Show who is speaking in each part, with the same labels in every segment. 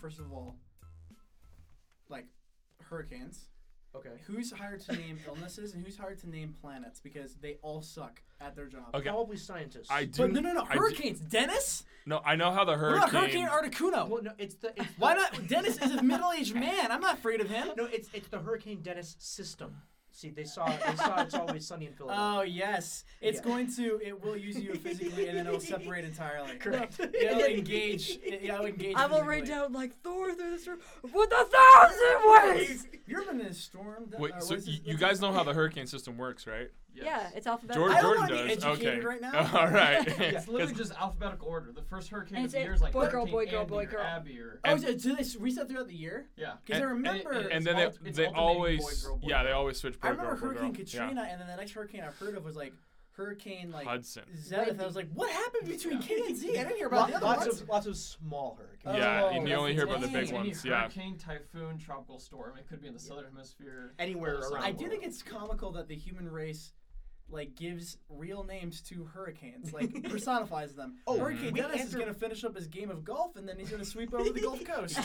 Speaker 1: first of all, like hurricanes.
Speaker 2: Okay.
Speaker 1: Who's hired to name illnesses and who's hired to name planets because they all suck at their job.
Speaker 3: Okay.
Speaker 2: Probably scientists.
Speaker 3: I do.
Speaker 1: But no, no, no,
Speaker 3: I do-
Speaker 1: hurricanes. Dennis?
Speaker 3: no, I know how the
Speaker 1: What
Speaker 3: hurricane.
Speaker 1: about Hurricane Articuno?
Speaker 2: Well, no, it's the it's
Speaker 1: Why
Speaker 2: the-
Speaker 1: not? Dennis is a middle-aged man. I'm not afraid of him.
Speaker 2: No, it's it's the Hurricane Dennis system. See, they saw they saw it's always sunny in Philadelphia.
Speaker 1: Oh yes, it's
Speaker 2: Yeah.
Speaker 1: going to. It will use you physically, and then it'll separate entirely.
Speaker 2: Correct.
Speaker 1: It'll engage. It'll engage.
Speaker 4: I will rain
Speaker 1: physically.
Speaker 4: down like Thor through this room with a thousand waves.
Speaker 1: You're been in a storm. that-
Speaker 3: Wait,
Speaker 1: uh,
Speaker 3: so
Speaker 1: what's
Speaker 3: you,
Speaker 1: this-
Speaker 3: you
Speaker 1: what's
Speaker 3: guys
Speaker 1: this-
Speaker 3: know how the hurricane system works, right?
Speaker 4: Yeah, it's alphabetical.
Speaker 3: Jordan,
Speaker 1: I don't
Speaker 3: Jordan
Speaker 1: wanna be
Speaker 3: does.
Speaker 1: educated
Speaker 3: okay.
Speaker 1: right now.
Speaker 3: All right.
Speaker 5: it's literally just alphabetical order. The first hurricane
Speaker 4: And
Speaker 5: of the
Speaker 4: it's
Speaker 5: year is like
Speaker 4: boy, girl,
Speaker 5: Hurricane
Speaker 4: boy, girl,
Speaker 5: Andy
Speaker 4: boy,
Speaker 5: or
Speaker 4: girl.
Speaker 5: Abby or
Speaker 1: Oh,
Speaker 3: and-
Speaker 1: so do they reset throughout the year?
Speaker 5: yeah.
Speaker 1: Because I
Speaker 3: And-
Speaker 1: remember.
Speaker 5: and-
Speaker 3: and then
Speaker 5: It's alt-
Speaker 3: they,
Speaker 5: it's
Speaker 3: they
Speaker 5: alternating
Speaker 3: always
Speaker 5: boy, girl, boy,
Speaker 3: yeah they
Speaker 5: girl.
Speaker 3: always switch boy,
Speaker 1: I remember
Speaker 3: girl, boy,
Speaker 1: Hurricane
Speaker 3: girl.
Speaker 1: Katrina,
Speaker 3: yeah.
Speaker 1: and then the next hurricane I heard of was like Hurricane like
Speaker 3: Hudson
Speaker 1: Zenith. I was like, what happened between K and Z? I didn't hear about
Speaker 2: Lot-
Speaker 1: the other
Speaker 2: lots
Speaker 1: ones.
Speaker 2: of lots of small hurricanes.
Speaker 3: yeah
Speaker 1: Oh,
Speaker 3: and you
Speaker 1: that's
Speaker 3: only hear about the big
Speaker 1: insane.
Speaker 5: Any
Speaker 3: ones yeah
Speaker 5: hurricane, typhoon, tropical storm. It could be in the southern hemisphere.
Speaker 2: Anywhere
Speaker 5: other side
Speaker 2: around
Speaker 5: of
Speaker 1: I
Speaker 5: the
Speaker 1: do think
Speaker 5: world.
Speaker 1: it's comical that the human race like gives real names to hurricanes, like personifies them.
Speaker 2: Oh,
Speaker 1: Hurricane
Speaker 2: we
Speaker 1: Dennis is
Speaker 2: answer-
Speaker 1: gonna finish up his game of golf and then he's gonna sweep over the Gulf Coast.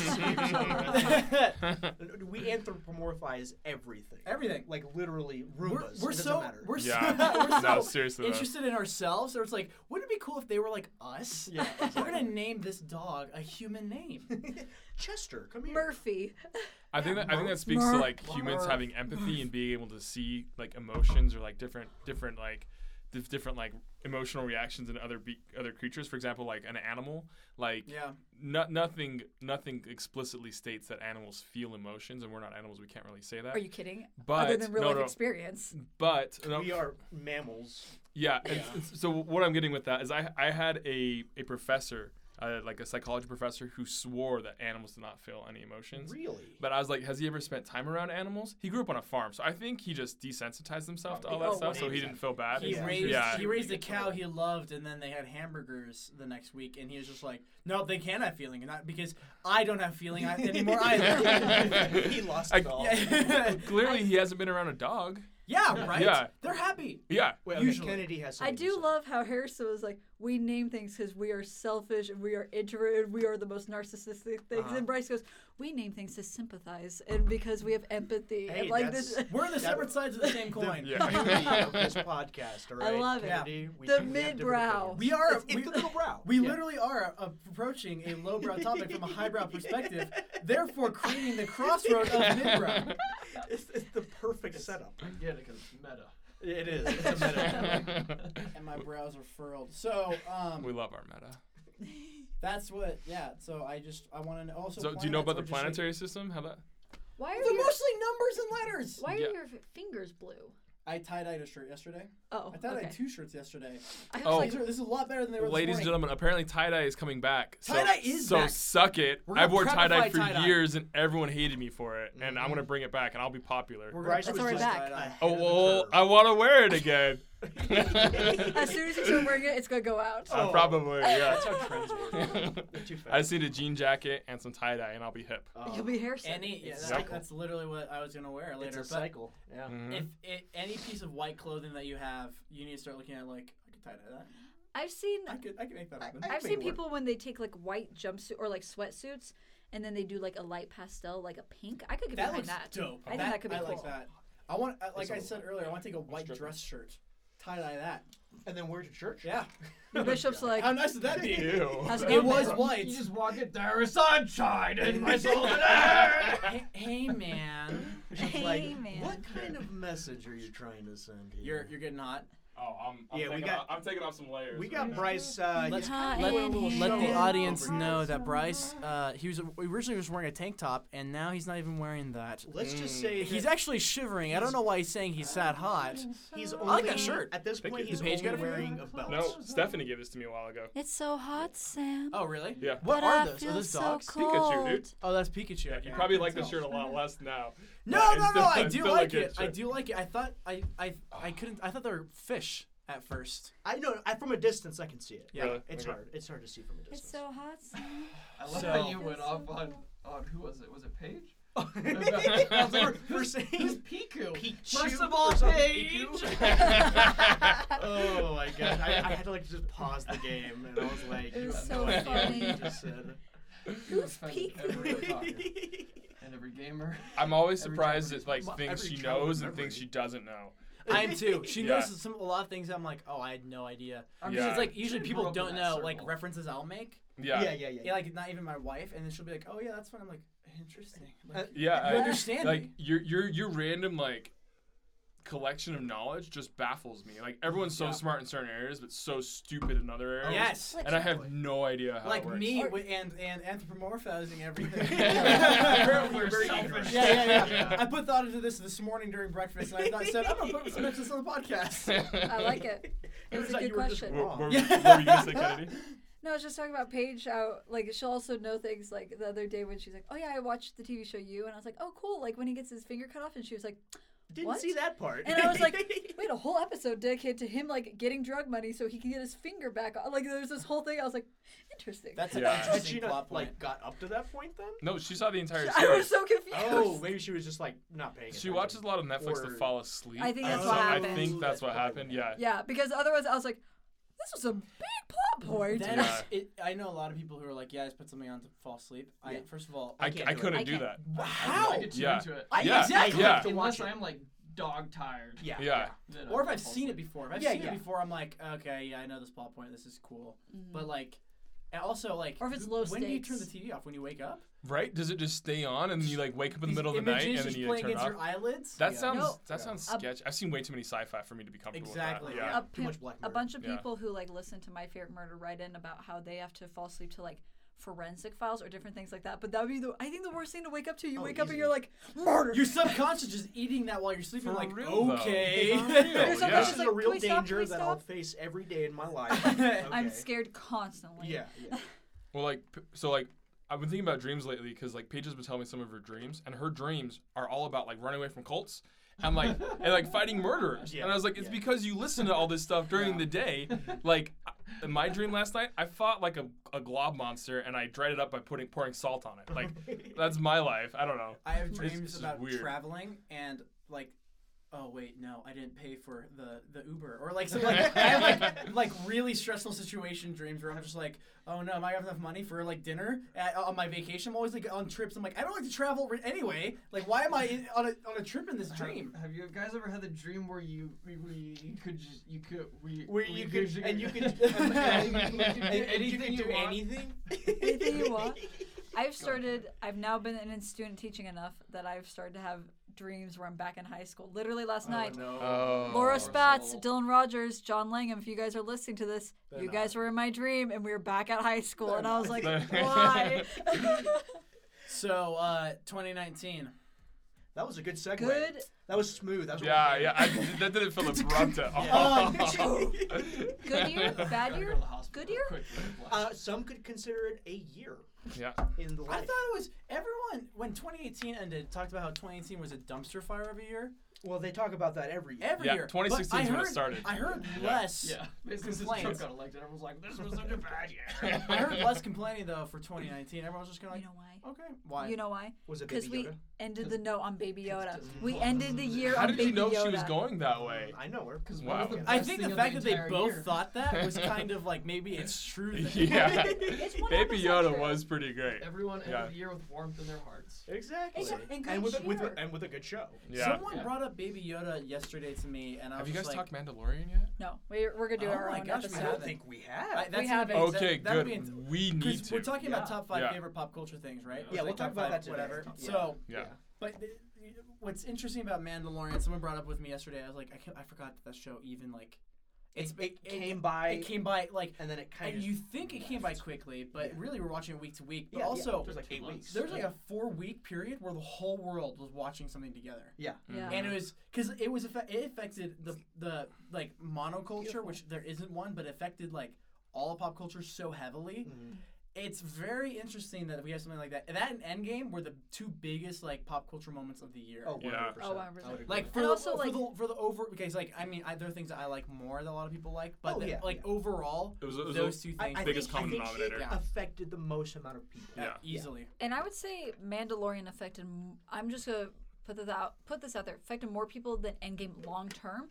Speaker 2: we anthropomorphize everything.
Speaker 1: Everything.
Speaker 2: Like literally
Speaker 1: We're,
Speaker 2: Roombas.
Speaker 1: we're
Speaker 2: it doesn't
Speaker 1: so
Speaker 2: matter.
Speaker 1: we're so
Speaker 3: yeah
Speaker 1: we're so
Speaker 3: no seriously though.
Speaker 1: interested in ourselves. So it's like, wouldn't it be cool if they were like us?
Speaker 2: Yeah,
Speaker 1: We're gonna name this dog a human name.
Speaker 2: Chester, come here.
Speaker 4: Murphy.
Speaker 3: I think that I think that speaks to
Speaker 1: Murph,
Speaker 3: like humans
Speaker 1: Murph.
Speaker 3: having empathy and being able to see like emotions or like different different like dif- different like emotional reactions in other be- other creatures. For example, like an animal, like
Speaker 1: Yeah.
Speaker 3: no- nothing nothing explicitly states that animals feel emotions, and we're not animals. We can't really say that.
Speaker 4: Are you kidding?
Speaker 3: but
Speaker 4: Other than real
Speaker 3: no,
Speaker 4: life
Speaker 3: no,
Speaker 4: experience.
Speaker 3: but no,
Speaker 2: We are mammals.
Speaker 3: yeah. and s- s- so what I'm getting with that is I I had a a professor. Uh, like a psychology professor who swore that animals did not feel any emotions.
Speaker 2: Really?
Speaker 3: But I was like, has he ever spent time around animals? He grew up on a farm, so I think he just desensitized himself to all that
Speaker 4: Oh,
Speaker 3: stuff, so he didn't feel bad.
Speaker 1: He
Speaker 2: Yeah.
Speaker 1: raised
Speaker 3: yeah.
Speaker 1: he raised a cow he loved, and then they had hamburgers the next week, and he was just like, "No, they can't have feeling, and not because I don't have feeling I- anymore either."
Speaker 2: he lost it
Speaker 3: I-
Speaker 2: all.
Speaker 1: yeah,
Speaker 3: Clearly, he hasn't been around a dog.
Speaker 1: yeah, right.
Speaker 3: Yeah.
Speaker 1: They're happy.
Speaker 3: Yeah.
Speaker 2: Wait, okay,
Speaker 1: Usually.
Speaker 2: Kennedy has
Speaker 4: I
Speaker 2: something to
Speaker 4: do
Speaker 2: say.
Speaker 4: love how Harrison was like, we name things because we are selfish, and we are introverted, we are the most narcissistic things. And Bryce goes, we name things to sympathize and because we have empathy.
Speaker 2: Hey,
Speaker 4: and like
Speaker 2: that's-
Speaker 4: this,
Speaker 1: We're the separate sides of the same coin.
Speaker 3: Yeah.
Speaker 2: beauty of this podcast, all
Speaker 4: I
Speaker 2: right?
Speaker 4: love it.
Speaker 2: Kennedy, we do
Speaker 4: The
Speaker 2: have different
Speaker 4: mid-brow.
Speaker 2: opinions.
Speaker 1: We are.
Speaker 2: It's, it's
Speaker 1: we,
Speaker 2: the middle brow.
Speaker 1: we literally are a- approaching a lowbrow topic from a highbrow perspective, therefore creating the crossroad of midbrow.
Speaker 2: It's, it's the perfect setup.
Speaker 5: I get it because it's meta.
Speaker 2: It is. It's a meta.
Speaker 1: And my brows are furled. So
Speaker 3: we
Speaker 1: um,
Speaker 3: love our meta.
Speaker 1: that's what. Yeah. So I just I want to know. Also,
Speaker 3: So, do you
Speaker 1: planets
Speaker 3: know about the
Speaker 1: are just, like,
Speaker 3: planetary system? How about?
Speaker 4: why are,
Speaker 1: They're
Speaker 4: your,
Speaker 1: mostly numbers and letters.
Speaker 4: why are
Speaker 3: Yeah.
Speaker 4: your fingers blue?
Speaker 1: I tie dyed a shirt yesterday.
Speaker 4: Oh,
Speaker 1: I tie dyed
Speaker 4: okay.
Speaker 1: two shirts yesterday.
Speaker 4: I was
Speaker 3: Oh.
Speaker 4: like,
Speaker 1: These are- this is a lot better than they were.
Speaker 3: Ladies and
Speaker 1: this morning.
Speaker 3: gentlemen, apparently tie dye is coming back. So,
Speaker 1: Tie-dye is
Speaker 3: so
Speaker 1: back.
Speaker 3: suck it.
Speaker 1: We're gonna
Speaker 3: I've wore tie dye
Speaker 1: premify
Speaker 3: for
Speaker 1: tie-dye.
Speaker 3: years, and everyone hated me for it. And I'm gonna bring it back, and I'll be popular.
Speaker 1: We're
Speaker 2: Bryce
Speaker 4: That's
Speaker 2: was
Speaker 4: our
Speaker 2: just
Speaker 4: back.
Speaker 2: ahead
Speaker 3: oh
Speaker 2: of the
Speaker 3: well,
Speaker 2: curve.
Speaker 3: I want to wear it again.
Speaker 4: as soon as you start wearing it, it's going to go out.
Speaker 3: I Uh, probably yeah.
Speaker 2: That's how trends work. They're too
Speaker 3: I
Speaker 2: fast.
Speaker 3: just need a jean jacket and some tie dye, and I'll be hip.
Speaker 4: You'll be Harrison.
Speaker 1: Any, yeah,
Speaker 2: It's
Speaker 1: that-
Speaker 3: a cycle.
Speaker 1: that's literally what I was gonna wear
Speaker 2: it's
Speaker 1: later.
Speaker 2: a cycle. Yeah.
Speaker 3: Mm-hmm.
Speaker 1: But if it, any piece of white clothing that you have, you need to start looking at like I could tie dye that.
Speaker 4: I've seen
Speaker 1: I could, I could make that happen.
Speaker 4: I've
Speaker 1: Make
Speaker 4: seen
Speaker 1: it work.
Speaker 4: people when they take like white jumpsuit or like sweatsuits and then they do like a light pastel, like a pink. I could get
Speaker 1: That looks
Speaker 4: behind that.
Speaker 1: dope.
Speaker 4: I think that could be
Speaker 1: I
Speaker 4: cool.
Speaker 1: like that. I want, I, like
Speaker 2: It's a
Speaker 1: I
Speaker 2: little-
Speaker 1: said earlier, I want to take a white
Speaker 2: stripper.
Speaker 1: dress shirt, tie dye that.
Speaker 2: And then wear it to church.
Speaker 1: Yeah.
Speaker 4: The bishop's like,
Speaker 1: How nice would that be?
Speaker 3: Ew.
Speaker 4: how's it
Speaker 1: It
Speaker 4: going?
Speaker 1: was
Speaker 4: babe?"
Speaker 1: white.
Speaker 5: You just walk in there is sunshine in my soul.
Speaker 1: hey, hey, man,
Speaker 2: It's
Speaker 4: Hey, man.
Speaker 2: What kind of message are you trying to send here?
Speaker 1: you're you're getting hot.
Speaker 3: Oh, I'm, I'm
Speaker 2: Yeah, we
Speaker 3: taking
Speaker 2: got-
Speaker 3: off, I'm taking off some layers.
Speaker 2: we got Bryce. Uh,
Speaker 1: Let's-
Speaker 2: he's
Speaker 4: Hi,
Speaker 1: Let,
Speaker 2: doing a
Speaker 4: and
Speaker 2: little
Speaker 1: let
Speaker 2: show
Speaker 1: the
Speaker 2: over
Speaker 1: audience
Speaker 2: here.
Speaker 1: know that Bryce, uh, he was originally was wearing a tank top, and now he's not even wearing that.
Speaker 2: Let's just say that
Speaker 1: He's actually shivering. I don't know why he's saying he's that hot.
Speaker 2: he's only
Speaker 1: like that shirt.
Speaker 2: at this
Speaker 3: Thank
Speaker 2: point.
Speaker 3: you.
Speaker 2: He's
Speaker 1: Paige,
Speaker 2: only
Speaker 1: got a few?
Speaker 2: wearing a belt.
Speaker 3: No, Stephanie gave this to me a while ago.
Speaker 4: It's so hot, Sam.
Speaker 1: Oh, really?
Speaker 3: Yeah.
Speaker 1: What
Speaker 4: but
Speaker 1: are
Speaker 4: I
Speaker 1: those?
Speaker 4: feel
Speaker 1: Are those
Speaker 4: so
Speaker 1: dogs?
Speaker 3: Pikachu, dude.
Speaker 4: cold.
Speaker 1: Oh, that's Pikachu.
Speaker 3: Yeah,
Speaker 1: okay.
Speaker 3: you probably like this shirt a lot less now.
Speaker 1: No,
Speaker 3: but
Speaker 1: no,
Speaker 3: it's
Speaker 1: no.
Speaker 3: still-
Speaker 1: I
Speaker 3: it's
Speaker 1: do
Speaker 3: still a
Speaker 1: like
Speaker 3: good
Speaker 1: it. I
Speaker 3: shirt.
Speaker 1: do like it. I thought I, I, I couldn't. I thought they were fish at first.
Speaker 2: I know. I, from a distance, I can see it.
Speaker 1: Yeah.
Speaker 3: Really?
Speaker 2: It's
Speaker 3: Okay.
Speaker 2: hard. It's hard to see from a distance.
Speaker 4: It's so hot, Sam.
Speaker 5: I love
Speaker 1: So-
Speaker 5: how you went off on on who was it? Was it Paige?
Speaker 2: I was like, we're
Speaker 5: Who's
Speaker 2: saying
Speaker 5: Piku?
Speaker 2: Pichu
Speaker 5: First of
Speaker 2: or
Speaker 5: all,
Speaker 2: something.
Speaker 5: Paige.
Speaker 2: oh my god! I, I had to like just pause the game, and I was like,
Speaker 4: It
Speaker 2: "You
Speaker 4: was
Speaker 2: have no
Speaker 4: so
Speaker 2: idea what
Speaker 4: funny.
Speaker 2: you just said."
Speaker 5: You
Speaker 4: Who's
Speaker 5: offended
Speaker 4: peeking?
Speaker 5: every other talker and every gamer.
Speaker 3: I'm always
Speaker 5: Every
Speaker 3: surprised
Speaker 5: childhood
Speaker 3: at like
Speaker 5: memory.
Speaker 3: things
Speaker 5: Every
Speaker 3: she
Speaker 5: childhood
Speaker 3: knows and
Speaker 5: memory.
Speaker 3: things she doesn't know.
Speaker 1: I am too. She
Speaker 3: Yeah.
Speaker 1: knows some a lot of things. I'm like, oh, I had no idea.
Speaker 5: I'm
Speaker 3: Yeah.
Speaker 1: Because it's like usually
Speaker 5: She
Speaker 1: people
Speaker 5: grew up
Speaker 1: don't
Speaker 5: in that
Speaker 1: know like
Speaker 5: circle.
Speaker 1: references I'll make.
Speaker 3: Yeah.
Speaker 2: yeah, yeah, yeah.
Speaker 1: Yeah, like not even my wife, and then she'll be like, oh yeah, that's fun. I'm like, interesting. Like,
Speaker 3: Yeah,
Speaker 1: you
Speaker 3: I-
Speaker 1: understand
Speaker 3: like
Speaker 1: me.
Speaker 3: your your your random like collection of knowledge just baffles me. Like everyone's so
Speaker 1: Yeah.
Speaker 3: smart in certain areas, but so stupid in other areas.
Speaker 1: Yes.
Speaker 3: and I have no idea Oh, how. it
Speaker 1: Like
Speaker 3: works.
Speaker 1: me wi- and and anthropomorphizing everything.
Speaker 3: Apparently
Speaker 5: you're
Speaker 1: very
Speaker 5: selfish.
Speaker 1: Yeah, yeah, yeah. I put thought into this this morning during breakfast, and I thought, said, I'm gonna put some of this on the podcast.
Speaker 4: I like it. It was a
Speaker 2: like
Speaker 4: good
Speaker 2: you were just
Speaker 4: question.
Speaker 3: What, what, were you,
Speaker 1: Yeah.
Speaker 3: what were you gonna say, Kennedy?
Speaker 4: No, I was just talking about Paige. How like she'll also know things. Like the other day when she's like, "Oh yeah, I watched the TV show You," and I was like, "Oh cool!" Like when he gets his finger cut off, and she was like,
Speaker 2: Didn't
Speaker 4: What?
Speaker 2: see that part.
Speaker 4: and I was like, "Wait, a whole episode dedicated to him like getting drug money so he can get his finger back." off. Like there's this whole thing. I was like, "Interesting."
Speaker 1: That's an
Speaker 3: Yeah.
Speaker 2: Had she
Speaker 1: interesting
Speaker 2: not
Speaker 1: plot point.
Speaker 2: like got up to that point then?
Speaker 3: No, she saw the entire
Speaker 4: I
Speaker 3: series.
Speaker 4: was so confused.
Speaker 2: Oh, maybe she was just like not paying.
Speaker 3: She
Speaker 2: attention.
Speaker 3: watches a lot of Netflix to
Speaker 2: Or-
Speaker 3: fall asleep.
Speaker 4: I think
Speaker 3: and
Speaker 4: that's
Speaker 3: so
Speaker 4: what
Speaker 3: I
Speaker 4: happened.
Speaker 3: think that's what
Speaker 2: That's probably
Speaker 3: happened.
Speaker 2: what
Speaker 3: Yeah.
Speaker 4: Yeah, because otherwise I was like, "This was a big plot point."
Speaker 1: That
Speaker 3: Yeah.
Speaker 1: is- it, I know a lot of people who are like, yeah, I just put something on to fall asleep. I
Speaker 2: Yeah.
Speaker 1: first of all,
Speaker 3: I,
Speaker 2: I
Speaker 3: c-
Speaker 2: can't
Speaker 3: I
Speaker 2: do it.
Speaker 3: couldn't
Speaker 4: I
Speaker 3: do
Speaker 4: can't-
Speaker 3: that.
Speaker 1: wow.
Speaker 5: I get too
Speaker 3: Yeah.
Speaker 5: into it.
Speaker 1: I-
Speaker 3: Yeah.
Speaker 2: exactly.
Speaker 3: Yeah.
Speaker 2: To watch
Speaker 5: Unless
Speaker 2: it.
Speaker 5: I'm like dog tired.
Speaker 2: Yeah.
Speaker 3: Yeah.
Speaker 5: then
Speaker 1: Or if
Speaker 5: I'll
Speaker 1: I've
Speaker 5: fall
Speaker 1: seen it
Speaker 5: asleep.
Speaker 1: before, if I've
Speaker 2: Yeah,
Speaker 1: seen
Speaker 2: yeah.
Speaker 1: it before, I'm like, okay, yeah, I know this plot point. This is cool. But like, and also like,
Speaker 4: Mm-hmm. Or if it's
Speaker 1: who-
Speaker 4: low
Speaker 1: when do you turn the
Speaker 4: stakes.
Speaker 1: TV off when you wake up?
Speaker 3: Right? Does it just stay on and then you like wake up in the
Speaker 1: These
Speaker 3: middle of the
Speaker 1: images
Speaker 3: night and
Speaker 1: just
Speaker 3: then you
Speaker 1: playing
Speaker 3: turn it
Speaker 1: against
Speaker 3: off?
Speaker 1: your eyelids.
Speaker 3: That
Speaker 2: Yeah.
Speaker 3: sounds
Speaker 4: No.
Speaker 3: that
Speaker 2: Yeah.
Speaker 3: sounds
Speaker 4: A-
Speaker 3: sketch. I've seen way too many sci-fi for me to be comfortable
Speaker 1: Exactly,
Speaker 3: with that. Yeah.
Speaker 4: a,
Speaker 2: Too
Speaker 4: pe-
Speaker 2: much Black
Speaker 4: a
Speaker 2: Mirror.
Speaker 4: bunch of
Speaker 3: Yeah.
Speaker 4: people who like listen to my favorite murder write in about how they have to fall asleep to like forensic files or different things like that. But that would be the I think the worst thing to wake up to. You
Speaker 2: Oh,
Speaker 4: wake up and
Speaker 2: easy.
Speaker 4: you're like murder.
Speaker 1: Your subconscious is eating that while you're sleeping.
Speaker 3: For
Speaker 1: like,
Speaker 3: real, though.
Speaker 1: okay.
Speaker 3: For real,
Speaker 4: Your
Speaker 3: yeah.
Speaker 2: So
Speaker 4: subconscious
Speaker 2: this is
Speaker 4: is like,
Speaker 2: a
Speaker 4: "Can
Speaker 2: real
Speaker 4: we stop? Can
Speaker 2: danger
Speaker 4: we
Speaker 2: that I'll
Speaker 4: stop?"
Speaker 2: face every day in my life.
Speaker 4: I'm
Speaker 2: Okay.
Speaker 4: scared constantly.
Speaker 2: Yeah, yeah.
Speaker 3: Well, like p- so, like I've been thinking about dreams lately because like Paige has been telling me some of her dreams, and her dreams are all about like running away from cults and like and like fighting murderers.
Speaker 2: Yeah,
Speaker 3: And I was like, it's
Speaker 2: yeah.
Speaker 3: because you listen to all this stuff during
Speaker 1: Yeah.
Speaker 3: the day. Like I- in my dream last night, I fought like a, a glob monster, and I dried it up by putting pouring salt on it. Like that's my life. I don't know.
Speaker 1: I have
Speaker 3: It's-
Speaker 1: dreams
Speaker 3: it's just
Speaker 1: about
Speaker 3: weird.
Speaker 1: traveling and like, oh wait, no, I didn't pay for the the Uber or like some like I have like like really stressful situation dreams where I'm just like, oh no, am I gonna have enough money for like dinner at, on my vacation? I'm always like on trips. I'm like, I don't like to travel re- anyway. Like, why am I in, on a on a trip in this
Speaker 5: Have-
Speaker 1: dream?
Speaker 5: Have, you guys ever had the dream where you we, we you could just you could we
Speaker 2: Where you could and you could
Speaker 1: Anything
Speaker 2: you
Speaker 1: do
Speaker 2: want.
Speaker 1: anything?
Speaker 4: Anything you want. I've started. I've now been in student teaching enough that I've started to have dreams where I'm back in high school. Literally last night.
Speaker 3: Oh.
Speaker 4: Laura
Speaker 5: Oh.
Speaker 4: Spatz,
Speaker 5: So-
Speaker 4: Dylan Rogers, John Langham. If you guys are listening to this,
Speaker 2: They're
Speaker 4: you
Speaker 2: not.
Speaker 4: guys were in my dream, and we were back at high school, and I was like,
Speaker 3: They're-
Speaker 4: why?
Speaker 1: So, uh, 2019.
Speaker 2: That was a good segue.
Speaker 4: Good.
Speaker 2: That was smooth. That was
Speaker 3: Yeah, yeah. I, that didn't feel abrupt at
Speaker 1: Oh,
Speaker 3: all.
Speaker 4: Good year, bad year, good year.
Speaker 2: Uh, some could consider it a year
Speaker 3: yeah.
Speaker 2: in the
Speaker 1: I
Speaker 2: life.
Speaker 1: thought it was everyone when 2018 ended talked about how 2018 was a dumpster fire every year.
Speaker 2: well, they talk about that every year.
Speaker 1: Every
Speaker 3: Yeah,
Speaker 1: year.
Speaker 3: 2016
Speaker 1: But I
Speaker 3: is when it
Speaker 1: heard-
Speaker 3: started.
Speaker 1: I heard
Speaker 3: Yeah.
Speaker 1: less.
Speaker 5: Yeah, basically since
Speaker 1: Complaints.
Speaker 5: Trump got elected, everyone's like, "This was such a bad year."
Speaker 1: I heard less complaining though for 2019. Everyone's just kind
Speaker 4: You
Speaker 1: of like,
Speaker 4: know why?
Speaker 1: okay, why?
Speaker 4: You know why?
Speaker 2: was it
Speaker 4: Because
Speaker 2: Baby
Speaker 4: we
Speaker 2: Yoda?
Speaker 4: ended the note on Baby Yoda.
Speaker 5: Because
Speaker 4: We
Speaker 5: Disney
Speaker 4: ended
Speaker 5: loves
Speaker 4: the
Speaker 5: it.
Speaker 4: year
Speaker 3: How
Speaker 4: on
Speaker 3: did you
Speaker 4: Baby
Speaker 3: know
Speaker 4: Yoda.
Speaker 3: she was going that way?
Speaker 2: I know her.
Speaker 5: Because one of
Speaker 3: Wow.
Speaker 5: the
Speaker 1: I
Speaker 5: best
Speaker 1: think
Speaker 5: thing
Speaker 1: the
Speaker 5: of
Speaker 1: fact that they
Speaker 5: entire
Speaker 1: both
Speaker 5: year-
Speaker 1: thought that was kind of like maybe it's true. Then.
Speaker 3: yeah.
Speaker 4: It's one
Speaker 3: Baby
Speaker 4: episode
Speaker 3: Yoda
Speaker 4: trip.
Speaker 3: was pretty great.
Speaker 5: everyone ended
Speaker 3: Yeah.
Speaker 5: the year with warmth in their hearts.
Speaker 2: Exactly.
Speaker 4: Exact- and
Speaker 2: and
Speaker 4: good
Speaker 2: with, a, with a,
Speaker 4: cheer.
Speaker 2: and with a good show.
Speaker 3: Yeah.
Speaker 1: Someone
Speaker 5: Yeah.
Speaker 1: brought up Baby Yoda yesterday to me, and I was
Speaker 3: Have you guys
Speaker 1: just like,
Speaker 3: talked Mandalorian yet?
Speaker 4: No, we're, we're gonna do
Speaker 1: Oh
Speaker 4: our
Speaker 1: my gosh,
Speaker 4: own
Speaker 1: we
Speaker 2: I
Speaker 4: episode.
Speaker 2: don't
Speaker 1: haven't.
Speaker 2: think we have.
Speaker 1: I- that's
Speaker 4: We
Speaker 1: gonna
Speaker 4: haven't.
Speaker 1: be-
Speaker 3: Okay,
Speaker 1: that- that'll
Speaker 3: good.
Speaker 1: be in-
Speaker 3: we need
Speaker 1: Because
Speaker 3: to.
Speaker 1: we're talking about top five
Speaker 3: Yeah.
Speaker 1: favorite pop culture things, right?
Speaker 5: Yeah,
Speaker 1: It's
Speaker 2: we'll
Speaker 1: like
Speaker 2: talk
Speaker 1: top
Speaker 2: about
Speaker 1: five,
Speaker 2: that today.
Speaker 1: Whatever.
Speaker 2: Yeah.
Speaker 1: So,
Speaker 3: yeah.
Speaker 1: but th- what's interesting about Mandalorian? Someone brought up with me yesterday. I was like, I, can't, I forgot that, that show even like, it's
Speaker 2: it came by,
Speaker 1: It came by like
Speaker 2: and then it kind
Speaker 1: And
Speaker 2: of.
Speaker 1: you think it came by quickly, but
Speaker 2: Yeah.
Speaker 1: really we're watching it week to week. But
Speaker 2: yeah, yeah.
Speaker 1: also,
Speaker 2: there's like eight weeks.
Speaker 1: there was like a four week period where the whole world was watching something together.
Speaker 2: yeah.
Speaker 4: Yeah. Oh,
Speaker 1: And it was because it was affe- it affected the the like monoculture, which there isn't one, but affected like all of pop culture so heavily.
Speaker 2: Mhm.
Speaker 1: It's very interesting that we have something like that. That and Endgame were the two biggest like pop culture moments of the year.
Speaker 2: Oh, 100%.
Speaker 3: Yeah.
Speaker 4: Oh,
Speaker 2: I would
Speaker 4: 100%.
Speaker 2: agree.
Speaker 1: Like for
Speaker 4: And
Speaker 1: the,
Speaker 4: also,
Speaker 1: for
Speaker 4: like-
Speaker 1: the for the over because like I mean I, there are things that I like more that a lot of people like, but
Speaker 2: Oh,
Speaker 1: the-
Speaker 2: yeah,
Speaker 1: like
Speaker 2: yeah.
Speaker 1: overall
Speaker 3: It was- it was
Speaker 1: those two
Speaker 2: I,
Speaker 1: things
Speaker 2: I
Speaker 3: Biggest
Speaker 2: think,
Speaker 3: common
Speaker 2: I think
Speaker 3: denominator.
Speaker 2: It affected the most amount of people.
Speaker 1: uh,
Speaker 3: Yeah.
Speaker 1: easily.
Speaker 4: And I would say Mandalorian affected. m- I'm just gonna put this out. Put this out there. Affected more people than Endgame long term,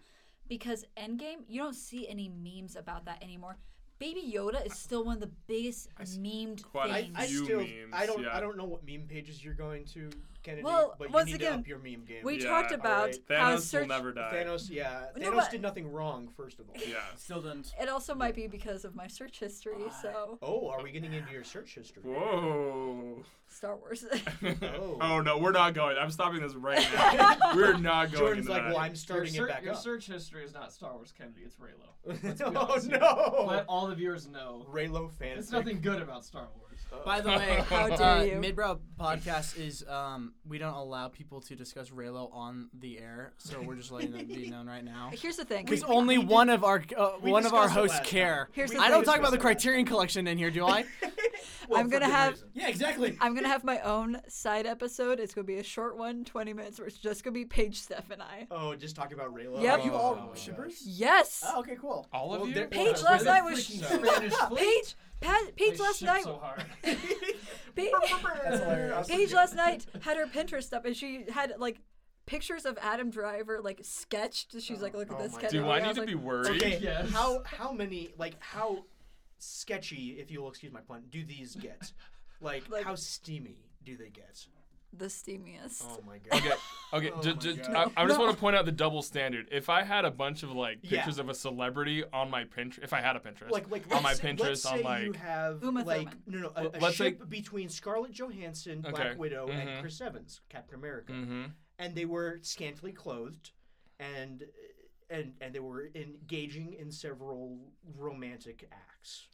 Speaker 4: because Endgame you don't see any memes about that anymore. Baby Yoda is still one of the biggest
Speaker 3: I s-
Speaker 4: memed
Speaker 3: quite a
Speaker 2: I,
Speaker 4: things.
Speaker 2: I
Speaker 3: Few
Speaker 2: still
Speaker 3: memes,
Speaker 2: I don't
Speaker 3: yeah.
Speaker 2: I don't know what meme pages you're going to, Kennedy.
Speaker 4: Well,
Speaker 2: but you
Speaker 4: once
Speaker 2: need
Speaker 4: again,
Speaker 2: to up your meme game.
Speaker 4: we
Speaker 3: Yeah,
Speaker 4: talked
Speaker 3: all
Speaker 4: about
Speaker 2: right.
Speaker 4: how
Speaker 3: Thanos
Speaker 4: search.
Speaker 3: will never die.
Speaker 2: Thanos, yeah,
Speaker 4: No,
Speaker 2: Thanos
Speaker 4: but-
Speaker 2: did nothing wrong. First of all.
Speaker 3: Yeah.
Speaker 1: Still doesn't.
Speaker 4: It also might be because of my search history,
Speaker 1: Ah.
Speaker 4: so
Speaker 2: Oh, are we getting into your search history?
Speaker 3: Whoa.
Speaker 4: Star Wars.
Speaker 2: Oh.
Speaker 3: oh no, we're not going. I'm stopping this right now. we're not going.
Speaker 2: Jordan's
Speaker 3: into
Speaker 2: like,
Speaker 3: that.
Speaker 2: well, I'm
Speaker 5: Your,
Speaker 2: starting
Speaker 5: ser-
Speaker 2: it back
Speaker 5: your
Speaker 2: up.
Speaker 5: search history is not Star Wars Kennedy, it's Raylo. be
Speaker 2: oh
Speaker 5: honest here.
Speaker 2: no!
Speaker 5: Let all the viewers know.
Speaker 2: Raylo fan.
Speaker 5: It's nothing good about Star Wars.
Speaker 1: By the way,
Speaker 3: How
Speaker 1: uh,
Speaker 4: dare you.
Speaker 1: Midbrow Podcast is um, we don't allow people to discuss Raylo on the air, so we're just letting it be known right now.
Speaker 4: Here's the thing.
Speaker 1: Because only one of our uh,
Speaker 2: we
Speaker 1: one of our
Speaker 2: discussed it
Speaker 1: hosts
Speaker 2: last
Speaker 1: care.
Speaker 2: time.
Speaker 4: Here's the
Speaker 1: I don't
Speaker 4: thing.
Speaker 1: talk about
Speaker 2: Discussed
Speaker 1: the
Speaker 2: it last
Speaker 1: Criterion Collection in here, do I?
Speaker 2: Well,
Speaker 4: I'm
Speaker 2: for
Speaker 4: gonna
Speaker 2: good
Speaker 4: have-
Speaker 2: reason.
Speaker 1: yeah, exactly.
Speaker 4: I'm gonna have my own side episode. It's gonna be a short one, 20 minutes, where it's just gonna be Paige, Steph, and I.
Speaker 2: Oh, just talk about Raylo.
Speaker 4: Yep.
Speaker 2: Oh,
Speaker 1: Are you
Speaker 2: my
Speaker 1: all
Speaker 2: gosh.
Speaker 1: shippers?
Speaker 4: Yes.
Speaker 1: Oh, okay, cool.
Speaker 3: All of
Speaker 2: Well,
Speaker 3: you.
Speaker 2: there-
Speaker 4: Paige
Speaker 2: Well,
Speaker 4: last
Speaker 2: they're
Speaker 4: night was
Speaker 2: freaking
Speaker 4: shut
Speaker 5: Spanish
Speaker 4: up.
Speaker 5: fleet.
Speaker 4: Paige, Pa- Paige
Speaker 5: They
Speaker 4: last
Speaker 5: ship
Speaker 4: night,
Speaker 5: So hard.
Speaker 4: Pa-
Speaker 1: That's hilarious.
Speaker 4: Paige last night had her Pinterest up, and she had like pictures of Adam Driver like sketched. She's like, look at
Speaker 2: Oh
Speaker 4: this
Speaker 2: my
Speaker 4: sketch.
Speaker 2: God.
Speaker 3: Do
Speaker 4: And
Speaker 3: I
Speaker 4: was
Speaker 3: need to
Speaker 4: like,
Speaker 3: be worried?
Speaker 2: Okay.
Speaker 5: Yes.
Speaker 2: How how many like how sketchy, if you'll excuse my pun, do these get? Like,
Speaker 4: Like-
Speaker 2: how steamy do they get?
Speaker 4: the steamiest?
Speaker 2: Oh my god.
Speaker 3: Okay, okay.
Speaker 2: Oh
Speaker 3: ju-
Speaker 2: my
Speaker 3: ju-
Speaker 2: God.
Speaker 3: I, I just want to point out the double standard. If I had a bunch of like
Speaker 2: Yeah.
Speaker 3: pictures of a celebrity on my Pinterest, if I had a Pinterest,
Speaker 2: Like like let's
Speaker 3: on my
Speaker 2: say-
Speaker 3: Pinterest,
Speaker 2: let's
Speaker 3: on
Speaker 2: say
Speaker 3: like
Speaker 2: you have
Speaker 4: Uma
Speaker 2: like
Speaker 4: Thurman.
Speaker 2: no no
Speaker 3: Well,
Speaker 2: a, a
Speaker 3: let's say-
Speaker 2: ship between Scarlett Johansson,
Speaker 3: Okay.
Speaker 2: Black Widow,
Speaker 3: Mhm.
Speaker 2: and Chris Evans, Captain America,
Speaker 3: mhm.
Speaker 2: and they were scantily clothed, and and and they were engaging in several romantic acts.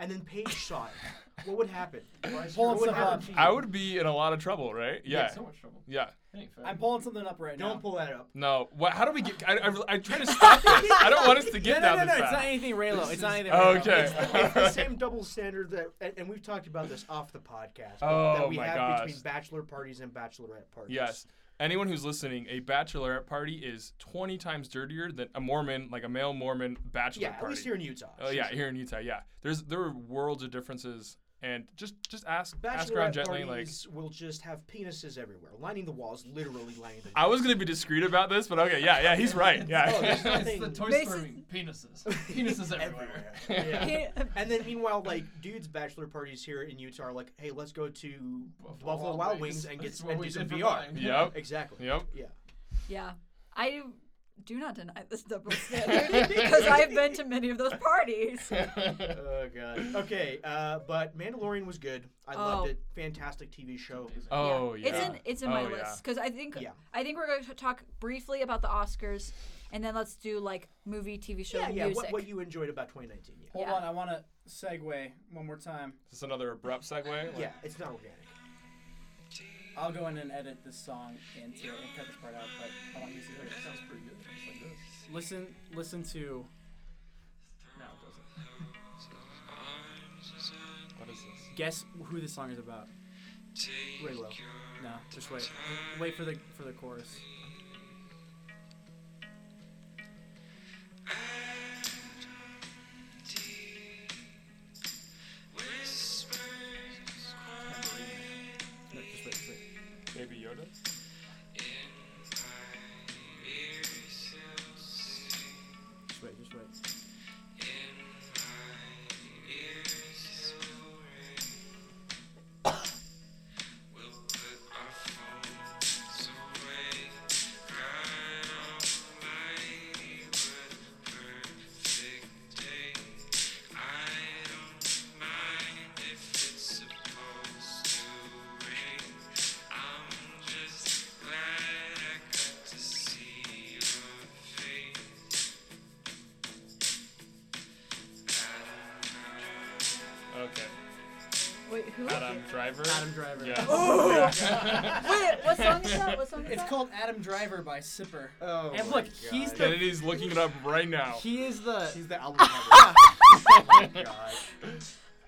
Speaker 2: And then Paige saw it. What would happen?
Speaker 1: Pulling
Speaker 2: What would
Speaker 1: stuff
Speaker 2: happen
Speaker 1: up.
Speaker 2: to you?
Speaker 3: I would be in a lot of trouble, right?
Speaker 5: Yeah.
Speaker 3: Yeah,
Speaker 5: So much trouble.
Speaker 3: yeah.
Speaker 5: It ain't fair.
Speaker 1: I'm pulling something up right now.
Speaker 2: Don't pull that up.
Speaker 3: No, what, how do we get? I, I, I try to stop this. I don't want us to
Speaker 1: no,
Speaker 3: get
Speaker 1: no,
Speaker 3: down
Speaker 1: no, no.
Speaker 3: this
Speaker 1: It's not
Speaker 3: path.
Speaker 1: anything Raylo.
Speaker 5: This
Speaker 1: It's not
Speaker 5: is-
Speaker 1: anything. Raylo.
Speaker 3: Okay.
Speaker 2: It's the same double standard that, and, and we've talked about this off the podcast,
Speaker 3: Oh
Speaker 2: that we
Speaker 3: my
Speaker 2: have
Speaker 3: gosh.
Speaker 2: between bachelor parties and bachelorette parties.
Speaker 3: Yes. Anyone who's listening, a bachelorette party is 20 times dirtier than a Mormon, like a male Mormon bachelor
Speaker 2: Yeah,
Speaker 3: party.
Speaker 2: at least here in Utah.
Speaker 3: Oh yeah, here in Utah, yeah. There's there are worlds of differences, and just just ask ask
Speaker 2: Bachelorette
Speaker 3: around gently. Like
Speaker 2: parties will just have penises everywhere, lining the walls, literally lining the
Speaker 3: I was gonna be discreet about this, but okay, yeah, yeah, he's right.
Speaker 2: Oh, there's
Speaker 3: Yeah.
Speaker 2: nothing
Speaker 5: it's the Toy
Speaker 4: Mason-
Speaker 5: Story penises. Penises everywhere.
Speaker 2: everywhere. yeah.
Speaker 4: He-
Speaker 2: And then meanwhile, like dudes' bachelor parties here in Utah are like, hey, let's go to Buffalo, Wild, Wings, and get
Speaker 5: That's
Speaker 2: some,
Speaker 5: what
Speaker 2: and
Speaker 5: we
Speaker 2: do
Speaker 5: did
Speaker 2: some
Speaker 5: for
Speaker 2: VR.
Speaker 5: mine.
Speaker 3: yep.
Speaker 2: Exactly.
Speaker 3: Yep.
Speaker 2: Oh, Yeah.
Speaker 4: yeah, I do not deny this double standard because I've been to many of those parties.
Speaker 2: Oh god. Okay. Uh, but Mandalorian was good. I
Speaker 4: Oh.
Speaker 2: loved it. Fantastic TV show.
Speaker 5: Amazing.
Speaker 3: oh yeah.
Speaker 4: It's in it's in my
Speaker 3: Oh, yeah.
Speaker 4: list because I think
Speaker 2: Yeah.
Speaker 4: I think we're going to talk briefly about the Oscars, and then let's do like movie, TV show,
Speaker 2: yeah, yeah.
Speaker 4: music.
Speaker 2: What, what you enjoyed about 2019? Yeah.
Speaker 1: Hold
Speaker 4: Yeah.
Speaker 1: on, I want to segue one more time.
Speaker 3: Is this another abrupt segue? Like,
Speaker 2: Yeah, it's not organic.
Speaker 1: I'll go in and edit this song into it and cut this part out, but I want you to hear
Speaker 5: That
Speaker 1: it.
Speaker 5: sounds pretty good. Just like this.
Speaker 1: Listen, listen to.
Speaker 5: No, it doesn't.
Speaker 3: What is this?
Speaker 1: Guess who this song is about.
Speaker 2: Way low.
Speaker 1: No, just wait. Wait for the for the chorus. No, just wait, just wait.
Speaker 3: Baby Yoda.
Speaker 1: Just wait, just wait.
Speaker 3: Okay.
Speaker 4: Wait, who?
Speaker 3: Adam Driver.
Speaker 1: Adam Driver.
Speaker 3: Yes.
Speaker 4: Oh! Wait, what song is that? What song is
Speaker 1: It's
Speaker 4: that?
Speaker 1: called Adam Driver by Sipper.
Speaker 2: Oh.
Speaker 1: And
Speaker 2: my
Speaker 1: look, he's
Speaker 2: God.
Speaker 3: Kennedy's looking it up right now.
Speaker 1: He is the.
Speaker 2: He's the album cover. oh my god.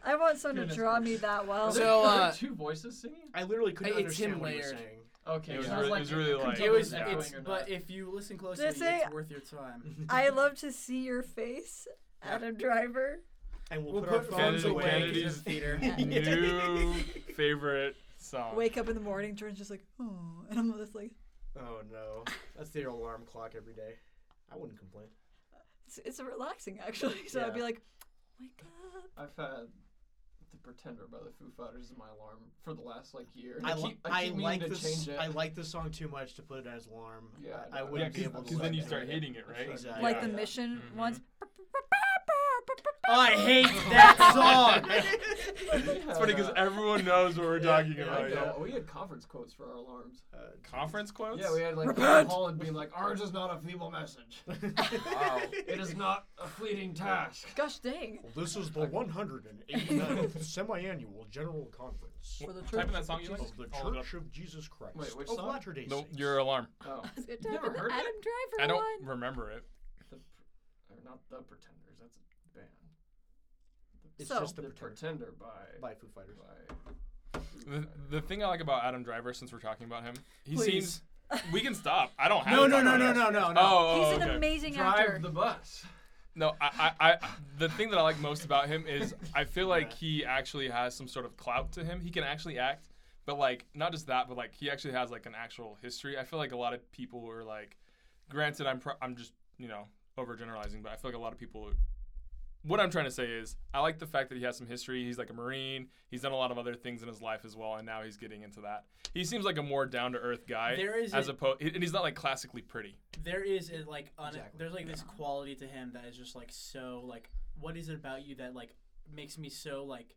Speaker 4: I want someone to
Speaker 5: Goodness
Speaker 4: draw
Speaker 5: gracious.
Speaker 4: me that
Speaker 5: Are
Speaker 4: well.
Speaker 5: there-
Speaker 1: So,
Speaker 5: are there
Speaker 1: uh,
Speaker 5: two voices singing?
Speaker 2: I literally couldn't
Speaker 1: It's
Speaker 2: understand
Speaker 1: him
Speaker 2: what you were
Speaker 1: layered.
Speaker 2: saying.
Speaker 5: Okay,
Speaker 3: It was
Speaker 5: so I
Speaker 3: really-
Speaker 5: like,
Speaker 3: it was really
Speaker 5: couldn't
Speaker 3: like-
Speaker 5: tell
Speaker 1: It
Speaker 5: if
Speaker 1: was.
Speaker 3: Yeah.
Speaker 1: It's.
Speaker 5: echoing or
Speaker 1: But
Speaker 5: not.
Speaker 1: if you listen closely,
Speaker 4: This ain't-
Speaker 1: it's worth your time.
Speaker 4: I love to see your face, Adam Driver.
Speaker 2: And we'll,
Speaker 1: We'll
Speaker 2: put, our
Speaker 1: put
Speaker 2: phones
Speaker 3: Kennedy-
Speaker 2: away.
Speaker 3: Kennedy's
Speaker 1: theater.
Speaker 3: New favorite song.
Speaker 4: Wake up in the morning, Jordan's just like, oh, and I'm just like,
Speaker 2: Oh no. That's their alarm clock every day. I wouldn't complain.
Speaker 4: it's, it's relaxing actually. So
Speaker 2: Yeah.
Speaker 4: I'd be like, Wake up.
Speaker 5: I've had the Pretender by the Foo Fighters as my alarm for the last like year.
Speaker 2: I,
Speaker 5: I,
Speaker 2: li-
Speaker 5: keep,
Speaker 2: I,
Speaker 5: I keep meaning
Speaker 2: like
Speaker 5: to
Speaker 2: this.
Speaker 5: change it.
Speaker 2: I like this song too much to put it as alarm.
Speaker 5: Yeah, I
Speaker 2: I, I
Speaker 5: know.
Speaker 2: wouldn't
Speaker 3: Yeah,
Speaker 2: be able to.
Speaker 3: 'cause
Speaker 2: let
Speaker 3: then you
Speaker 2: that
Speaker 3: start
Speaker 2: go.
Speaker 3: hating it, right?
Speaker 2: Exactly.
Speaker 4: like the
Speaker 2: Yeah. Mm-hmm.
Speaker 4: mission
Speaker 3: Mhm.
Speaker 4: ones.
Speaker 1: Oh, I hate that song.
Speaker 3: It's funny because everyone knows what we're talking
Speaker 5: Yeah, I
Speaker 3: about.
Speaker 5: know.
Speaker 3: Oh, Yeah.
Speaker 5: uh, We had conference quotes for our alarms.
Speaker 2: Uh,
Speaker 3: Conference quotes?
Speaker 5: Yeah, we had like Tom Holland being like, "Ours is not a feeble message.
Speaker 3: Wow.
Speaker 5: It is not a fleeting task."
Speaker 4: Gosh dang.
Speaker 2: This is the 189th semi-annual general conference
Speaker 4: For the
Speaker 3: Type in
Speaker 4: church
Speaker 3: that song you like.
Speaker 2: of Oh, the
Speaker 3: I'll look it
Speaker 2: Church of Jesus Christ
Speaker 5: Wait, which
Speaker 2: of
Speaker 5: song?
Speaker 2: Latter-day
Speaker 3: up. No,
Speaker 2: Saints.
Speaker 3: your alarm.
Speaker 5: Oh,
Speaker 4: I was gonna
Speaker 5: You
Speaker 4: type
Speaker 5: never
Speaker 4: in the
Speaker 5: heard
Speaker 4: Adam
Speaker 5: that?
Speaker 4: Driver
Speaker 3: I don't
Speaker 4: one.
Speaker 3: remember it.
Speaker 5: the, pr- or not the Pretenders. That's a band.
Speaker 2: It's
Speaker 4: So-
Speaker 2: just the
Speaker 5: The
Speaker 2: Pretender
Speaker 5: Pretender by
Speaker 2: by Foo Fighters.
Speaker 5: by.
Speaker 3: The, the thing I like about Adam Driver, since we're talking about him, he
Speaker 1: Please.
Speaker 3: seems. We can stop. I don't have.
Speaker 1: No,
Speaker 3: to
Speaker 1: no,
Speaker 3: talk
Speaker 1: no,
Speaker 3: about
Speaker 1: no,
Speaker 3: it.
Speaker 1: no, no, no.
Speaker 3: Oh,
Speaker 4: He's
Speaker 3: oh,
Speaker 4: an
Speaker 3: okay.
Speaker 4: amazing actor.
Speaker 5: Drive the bus.
Speaker 3: No, I, I, I, the thing that I like most about him is I feel like he actually has some sort of clout to him. He can actually act, but like not just that, but like he actually has like an actual history. I feel like a lot of people are like, granted, I'm pro- I'm just you know overgeneralizing, but I feel like a lot of people. What I'm trying to say is, I like the fact that he has some history. He's like a marine. He's done a lot of other things in his life as well, and now he's getting into that. He seems like a more down to earth guy,
Speaker 1: There is
Speaker 3: as
Speaker 1: a-
Speaker 3: opposed, and he's not like classically pretty.
Speaker 1: there is a, like un-
Speaker 2: Exactly.
Speaker 1: there's like this quality to him that is just like so like what is it about you that like makes me so like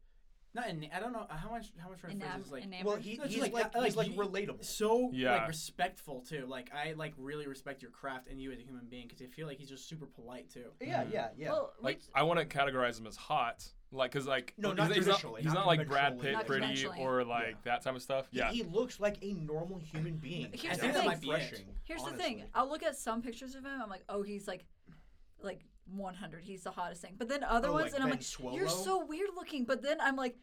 Speaker 1: not in I don't know how much how much my phrase
Speaker 4: Enam-
Speaker 1: is like
Speaker 4: enamored.
Speaker 2: Well, he,
Speaker 1: No, it's
Speaker 2: he's
Speaker 1: just
Speaker 2: like,
Speaker 4: Oh,
Speaker 1: like-
Speaker 2: he's like
Speaker 1: like you-
Speaker 2: relatable.
Speaker 1: so
Speaker 3: Yeah.
Speaker 1: like respectful too like I like really respect your craft and you as a human being because I feel like he's just super polite too
Speaker 2: Yeah, yeah, yeah.
Speaker 4: Well,
Speaker 3: like
Speaker 4: which-
Speaker 3: I want to categorize him as hot, like because like
Speaker 2: No,
Speaker 3: he's
Speaker 2: not
Speaker 3: he's
Speaker 2: conventionally,
Speaker 3: he's
Speaker 2: not
Speaker 3: not like Brad
Speaker 2: conventionally.
Speaker 3: Pitt
Speaker 4: Not
Speaker 3: pretty
Speaker 4: conventionally.
Speaker 3: or like that type of stuff.
Speaker 2: He-
Speaker 3: Yeah,
Speaker 2: He, looks like a normal human being.
Speaker 4: Here's
Speaker 2: and
Speaker 4: the
Speaker 2: that's
Speaker 4: thing.
Speaker 2: refreshing.
Speaker 4: here's the
Speaker 2: honestly.
Speaker 4: thing. I'll look at some pictures of him. I'm like, oh, he's like, like 100. He's the hottest thing. But then other
Speaker 2: Oh,
Speaker 4: ones,
Speaker 2: like
Speaker 4: and I'm
Speaker 2: Ben
Speaker 4: like, you're
Speaker 2: Swallow?
Speaker 4: so weird looking. But then I'm like,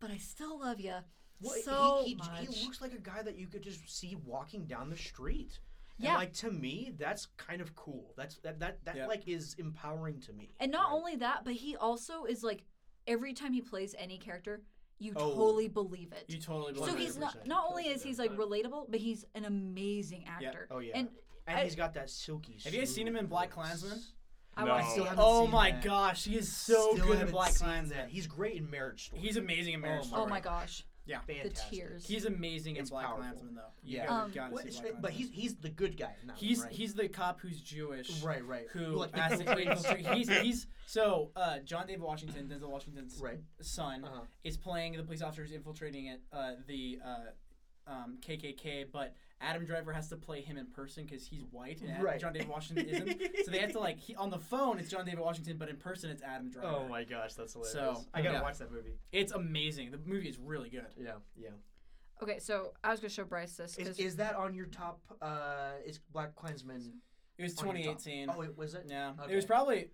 Speaker 4: but I still love you
Speaker 2: Well, he-
Speaker 4: so
Speaker 2: he,
Speaker 4: much.
Speaker 2: he looks like a guy that you could just see walking down the street. And,
Speaker 4: Yeah.
Speaker 2: like to me, that's kind of cool. That's that that that
Speaker 1: Yeah.
Speaker 2: like is empowering to me.
Speaker 4: And not only that, but he also is like every time he plays any character, you
Speaker 2: Oh.
Speaker 4: totally believe it.
Speaker 1: you totally
Speaker 4: so
Speaker 1: believe
Speaker 4: he's
Speaker 1: it.
Speaker 4: not
Speaker 2: 100%.
Speaker 4: not only is
Speaker 5: Yeah.
Speaker 4: he's like relatable, but he's an amazing actor.
Speaker 2: Oh, yeah.
Speaker 4: And
Speaker 2: and
Speaker 4: I-
Speaker 2: he's got that silky.
Speaker 1: Have you guys seen him in
Speaker 2: smooth
Speaker 1: Black
Speaker 2: voice.
Speaker 1: Klansman?
Speaker 4: I
Speaker 3: No.
Speaker 4: want
Speaker 3: I
Speaker 4: to see
Speaker 3: still
Speaker 4: him.
Speaker 2: haven't
Speaker 1: oh
Speaker 2: seen
Speaker 1: my
Speaker 2: that.
Speaker 1: gosh he is so
Speaker 2: Still
Speaker 1: good in
Speaker 2: haven't
Speaker 1: Black
Speaker 2: seen
Speaker 1: Klansman
Speaker 2: that. He's great in Marriage Story.
Speaker 1: he's amazing in Marriage
Speaker 2: Oh
Speaker 4: Oh
Speaker 1: Story
Speaker 4: my gosh, the
Speaker 2: fantastic.
Speaker 4: tears.
Speaker 1: he's amazing in
Speaker 2: It's
Speaker 1: Black
Speaker 2: powerful.
Speaker 1: Klansman though you
Speaker 2: Yeah.
Speaker 1: guys
Speaker 4: Um,
Speaker 1: gotta
Speaker 2: What
Speaker 1: see
Speaker 2: is-
Speaker 1: Black
Speaker 2: but
Speaker 1: Klansman.
Speaker 2: he's he's the good guy. Now,
Speaker 1: He's
Speaker 2: right?
Speaker 1: he's the cop who's Jewish
Speaker 2: right right
Speaker 1: who
Speaker 2: Like-
Speaker 1: basically infiltrate- he's he's so uh, John David Washington, Denzel Washington's
Speaker 2: right.
Speaker 1: son,
Speaker 2: Uh-huh.
Speaker 1: is playing the police officer who's infiltrating it uh, the uh, um, KKK, but Adam Driver has to play him in person because he's white and Ad-
Speaker 2: Right.
Speaker 1: John David Washington isn't. So they have to like he, on the phone it's John David Washington, but in person it's Adam Driver.
Speaker 2: Oh my gosh, that's hilarious.
Speaker 1: So,
Speaker 2: I gotta
Speaker 1: yeah.
Speaker 2: watch that movie.
Speaker 1: It's amazing. The movie is really good.
Speaker 2: Yeah, yeah.
Speaker 4: Okay, so I was gonna show Bryce this
Speaker 2: Is,
Speaker 4: because
Speaker 2: is that on your top? Uh, is Black Klansman?
Speaker 1: It was
Speaker 2: on your top-
Speaker 1: 2018.
Speaker 2: Oh, it was it.
Speaker 1: yeah,
Speaker 2: okay.
Speaker 1: it was probably.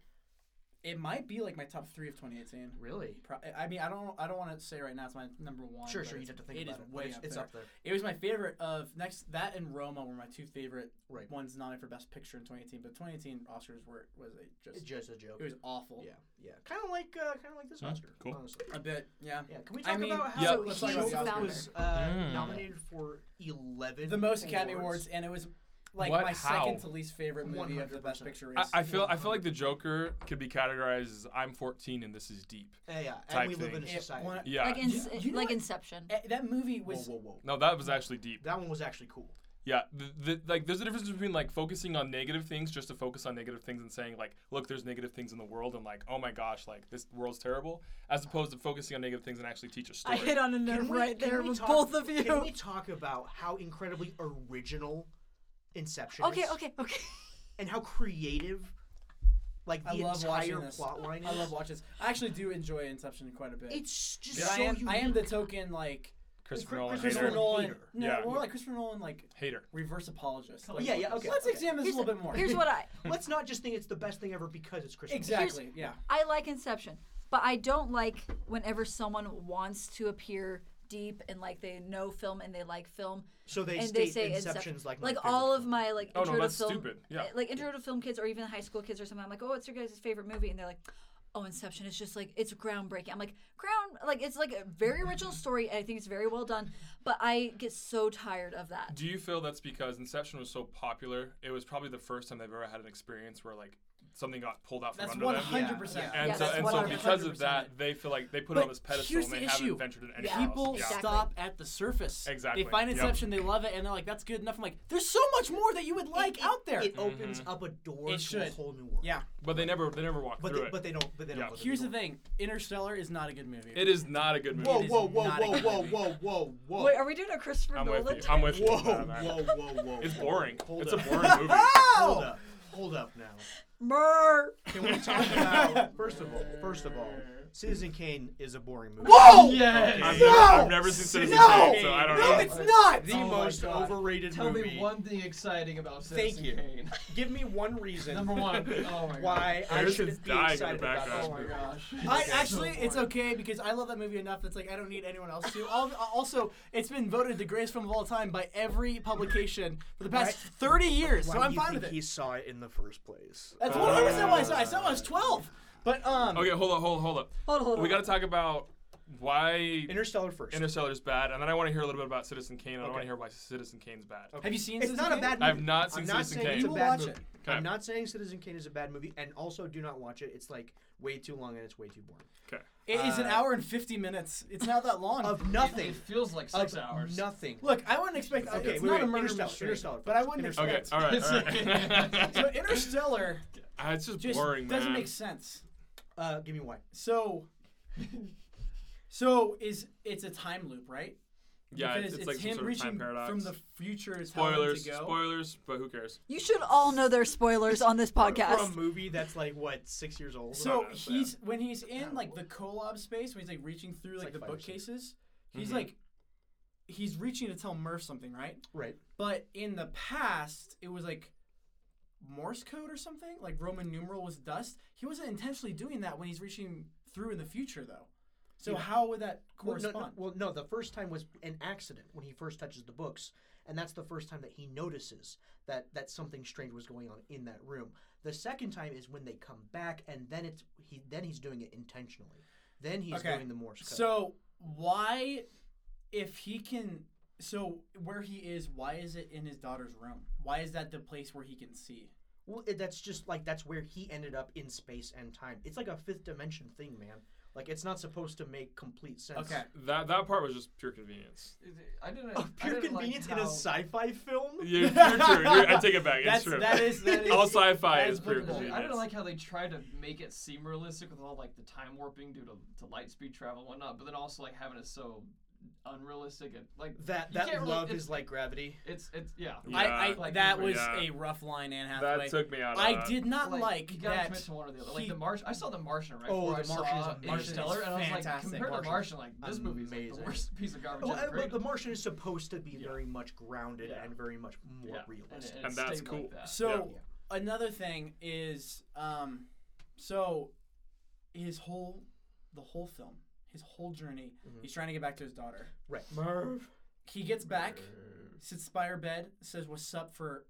Speaker 1: It might be like my top three of 2018.
Speaker 2: Really?
Speaker 1: Pro- I mean, I don't, I don't want to say right now it's my number one.
Speaker 2: Sure,
Speaker 1: but
Speaker 2: sure. You'd
Speaker 1: it's-
Speaker 2: have to think
Speaker 1: it
Speaker 2: about
Speaker 1: is
Speaker 2: it. but
Speaker 1: way
Speaker 2: it's,
Speaker 1: up
Speaker 2: it's
Speaker 1: there.
Speaker 2: up there.
Speaker 1: It was my favorite of next that and Roma were my two favorite
Speaker 2: Right.
Speaker 1: ones nominated for Best Picture in 2018. But 2018 Oscars were was a
Speaker 2: It's
Speaker 1: just
Speaker 2: just a joke.
Speaker 1: it was awful.
Speaker 2: Yeah, yeah. Kind of like, uh, kind of like this
Speaker 3: Hmm,
Speaker 2: Oscar.
Speaker 3: cool.
Speaker 2: Honestly.
Speaker 1: A bit, yeah.
Speaker 2: Yeah. Can we
Speaker 1: I
Speaker 2: talk
Speaker 1: mean,
Speaker 2: about
Speaker 3: yeah,
Speaker 2: how
Speaker 1: let's talk about
Speaker 2: Heat
Speaker 1: the Oscars.
Speaker 2: was uh,
Speaker 3: Mm.
Speaker 2: nominated for eleven?
Speaker 1: The most Academy Awards, and it was like
Speaker 3: What?
Speaker 1: my
Speaker 3: How?
Speaker 1: second to least favorite movie of the Best
Speaker 2: 100%.
Speaker 1: Picture
Speaker 3: I,
Speaker 1: race.
Speaker 3: I feel I feel like the Joker could be categorized as I'm 14 and this is deep.
Speaker 2: Yeah, yeah.
Speaker 3: type
Speaker 2: And we live
Speaker 3: thing.
Speaker 2: in a
Speaker 1: It
Speaker 2: society.
Speaker 1: won-
Speaker 3: Yeah.
Speaker 4: like in,
Speaker 1: Yeah. You know
Speaker 4: like
Speaker 1: what?
Speaker 4: Inception.
Speaker 1: Eh, that movie
Speaker 2: whoa,
Speaker 1: was
Speaker 2: whoa, whoa.
Speaker 3: no, that was actually deep.
Speaker 2: That one was actually cool.
Speaker 3: Yeah, the, the, like there's a difference between like focusing on negative things just to focus on negative things and saying like, look, there's negative things in the world and like, oh my gosh, like this world's terrible, as opposed to focusing on negative things and actually teach a story.
Speaker 4: I hit on a
Speaker 2: Can
Speaker 4: nerve
Speaker 2: we-
Speaker 4: right
Speaker 2: can
Speaker 4: there
Speaker 2: we
Speaker 4: with
Speaker 2: talk-
Speaker 4: both of you.
Speaker 2: Can we talk about how incredibly original Inception
Speaker 4: okay,
Speaker 2: is?
Speaker 4: okay, okay.
Speaker 2: And how creative, like
Speaker 1: I
Speaker 2: the
Speaker 1: love watching
Speaker 2: entire
Speaker 1: this.
Speaker 2: plot line is.
Speaker 1: I love watching. this. I actually do enjoy Inception quite a bit.
Speaker 2: It's just
Speaker 1: But
Speaker 2: so
Speaker 1: I am,
Speaker 2: unique.
Speaker 1: I am the token like
Speaker 3: Christopher
Speaker 2: Chris-
Speaker 3: Nolan.
Speaker 2: Christopher
Speaker 1: Christopher
Speaker 3: hater.
Speaker 2: Nolan
Speaker 1: Nolan.
Speaker 2: hater.
Speaker 1: No,
Speaker 3: Yeah.
Speaker 1: more like Christopher Nolan like
Speaker 3: hater.
Speaker 1: reverse apologist. Like,
Speaker 2: Yeah, yeah, okay.
Speaker 1: Let's
Speaker 2: okay.
Speaker 1: examine this
Speaker 4: Here's,
Speaker 1: a little bit more.
Speaker 4: here's what I
Speaker 2: Let's not just think it's the best thing ever because it's Christmas.
Speaker 1: exactly. Yeah.
Speaker 4: I like Inception, but I don't like whenever someone wants to appear deep and like they know film and they like film
Speaker 2: So they
Speaker 4: and
Speaker 2: state
Speaker 4: they say
Speaker 2: Inception's
Speaker 4: Inception.
Speaker 2: like my
Speaker 4: like
Speaker 2: favorite
Speaker 4: all of
Speaker 2: film.
Speaker 4: my like
Speaker 3: Oh, no,
Speaker 4: intro to
Speaker 3: that's
Speaker 4: film eh,
Speaker 3: stupid. Yeah.
Speaker 4: like intro to film kids or even high school kids or something. I'm like, oh, what's your guys' favorite movie? And they're like, oh, Inception. It's just like it's groundbreaking. I'm like ground like it's like a very original story. And I think it's very well done, but I get so tired of that.
Speaker 3: Do you feel that's because Inception was so popular? It was probably the first time they've ever had an experience where like something got pulled out from
Speaker 1: That's
Speaker 3: under
Speaker 1: one
Speaker 3: them.
Speaker 1: hundred percent.
Speaker 4: Yeah,
Speaker 3: And so,
Speaker 4: that's
Speaker 3: and so
Speaker 4: 100%.
Speaker 3: because of that, they feel like they put it
Speaker 1: But
Speaker 3: on this pedestal
Speaker 1: here's
Speaker 3: and
Speaker 1: the
Speaker 3: they
Speaker 1: issue.
Speaker 3: haven't ventured in anything
Speaker 1: People
Speaker 3: else. Yeah.
Speaker 4: Exactly.
Speaker 1: stop at the surface.
Speaker 3: Exactly.
Speaker 1: They find
Speaker 3: Yep.
Speaker 1: Inception, they love it, and they're like, "That's good enough." I'm like, "There's so much more that you would like
Speaker 2: it,
Speaker 1: out there."
Speaker 2: It opens
Speaker 3: Mm-hmm.
Speaker 2: up a door
Speaker 1: It
Speaker 2: to a
Speaker 1: should.
Speaker 2: whole new world.
Speaker 1: yeah.
Speaker 3: But they never, they never walk
Speaker 2: But
Speaker 3: through
Speaker 2: they,
Speaker 3: it.
Speaker 2: but they don't. But they don't.
Speaker 3: Yeah.
Speaker 2: go to
Speaker 1: Here's the
Speaker 2: door.
Speaker 1: thing: Interstellar is not a good movie.
Speaker 3: it is not a good movie.
Speaker 2: Whoa!
Speaker 1: It is
Speaker 2: Whoa! Whoa!
Speaker 1: not a
Speaker 2: Whoa!
Speaker 1: good
Speaker 2: Whoa!
Speaker 1: movie.
Speaker 2: Whoa! Whoa! Whoa!
Speaker 4: Wait, are we doing a Christopher
Speaker 3: I'm with
Speaker 4: Nolan?
Speaker 3: you.
Speaker 4: type?
Speaker 3: I'm with you.
Speaker 2: Whoa!
Speaker 3: on that, man.
Speaker 2: Whoa! Whoa! Whoa!
Speaker 3: It's
Speaker 2: whoa.
Speaker 3: boring.
Speaker 2: Hold
Speaker 3: it's
Speaker 2: up.
Speaker 3: a boring movie.
Speaker 2: Hold
Speaker 1: Oh!
Speaker 2: up. Hold up now.
Speaker 4: Brr.
Speaker 2: Can we talk about first of all? First of all, Citizen Kane is boring movie.
Speaker 5: Oh!
Speaker 1: Whoa!
Speaker 5: Yes.
Speaker 3: I've,
Speaker 1: No!
Speaker 3: never, I've never seen Citizen
Speaker 1: No!
Speaker 3: Kane, so I don't
Speaker 1: No,
Speaker 3: know.
Speaker 1: it's not.
Speaker 2: The
Speaker 5: Oh my
Speaker 2: most
Speaker 5: God.
Speaker 2: overrated
Speaker 5: Tell
Speaker 2: movie.
Speaker 5: me one thing exciting about
Speaker 2: Thank
Speaker 5: Citizen
Speaker 2: you.
Speaker 5: Kane.
Speaker 2: Give me one reason.
Speaker 5: Number one. Oh my god.
Speaker 2: Why I
Speaker 3: Harrison's
Speaker 2: should be
Speaker 3: dying in the
Speaker 2: excited about
Speaker 3: background.
Speaker 2: this
Speaker 5: Oh my
Speaker 2: movie.
Speaker 5: gosh.
Speaker 1: I
Speaker 5: So
Speaker 1: actually, it's
Speaker 5: boring.
Speaker 1: okay because I love that movie enough. That's like I don't need anyone else to. Al- Also, it's been voted the greatest film of all time by every publication for the past
Speaker 2: Why-
Speaker 1: thirty years,
Speaker 2: Why
Speaker 1: so
Speaker 2: do
Speaker 1: I'm
Speaker 2: you
Speaker 1: fine
Speaker 2: think
Speaker 1: with
Speaker 2: He
Speaker 1: it.
Speaker 2: saw it in the first place.
Speaker 1: That's one hundred percent why I saw. it. I saw it when I was twelve. But um,
Speaker 3: Uh, Okay, hold up, hold up, hold up.
Speaker 4: Hold on, hold on.
Speaker 3: We got to talk about why
Speaker 2: Interstellar first.
Speaker 3: Interstellar's bad, and then I want to hear a little bit about Citizen Kane, and I
Speaker 2: Okay.
Speaker 3: want to hear why Citizen Kane's bad.
Speaker 2: Okay.
Speaker 1: have you seen?
Speaker 2: it's
Speaker 1: Citizen
Speaker 2: not a
Speaker 1: Kane?
Speaker 2: bad movie.
Speaker 3: I've not seen
Speaker 2: I'm not
Speaker 3: Citizen
Speaker 2: saying
Speaker 3: Kane.
Speaker 2: it's a
Speaker 1: You will
Speaker 2: bad
Speaker 1: watch
Speaker 2: movie.
Speaker 1: it.
Speaker 3: Okay.
Speaker 2: I'm not saying Citizen Kane is a bad movie, and also do not watch it. It's like way too long and it's way too boring.
Speaker 1: It is an
Speaker 2: Uh,
Speaker 1: hour and fifty minutes. It's not that long.
Speaker 2: Of
Speaker 5: It
Speaker 2: nothing.
Speaker 5: feels like
Speaker 2: Of
Speaker 5: six hours.
Speaker 2: Nothing.
Speaker 1: Look, I wouldn't expect.
Speaker 2: Okay,
Speaker 1: it's
Speaker 2: wait,
Speaker 1: not
Speaker 2: wait,
Speaker 1: a murder
Speaker 2: Interstellar,
Speaker 1: mystery,
Speaker 2: Interstellar
Speaker 1: but I wouldn't
Speaker 2: first.
Speaker 3: Okay,
Speaker 1: expect.
Speaker 3: all right, all
Speaker 1: So
Speaker 3: right.
Speaker 1: Interstellar
Speaker 3: Ah, it's just,
Speaker 1: just
Speaker 3: boring,
Speaker 1: doesn't
Speaker 3: man.
Speaker 1: make sense.
Speaker 2: Uh, give me one.
Speaker 1: So, so is it's a time loop, right?
Speaker 3: yeah,
Speaker 1: because
Speaker 3: it's, it's like some
Speaker 1: him
Speaker 3: sort of time
Speaker 1: reaching
Speaker 3: paradox.
Speaker 1: from the future is
Speaker 3: spoilers,
Speaker 1: how to go.
Speaker 3: spoilers, but who cares?
Speaker 4: You should all know there's spoilers on this
Speaker 2: For a
Speaker 4: podcast.
Speaker 2: movie that's like what six years old.
Speaker 1: So
Speaker 3: Spoilers, yeah.
Speaker 1: he's when he's in like the co-op space when he's like reaching through
Speaker 2: like
Speaker 1: like,
Speaker 2: Mm-hmm.
Speaker 1: the
Speaker 2: five or six.
Speaker 1: bookcases, he's
Speaker 3: Mhm.
Speaker 1: like he's reaching to tell Murph something, right?
Speaker 2: right.
Speaker 1: But in the past, it was like Morse code or something, like Roman numeral was dust. He wasn't intentionally doing that when he's reaching through in the future though. So
Speaker 2: Yeah.
Speaker 1: how would that
Speaker 2: Well no,
Speaker 1: correspond?
Speaker 2: no, well, no, the first time was an accident when he first touches the books, and that's the first time that he notices that that something strange was going on in that room. The second time is when they come back, and then it's he then he's doing it intentionally. Then he's
Speaker 1: Okay.
Speaker 2: doing the Morse code.
Speaker 1: So why, if he can, so where he is, why is it in his daughter's room? Why is that the place where he can see?
Speaker 2: well, it, that's just like that's where he ended up in space and time. It's like a fifth dimension thing, man. Like it's not supposed to make complete sense.
Speaker 1: Okay.
Speaker 3: That that part was just pure convenience.
Speaker 5: I didn't.
Speaker 2: Of
Speaker 5: I
Speaker 2: pure
Speaker 5: didn't
Speaker 2: convenience
Speaker 5: like
Speaker 2: in a
Speaker 5: how-
Speaker 2: sci-fi film.
Speaker 3: You, you're true. You're- I take it back. It's
Speaker 1: That's-
Speaker 3: true.
Speaker 1: that is- that is-
Speaker 3: all sci-fi
Speaker 1: that
Speaker 3: is
Speaker 1: is
Speaker 3: pure
Speaker 1: applicable.
Speaker 3: convenience.
Speaker 5: I don't like how they try to make it seem realistic with all like the time warping due to, to light speed travel and whatnot, but then also like having it so unrealistic and like
Speaker 2: That
Speaker 5: you can't
Speaker 2: that
Speaker 5: really-
Speaker 2: love
Speaker 5: it's-
Speaker 2: is like gravity.
Speaker 5: it's it's yeah.
Speaker 3: Yeah.
Speaker 1: I, I
Speaker 5: Like,
Speaker 1: that was
Speaker 3: yeah.
Speaker 1: a rough line, Anne
Speaker 3: that
Speaker 1: Hathaway.
Speaker 3: took me out. Of
Speaker 1: I
Speaker 3: that.
Speaker 1: did not like,
Speaker 5: you gotta
Speaker 1: that.
Speaker 5: commit to one or the other. Like
Speaker 1: he-
Speaker 5: the Martian, I saw the Martian right
Speaker 2: Oh,
Speaker 5: before
Speaker 2: The
Speaker 5: I
Speaker 2: Martian is
Speaker 5: saw
Speaker 2: amazing.
Speaker 5: Interstellar, and I was like,
Speaker 1: Fantastic.
Speaker 5: compared
Speaker 1: Martian
Speaker 5: to
Speaker 1: is
Speaker 5: Martian, like this movie is like the
Speaker 2: amazing.
Speaker 5: worst piece of garbage
Speaker 2: Oh,
Speaker 5: ever
Speaker 2: uh, but
Speaker 5: created.
Speaker 2: The Martian is supposed to be very much grounded
Speaker 5: Yeah.
Speaker 2: and very much more
Speaker 5: yeah.
Speaker 2: realistic.
Speaker 5: it
Speaker 3: And that's
Speaker 5: stayed
Speaker 3: cool.
Speaker 5: Like that.
Speaker 1: So
Speaker 2: Yeah.
Speaker 1: another thing is, um, so his whole, the whole film, his whole journey,
Speaker 3: Mm-hmm.
Speaker 1: he's trying to get back to his daughter.
Speaker 2: Right. Merv.
Speaker 1: He gets back,
Speaker 3: Mm.
Speaker 1: sits by her bed, says "What's up" for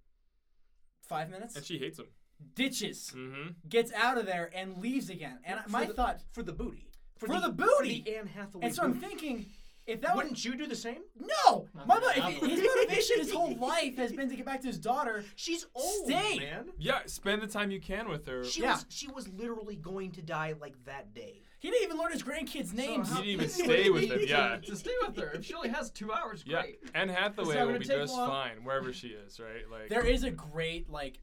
Speaker 1: five minutes,
Speaker 3: and she hates him.
Speaker 1: ditches.
Speaker 3: Mm-hmm.
Speaker 1: gets out of there and leaves again. And I- my
Speaker 2: the-
Speaker 1: thought,
Speaker 2: For the booty.
Speaker 1: For the booty!
Speaker 2: For the Anne Hathaway.
Speaker 1: and so I'm
Speaker 2: booty.
Speaker 1: thinking, if that would
Speaker 2: Wouldn't you do the same?
Speaker 1: no, my
Speaker 5: gonna
Speaker 1: mo- if
Speaker 5: happen.
Speaker 1: his motivation his whole life has been to get back to his daughter.
Speaker 2: She's old,
Speaker 1: Stay!
Speaker 2: man.
Speaker 3: Yeah, spend the time you can with her.
Speaker 2: She
Speaker 1: Yeah.
Speaker 2: was she was literally going to die like that day.
Speaker 1: He didn't even learn his grandkids' names.
Speaker 3: how-
Speaker 5: how-
Speaker 3: didn't even stay with him,
Speaker 5: to-
Speaker 3: yeah.
Speaker 5: To stay with her, if she only has two hours,
Speaker 3: yeah,
Speaker 5: great.
Speaker 3: Anne
Speaker 5: It's
Speaker 3: Hathaway
Speaker 5: not
Speaker 3: will
Speaker 5: gonna
Speaker 3: be
Speaker 5: take
Speaker 3: just
Speaker 5: long.
Speaker 3: fine wherever she is, right? Like
Speaker 1: there is a great like,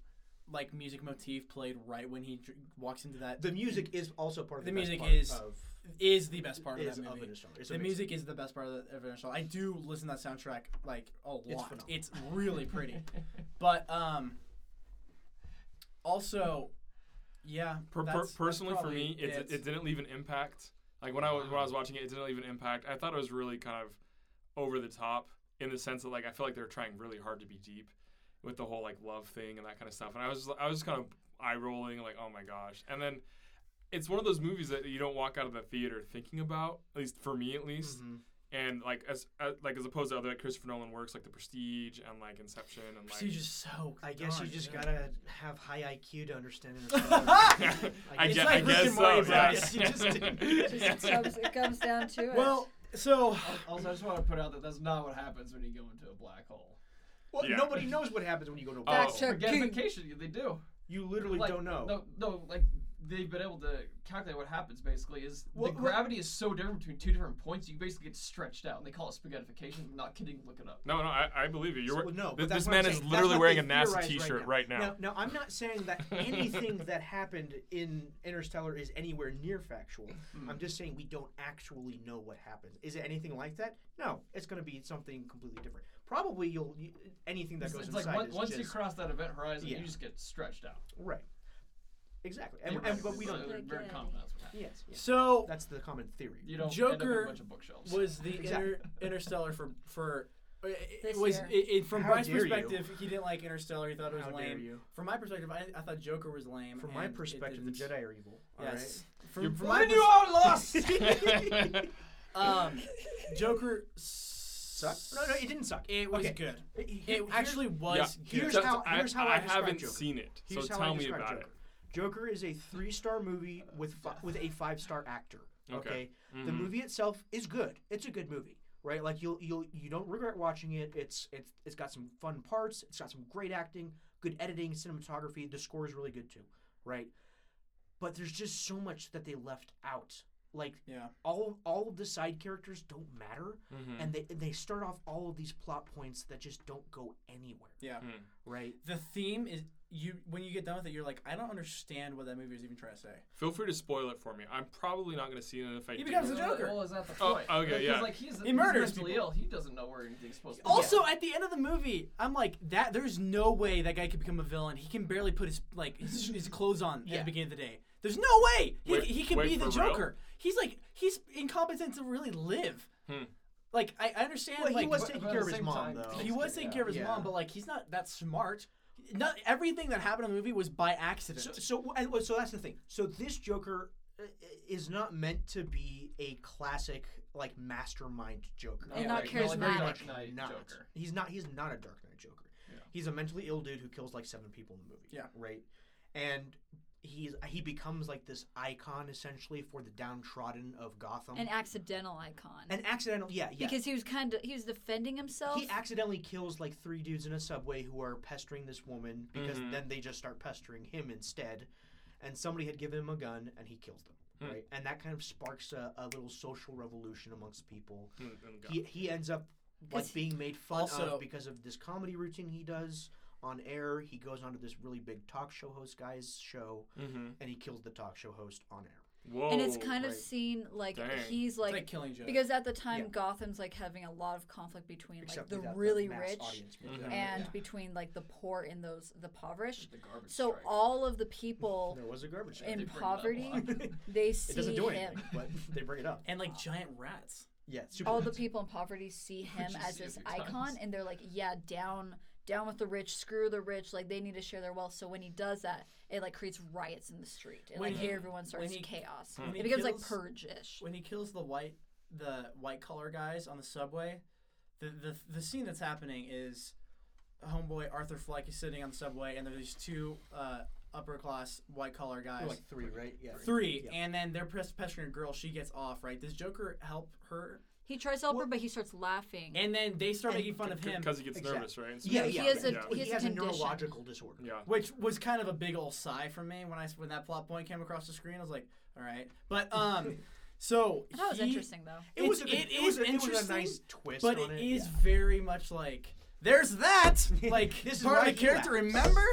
Speaker 1: like music motif played right when he dr- walks into that.
Speaker 2: The music is also part of the,
Speaker 1: The
Speaker 2: best
Speaker 1: music
Speaker 2: part
Speaker 1: is-
Speaker 2: of,
Speaker 1: Is the best part of
Speaker 2: is
Speaker 1: that movie.
Speaker 2: Interstellar. It's
Speaker 1: the
Speaker 2: amazing.
Speaker 1: music is the best part of the of Interstellar. I do listen to that soundtrack like a lot.
Speaker 2: phenomenal.
Speaker 1: It's, really pretty. but um, also, yeah.
Speaker 3: Per- per-
Speaker 1: that's- that's
Speaker 3: personally, for
Speaker 1: probably
Speaker 3: me, it,
Speaker 1: it.
Speaker 3: it, didn't leave an impact. Like when I was when I was watching it, it didn't leave an impact. I thought it was really kind of over the top in the sense that like I feel like they were trying really hard to be deep with the whole like love thing and that kind of stuff. And I was I was kind of eye rolling like oh my gosh. And then it's one of those movies that you don't walk out of the theater thinking about. At least for me, at least.
Speaker 1: Mm-hmm.
Speaker 2: Mhm.
Speaker 3: And like as uh, like as opposed to other like Christopher Nolan works like The Prestige and like Inception and like
Speaker 1: Prestige is so.
Speaker 2: I guess
Speaker 1: darn
Speaker 2: you just
Speaker 1: good.
Speaker 2: gotta have high IQ to understand Interstellar.
Speaker 3: I,
Speaker 2: It's
Speaker 3: guess,
Speaker 1: like
Speaker 3: I
Speaker 1: Rick
Speaker 3: guess
Speaker 1: and
Speaker 3: so.
Speaker 1: Morty, bro.
Speaker 3: Yeah.
Speaker 1: It's
Speaker 4: It comes, it comes down to it.
Speaker 1: Well, so
Speaker 5: Also, I just want to put out that that's not what happens when you go into a black hole.
Speaker 2: well,
Speaker 3: Yeah. Oh.
Speaker 2: nobody knows what happens when you go to a
Speaker 3: Back
Speaker 2: black
Speaker 3: to-
Speaker 2: hole.
Speaker 4: Check key.
Speaker 5: Forgetification, they do.
Speaker 2: You literally
Speaker 5: like,
Speaker 2: don't know.
Speaker 5: No, no, like they've been able to calculate what happens. Basically, is
Speaker 2: Well,
Speaker 5: the
Speaker 2: well-
Speaker 5: gravity is so different between two different points, you basically get stretched out. And they call it spaghettification. I'm not kidding. Look it up.
Speaker 3: No, no, I, I believe you. You're,
Speaker 2: So, no, but
Speaker 3: this,
Speaker 2: that's
Speaker 3: this
Speaker 2: what I'm
Speaker 3: man is
Speaker 2: saying. That's
Speaker 3: literally
Speaker 2: what
Speaker 3: wearing
Speaker 2: they
Speaker 3: a NASA
Speaker 2: theorize right
Speaker 3: T-shirt
Speaker 2: now.
Speaker 3: right now.
Speaker 2: Now, now, I'm not saying that anything that happened in Interstellar is anywhere near factual.
Speaker 3: Hmm.
Speaker 2: I'm just saying we don't actually know what happened. Is it anything like that? No, it's going to be something completely different. Probably you'll you, anything that
Speaker 5: It's,
Speaker 2: goes
Speaker 5: it's
Speaker 2: inside
Speaker 5: like on-
Speaker 2: is
Speaker 5: once you
Speaker 2: just
Speaker 5: cross that event horizon,
Speaker 2: Yeah.
Speaker 5: you just get stretched out.
Speaker 2: right. Exactly, and, and but we
Speaker 5: Theoretically,
Speaker 2: don't.
Speaker 5: so they're very
Speaker 4: Yeah.
Speaker 5: confident that's what happened.
Speaker 2: Yes, yes.
Speaker 1: So
Speaker 2: that's the common theory.
Speaker 5: You don't end up in
Speaker 1: Joker
Speaker 5: a bunch of bookshelves.
Speaker 1: was the
Speaker 2: Exactly.
Speaker 1: inter- Interstellar for for uh, it-
Speaker 4: This
Speaker 1: it was
Speaker 4: year.
Speaker 1: it, it, from
Speaker 2: How
Speaker 1: Brian's
Speaker 2: dare you.
Speaker 1: perspective he didn't like Interstellar he thought it was
Speaker 2: How dare
Speaker 1: lame.
Speaker 2: you?
Speaker 1: From my perspective, I, I thought Joker was lame.
Speaker 2: From my
Speaker 1: and it
Speaker 2: perspective, the
Speaker 1: didn't.
Speaker 2: Jedi are evil. all right?
Speaker 1: Yes.
Speaker 3: You're
Speaker 1: From, from my
Speaker 5: When you are lost.
Speaker 1: pers- um, Joker sucked.
Speaker 2: No, no, it didn't suck.
Speaker 1: It was
Speaker 2: Okay.
Speaker 1: good. It
Speaker 2: Here's-
Speaker 1: actually was
Speaker 3: Yeah.
Speaker 1: good.
Speaker 2: Here's
Speaker 3: Just-
Speaker 2: how- here's how I describe
Speaker 3: haven't
Speaker 2: Joker.
Speaker 3: seen it,
Speaker 2: Here's
Speaker 3: so
Speaker 2: how
Speaker 3: tell
Speaker 2: I
Speaker 3: me
Speaker 2: describe
Speaker 3: about
Speaker 2: Joker. Joker is a three-star movie with fi- with a five-star actor. Okay,
Speaker 3: Okay. Mm-hmm.
Speaker 2: the movie itself is good. It's a good movie, right? Like you'll you'll you don't regret watching it. It's it's it's got some fun parts. It's got some great acting, good editing, cinematography. The score is really good too, right? But there's just so much that they left out. Like
Speaker 1: Yeah.
Speaker 2: all all of the side characters don't matter,
Speaker 3: it. Mhm.
Speaker 2: and they they start off all of these plot points that just don't go anywhere,
Speaker 1: Yeah.
Speaker 3: Mhm.
Speaker 2: right?
Speaker 1: The theme is you when you get done with it, you're like, I don't understand what that movie was even trying to say.
Speaker 3: Feel free to spoil it for me. I'm probably not going to see it, and if I
Speaker 1: He
Speaker 3: do,
Speaker 1: becomes a
Speaker 5: Well,
Speaker 1: Joker.
Speaker 5: Well, is that the
Speaker 3: Oh,
Speaker 5: point?
Speaker 3: okay,
Speaker 5: Because,
Speaker 3: yeah.
Speaker 5: Like he's,
Speaker 1: He
Speaker 5: he's
Speaker 1: murders
Speaker 5: mentally
Speaker 1: people.
Speaker 5: ill. He doesn't know where anything's supposed to. be.
Speaker 1: Also, at the end of the movie, I'm like, that. There's no way that guy could become a villain. He can barely put his like his, his clothes on at
Speaker 2: Yeah.
Speaker 1: the beginning of the day. There's no way he,
Speaker 3: Wait-
Speaker 1: he can
Speaker 3: wait
Speaker 1: be the
Speaker 3: for real?
Speaker 1: Joker. He's like he's incompetent to really live.
Speaker 3: Hmm.
Speaker 1: Like I, I understand.
Speaker 2: Well,
Speaker 1: like,
Speaker 2: he was
Speaker 5: but-
Speaker 2: taking
Speaker 5: but at
Speaker 2: care
Speaker 5: the
Speaker 2: of his
Speaker 5: same
Speaker 2: mom
Speaker 5: time,
Speaker 2: though.
Speaker 1: he was taking care of his
Speaker 2: Yeah.
Speaker 1: mom, but like he's not that smart. Not everything that happened in the movie was by accident.
Speaker 2: So, so, and, well, so that's the thing. So this Joker uh, is not meant to be a classic like mastermind Joker.
Speaker 5: No, And
Speaker 4: not
Speaker 5: like- Oh, no, like
Speaker 4: charismatic.
Speaker 5: Dark Knight
Speaker 2: not.
Speaker 5: Joker.
Speaker 2: He's not. He's not a Dark Knight Joker.
Speaker 5: Yeah.
Speaker 2: He's a mentally ill dude who kills like seven people in the movie.
Speaker 1: Yeah.
Speaker 2: Right. And he's he becomes like this icon essentially for the downtrodden of Gotham.
Speaker 4: An accidental icon.
Speaker 2: An accidental. Yeah. Yeah.
Speaker 4: Because he was kind of he was defending himself.
Speaker 2: he accidentally kills like three dudes in a subway who are pestering this woman because
Speaker 5: Mm-hmm.
Speaker 3: Mhm.
Speaker 2: then they just start pestering him instead. And somebody had given him a gun and he kills them.
Speaker 3: Hmm.
Speaker 2: Right. And that kind of sparks a, a little social revolution amongst people.
Speaker 3: Mm, mm, God.
Speaker 2: He, he ends up like
Speaker 4: 'Cause
Speaker 2: being made fun
Speaker 1: Also-
Speaker 2: of because of this comedy routine he does on air. He goes onto this really big talk show host guy's show
Speaker 3: Mhm.
Speaker 2: and he kills the talk show host on air.
Speaker 3: Whoa.
Speaker 4: and it's kind of
Speaker 2: Oh, right.
Speaker 4: seen like
Speaker 3: Dang.
Speaker 4: he's
Speaker 1: it's
Speaker 4: like,
Speaker 1: like killing Joker.
Speaker 4: because at the time
Speaker 2: Yeah.
Speaker 4: Gotham's like having a lot of conflict between like
Speaker 2: Except
Speaker 4: the
Speaker 2: without
Speaker 4: really
Speaker 2: mass
Speaker 4: rich
Speaker 2: audience member.
Speaker 1: Mm-hmm.
Speaker 3: Mhm.
Speaker 4: and
Speaker 2: Yeah.
Speaker 4: between like the poor and those the impoverished.
Speaker 5: The garbage
Speaker 4: So
Speaker 5: strike.
Speaker 4: all of the people
Speaker 2: there was a garbage.
Speaker 4: in
Speaker 5: They
Speaker 2: can.
Speaker 5: bring that
Speaker 4: poverty,
Speaker 5: up.
Speaker 4: they
Speaker 2: It
Speaker 4: see
Speaker 2: doesn't do
Speaker 4: him.
Speaker 2: anything, but they bring it up.
Speaker 1: and like giant rats.
Speaker 2: Yeah, super
Speaker 4: All the people in poverty see him
Speaker 5: you
Speaker 4: as
Speaker 5: see a
Speaker 4: this
Speaker 5: few times.
Speaker 4: icon, and they're like, "Yeah, down, down with the rich. Screw the rich. Like they need to share their wealth." So when he does that, it like creates riots in the street, and
Speaker 1: When
Speaker 4: like
Speaker 1: he-
Speaker 4: everyone starts
Speaker 1: he-
Speaker 4: chaos.
Speaker 1: when he
Speaker 4: It becomes like
Speaker 1: kills-
Speaker 4: purge ish.
Speaker 1: when he kills the white the white collar guys on the subway, the the, the scene that's happening is homeboy Arthur Fleck is sitting on the subway and there's these two uh, upper class white collar guys.
Speaker 2: like three, right? Yeah,
Speaker 1: Three,
Speaker 2: Yeah.
Speaker 1: and then they're pes- pestering a girl. She gets off, right? Does Joker help her?
Speaker 4: He tries to help her, but he starts laughing.
Speaker 1: And then they start
Speaker 2: And
Speaker 1: making fun of him,
Speaker 3: because he gets
Speaker 2: Exactly.
Speaker 3: nervous, right? And
Speaker 2: Yeah,
Speaker 4: he
Speaker 2: yeah.
Speaker 4: has
Speaker 3: a-
Speaker 2: yeah.
Speaker 3: he
Speaker 2: he
Speaker 4: has a
Speaker 2: has a
Speaker 4: condition.
Speaker 2: neurological disorder.
Speaker 3: yeah.
Speaker 1: which was kind of a big old sigh for me when I s- when that plot point came across the screen. I was like, all right, but um, so
Speaker 4: that was
Speaker 1: he-
Speaker 4: interesting, though.
Speaker 2: It was, a,
Speaker 1: It's-
Speaker 2: good-
Speaker 1: it
Speaker 2: it, was
Speaker 1: is
Speaker 2: a, it was a
Speaker 1: interesting,
Speaker 2: nice twist
Speaker 1: but
Speaker 2: on
Speaker 1: it
Speaker 2: it.
Speaker 1: is
Speaker 2: yeah.
Speaker 1: very much like there's that like
Speaker 2: This is
Speaker 1: part
Speaker 2: why
Speaker 1: of the
Speaker 2: he
Speaker 1: character
Speaker 2: laughs.
Speaker 1: remember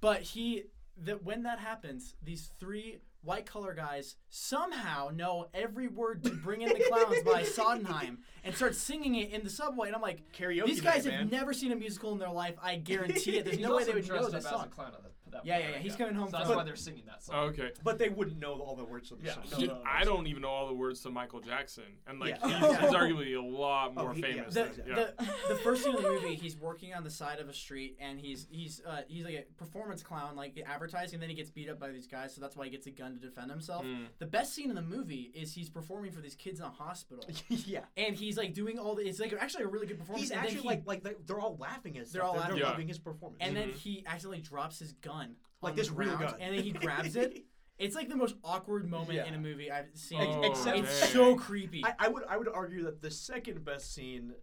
Speaker 1: but he that when that happens these three white collar guys somehow know every word to bring in the clowns by Sondheim and start singing it in the subway and I'm like
Speaker 2: karaoke.
Speaker 1: these guys
Speaker 2: night, man.
Speaker 1: have never seen a musical in their life I guarantee it there's
Speaker 5: He's
Speaker 1: no way
Speaker 5: also
Speaker 1: they would know
Speaker 5: dressed
Speaker 1: this
Speaker 5: up as
Speaker 1: song
Speaker 5: a clown at that- at that
Speaker 1: Yeah,
Speaker 5: point,
Speaker 1: yeah, yeah,
Speaker 5: right?
Speaker 1: he's coming home
Speaker 5: So that's
Speaker 1: from-
Speaker 5: why they're singing that song.
Speaker 3: Oh, Okay.
Speaker 2: but they wouldn't know all the words of the
Speaker 5: Yeah.
Speaker 2: song.
Speaker 5: No,
Speaker 3: Dude,
Speaker 5: no, no,
Speaker 3: I
Speaker 5: it's-
Speaker 3: don't even know all the words to Michael Jackson, and like
Speaker 2: Yeah.
Speaker 3: he's, he's arguably a lot
Speaker 2: Oh,
Speaker 3: more
Speaker 2: he- yeah.
Speaker 3: famous.
Speaker 1: the,
Speaker 3: than,
Speaker 2: Yeah.
Speaker 1: the, the first scene of the movie, he's working on the side of a street, and he's he's uh, he's like a performance clown, like advertising. And then he gets beat up by these guys, so that's why he gets a gun to defend himself.
Speaker 3: Mm.
Speaker 1: The best scene in the movie is he's performing for these kids in a hospital,
Speaker 2: yeah,
Speaker 1: and he's like doing all the. It's like actually a really good performance.
Speaker 2: he's
Speaker 1: and
Speaker 2: actually
Speaker 1: then he,
Speaker 2: like like they- they're all laughing at.
Speaker 1: They're
Speaker 2: stuff.
Speaker 1: all
Speaker 2: they're,
Speaker 1: laughing.
Speaker 3: Yeah.
Speaker 2: loving his performance.
Speaker 1: and then
Speaker 3: Mhm.
Speaker 1: he accidentally drops his gun,
Speaker 2: like
Speaker 1: on the
Speaker 2: this real
Speaker 1: ground,
Speaker 2: gun,
Speaker 1: and then he grabs it. It's like the most awkward moment in a
Speaker 2: Yeah.
Speaker 1: movie I've seen.
Speaker 2: Ex-
Speaker 3: Oh,
Speaker 2: except-
Speaker 1: it's
Speaker 3: dang.
Speaker 1: so creepy.
Speaker 2: I, I would I would argue that the second best scene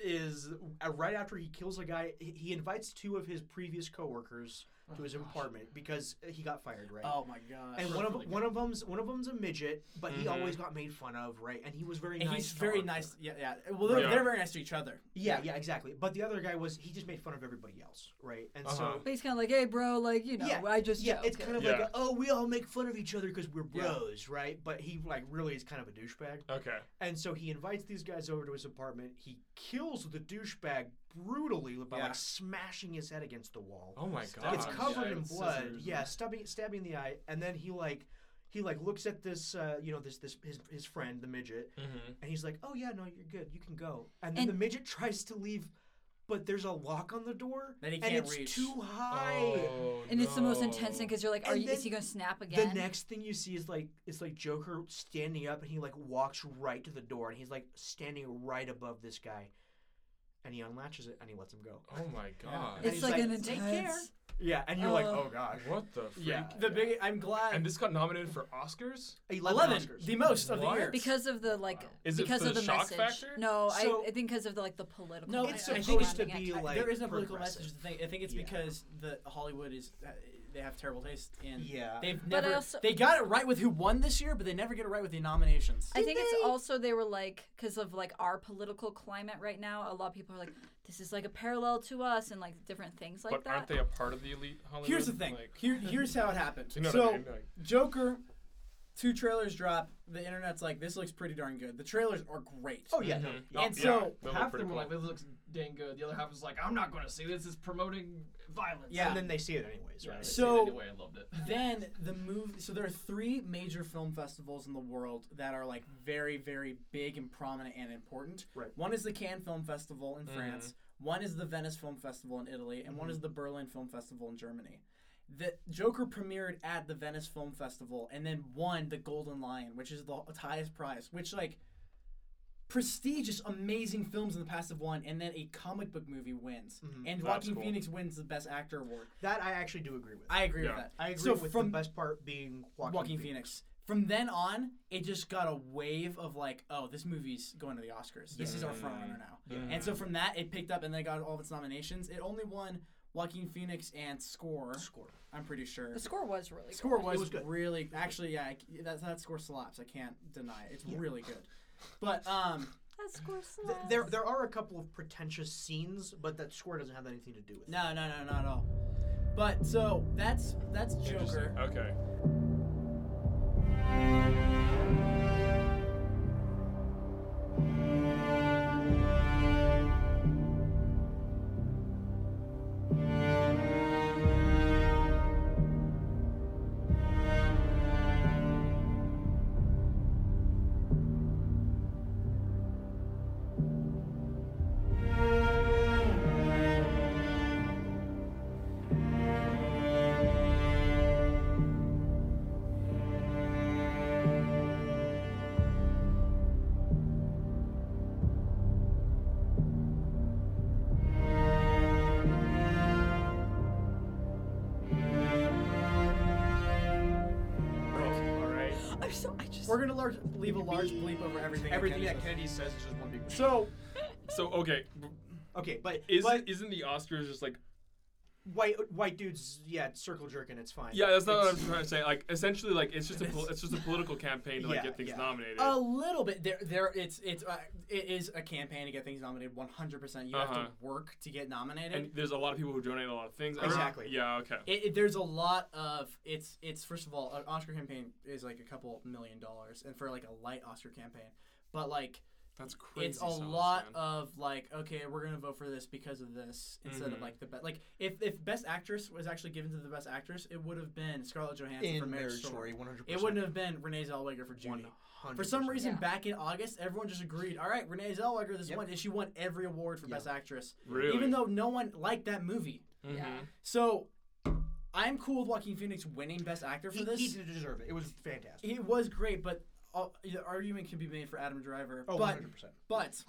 Speaker 2: is uh, right after he kills a guy. He he invites two of his previous coworkers to his apartment because he got fired, right?
Speaker 1: Oh my gosh.
Speaker 2: and
Speaker 5: that's
Speaker 2: one of
Speaker 5: really good.
Speaker 2: one of them's one of them's a midget, but he
Speaker 3: Mhm.
Speaker 2: always got made fun of, right? And he was very
Speaker 1: Mm-hmm. And
Speaker 2: nice.
Speaker 1: he's
Speaker 2: to
Speaker 1: very
Speaker 2: Arthur.
Speaker 1: nice. Yeah, yeah. Well, they're,
Speaker 3: Yeah.
Speaker 1: they're very nice to each other.
Speaker 2: Yeah, yeah, exactly. But the other guy was he just made fun of everybody else, right? And
Speaker 3: Uh-huh.
Speaker 2: so
Speaker 4: But he's kind of like, hey, bro, like you know,
Speaker 2: Yeah,
Speaker 4: I just
Speaker 2: yeah,
Speaker 4: joke.
Speaker 2: it's kind of like
Speaker 3: Yeah.
Speaker 2: a, oh, we all make fun of each other because we're
Speaker 1: Yeah.
Speaker 2: bros, right? But he like really is kind of a douchebag.
Speaker 3: Okay.
Speaker 2: And so he invites these guys over to his apartment. He kills the douchebag brutally by
Speaker 1: Yeah.
Speaker 2: like smashing his head against the wall.
Speaker 3: Oh my
Speaker 5: Stop.
Speaker 3: god.
Speaker 2: it's
Speaker 5: yeah,
Speaker 2: covered in
Speaker 5: it's
Speaker 2: blood.
Speaker 5: scissors.
Speaker 2: Yeah, stabbing stabbing in the eye, and then he like he like looks at this uh, you know this this his, his friend the midget,
Speaker 3: Mhm.
Speaker 2: and he's like, oh yeah, no, you're good, you can go. And then
Speaker 4: And-
Speaker 2: the midget tries to leave, but there's a lock on the door,
Speaker 1: That he
Speaker 2: and
Speaker 1: can't
Speaker 2: it's
Speaker 1: reach.
Speaker 2: too high.
Speaker 3: Oh,
Speaker 4: and it's the most intense
Speaker 3: no.
Speaker 4: thing because you're like, are
Speaker 2: And
Speaker 4: you, is
Speaker 2: then
Speaker 4: he gonna snap
Speaker 2: The
Speaker 4: again?
Speaker 2: next thing you see is like it's like Joker standing up and he like walks right to the door and he's like standing right above this guy, and he unlatches it and he lets him go.
Speaker 3: Oh my god.
Speaker 2: And
Speaker 4: it's
Speaker 2: he's
Speaker 4: like,
Speaker 2: like,
Speaker 4: an
Speaker 2: "Take care."
Speaker 4: intense.
Speaker 2: Yeah, and you're like,
Speaker 4: Oh.
Speaker 2: oh gosh.
Speaker 3: What the freak?
Speaker 2: Yeah,
Speaker 1: The big. I'm glad.
Speaker 3: And this got nominated for Oscars?
Speaker 1: Eleven,
Speaker 2: Oscars.
Speaker 1: the most of the
Speaker 3: What?
Speaker 1: year.
Speaker 4: Because of the like,
Speaker 3: Wow. Is it
Speaker 4: because
Speaker 3: for
Speaker 4: of
Speaker 3: the
Speaker 4: the,
Speaker 3: shock
Speaker 4: message.
Speaker 3: factor?
Speaker 4: No,
Speaker 2: So-
Speaker 4: I, I think because of the like the political.
Speaker 1: No,
Speaker 2: it's
Speaker 1: I- I
Speaker 4: message
Speaker 1: think
Speaker 2: supposed to
Speaker 4: surrounding
Speaker 2: be
Speaker 4: it. I-
Speaker 2: like
Speaker 1: there is no political
Speaker 2: progressive.
Speaker 1: message. to The thing I think it's
Speaker 2: Yeah.
Speaker 1: because the Hollywood is uh, they have terrible taste and
Speaker 2: Yeah.
Speaker 1: they've
Speaker 4: I
Speaker 1: never
Speaker 4: also-
Speaker 1: they got it right with who won this year, but they never get it right with the nominations.
Speaker 4: I think
Speaker 2: Did
Speaker 4: it's
Speaker 2: they?
Speaker 4: also they were like because of like our political climate right now. A lot of people are like, this is like a parallel to us and like different things like
Speaker 3: but
Speaker 4: that.
Speaker 3: aren't they a part of the elite Hollywood?
Speaker 1: Here's the thing.
Speaker 3: Like,
Speaker 1: Here, here's how it happened.
Speaker 3: you know
Speaker 1: so
Speaker 3: what I mean? Like,
Speaker 1: Joker, two trailers drop. The internet's like, this looks pretty darn good. The trailers are great.
Speaker 2: Oh yeah, no,
Speaker 3: mhm.
Speaker 4: Mm-hmm.
Speaker 2: yeah.
Speaker 1: And
Speaker 3: yeah,
Speaker 1: so,
Speaker 3: they look
Speaker 5: half of
Speaker 3: pretty
Speaker 5: them were
Speaker 3: cool.
Speaker 5: like, "This looks dang good." The other half was like, "I'm not going to see this. It's promoting violence."
Speaker 1: Yeah.
Speaker 2: and then they see it anyways,
Speaker 5: Yeah, I
Speaker 2: right?
Speaker 5: see it
Speaker 1: So-
Speaker 5: anyway, I loved it.
Speaker 1: then the movie so there are three major film festivals in the world that are like very very big and prominent and important
Speaker 2: Right.
Speaker 1: one is the cannes film festival in
Speaker 3: Mhm.
Speaker 1: france one is the venice film festival in italy and
Speaker 2: Mm-hmm.
Speaker 1: one is the berlin film festival in germany the joker premiered at the venice film festival and then won the golden lion which is the highest prize which like prestigious amazing films in the past have won and then a comic book movie wins
Speaker 2: Mm-hmm.
Speaker 1: and
Speaker 3: That's
Speaker 1: joaquin
Speaker 3: cool.
Speaker 1: phoenix wins the best actor award
Speaker 2: That I actually do agree with. I,
Speaker 1: i agree
Speaker 3: Yeah.
Speaker 1: with that
Speaker 2: agree
Speaker 1: so
Speaker 2: with
Speaker 1: from
Speaker 2: the best part being Joaquin,
Speaker 1: Walking
Speaker 2: Phoenix.
Speaker 1: Phoenix. From then on, it just got a wave of like, oh, this movie's going to the Oscars. This is our
Speaker 3: Yeah.
Speaker 1: frontrunner now.
Speaker 3: Yeah.
Speaker 1: And so from that, it picked up and then got all of its nominations. It only won Joaquin Phoenix and Score.
Speaker 2: Score.
Speaker 1: I'm pretty sure.
Speaker 4: the score was really
Speaker 1: Score
Speaker 4: good.
Speaker 1: was,
Speaker 2: was good.
Speaker 1: really actually yeah I c that that score slaps. I can't deny it. It's really good. But um
Speaker 4: That score
Speaker 2: Th-
Speaker 4: slaps.
Speaker 2: there, there are a couple of pretentious scenes, but that score doesn't have anything to do with it.
Speaker 1: no no no not at all. But so that's that's Joker.
Speaker 3: Interesting. Okay.
Speaker 2: All right.
Speaker 4: I'm so I just
Speaker 1: We're gonna large, leave a large bleep over everything.
Speaker 2: Everything
Speaker 1: Kennedy
Speaker 2: that
Speaker 1: says.
Speaker 2: Kennedy says is just one big.
Speaker 1: So
Speaker 3: So okay, b-
Speaker 2: Okay, but
Speaker 3: is
Speaker 2: but
Speaker 3: it, isn't the Oscars just like?
Speaker 2: white white dudes, yeah, circle jerking. It's fine.
Speaker 3: Yeah, that's not what I'm
Speaker 2: It's-
Speaker 3: trying to say. Like essentially, like it's just a pol- it's just a political campaign to like
Speaker 2: Yeah,
Speaker 3: get things
Speaker 2: yeah.
Speaker 3: nominated.
Speaker 1: A little bit. There, there. It's it's uh, it is a campaign to get things nominated. One hundred percent. You have
Speaker 3: Uh-huh.
Speaker 1: to work to get nominated.
Speaker 3: and there's a lot of people who donate a lot of things. I don't-
Speaker 2: Exactly.
Speaker 3: Yeah. Okay.
Speaker 1: it, it- there's a lot of it's it's first of all an Oscar campaign is like a couple million dollars, and for like a light Oscar campaign, but like
Speaker 3: That's crazy.
Speaker 1: it's a
Speaker 3: sauce,
Speaker 1: lot
Speaker 3: man.
Speaker 1: of like okay we're gonna vote for this because of this instead
Speaker 3: Mhm.
Speaker 1: of like the best like if if best actress was actually given to the best actress it would have been Scarlett Johansson for
Speaker 2: in
Speaker 1: Marriage
Speaker 2: marriage
Speaker 1: Story.
Speaker 2: story, one hundred.
Speaker 1: It wouldn't have been Renee Zellweger for Judy. For some reason,
Speaker 4: Yeah.
Speaker 1: back in August, everyone just agreed. All right, Renee Zellweger this
Speaker 2: Yep.
Speaker 1: one, and she won every award for
Speaker 2: Yeah.
Speaker 1: Best Actress,
Speaker 3: really.
Speaker 1: even though no one liked that movie.
Speaker 3: Mhm.
Speaker 4: Yeah.
Speaker 1: So, I'm cool with Joaquin Phoenix winning Best Actor for
Speaker 2: he,
Speaker 1: this.
Speaker 2: he did deserve it. It was fantastic.
Speaker 1: It was great, but uh, the argument can be made for Adam Driver.
Speaker 2: Oh,
Speaker 1: but
Speaker 2: 100%.
Speaker 1: but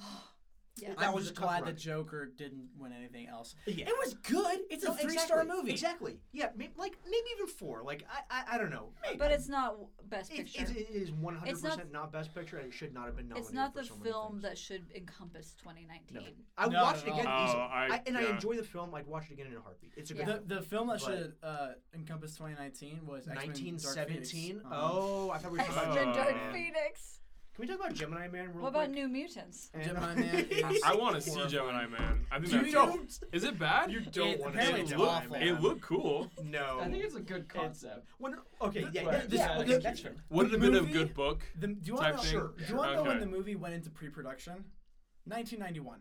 Speaker 4: Yeah.
Speaker 2: That
Speaker 1: I'm
Speaker 2: was
Speaker 1: just
Speaker 2: a tough
Speaker 1: glad
Speaker 2: run.
Speaker 1: that Joker didn't win anything else.
Speaker 2: Yeah.
Speaker 1: It was good. It's
Speaker 2: No,
Speaker 1: a three star
Speaker 2: exactly,
Speaker 1: movie.
Speaker 2: Exactly. Yeah. Maybe, like maybe even four. Like I I, I don't know.
Speaker 4: But it's not w- best
Speaker 2: It,
Speaker 4: picture.
Speaker 2: it, it is one hundred
Speaker 4: It's not-
Speaker 2: percent not best picture, and it should not have been nominated.
Speaker 4: it's not
Speaker 2: for
Speaker 4: the
Speaker 2: so many
Speaker 4: film
Speaker 2: things.
Speaker 4: that should encompass 2019.
Speaker 2: I
Speaker 1: No,
Speaker 2: watched it
Speaker 1: not at
Speaker 2: again
Speaker 3: all.
Speaker 2: easily.
Speaker 3: Oh, I-
Speaker 2: I, and I
Speaker 3: yeah.
Speaker 2: enjoy the film. I'd watch it again in a heartbeat. It's a good
Speaker 4: Yeah.
Speaker 1: The, the film that
Speaker 2: But-
Speaker 1: should uh, encompass 2019 was X-Men Dark Phoenix.
Speaker 2: 1917.
Speaker 1: Um,
Speaker 2: Oh, I thought we were talking about
Speaker 4: X-Men
Speaker 3: Oh,
Speaker 2: Gemini
Speaker 4: Dark
Speaker 2: Man. Can
Speaker 4: Phoenix.
Speaker 2: we talk about Gemini Man real
Speaker 4: What about
Speaker 2: quick?
Speaker 4: New Mutants?
Speaker 2: And-
Speaker 1: Gemini Man is-
Speaker 3: I want to see Gemini Man. I think
Speaker 1: Do
Speaker 3: that's
Speaker 1: you
Speaker 3: cool. Is it bad?
Speaker 2: You don't
Speaker 1: It-
Speaker 2: want to
Speaker 1: apparently
Speaker 2: see
Speaker 1: it's
Speaker 2: Gemini
Speaker 1: awful.
Speaker 2: Man.
Speaker 3: It looked cool.
Speaker 2: no.
Speaker 5: I think it's a good concept.
Speaker 2: when, okay, yeah,
Speaker 5: But-
Speaker 2: yeah, this,
Speaker 5: yeah,
Speaker 2: okay,
Speaker 5: it's
Speaker 2: that's
Speaker 5: true.
Speaker 2: fair.
Speaker 3: Would it
Speaker 1: The
Speaker 3: have been a
Speaker 1: movie-
Speaker 3: good book?
Speaker 1: The, do you want to
Speaker 3: Type
Speaker 1: know,
Speaker 3: thing?
Speaker 2: Sure,
Speaker 1: do you
Speaker 2: sure.
Speaker 1: wanna know when
Speaker 3: Okay.
Speaker 1: the movie went into pre production? 1991.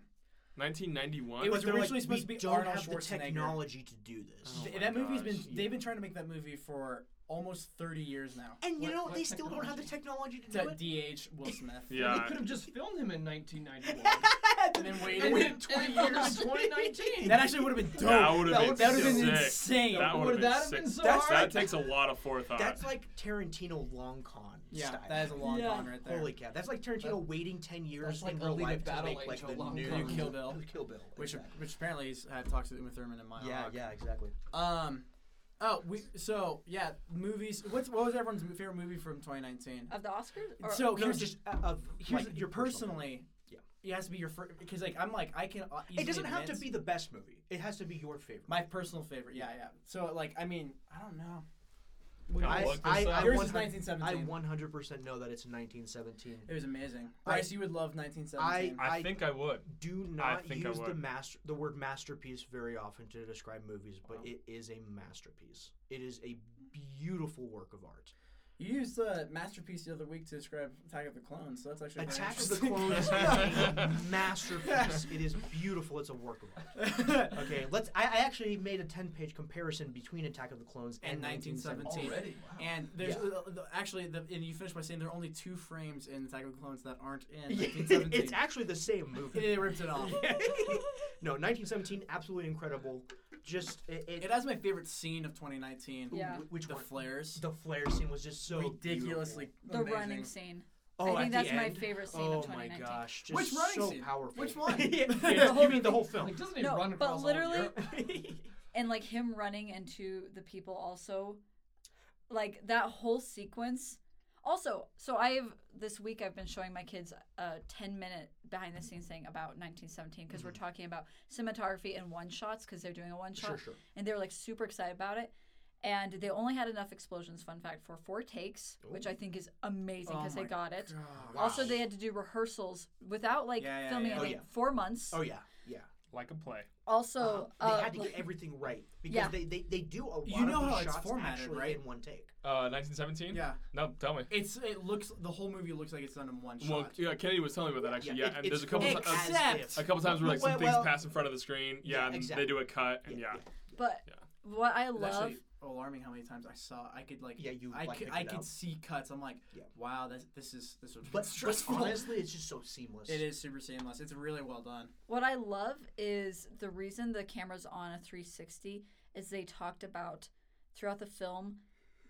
Speaker 3: 1991.
Speaker 1: It was
Speaker 2: But they're
Speaker 1: originally
Speaker 2: like,
Speaker 1: supposed
Speaker 2: we
Speaker 1: to be
Speaker 2: don't
Speaker 1: Arnold
Speaker 2: have the
Speaker 1: Schwarzenegger.
Speaker 2: technology to do this.
Speaker 3: Oh
Speaker 1: Th-
Speaker 3: my
Speaker 1: that movie's been
Speaker 3: gosh.
Speaker 1: they've been trying to make that movie for almost 30 years now.
Speaker 2: and you
Speaker 5: What-
Speaker 2: know
Speaker 5: what
Speaker 2: they still don't have the technology to do
Speaker 1: To
Speaker 2: it.
Speaker 1: DH Will Smith.
Speaker 3: Yeah.
Speaker 5: They could have just filmed him in 1991.
Speaker 1: And then
Speaker 5: and
Speaker 1: waited.
Speaker 5: then 20 years, 2019.
Speaker 1: That actually would have been dope.
Speaker 3: That
Speaker 1: That
Speaker 3: would've been
Speaker 1: would've been,
Speaker 3: sick.
Speaker 1: insane.
Speaker 3: That
Speaker 5: Would
Speaker 3: would've
Speaker 5: that have
Speaker 3: sick.
Speaker 5: been so
Speaker 2: That's-
Speaker 5: hard?
Speaker 3: That takes a lot of forethought.
Speaker 2: That's like Tarantino long con
Speaker 1: yeah,
Speaker 2: style.
Speaker 1: that is a long
Speaker 4: Yeah.
Speaker 1: con right there.
Speaker 2: Holy cow! That's like Tarantino waiting ten years
Speaker 5: that's like
Speaker 2: in real
Speaker 5: Alita
Speaker 2: life to
Speaker 5: Battle
Speaker 2: make
Speaker 5: Angel
Speaker 2: like the
Speaker 5: long
Speaker 2: new
Speaker 1: con. New Kill Bill.
Speaker 2: Kill Bill.
Speaker 1: which,
Speaker 2: exactly. Uh,
Speaker 1: which apparently he's had talks with Uma Thurman and my
Speaker 2: Yeah, yeah, exactly.
Speaker 1: Um, oh, we so yeah, movies. What's what was everyone's mo- favorite movie from 2019?
Speaker 4: Of the Oscars? Or-
Speaker 1: so
Speaker 2: No,
Speaker 1: here's
Speaker 2: just uh, of
Speaker 1: here's
Speaker 2: like,
Speaker 1: your
Speaker 2: personal-
Speaker 1: personally.
Speaker 2: Yeah.
Speaker 1: It has to be your first because like I'm like I can. uh,
Speaker 2: It
Speaker 1: easily
Speaker 2: doesn't have to
Speaker 1: admit
Speaker 2: be the best movie. It has to be your favorite.
Speaker 1: my personal favorite. Yeah, yeah. So like I mean I don't know.
Speaker 3: Gotta
Speaker 2: I,
Speaker 3: look
Speaker 2: I,
Speaker 3: this
Speaker 2: I,
Speaker 3: up.
Speaker 1: Yours is
Speaker 2: 100 I
Speaker 1: 1917.
Speaker 2: 100% know that it's 1917.
Speaker 1: It was amazing.
Speaker 2: I-
Speaker 1: Bryce, you would love 1917.
Speaker 3: I
Speaker 2: I-
Speaker 3: think I would.
Speaker 2: Do not
Speaker 3: think I
Speaker 2: use the
Speaker 3: would.
Speaker 2: master the word masterpiece very often to describe movies, but it is a masterpiece. It is a beautiful work of art.
Speaker 1: you used the masterpiece the other week to describe Attack of the Clones, so that's actually very
Speaker 2: Attack of the
Speaker 1: interesting.
Speaker 2: Clones is a masterpiece. It is beautiful. It's a work of art. Okay, let's. I, I actually made a 10 page comparison between Attack of the Clones and,
Speaker 1: And
Speaker 2: 1917.
Speaker 1: 1917.
Speaker 5: Already? Wow.
Speaker 1: And there's
Speaker 2: Yeah.
Speaker 1: uh, the- actually, the, and you finished by saying there are only two frames in Attack of the Clones that aren't in
Speaker 2: Yeah,
Speaker 1: 1917.
Speaker 2: it's actually the same movie.
Speaker 1: they ripped it off.
Speaker 2: no, 1917, absolutely incredible. Just it, it,
Speaker 1: It has my favorite scene of 2019.
Speaker 4: Yeah.
Speaker 2: wh- which
Speaker 1: The
Speaker 2: one?
Speaker 1: flares.
Speaker 2: the flare scene was just so
Speaker 1: ridiculously
Speaker 4: the
Speaker 1: amazing.
Speaker 4: running scene.
Speaker 2: beautiful. Oh,
Speaker 4: I think
Speaker 2: at
Speaker 4: that's
Speaker 2: the
Speaker 4: my
Speaker 2: end?
Speaker 4: favorite scene
Speaker 2: oh
Speaker 4: of
Speaker 2: my
Speaker 4: 2019.
Speaker 2: gosh, just
Speaker 1: Which running
Speaker 2: so
Speaker 1: scene?
Speaker 2: powerful.
Speaker 1: Which one?
Speaker 2: yeah,
Speaker 1: The
Speaker 2: yeah,
Speaker 4: whole
Speaker 2: you mean the whole
Speaker 5: Like,
Speaker 2: film?
Speaker 5: doesn't he
Speaker 4: No,
Speaker 5: run
Speaker 4: but
Speaker 5: across all of
Speaker 4: literally-
Speaker 5: Europe?
Speaker 4: And like him running into the people also. Like that whole sequence. Also, so I've this week I've been showing my kids a 10 minute behind the scenes thing about 1917 because we're talking about cinematography and one shots because they're doing a one shot.
Speaker 2: sure, sure.
Speaker 4: and they were like super excited about it. And they only had enough explosions, fun fact, for four takes, which I think is amazing
Speaker 1: Oh
Speaker 4: because they
Speaker 1: my
Speaker 4: got it.
Speaker 1: God.
Speaker 4: Also, they had to do rehearsals without like
Speaker 1: Yeah, yeah,
Speaker 4: filming
Speaker 1: yeah.
Speaker 4: in
Speaker 2: Oh,
Speaker 4: like
Speaker 2: yeah.
Speaker 4: four months.
Speaker 2: Oh yeah, yeah.
Speaker 3: Like a play.
Speaker 4: Also,
Speaker 2: Uh-huh.
Speaker 4: uh,
Speaker 2: they had to
Speaker 4: like-
Speaker 2: get everything right because
Speaker 4: Yeah.
Speaker 2: they, they they do a lot
Speaker 1: You
Speaker 2: of
Speaker 1: know
Speaker 2: these
Speaker 1: how it's
Speaker 2: shots
Speaker 1: formatted,
Speaker 2: actually
Speaker 1: right?
Speaker 2: in one take.
Speaker 3: Uh, 1917.
Speaker 1: Yeah.
Speaker 3: No, tell me.
Speaker 1: It's it looks the whole movie looks like it's done in one
Speaker 3: Well,
Speaker 1: shot.
Speaker 3: yeah, Kennedy was telling me about that actually.
Speaker 2: Yeah,
Speaker 3: Yeah,
Speaker 2: it-
Speaker 3: and
Speaker 2: it's
Speaker 3: there's a couple.
Speaker 2: filmed
Speaker 3: ti- uh,
Speaker 2: as
Speaker 1: Except-
Speaker 2: if.
Speaker 3: a couple times where like some
Speaker 2: Well,
Speaker 3: things
Speaker 2: well-
Speaker 3: pass in front of the screen. Yeah,
Speaker 2: Yeah,
Speaker 3: and
Speaker 2: exactly.
Speaker 3: they do a cut. And yeah,
Speaker 4: but
Speaker 3: Yeah.
Speaker 4: what I
Speaker 1: It's
Speaker 4: love,
Speaker 1: actually alarming how many times I saw. I could like.
Speaker 2: Yeah, you,
Speaker 1: I
Speaker 2: like,
Speaker 1: could
Speaker 2: pick
Speaker 1: I
Speaker 2: it
Speaker 1: could
Speaker 2: up.
Speaker 1: see cuts. I'm like,
Speaker 2: Yeah.
Speaker 1: wow, this this is this was
Speaker 2: But, but
Speaker 1: stressful.
Speaker 2: honestly, it's just so seamless.
Speaker 1: it is super seamless. It's really well done.
Speaker 4: what I love is the reason the camera's on a 360 is they talked about throughout the film,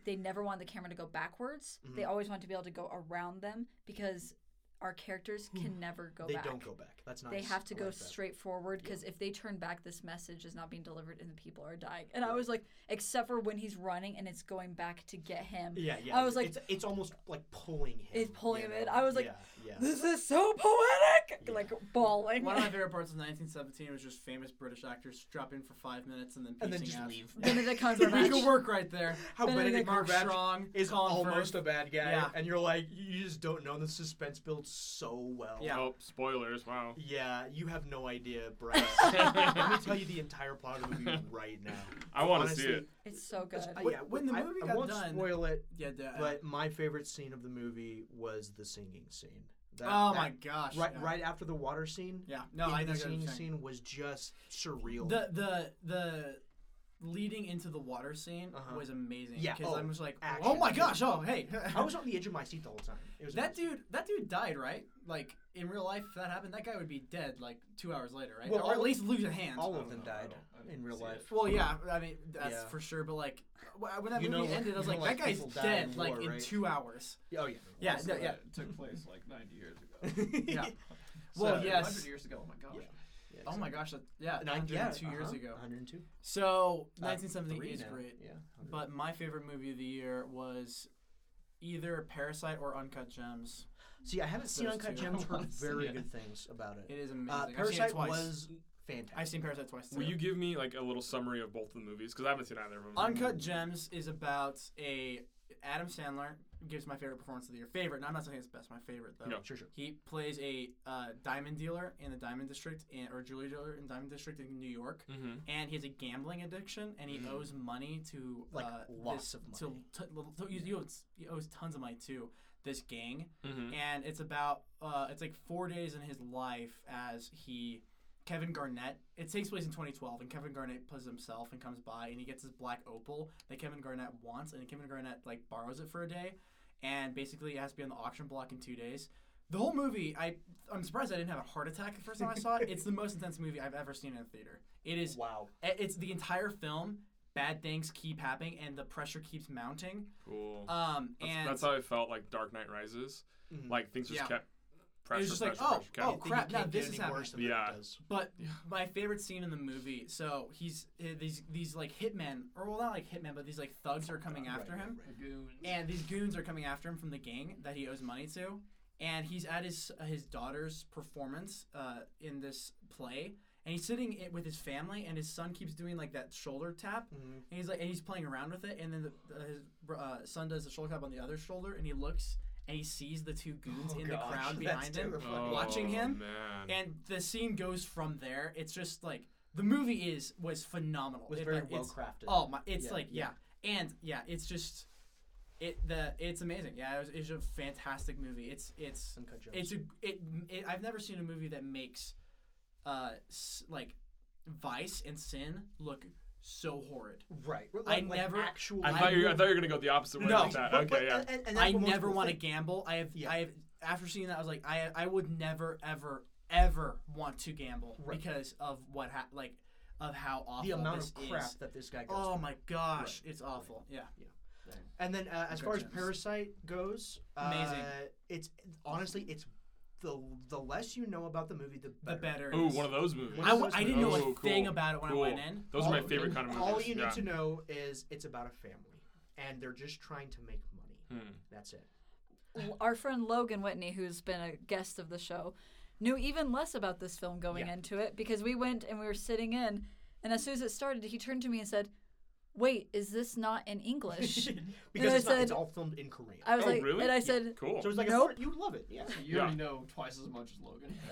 Speaker 4: they never wanted the camera to go backwards. They
Speaker 2: Mm-hmm.
Speaker 4: always wanted to be able to go around them because our characters can never go
Speaker 2: They
Speaker 4: back.
Speaker 2: don't go back. That's nice.
Speaker 4: they have to
Speaker 2: I
Speaker 4: go
Speaker 2: like that.
Speaker 4: straight forward because if they turn back, this message is not being delivered and the people are dying. And I was like, except for when he's running and it's going back to get him.
Speaker 2: Yeah, yeah.
Speaker 4: I was like,
Speaker 2: it's, it's almost like pulling him.
Speaker 4: It's pulling
Speaker 2: you
Speaker 4: him in.
Speaker 2: know?
Speaker 4: I was like,
Speaker 2: yeah, yeah.
Speaker 4: this is so poetic,
Speaker 2: Yeah.
Speaker 4: like bawling.
Speaker 1: One of my favorite parts of 1917 was just famous British actors drop in for five minutes and then
Speaker 2: and then
Speaker 1: peacing
Speaker 2: just
Speaker 1: out.
Speaker 2: leave.
Speaker 4: Benedict
Speaker 1: We
Speaker 4: Cumberbatch.
Speaker 1: could work right there.
Speaker 2: How Benedict
Speaker 1: Mark
Speaker 2: Cumberbatch
Speaker 1: Strong
Speaker 2: is
Speaker 1: Colin
Speaker 2: almost
Speaker 1: Firth.
Speaker 2: a bad guy,
Speaker 1: Yeah.
Speaker 2: and you're like, you just don't know. and The suspense builds so well.
Speaker 1: Yeah.
Speaker 3: Oh, spoilers! Wow.
Speaker 2: Yeah, you have no idea, Bryce. Let me tell you the entire plot of the movie right now.
Speaker 3: I want to see it.
Speaker 4: It's so good.
Speaker 2: Honestly,
Speaker 1: When-
Speaker 2: yeah,
Speaker 1: Uh, when the
Speaker 2: I-
Speaker 1: movie
Speaker 2: I,
Speaker 1: got
Speaker 2: won't
Speaker 1: done- uh,
Speaker 2: spoil it,
Speaker 1: Yeah, the,
Speaker 2: but my favorite scene of the movie was the singing scene. That,
Speaker 1: oh
Speaker 2: uh, that-
Speaker 1: my gosh.
Speaker 2: Right,
Speaker 1: yeah.
Speaker 2: right after the water scene.
Speaker 1: Yeah. No,
Speaker 2: in
Speaker 1: I know
Speaker 2: the
Speaker 1: what you're
Speaker 2: singing
Speaker 1: saying.
Speaker 2: scene was just surreal.
Speaker 1: The the the leading into the water scene
Speaker 2: Uh-huh.
Speaker 1: was amazing.
Speaker 2: Yeah,
Speaker 1: Because
Speaker 2: oh,
Speaker 1: I'm just like, oh
Speaker 2: action.
Speaker 1: my gosh, oh hey.
Speaker 2: I was on the edge of my seat the whole time. It was
Speaker 1: that dude, that dude died, right? Like in real life, if that happened, that guy would be dead like two hours later, right?
Speaker 2: Well,
Speaker 1: or at
Speaker 2: all-
Speaker 1: least lose a hand.
Speaker 2: all
Speaker 5: I
Speaker 2: of
Speaker 5: don't
Speaker 2: them
Speaker 5: know, I
Speaker 2: died
Speaker 5: don't- I didn't
Speaker 2: in real
Speaker 5: see it.
Speaker 2: life.
Speaker 1: Well, yeah, I mean that's
Speaker 2: Yeah.
Speaker 1: for sure. But like, wh- when that
Speaker 2: You know,
Speaker 1: movie
Speaker 2: like-
Speaker 1: ended, I was
Speaker 2: you know,
Speaker 1: like,
Speaker 2: like,
Speaker 1: that guy's
Speaker 2: people die
Speaker 1: dead
Speaker 2: in
Speaker 1: like
Speaker 2: war,
Speaker 1: in
Speaker 2: right?
Speaker 1: two hours.
Speaker 2: Oh yeah.
Speaker 1: Yeah,
Speaker 5: Also,
Speaker 1: no, yeah.
Speaker 5: that took place like 90 years ago.
Speaker 1: Yeah.
Speaker 5: So,
Speaker 1: Well,
Speaker 5: 100
Speaker 1: yes.
Speaker 5: years ago. Oh my gosh.
Speaker 2: Yeah.
Speaker 1: Oh my gosh, that, yeah,
Speaker 2: Nine, yeah,
Speaker 1: 102 years
Speaker 2: uh-huh,
Speaker 1: ago.
Speaker 2: 102.
Speaker 1: So
Speaker 2: Uh,
Speaker 1: 1978
Speaker 2: Three
Speaker 1: is
Speaker 2: now.
Speaker 1: great.
Speaker 2: Yeah.
Speaker 1: But my favorite movie of the year was either Parasite or Uncut Gems.
Speaker 2: See, I haven't seen
Speaker 1: Those
Speaker 2: Uncut
Speaker 1: two.
Speaker 2: Gems. Heard
Speaker 5: Once,
Speaker 2: very
Speaker 5: yeah.
Speaker 2: good things about it.
Speaker 1: It is amazing.
Speaker 2: Uh,
Speaker 1: I've seen it
Speaker 2: Parasite
Speaker 1: twice.
Speaker 2: was
Speaker 1: I've
Speaker 2: fantastic.
Speaker 1: seen Parasite twice.
Speaker 3: Will
Speaker 1: too.
Speaker 3: you give me like a little summary of both of the movies? Because I haven't seen either of them.
Speaker 1: Uncut Gems is about a Adam Sandler gives my favorite performance of the year. Favorite, and I'm not saying it's best. My favorite though.
Speaker 3: Yeah.
Speaker 2: Sure, sure.
Speaker 1: He plays a uh, diamond dealer in the Diamond District, in, or jewelry dealer in Diamond District in New York,
Speaker 3: Mm-hmm.
Speaker 1: and he has a gambling addiction, and he owes money to
Speaker 2: Hmm. Like,
Speaker 1: uh,
Speaker 2: lots
Speaker 1: this-
Speaker 2: of
Speaker 1: to-
Speaker 2: money.
Speaker 1: to- little- to- he, owes, he owes tons of money to this gang,
Speaker 3: Mm-hmm.
Speaker 1: and it's about uh, it's like four days in his life as he Kevin Garnett. It takes place in 2012, and Kevin Garnett plays himself and comes by, and he gets his black opal that Kevin Garnett wants, and Kevin Garnett like borrows it for a day, and basically it has to be on the auction block in two days. The whole movie, I I'm surprised I didn't have a heart attack the first time I saw it. It's the most intense movie I've ever seen in a theater. It is
Speaker 2: Wow.
Speaker 1: it- it's the entire film. Bad things keep happening, and the pressure keeps mounting.
Speaker 3: Cool.
Speaker 1: Um,
Speaker 3: that's,
Speaker 1: and Mm-hmm.
Speaker 3: that's how I felt like Dark Knight Rises.
Speaker 2: Mhm.
Speaker 3: Like things just
Speaker 1: Yeah.
Speaker 3: kept pressure,
Speaker 1: just like,
Speaker 3: pressure,
Speaker 1: oh,
Speaker 3: pressure, kept-
Speaker 1: oh, crap, now this is happening.
Speaker 3: Yeah.
Speaker 1: But my favorite scene in the movie, so he's eh, these these like hitmen, or well not like hitmen, but these like thugs are coming after him,
Speaker 5: Lagoons.
Speaker 1: and these goons are coming after him from the gang that he owes money to, and he's at his uh, his daughter's performance uh, in this play, and he's sitting it with his family, and his son keeps doing like that shoulder tap,
Speaker 2: Mhm.
Speaker 1: and he's like and he's playing around with it, and then the, the, his br- uh, son does the shoulder tap on the other shoulder, and he looks and he sees the two goons in the crowd behind him,
Speaker 3: Oh,
Speaker 1: watching him,
Speaker 3: Man.
Speaker 1: and the scene goes from there. It's just like the movie is was phenomenal.
Speaker 2: was
Speaker 1: It,
Speaker 2: very
Speaker 1: like,
Speaker 2: well
Speaker 1: it's-
Speaker 2: crafted.
Speaker 1: Oh my! It's
Speaker 2: Yeah,
Speaker 1: like yeah.
Speaker 2: yeah.
Speaker 1: and yeah, it's just it the it's amazing. Yeah, it was, it's a fantastic movie. It's it's
Speaker 2: Uncut Gems.
Speaker 1: it's a it, it I've never seen a movie that makes uh s- like vice and sin look so horrid.
Speaker 2: right. Like,
Speaker 1: I
Speaker 2: like
Speaker 1: never-
Speaker 2: Actual,
Speaker 3: I thought you. I thought you were gonna go the opposite way.
Speaker 1: No.
Speaker 3: Like that.
Speaker 2: But-
Speaker 3: Okay.
Speaker 2: but-
Speaker 3: yeah.
Speaker 2: and- and that's
Speaker 1: I
Speaker 2: what most
Speaker 1: never
Speaker 2: people
Speaker 1: want to
Speaker 2: think.
Speaker 1: gamble. I have
Speaker 2: Yeah.
Speaker 1: I have after seeing that I was like I I would never ever ever want to gamble
Speaker 2: Right.
Speaker 1: because of what ha- like of how awful
Speaker 2: the amount
Speaker 1: this
Speaker 2: of crap
Speaker 1: is.
Speaker 2: that this guy goes.
Speaker 1: Oh
Speaker 2: through.
Speaker 1: my gosh, it's awful. Yeah.
Speaker 2: And then uh, as
Speaker 1: Uncut
Speaker 2: far as
Speaker 1: Gems.
Speaker 2: Parasite goes,
Speaker 1: Amazing.
Speaker 2: uh, It's honestly, it's the the less you know about the movie, the
Speaker 1: The
Speaker 2: better.
Speaker 1: better.
Speaker 3: Ooh,
Speaker 1: is-
Speaker 3: one of those movies.
Speaker 1: I, w- I didn't know a
Speaker 3: Oh,
Speaker 1: thing
Speaker 3: cool.
Speaker 1: about it when
Speaker 3: Cool.
Speaker 1: I went in.
Speaker 3: Those are my
Speaker 2: All-
Speaker 3: favorite kind of movies.
Speaker 2: All you need
Speaker 3: yeah.
Speaker 2: to know is it's about a family, and they're just trying to make money.
Speaker 3: Hmm.
Speaker 2: That's it.
Speaker 4: L- our friend Logan Whitney, who's been a guest of the show, knew even less about this film going
Speaker 2: Yeah.
Speaker 4: into it because we went and we were sitting in, and as soon as it started, he turned to me and said, "Wait, is this not in English?"
Speaker 2: Because
Speaker 4: I
Speaker 2: it's, not, it's
Speaker 4: said-
Speaker 2: all filmed in Korea.
Speaker 4: I was
Speaker 3: Oh,
Speaker 4: like,
Speaker 3: really?
Speaker 4: and I said,
Speaker 3: Cool.
Speaker 2: so it's like
Speaker 4: Nope.
Speaker 2: a, you would love it. Yeah.
Speaker 5: So you already know twice as much as Logan.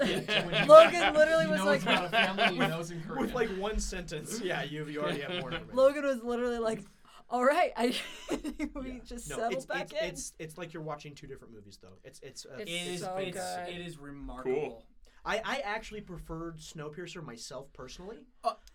Speaker 4: Logan literally
Speaker 5: You
Speaker 4: was
Speaker 5: know
Speaker 4: like,
Speaker 5: it's about a family you know it's in Korea.
Speaker 2: With like one sentence, yeah, you you already have more information.
Speaker 4: Logan was literally like, "All right," I we
Speaker 2: Yeah.
Speaker 4: just
Speaker 2: No,
Speaker 4: settled
Speaker 2: it's, it's,
Speaker 4: back in.
Speaker 2: It's, it's like you're watching two different movies though. It's it's, uh,
Speaker 4: It's
Speaker 1: It is
Speaker 4: so
Speaker 1: it's,
Speaker 4: good.
Speaker 1: it is remarkable.
Speaker 2: I, I actually preferred Snowpiercer myself personally,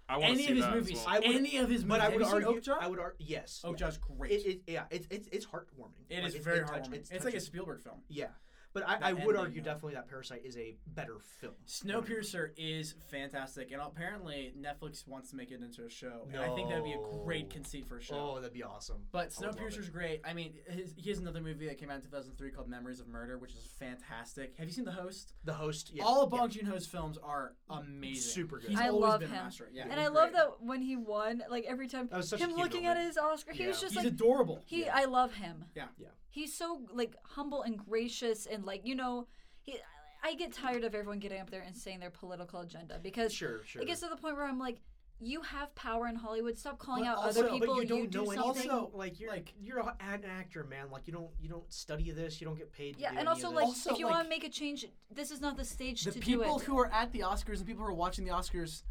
Speaker 3: I want to
Speaker 1: Any
Speaker 3: see
Speaker 1: of his
Speaker 3: that
Speaker 1: movies.
Speaker 3: As
Speaker 2: I
Speaker 3: well.
Speaker 2: would-
Speaker 1: any of his movies.
Speaker 2: but I
Speaker 1: Have
Speaker 2: would
Speaker 1: you seen
Speaker 2: argue
Speaker 1: Oakjaw?
Speaker 2: I would ar- yes. yeah.
Speaker 1: Oakjaw's great.
Speaker 2: It, it, yeah, it's it's it's heartwarming.
Speaker 1: it
Speaker 2: Like,
Speaker 1: is very
Speaker 2: touch-
Speaker 1: heartwarming.
Speaker 2: it's
Speaker 1: It's like a
Speaker 2: touching.
Speaker 1: Spielberg film.
Speaker 2: yeah, but I,
Speaker 1: That
Speaker 2: I would
Speaker 1: ending,
Speaker 2: argue
Speaker 1: yeah.
Speaker 2: definitely that Parasite is a better film.
Speaker 1: Snowpiercer is fantastic, and apparently Netflix wants to make it into a show. And I think that'd be a great
Speaker 2: No.
Speaker 1: conceit for a show.
Speaker 2: Oh, that'd be awesome.
Speaker 1: But
Speaker 2: I would love
Speaker 1: Snowpiercer's great. I mean, his, he has another movie that came out in 2003 called Memories of Murder, which is fantastic. Have you seen The Host?
Speaker 2: The host, yeah,
Speaker 1: All of Bong Joon Ho's films are amazing.
Speaker 2: Super good.
Speaker 1: He's
Speaker 4: I
Speaker 1: always
Speaker 4: love
Speaker 1: been a
Speaker 4: him.
Speaker 1: master. Yeah,
Speaker 4: and
Speaker 1: he's
Speaker 4: I love
Speaker 1: great.
Speaker 4: that when he won, like every time
Speaker 2: That was such a
Speaker 4: him
Speaker 2: cute
Speaker 4: looking
Speaker 2: moment.
Speaker 4: at his Oscar, he was
Speaker 2: Yeah.
Speaker 4: just
Speaker 1: He's
Speaker 4: like,
Speaker 1: adorable.
Speaker 4: He,
Speaker 2: Yeah.
Speaker 4: I love him.
Speaker 1: Yeah.
Speaker 2: Yeah.
Speaker 4: He's so like humble and gracious, and like you know, he. I get tired of everyone getting up there and saying their political agenda because
Speaker 2: Sure, sure.
Speaker 4: it gets to the point where I'm like, you have power in Hollywood. Stop calling
Speaker 2: But
Speaker 4: out
Speaker 2: also-
Speaker 4: other people.
Speaker 2: But you don't know
Speaker 4: do
Speaker 2: anything.
Speaker 4: something.
Speaker 2: Also, like you're like
Speaker 1: like-
Speaker 2: you're a- an actor, man. Like you don't you don't study this. You don't get paid. To
Speaker 4: yeah,
Speaker 2: do any
Speaker 4: and also
Speaker 2: of
Speaker 4: like,
Speaker 1: Also,
Speaker 4: if you
Speaker 1: like,
Speaker 4: want to make a change, this is not the stage
Speaker 1: the
Speaker 4: to
Speaker 1: people
Speaker 4: do it.
Speaker 1: who are at the Oscars and people who are watching the Oscars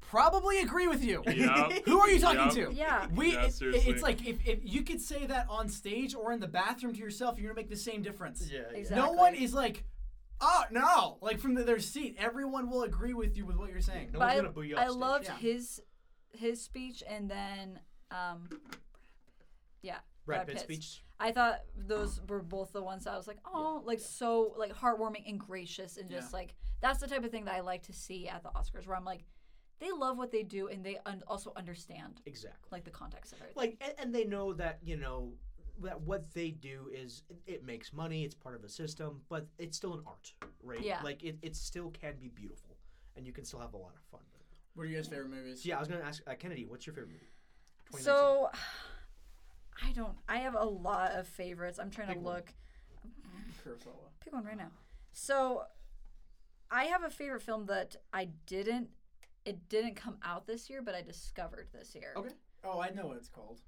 Speaker 1: probably agree with you.
Speaker 3: Yeah.
Speaker 1: Who are you talking
Speaker 3: Yep.
Speaker 1: to?
Speaker 4: Yeah.
Speaker 1: We,
Speaker 3: Yeah,
Speaker 1: it- it-
Speaker 3: seriously.
Speaker 1: it's like if, if you could say that on stage or in the bathroom to yourself, you're gonna make the same difference.
Speaker 2: this. yeah, yeah.
Speaker 4: Exactly.
Speaker 1: No one is like, oh no, like from the, their seat. Everyone will agree with you with what you're saying.
Speaker 2: No
Speaker 4: But
Speaker 2: one's
Speaker 4: I-
Speaker 2: gonna boo you off
Speaker 4: I
Speaker 2: stage.
Speaker 4: loved
Speaker 1: Yeah.
Speaker 4: his his speech and then um, yeah,
Speaker 2: Brad
Speaker 4: Brad
Speaker 2: Pitt
Speaker 4: Pitt's.
Speaker 2: speech.
Speaker 4: I thought those were both the ones that I was like, oh, like so like heartwarming and gracious and just
Speaker 1: Yeah.
Speaker 4: like that's the type of thing that I like to see at the Oscars where I'm like, they love what they do and they un- also understand
Speaker 2: Exactly.
Speaker 4: like the context of everything.
Speaker 2: like and, and they know that you know that what they do is it makes money it's part of a system but it's still an art right
Speaker 4: Yeah.
Speaker 2: like it, it still can be beautiful and you can still have a lot of fun with it.
Speaker 1: What are you guys' favorite movies?
Speaker 2: so yeah i was gonna ask uh, kennedy what's your favorite movie 2019.
Speaker 4: So I don't. I have a lot of favorites. I'm trying
Speaker 2: Pick
Speaker 4: to
Speaker 2: one.
Speaker 4: look.
Speaker 1: Kurosawa.
Speaker 4: Pick one right now. So I have a favorite film that I didn't. It didn't come out this year, but I discovered this year.
Speaker 2: Okay.
Speaker 1: Oh, I know what it's called.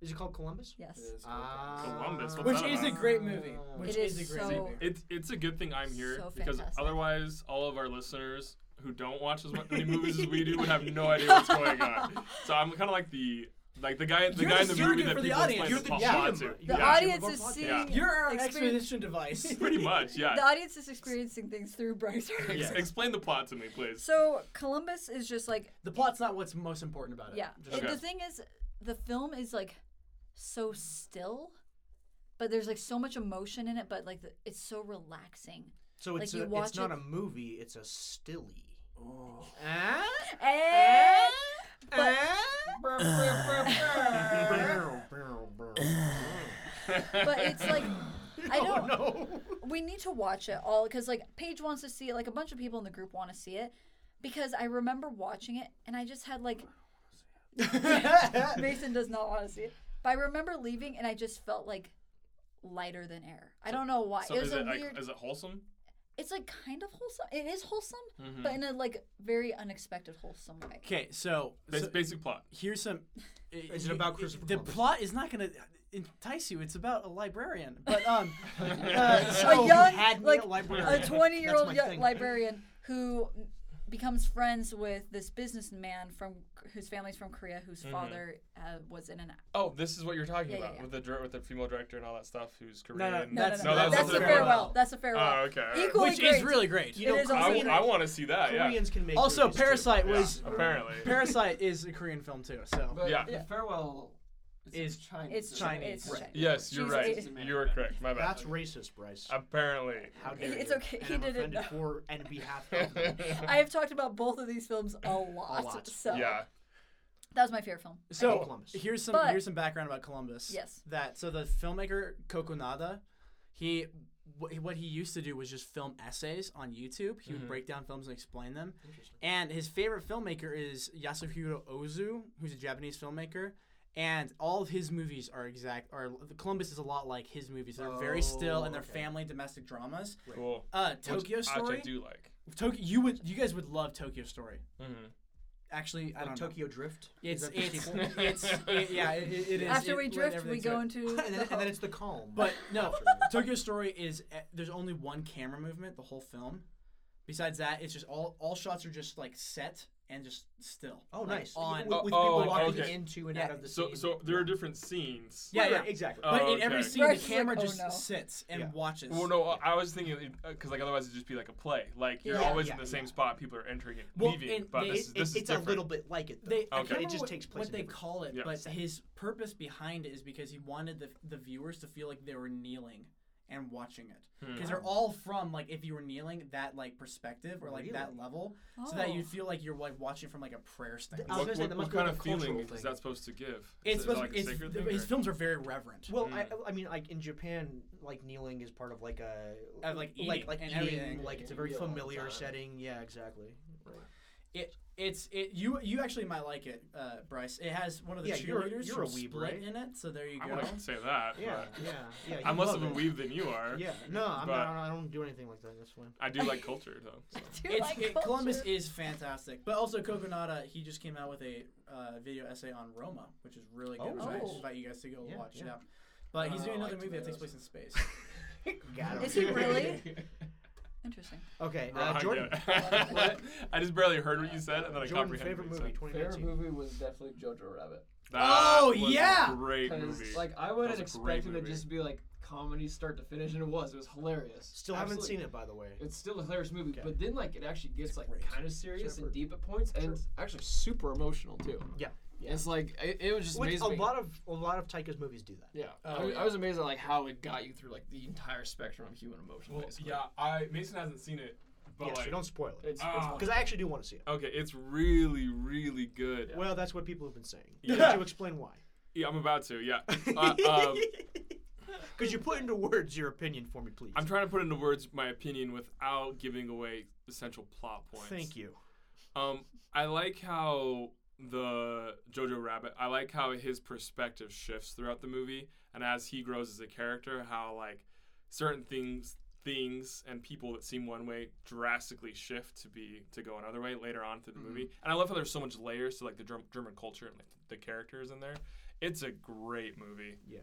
Speaker 2: is it called columbus
Speaker 1: It
Speaker 4: Yes.
Speaker 1: is called
Speaker 2: Ah.
Speaker 3: Columbus, Oh. what's
Speaker 1: Which
Speaker 3: that
Speaker 1: is a
Speaker 3: about?
Speaker 1: great movie.
Speaker 2: Ah.
Speaker 1: Which
Speaker 4: It is
Speaker 1: a great
Speaker 4: so-
Speaker 1: movie.
Speaker 3: It's it's a good thing I'm here
Speaker 4: So
Speaker 3: because
Speaker 4: fantastic.
Speaker 3: otherwise all of our listeners who don't watch as mu- many movies as we do would have no idea what's going on. So I'm kind of like the like the guy the
Speaker 1: You're
Speaker 3: guy
Speaker 1: the
Speaker 3: in the movie
Speaker 1: surrogate
Speaker 3: that
Speaker 1: for the
Speaker 3: people
Speaker 1: audience. You're
Speaker 3: explain the
Speaker 1: the
Speaker 3: plot
Speaker 2: gym. The
Speaker 3: to.
Speaker 4: The
Speaker 3: Yeah,
Speaker 4: audience
Speaker 2: Yeah.
Speaker 4: is
Speaker 2: Yeah.
Speaker 4: seeing.
Speaker 1: You're our
Speaker 4: experience-
Speaker 1: expedition device.
Speaker 3: pretty much. Yeah.
Speaker 4: The audience is experiencing things through Bryce. Harper.
Speaker 3: Ex- Explain the plot to me, please.
Speaker 4: So Columbus is just like
Speaker 1: the plot's not what's most important about it.
Speaker 4: yeah.
Speaker 1: Just-
Speaker 4: And
Speaker 3: Okay.
Speaker 4: the thing is, the film is like so still, but there's like so much emotion in it. But like the, it's so relaxing.
Speaker 2: so it's
Speaker 4: Like, you
Speaker 2: a,
Speaker 4: watch
Speaker 2: it's not
Speaker 4: it-
Speaker 2: a movie it's a stilly
Speaker 1: Oh.
Speaker 4: And but but it's like I don't
Speaker 2: know
Speaker 4: we need to watch it all because like Paige wants to see it like a bunch of people in the group want to see it because I remember watching it and I just had like
Speaker 1: Eh?
Speaker 4: Mason does not want to see it but I remember leaving and I just felt like lighter than air I don't know why
Speaker 3: So
Speaker 4: it was
Speaker 3: is
Speaker 4: a
Speaker 3: it like uh
Speaker 4: weird
Speaker 3: is it wholesome?
Speaker 4: it's like kind of wholesome it is wholesome but in a like very unexpected wholesome way
Speaker 1: Okay, so,
Speaker 3: Bas-
Speaker 1: so
Speaker 3: basic plot.
Speaker 1: here's some. eh,
Speaker 2: Is it about Christopher
Speaker 1: The
Speaker 2: Columbus?
Speaker 1: plot is not going to entice you. It's about a librarian, but um,
Speaker 2: uh,
Speaker 4: A
Speaker 2: so
Speaker 4: young,
Speaker 2: you had me
Speaker 4: like,
Speaker 2: at
Speaker 4: a
Speaker 2: library
Speaker 4: 20 year old
Speaker 2: my
Speaker 4: yo-
Speaker 2: thing.
Speaker 4: librarian who becomes friends with this businessman from whose family's from Korea whose father uh, was in an
Speaker 3: Oh, this is what you're talking
Speaker 4: Yeah, yeah,
Speaker 3: about
Speaker 4: yeah.
Speaker 3: with the dir- with the female director and all that stuff who's
Speaker 1: no,
Speaker 3: Korean.
Speaker 4: no,
Speaker 1: That's-
Speaker 4: no, no,
Speaker 3: no,
Speaker 4: that's,
Speaker 3: that's
Speaker 4: a
Speaker 3: a
Speaker 4: farewell.
Speaker 1: farewell.
Speaker 4: That's a farewell.
Speaker 3: Oh, okay.
Speaker 4: Equally
Speaker 1: which
Speaker 4: great.
Speaker 1: is really great.
Speaker 2: you know
Speaker 4: is
Speaker 3: I,
Speaker 4: also-
Speaker 2: Korean-
Speaker 3: w- I want to see that. Yeah.
Speaker 2: koreans can make
Speaker 1: also,
Speaker 2: movies too.
Speaker 1: Parasite
Speaker 3: Yeah,
Speaker 1: was
Speaker 3: apparently.
Speaker 1: Parasite is a Korean film too. So
Speaker 5: But
Speaker 3: Yeah.
Speaker 5: the farewell
Speaker 1: Is-
Speaker 5: Chinese.
Speaker 4: It's
Speaker 1: Chinese.
Speaker 4: It's
Speaker 1: Right.
Speaker 4: Chinese.
Speaker 3: Yes, you're
Speaker 4: She's
Speaker 3: right.
Speaker 4: a-
Speaker 3: You are correct. My bad.
Speaker 2: that's racist bryce
Speaker 3: apparently.
Speaker 2: How dare
Speaker 4: It's
Speaker 2: you.
Speaker 4: okay,
Speaker 2: And
Speaker 4: he
Speaker 2: I'm
Speaker 4: did it
Speaker 2: offended
Speaker 4: though.
Speaker 2: for and behalf of them.
Speaker 4: I have talked about both of these films a lot.
Speaker 2: lot.
Speaker 4: So
Speaker 3: yeah.
Speaker 4: that was my favorite film.
Speaker 2: I hate
Speaker 1: So
Speaker 2: Columbus.
Speaker 1: here's some
Speaker 4: But-
Speaker 1: here's some background about Columbus.
Speaker 4: Yes.
Speaker 1: That so the filmmaker Kokonada, he wh- what he used to do was just film essays on YouTube.
Speaker 2: Mm-hmm.
Speaker 1: He would break down films and explain them. And his favorite filmmaker is Yasuhiro Ozu, who's a Japanese filmmaker. And all of his movies are exact. Are Columbus is a lot like his movies. They're very still, and they're
Speaker 2: Oh, okay.
Speaker 1: family domestic dramas.
Speaker 3: Cool.
Speaker 1: Uh,
Speaker 3: Which-
Speaker 1: Tokyo Story.
Speaker 3: Which I do like.
Speaker 1: Tokyo, you would, you guys would love Tokyo Story.
Speaker 3: hmm
Speaker 1: Actually, I
Speaker 2: Like
Speaker 1: don't know.
Speaker 2: Tokyo Drift.
Speaker 1: It's
Speaker 2: that the
Speaker 1: it's,
Speaker 2: sequel? and,
Speaker 1: it's it, yeah it, it it is.
Speaker 4: After
Speaker 1: it-
Speaker 4: we
Speaker 1: with
Speaker 4: drift, we
Speaker 1: everything's
Speaker 4: go
Speaker 1: good.
Speaker 2: then,
Speaker 4: into. the
Speaker 2: and then
Speaker 4: whole-
Speaker 2: it's the calm.
Speaker 1: But no,
Speaker 2: After that.
Speaker 1: Tokyo Story is eh, there's only one camera movement the whole film. Besides that, it's just all all shots are just like set and just still.
Speaker 2: oh,
Speaker 1: Like,
Speaker 2: nice.
Speaker 1: On
Speaker 2: with, with
Speaker 3: Oh,
Speaker 2: people walking
Speaker 3: okay.
Speaker 2: into and
Speaker 1: Yeah.
Speaker 2: out of the
Speaker 3: So
Speaker 2: scene.
Speaker 3: so there are different scenes.
Speaker 1: Yeah,
Speaker 2: Right,
Speaker 1: yeah.
Speaker 2: right, exactly.
Speaker 3: Uh,
Speaker 1: but
Speaker 3: Oh,
Speaker 1: in every
Speaker 3: okay.
Speaker 1: scene,
Speaker 4: Right,
Speaker 1: the
Speaker 4: she's like,
Speaker 1: camera
Speaker 4: "Oh,
Speaker 1: just
Speaker 4: no."
Speaker 1: sits and
Speaker 2: Yeah.
Speaker 1: watches.
Speaker 3: Well, no, I was thinking because like otherwise it'd just be like a play. Like you're
Speaker 4: Yeah,
Speaker 3: always
Speaker 2: yeah,
Speaker 3: in the
Speaker 2: yeah.
Speaker 3: same spot. People are entering and
Speaker 1: Well,
Speaker 3: leaving,
Speaker 1: and
Speaker 3: but
Speaker 1: they-
Speaker 3: this, is
Speaker 2: It-
Speaker 3: this is
Speaker 2: it's
Speaker 3: different.
Speaker 2: a little bit like it. Though.
Speaker 1: They, I
Speaker 3: Okay.
Speaker 1: can't
Speaker 2: It
Speaker 1: remember
Speaker 2: just
Speaker 1: what-
Speaker 2: takes place
Speaker 1: What
Speaker 2: in
Speaker 1: they
Speaker 2: different-
Speaker 1: call it,
Speaker 3: Yeah.
Speaker 1: but his purpose behind it is because he wanted the the viewers to feel like they were kneeling and watching it
Speaker 3: Hmm.
Speaker 1: because they're all from like if you were kneeling that like perspective or like that
Speaker 2: Really?
Speaker 1: level, so that
Speaker 4: Oh.
Speaker 1: you feel like you're like watching from like a prayer stand.
Speaker 2: I was
Speaker 3: What,
Speaker 2: gonna say,
Speaker 3: what-
Speaker 2: that
Speaker 3: what
Speaker 2: must be
Speaker 3: kind
Speaker 2: like
Speaker 3: of
Speaker 2: a cultural
Speaker 3: feeling
Speaker 2: thing.
Speaker 3: is that supposed to give?
Speaker 1: It's
Speaker 3: is it
Speaker 1: supposed
Speaker 3: like
Speaker 1: to be,
Speaker 3: a
Speaker 1: it's,
Speaker 3: sacred
Speaker 1: th-
Speaker 3: thing?
Speaker 1: his films are very reverent.
Speaker 2: Well,
Speaker 3: Hmm.
Speaker 2: I, I mean, like in Japan, like kneeling is part of like a
Speaker 1: Of, like,
Speaker 2: like
Speaker 1: eating
Speaker 2: like
Speaker 1: and
Speaker 2: eating,
Speaker 1: everything.
Speaker 2: like it's a
Speaker 5: Yeah,
Speaker 2: very
Speaker 5: you do it all the
Speaker 2: familiar
Speaker 5: time.
Speaker 2: setting. Yeah, exactly.
Speaker 1: It it's it you you actually might like it, uh, Bryce. It has one of the
Speaker 2: Yeah,
Speaker 1: cheerleaders
Speaker 2: you're- you're
Speaker 1: from
Speaker 2: a weeb,
Speaker 1: Split
Speaker 2: right?
Speaker 1: in it, so there you
Speaker 3: I
Speaker 1: go.
Speaker 3: wouldn't say that.
Speaker 2: Yeah,
Speaker 3: but
Speaker 2: yeah, yeah. you
Speaker 3: I'm less
Speaker 2: love
Speaker 3: of a
Speaker 2: it.
Speaker 3: weave than you are.
Speaker 2: Yeah, no, I'm
Speaker 3: but-
Speaker 2: not, I don't do anything like that. That's fine.
Speaker 3: I do like culture though. so.
Speaker 4: Do you
Speaker 1: It's,
Speaker 4: like
Speaker 1: it,
Speaker 4: culture?
Speaker 1: Columbus is fantastic, but also Coconata. He just came out with a uh, video essay on Roma, which is really good.
Speaker 2: Oh.
Speaker 1: So I
Speaker 4: Oh.
Speaker 1: invite you guys to go
Speaker 2: Yeah,
Speaker 1: watch it
Speaker 2: yeah.
Speaker 1: out. But he's
Speaker 5: Uh,
Speaker 1: doing
Speaker 5: I
Speaker 1: another
Speaker 5: like
Speaker 1: movie that takes place in
Speaker 5: tomatoes.
Speaker 1: space.
Speaker 2: Got him.
Speaker 4: Is he really? Interesting.
Speaker 2: Okay,
Speaker 3: Wrong,
Speaker 2: uh, Jordan.
Speaker 3: yeah. What? I just barely heard what you said, and then I
Speaker 2: Jordan,
Speaker 3: comprehended
Speaker 2: favorite
Speaker 3: what you
Speaker 2: movie,
Speaker 3: said.
Speaker 2: 2019.
Speaker 5: Favorite movie was definitely Jojo Rabbit.
Speaker 3: That
Speaker 1: Oh,
Speaker 3: was a
Speaker 1: yeah!
Speaker 3: great movie.
Speaker 5: Because like I
Speaker 3: That was
Speaker 5: wasn't
Speaker 3: a great
Speaker 5: expecting to
Speaker 3: movie.
Speaker 5: just be like comedy start to finish, and it was. It was hilarious.
Speaker 6: Still haven't seen it, by the way.
Speaker 5: It's still a hilarious movie,
Speaker 6: Okay.
Speaker 5: but then like it actually gets like
Speaker 6: great.
Speaker 5: kind of serious
Speaker 6: Shepherd.
Speaker 5: and deep at points, and it's actually super emotional too.
Speaker 6: Yeah.
Speaker 5: It's like it, it was just
Speaker 6: Which a
Speaker 5: amazing.
Speaker 6: lot of a lot of Taika's movies do that.
Speaker 5: yeah.
Speaker 1: Oh,
Speaker 5: I, was-
Speaker 1: yeah.
Speaker 5: I was amazed at like how it got you through like the entire spectrum of human emotion.
Speaker 3: Well,
Speaker 5: basically.
Speaker 3: yeah, I Mason hasn't seen it, but
Speaker 6: yeah,
Speaker 3: like,
Speaker 6: so don't spoil it.
Speaker 5: It's,
Speaker 3: Ah.
Speaker 5: it's
Speaker 6: Because I actually do want to see it.
Speaker 3: okay, it's really, really good.
Speaker 6: Well, that's what people have been saying.
Speaker 3: Yeah.
Speaker 6: Could you explain why?
Speaker 3: Yeah, I'm about to. Yeah, uh, um,
Speaker 6: Because you put into words your opinion for me, please.
Speaker 3: I'm trying to put into words my opinion without giving away essential plot points.
Speaker 6: Thank you.
Speaker 3: Um, I like how the Jojo Rabbit. I like how his perspective shifts throughout the movie, and as he grows as a character, how like certain things, things, and people that seem one way drastically shift to be to go another way later on through the
Speaker 5: Mm-hmm.
Speaker 3: movie. And I love how there's so much layers to like the Germ- German culture and like the characters in there. It's a great movie.
Speaker 6: Yeah.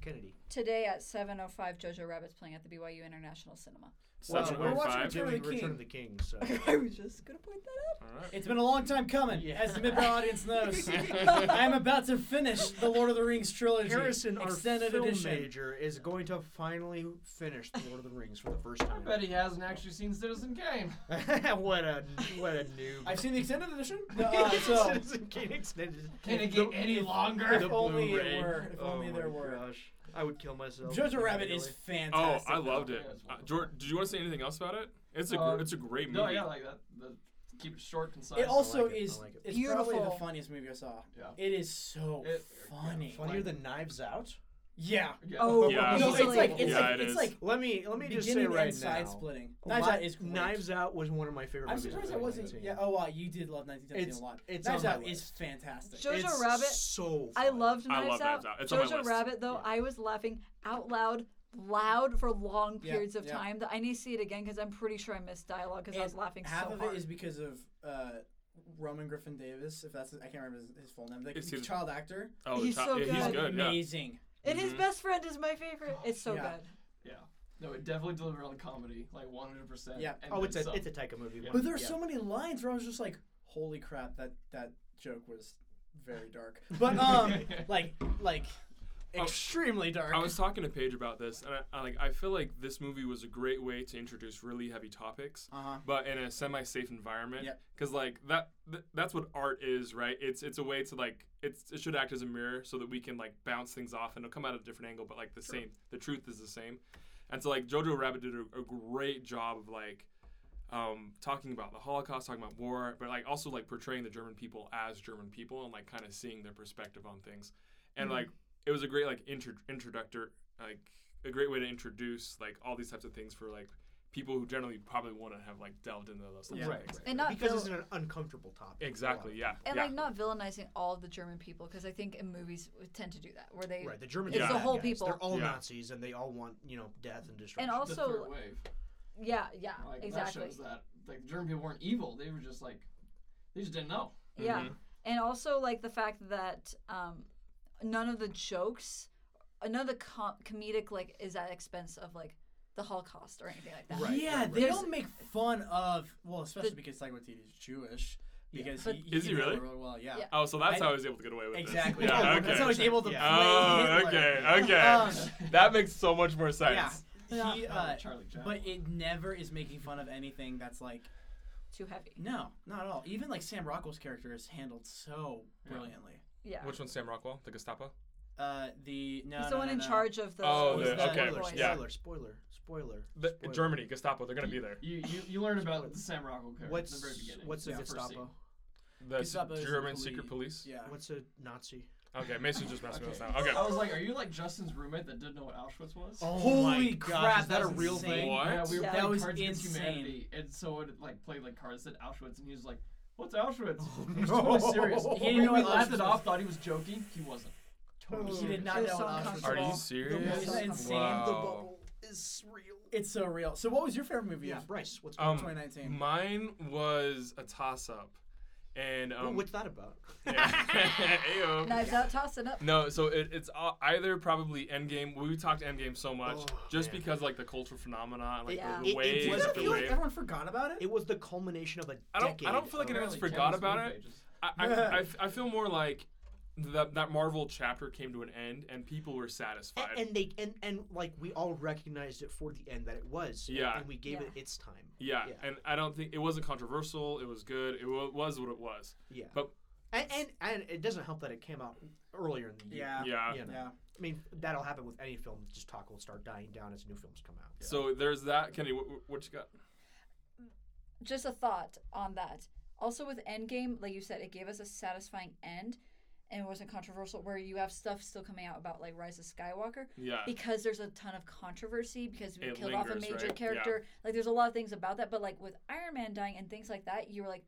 Speaker 6: Kennedy.
Speaker 4: Today at 7.05, Jojo Rabbit's playing at the BYU International Cinema.
Speaker 6: Well,
Speaker 3: Seven
Speaker 6: we're
Speaker 3: oh
Speaker 1: watching
Speaker 3: five.
Speaker 1: Return of the
Speaker 6: Return
Speaker 1: King.
Speaker 6: of the King. So.
Speaker 4: I was just going to point that
Speaker 3: All right.
Speaker 1: It's been a long time coming,
Speaker 6: Yeah.
Speaker 1: as the Midbrow audience knows. I'm about to finish the Lord of the Rings trilogy.
Speaker 6: Harrison, our
Speaker 1: extended
Speaker 6: film
Speaker 1: edition.
Speaker 6: major, is going to finally finish The Lord of the Rings for the first
Speaker 5: I
Speaker 6: time.
Speaker 5: bet he hasn't actually seen Citizen Kane.
Speaker 6: what a what a noob.
Speaker 1: I've seen the extended edition. The, uh, so,
Speaker 6: Citizen Kane extended.
Speaker 5: Can it get
Speaker 6: The-
Speaker 5: any longer?
Speaker 1: if only it were. If
Speaker 6: oh
Speaker 1: only there
Speaker 6: my
Speaker 1: were.
Speaker 6: Gosh, I would kill myself.
Speaker 1: Jojo Rabbit is
Speaker 3: Oh,
Speaker 1: fantastic.
Speaker 3: I loved it.
Speaker 5: Yeah, it's
Speaker 3: Uh, Jordan, did you want to say anything else about it? It's a gr-
Speaker 5: Um,
Speaker 3: it's a great movie.
Speaker 5: no, yeah, like that. The, keep it short, concise.
Speaker 1: It also
Speaker 6: like it, I
Speaker 1: is.
Speaker 6: like it.
Speaker 1: It's probably the
Speaker 4: Beautiful.
Speaker 1: funniest movie I saw.
Speaker 5: Yeah.
Speaker 1: It is so
Speaker 5: It-
Speaker 1: funny.
Speaker 6: funnier than Knives Out.
Speaker 1: Yeah.
Speaker 5: Yeah.
Speaker 4: Oh,
Speaker 3: Yeah.
Speaker 1: No, it's
Speaker 4: Easily.
Speaker 1: like it's
Speaker 3: Yeah,
Speaker 1: like
Speaker 3: it
Speaker 1: it's
Speaker 3: is.
Speaker 1: like
Speaker 6: Let me let me just say
Speaker 1: beginning
Speaker 6: right
Speaker 1: and side
Speaker 6: now.
Speaker 1: splitting.
Speaker 6: a
Speaker 1: Knives
Speaker 6: lot-
Speaker 1: Out is great.
Speaker 6: Knives Out was one of my favorite.
Speaker 1: I'm
Speaker 6: movies
Speaker 1: surprised
Speaker 6: of
Speaker 1: I wasn't.
Speaker 6: 2019.
Speaker 1: Yeah. Oh wow, you did love 1917
Speaker 6: It's-
Speaker 1: a lot.
Speaker 6: it's
Speaker 1: Knives
Speaker 6: on my
Speaker 1: Out is
Speaker 6: list.
Speaker 1: fantastic.
Speaker 4: Jojo
Speaker 6: It's
Speaker 4: Rabbit,
Speaker 6: So
Speaker 4: I
Speaker 6: fun.
Speaker 4: loved
Speaker 3: I
Speaker 4: Knives
Speaker 3: love
Speaker 4: Out.
Speaker 3: Knives Out. It's on my
Speaker 4: Jojo
Speaker 3: list.
Speaker 4: Rabbit, though, I was laughing out loud, loud for long
Speaker 1: Yeah,
Speaker 4: periods of
Speaker 1: yeah.
Speaker 4: time. That I need to see it again because I'm pretty sure I missed dialogue because I was
Speaker 1: And
Speaker 4: laughing
Speaker 1: Half
Speaker 4: so
Speaker 1: of
Speaker 4: hard.
Speaker 1: it is because of uh, Roman Griffin Davis. If that's his, I can't remember his, his full name. The
Speaker 3: It's his-
Speaker 1: child actor.
Speaker 3: Oh,
Speaker 4: He's
Speaker 3: top-
Speaker 4: so
Speaker 3: yeah, he's
Speaker 4: good.
Speaker 3: good. Yeah.
Speaker 1: Amazing.
Speaker 4: and his
Speaker 3: Mhm.
Speaker 4: best friend is my favorite. It's so
Speaker 1: Yeah.
Speaker 4: good.
Speaker 5: Yeah. No, it definitely delivered on comedy, like 100%.
Speaker 1: Yeah.
Speaker 5: and
Speaker 6: Oh,
Speaker 5: then
Speaker 6: it's a
Speaker 5: some.
Speaker 6: it's a Taika movie.
Speaker 5: Yeah.
Speaker 1: But there are
Speaker 6: Yeah.
Speaker 1: so many lines where I was just like, "Holy crap! That that joke was very dark." But um, like like extremely dark.
Speaker 3: Oh. I was talking to Paige about this, and I, I like I feel like this movie was a great way to introduce really heavy topics,
Speaker 1: Uh-huh.
Speaker 3: but in a semi-safe environment.
Speaker 1: Yep.
Speaker 3: Because like that, th- that's what art is, right? It's it's a way to like it's it should act as a mirror so that we can like bounce things off and it'll come out at a different angle, but like the same, the truth is the same. And so like Jojo Rabbit did a, a great job of like um, talking about the Holocaust, talking about war, but like also like portraying the German people as German people and like kind of seeing their perspective on things. And like it was a great like intro introductor, like a great way to introduce like all these types of things for like people who generally probably wouldn't have like delved into those types
Speaker 1: Yeah.
Speaker 3: of
Speaker 5: Right,
Speaker 3: things.
Speaker 5: right.
Speaker 4: And not
Speaker 6: because
Speaker 4: vil-
Speaker 6: it's an uncomfortable topic.
Speaker 3: Exactly. Yeah.
Speaker 4: and
Speaker 3: yeah.
Speaker 4: like not villainizing all of the German people because I think in movies we tend to do that where they
Speaker 6: Right. The Germans.
Speaker 4: It's
Speaker 6: are
Speaker 3: the
Speaker 6: bad
Speaker 4: whole
Speaker 6: guys.
Speaker 4: people.
Speaker 6: They're all
Speaker 3: Yeah.
Speaker 6: Nazis, and they all want you know death and destruction.
Speaker 5: The
Speaker 4: also-
Speaker 5: third wave.
Speaker 4: yeah yeah
Speaker 5: Like,
Speaker 4: exactly
Speaker 5: That shows that like German people weren't evil. They were just like they just didn't know.
Speaker 4: Yeah.
Speaker 3: Mhm.
Speaker 4: And also like the fact that um, none of the jokes, none of the com- comedic like is at expense of like the Holocaust or anything like that.
Speaker 6: Right,
Speaker 1: yeah,
Speaker 6: right,
Speaker 1: they
Speaker 4: right.
Speaker 1: don't make fun of well, especially because Taika Waititi is Jewish. Because
Speaker 4: But-
Speaker 1: he, he
Speaker 3: Is he
Speaker 1: did that
Speaker 3: really?
Speaker 1: well, yeah.
Speaker 4: Yeah.
Speaker 3: Oh, so that's
Speaker 1: I-
Speaker 3: how I was able to get away with
Speaker 1: Exactly.
Speaker 3: this. Yeah.
Speaker 6: Oh,
Speaker 3: Okay.
Speaker 1: That's how he's able to
Speaker 6: Yeah.
Speaker 1: play
Speaker 3: Oh,
Speaker 1: Hitler.
Speaker 3: okay, okay.
Speaker 1: Um,
Speaker 3: that makes so much more sense.
Speaker 1: yeah. He, uh,
Speaker 5: Charlie Chaplin.
Speaker 1: but it never is making fun of anything that's like
Speaker 4: Too heavy.
Speaker 1: no, not at all. Even like Sam Rockwell's character is handled so brilliantly.
Speaker 4: Yeah.
Speaker 3: Which one's Sam Rockwell? The Gestapo?
Speaker 1: Uh, the no,
Speaker 4: He's
Speaker 1: no,
Speaker 4: the one
Speaker 1: no,
Speaker 4: in
Speaker 1: no.
Speaker 4: charge of the.
Speaker 3: Oh,
Speaker 4: of
Speaker 3: the-
Speaker 4: the
Speaker 3: okay,
Speaker 4: boys.
Speaker 6: Spoiler,
Speaker 3: yeah.
Speaker 6: spoiler, spoiler, spoiler,
Speaker 3: The,
Speaker 6: spoiler.
Speaker 3: Germany, Gestapo. They're gonna be there.
Speaker 5: you, you you learn about the Sam Rockwell character at the very
Speaker 6: What's
Speaker 5: beginning.
Speaker 6: what's a
Speaker 5: the first scene.
Speaker 6: Gestapo?
Speaker 3: The s-
Speaker 1: Gestapo is the
Speaker 3: German
Speaker 1: police.
Speaker 3: secret police.
Speaker 1: Yeah.
Speaker 6: What's a Nazi?
Speaker 3: Okay, Mason's just messing with us now. Okay.
Speaker 5: Okay. I was like, are you like Justin's roommate that didn't know what Auschwitz was?
Speaker 1: Oh Holy crap!
Speaker 6: is that a
Speaker 1: that's
Speaker 6: real
Speaker 1: insane.
Speaker 6: thing?
Speaker 3: Oh, What?
Speaker 5: Yeah, we were
Speaker 4: Yeah.
Speaker 5: playing
Speaker 1: That was
Speaker 5: Cards Against
Speaker 1: insane.
Speaker 5: Humanity, and so it like played like cards that said Auschwitz, and he was like, "What's Auschwitz?"
Speaker 3: Oh,
Speaker 5: He was totally serious.
Speaker 1: He
Speaker 5: He
Speaker 1: didn't
Speaker 5: we,
Speaker 1: know
Speaker 5: we
Speaker 1: what
Speaker 5: laughed it
Speaker 1: Auschwitz
Speaker 5: off,
Speaker 1: was.
Speaker 5: thought he was joking. He wasn't. Totally
Speaker 1: He did
Speaker 5: serious.
Speaker 1: not
Speaker 4: It's
Speaker 1: know
Speaker 4: so
Speaker 1: what Auschwitz
Speaker 4: uncomfortable.
Speaker 3: Are you
Speaker 1: was.
Speaker 3: serious?
Speaker 1: Isn't that insane?
Speaker 6: The
Speaker 3: Wow.
Speaker 6: bubble is real.
Speaker 1: It's so real. So, what was your favorite movie
Speaker 6: Yeah,
Speaker 1: of
Speaker 6: Bryce, what's
Speaker 3: Um,
Speaker 1: 2019?
Speaker 3: mine was a toss-up, and um,
Speaker 6: what's that about?
Speaker 3: Ayo.
Speaker 4: Knives out, tossing up.
Speaker 3: No, so it, it's uh, either probably Endgame. We talked Endgame so much,
Speaker 6: Oh,
Speaker 3: just
Speaker 6: man.
Speaker 3: because like the cultural phenomena, and, like the,
Speaker 4: Yeah.
Speaker 6: It-
Speaker 3: the
Speaker 6: it
Speaker 3: waves,
Speaker 1: Does
Speaker 6: was
Speaker 1: it
Speaker 3: the
Speaker 1: feel like
Speaker 3: wave.
Speaker 1: everyone forgot about it?
Speaker 6: It was the culmination of a
Speaker 3: I don't- I
Speaker 6: decade.
Speaker 3: don't feel like
Speaker 6: of-
Speaker 3: it
Speaker 5: Apparently
Speaker 3: everyone's forgot
Speaker 5: Kevin's
Speaker 3: about
Speaker 5: movie
Speaker 3: it.
Speaker 5: just-
Speaker 3: I, I, I, I feel more like that that Marvel chapter came to an end and people were satisfied.
Speaker 2: and, and they and and like we all recognized it for the end that it was. and-
Speaker 3: Yeah.
Speaker 2: and we gave it
Speaker 4: Yeah.
Speaker 2: its time.
Speaker 3: yeah,
Speaker 2: yeah.
Speaker 3: and I don't think it wasn't controversial. It was good. It wa was what it was.
Speaker 2: Yeah.
Speaker 3: But-
Speaker 2: and, and and it doesn't help that it came out earlier in the year.
Speaker 1: Yeah.
Speaker 3: Yeah.
Speaker 2: You know.
Speaker 1: Yeah.
Speaker 2: I mean, that'll happen with any film. Just talk will start dying down as new films come out.
Speaker 3: So there's that. Kenny, what, what you got?
Speaker 4: just a thought on that. Also with Endgame, like you said, it gave us a satisfying end and it wasn't controversial where you have stuff still coming out about like Rise of Skywalker
Speaker 3: Yeah.
Speaker 4: because there's a ton of controversy because we
Speaker 3: It
Speaker 4: killed off a
Speaker 3: lingers,
Speaker 4: major
Speaker 3: right?
Speaker 4: character. Like there's a lot of things about that, but like with Iron Man dying and things like that, you were like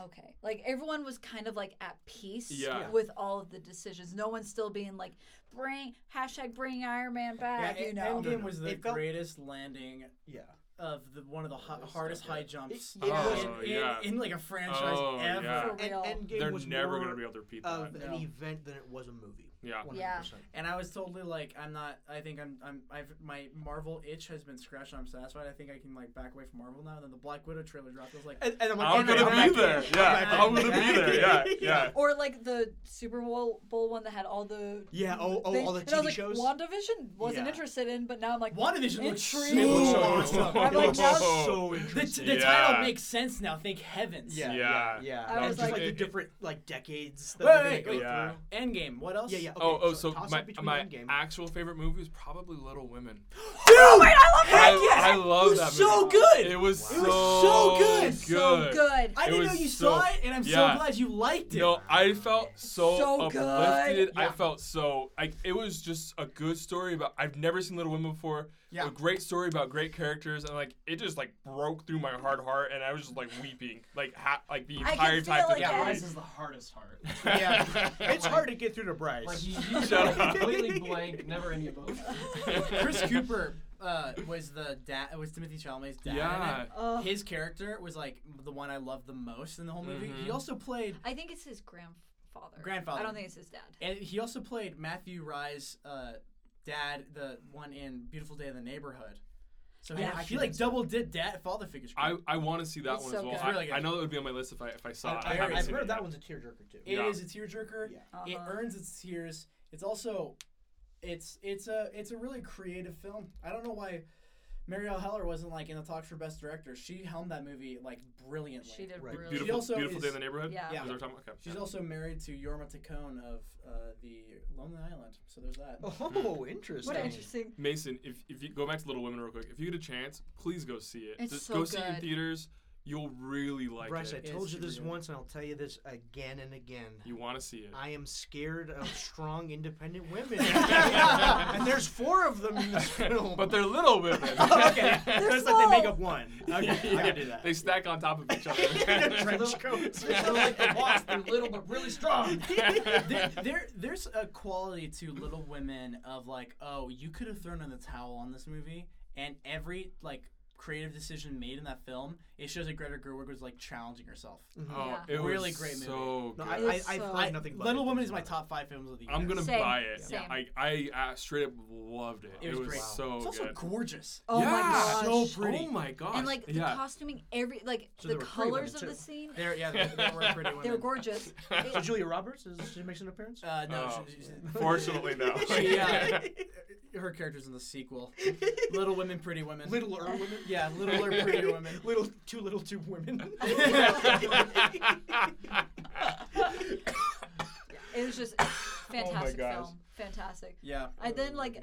Speaker 4: okay. Like everyone was kind of like at peace
Speaker 3: Yeah.
Speaker 4: with all of the decisions. No one's still being like bring hashtag bring Iron Man back,
Speaker 1: Yeah,
Speaker 4: you
Speaker 1: End-
Speaker 4: know.
Speaker 1: Endgame was the
Speaker 2: It felt-
Speaker 1: greatest landing
Speaker 2: Yeah.
Speaker 1: of the one of the ho-
Speaker 5: It's
Speaker 1: hardest
Speaker 5: not good.
Speaker 1: high jumps
Speaker 2: It-
Speaker 1: in,
Speaker 2: it
Speaker 1: in-
Speaker 2: was-
Speaker 3: Oh,
Speaker 1: in,
Speaker 3: yeah.
Speaker 1: in, like a franchise
Speaker 3: Oh,
Speaker 1: ever.
Speaker 3: yeah.
Speaker 4: For real.
Speaker 2: And Endgame
Speaker 3: They're
Speaker 2: was
Speaker 3: never
Speaker 2: more
Speaker 3: going to be able to repeat
Speaker 2: of
Speaker 3: that.
Speaker 2: an
Speaker 1: No.
Speaker 2: event than it was a movie.
Speaker 3: Yeah.
Speaker 2: 100%.
Speaker 4: Yeah.
Speaker 1: And I was totally like, I'm not. I think I'm. I'm. I've my Marvel itch has been scratched. I'm satisfied. I think I can like back away from Marvel now. And then the Black Widow trailer dropped. I was like,
Speaker 2: And, and I'm like,
Speaker 3: I'm
Speaker 2: and
Speaker 3: gonna
Speaker 2: I'm back
Speaker 3: be there.
Speaker 2: in.
Speaker 3: Yeah,
Speaker 1: back in.
Speaker 3: I'm gonna be
Speaker 1: Back
Speaker 3: there.
Speaker 1: in.
Speaker 3: Yeah, yeah.
Speaker 4: Or like the Super Bowl Bowl one that had all the
Speaker 2: Yeah, oh, oh,
Speaker 4: things.
Speaker 2: all the
Speaker 4: and I was
Speaker 2: TV
Speaker 4: like,
Speaker 2: shows.
Speaker 4: WandaVision wasn't
Speaker 2: Yeah.
Speaker 4: interested in, but now I'm like
Speaker 1: WandaVision looks
Speaker 4: Intrigued.
Speaker 1: so
Speaker 4: Ooh.
Speaker 1: awesome.
Speaker 4: I'm like, now-
Speaker 2: so
Speaker 1: The,
Speaker 2: interesting.
Speaker 1: the
Speaker 3: Yeah.
Speaker 1: title makes sense now. Thank heavens.
Speaker 2: Yeah,
Speaker 3: Yeah.
Speaker 2: yeah, yeah.
Speaker 4: I
Speaker 2: That
Speaker 4: was
Speaker 2: just
Speaker 4: like-
Speaker 2: like the
Speaker 3: It- it-
Speaker 2: different like decades. That
Speaker 1: Wait,
Speaker 2: they're
Speaker 1: wait,
Speaker 2: gonna go
Speaker 3: wait. Yeah.
Speaker 1: Endgame. What else?
Speaker 2: through. Yeah, yeah. Okay,
Speaker 3: oh, oh, so,
Speaker 2: toss up
Speaker 3: my,
Speaker 2: between
Speaker 3: my
Speaker 2: Endgame.
Speaker 3: actual favorite movie is probably Little Women.
Speaker 1: Oh,
Speaker 2: Dude,
Speaker 3: I,
Speaker 2: Heck yes!
Speaker 3: I love
Speaker 2: it was
Speaker 3: that movie.
Speaker 2: so good.
Speaker 3: It was
Speaker 2: It
Speaker 3: so,
Speaker 2: was so good.
Speaker 4: it's so good.
Speaker 1: I
Speaker 3: It
Speaker 1: didn't know
Speaker 3: was
Speaker 1: you
Speaker 3: so-
Speaker 1: saw it, and I'm
Speaker 3: yeah.
Speaker 1: so glad you liked it.
Speaker 3: No, I felt so,
Speaker 4: So good.
Speaker 3: uplifted. I
Speaker 2: Yeah.
Speaker 3: felt so. I, it was just a good story about. I've never seen Little Women before.
Speaker 1: Yeah.
Speaker 3: A great story about great characters, and like it just like broke through my hard heart, and I was just like weeping, like ha- like the
Speaker 4: I can
Speaker 3: entire
Speaker 4: feel
Speaker 3: time.
Speaker 4: it,
Speaker 3: through
Speaker 4: yeah.
Speaker 3: the
Speaker 5: Rise
Speaker 3: movie.
Speaker 5: is the hardest heart.
Speaker 2: Yeah. It's
Speaker 5: Like-
Speaker 2: hard to get through to
Speaker 5: Like
Speaker 2: Bryce.
Speaker 5: you, you
Speaker 3: Shut up.
Speaker 5: completely blank, never any emotion.
Speaker 1: Chris Cooper uh, was the dad. Was Timothy Chalamet's dad. in it.
Speaker 3: Yeah.
Speaker 4: Ugh.
Speaker 1: His character was like the one I loved the most in the whole movie.
Speaker 3: Mhm.
Speaker 1: He also played.
Speaker 4: I think it's his grandfather.
Speaker 1: Grandfather.
Speaker 4: I don't think it's his dad.
Speaker 1: And he also played Matthew Rye's uh, dad, the one in Beautiful Day in the Neighborhood. So he,
Speaker 2: Yeah, I
Speaker 1: he
Speaker 2: actually
Speaker 1: like
Speaker 2: didn't see
Speaker 1: double did dad father figures.
Speaker 3: I, I want to see that
Speaker 4: It's
Speaker 3: one
Speaker 4: so
Speaker 3: as well.
Speaker 4: good.
Speaker 3: I,
Speaker 1: Really good.
Speaker 3: I know that would be on my list if I if I saw it. I,
Speaker 1: I-
Speaker 3: haven't
Speaker 2: I've
Speaker 3: seen
Speaker 2: heard
Speaker 3: it
Speaker 2: that
Speaker 3: yet.
Speaker 2: one's a tearjerker too.
Speaker 1: It is
Speaker 3: Yeah.
Speaker 1: a tearjerker.
Speaker 2: Yeah.
Speaker 1: It
Speaker 4: Uh-huh.
Speaker 1: earns its tears. It's also, it's it's a it's a really creative film. I don't know why Marielle Heller wasn't like in the talks for best director. She helmed that movie like brilliantly.
Speaker 4: She did
Speaker 2: Right.
Speaker 4: really
Speaker 1: She
Speaker 3: Beautiful,
Speaker 1: also
Speaker 3: beautiful
Speaker 1: is-
Speaker 3: day in the neighborhood.
Speaker 1: Yeah.
Speaker 3: Is
Speaker 4: Yeah.
Speaker 3: that what we're talking about? Okay.
Speaker 1: She's also married to Yorma Tacone of uh, the Lonely Island. So there's that.
Speaker 2: Oh,
Speaker 4: What an
Speaker 2: interesting.
Speaker 4: interesting.
Speaker 3: Mason, if, if you go back to Little Women real quick, if you get a chance, please go see it.
Speaker 4: It's
Speaker 3: Just
Speaker 4: so
Speaker 3: go see it in
Speaker 4: good.
Speaker 3: theaters. You'll really like
Speaker 2: Bryce, I
Speaker 3: it.
Speaker 2: told you
Speaker 1: It's
Speaker 2: this
Speaker 1: real.
Speaker 2: once, and I'll tell you this again and again.
Speaker 3: You want to see it.
Speaker 2: I am scared of strong, independent women, and there's four of them in this film.
Speaker 3: But they're little women.
Speaker 2: okay,
Speaker 4: They're
Speaker 2: it's like they make
Speaker 4: small.
Speaker 2: up one. Okay, I can do that.
Speaker 3: They stack on top of each other.
Speaker 2: trench coats.
Speaker 5: They're like the wasp. They're little but really strong.
Speaker 1: there, there, there's a quality to Little Women of like, oh, you could have thrown in the towel on this movie, and every like creative decision made in that film, it shows that Greta Gerwig was like challenging herself.
Speaker 3: oh,
Speaker 4: Yeah.
Speaker 3: it was
Speaker 1: Really great movie.
Speaker 3: so
Speaker 2: No,
Speaker 3: good.
Speaker 2: I,
Speaker 4: It
Speaker 2: I,
Speaker 4: is
Speaker 2: I
Speaker 4: so-
Speaker 2: find nothing. but
Speaker 1: Little
Speaker 2: good
Speaker 1: Woman
Speaker 2: things
Speaker 1: is my
Speaker 2: about
Speaker 1: top five films of the year.
Speaker 3: I'm gonna
Speaker 4: Same,
Speaker 3: buy it.
Speaker 4: same.
Speaker 3: I I uh, straight up loved it.
Speaker 1: It was great.
Speaker 3: so
Speaker 1: it's also
Speaker 3: good.
Speaker 1: gorgeous.
Speaker 4: Oh
Speaker 3: yeah.
Speaker 4: my gosh.
Speaker 1: So pretty.
Speaker 3: Oh my gosh.
Speaker 4: and like the
Speaker 3: yeah.
Speaker 4: costuming, every like
Speaker 2: So
Speaker 4: the
Speaker 2: there were three women,
Speaker 4: colors of the
Speaker 2: too.
Speaker 4: scene,
Speaker 1: They're, yeah, they, they were pretty women.
Speaker 4: they were gorgeous.
Speaker 2: it. So Julia Roberts is she makes an appearance?
Speaker 1: Uh, no,
Speaker 3: Oh.
Speaker 1: she,
Speaker 3: Fortunately, no.
Speaker 1: she, uh, her character's in the sequel. Little Women, Pretty Women.
Speaker 2: Little er women.
Speaker 1: yeah, Littler, Prettier Women.
Speaker 2: Little two little two women.
Speaker 4: It was just fantastic
Speaker 3: gosh.
Speaker 4: film, fantastic.
Speaker 1: Yeah.
Speaker 4: I then like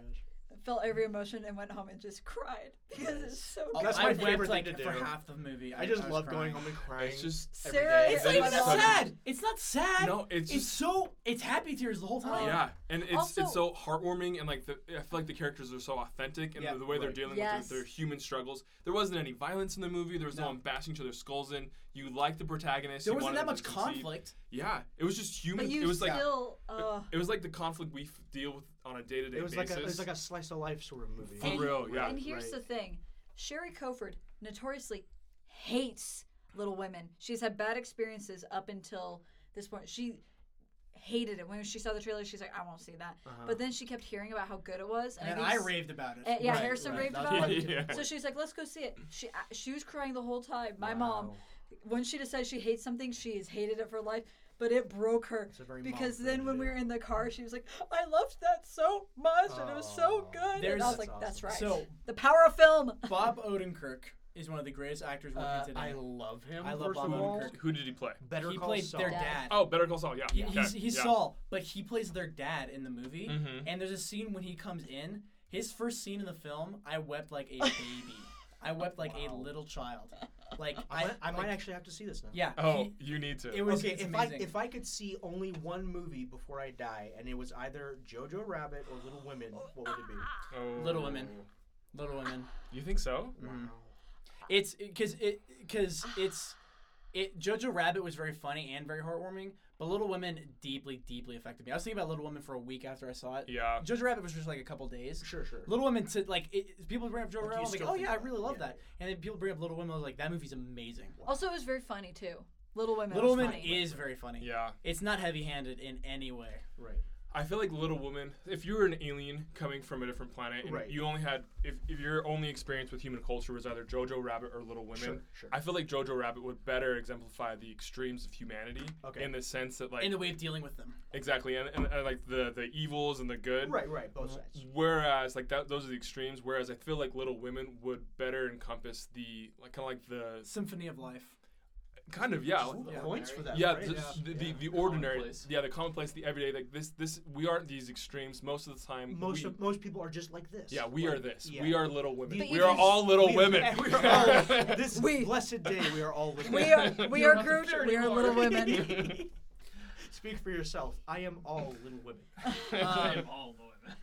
Speaker 4: felt every emotion and went home and just cried because it's so good.
Speaker 2: That's
Speaker 1: I
Speaker 2: my
Speaker 1: wept,
Speaker 2: favorite
Speaker 1: like,
Speaker 2: thing to
Speaker 1: for
Speaker 2: do.
Speaker 1: half the movie.
Speaker 2: I just
Speaker 1: was
Speaker 2: love
Speaker 1: crying.
Speaker 2: going home and crying.
Speaker 3: it's just
Speaker 4: Sarah,
Speaker 2: day.
Speaker 1: It's
Speaker 2: That
Speaker 1: not
Speaker 2: is
Speaker 1: even
Speaker 2: such a-
Speaker 1: sad. It's not sad.
Speaker 3: no.
Speaker 1: It's
Speaker 3: It's just
Speaker 1: so it's happy tears the whole time.
Speaker 3: Yeah, and it's it's so
Speaker 4: Also-
Speaker 3: heartwarming, and like the, I feel like the characters are so authentic, and
Speaker 1: Yeah.
Speaker 3: the, the way they're
Speaker 2: Right.
Speaker 3: dealing with
Speaker 4: Yes.
Speaker 3: their, their human struggles. There wasn't any violence in the movie. There was no,
Speaker 1: No.
Speaker 3: one bashing each other's skulls in. You liked the protagonist.
Speaker 1: There
Speaker 3: you
Speaker 1: wasn't
Speaker 3: wanted
Speaker 1: that
Speaker 3: them
Speaker 1: much
Speaker 3: to succeed.
Speaker 1: conflict.
Speaker 3: Yeah, it was just human.
Speaker 4: but you
Speaker 3: It was like
Speaker 4: still, uh,
Speaker 3: it was like the conflict we f- deal with on a day to day
Speaker 2: It was
Speaker 3: basis.
Speaker 2: like a, it was like a slice of life sort of movie.
Speaker 3: For real, yeah.
Speaker 4: And here's
Speaker 2: right.
Speaker 4: the thing Sherry Coford notoriously hates Little Women. She's had bad experiences up until this point. She hated it. When she saw the trailer, she's like, I won't see that. But then she kept hearing about how good it was.
Speaker 1: And
Speaker 4: think
Speaker 1: I
Speaker 4: s-
Speaker 1: raved about it.
Speaker 4: uh, yeah,
Speaker 1: Right,
Speaker 4: Harrison
Speaker 1: right.
Speaker 4: raved
Speaker 1: That was
Speaker 4: about
Speaker 1: my-
Speaker 4: it.
Speaker 3: Yeah.
Speaker 4: So she's like, let's go see it. She uh, she was crying the whole time. My mom, when she decides she hates something, she has hated it for life. but it broke her
Speaker 2: It's a very mom
Speaker 4: because
Speaker 2: thing
Speaker 4: then
Speaker 2: to
Speaker 4: when
Speaker 2: do.
Speaker 4: we were in the car, she was like, "I loved that so much, and it was so
Speaker 2: Aw.
Speaker 4: good."
Speaker 1: There's-
Speaker 4: and I was
Speaker 1: That's
Speaker 4: like, "That's right,
Speaker 1: So
Speaker 4: the power of film."
Speaker 1: Bob Odenkirk is one of the greatest actors working
Speaker 6: Uh,
Speaker 1: today.
Speaker 6: I love him.
Speaker 1: I love
Speaker 6: first
Speaker 1: Bob
Speaker 6: of all,
Speaker 1: Odenkirk.
Speaker 3: Who did he play?
Speaker 2: Better
Speaker 1: he
Speaker 2: Call
Speaker 1: played
Speaker 2: Saul.
Speaker 1: their
Speaker 4: Dad.
Speaker 1: dad.
Speaker 3: Oh, Better Call Saul. Yeah.
Speaker 1: He-
Speaker 3: okay,
Speaker 1: he's he's
Speaker 3: yeah.
Speaker 1: Saul, but he plays their dad in the movie.
Speaker 3: Mhm.
Speaker 1: And there's a scene when he comes in. His first scene in the film, I wept like a baby. I wept like a
Speaker 2: Wow.
Speaker 1: little child. Like
Speaker 2: I,
Speaker 1: I,
Speaker 2: might, I might
Speaker 1: like-
Speaker 2: actually have to see this now.
Speaker 1: Yeah.
Speaker 3: Oh,
Speaker 1: he-
Speaker 3: you need to.
Speaker 1: it was
Speaker 6: okay,
Speaker 1: it's
Speaker 6: if
Speaker 1: amazing.
Speaker 6: I if I could see only one movie before I die, and it was either Jojo Rabbit or Little Women, what would it be?
Speaker 3: Oh.
Speaker 1: Little Women. Little Women.
Speaker 3: You think so?
Speaker 1: Mhm. It's because it because it's it. Jojo Rabbit was very funny and very heartwarming, but Little Women deeply, deeply affected me. I was thinking about Little Women for a week after I saw it.
Speaker 3: Yeah.
Speaker 1: Jojo Rabbit was just like a couple days.
Speaker 6: Sure, sure.
Speaker 1: Little Women to like it, people bring up Jojo
Speaker 6: Like, you
Speaker 1: Rabbit. I'm like,
Speaker 6: still
Speaker 1: oh
Speaker 6: think
Speaker 1: yeah, I
Speaker 6: about it.
Speaker 1: really love
Speaker 6: Yeah.
Speaker 1: that. And then people bring up Little Women. I was like, that movie's amazing.
Speaker 4: Also, it was very funny too. Little Women.
Speaker 1: Little
Speaker 4: was
Speaker 1: Women
Speaker 4: funny.
Speaker 1: is very funny.
Speaker 3: Yeah.
Speaker 1: It's not heavy-handed in any way.
Speaker 6: Right.
Speaker 3: I feel like Little Woman. If you were an alien coming from a different planet, and
Speaker 6: Right.
Speaker 3: you only had if, if your only experience with human culture was either Jojo Rabbit or Little Women,
Speaker 6: Sure, sure.
Speaker 3: I feel like Jojo Rabbit would better exemplify the extremes of humanity.
Speaker 6: Okay.
Speaker 3: In the sense that like
Speaker 1: in the way of dealing with them.
Speaker 3: exactly, and, and, and like the the evils and the good.
Speaker 6: Right, right, both sides.
Speaker 3: Whereas like that, those are the extremes. Whereas I feel like Little Women would better encompass the like kind of like the
Speaker 1: Symphony of Life.
Speaker 3: kind of yeah.
Speaker 6: Ooh,
Speaker 3: like-
Speaker 5: Yeah.
Speaker 6: Points for that.
Speaker 3: yeah,
Speaker 6: Great.
Speaker 3: the,
Speaker 5: Yeah.
Speaker 3: The, the,
Speaker 6: Yeah.
Speaker 3: the ordinary,
Speaker 5: Commonplace.
Speaker 3: yeah, the commonplace, the everyday. Like this, this we aren't these extremes most of the time.
Speaker 2: Most
Speaker 3: we,
Speaker 2: of, most people are just like this.
Speaker 3: Yeah, we are
Speaker 2: Like,
Speaker 3: this.
Speaker 2: yeah.
Speaker 3: We are little women.
Speaker 4: But
Speaker 3: we
Speaker 4: you
Speaker 3: are
Speaker 4: just-
Speaker 3: all little
Speaker 6: We-
Speaker 3: women.
Speaker 6: yeah, we are all- this
Speaker 4: We-
Speaker 6: blessed day, we are all living.
Speaker 4: We are we
Speaker 5: You're
Speaker 4: are
Speaker 5: not the
Speaker 4: Groot.
Speaker 5: parody
Speaker 4: We are
Speaker 5: part.
Speaker 4: Little Women.
Speaker 2: Speak for yourself. I am all little women.
Speaker 5: I
Speaker 1: Um,
Speaker 5: am all women.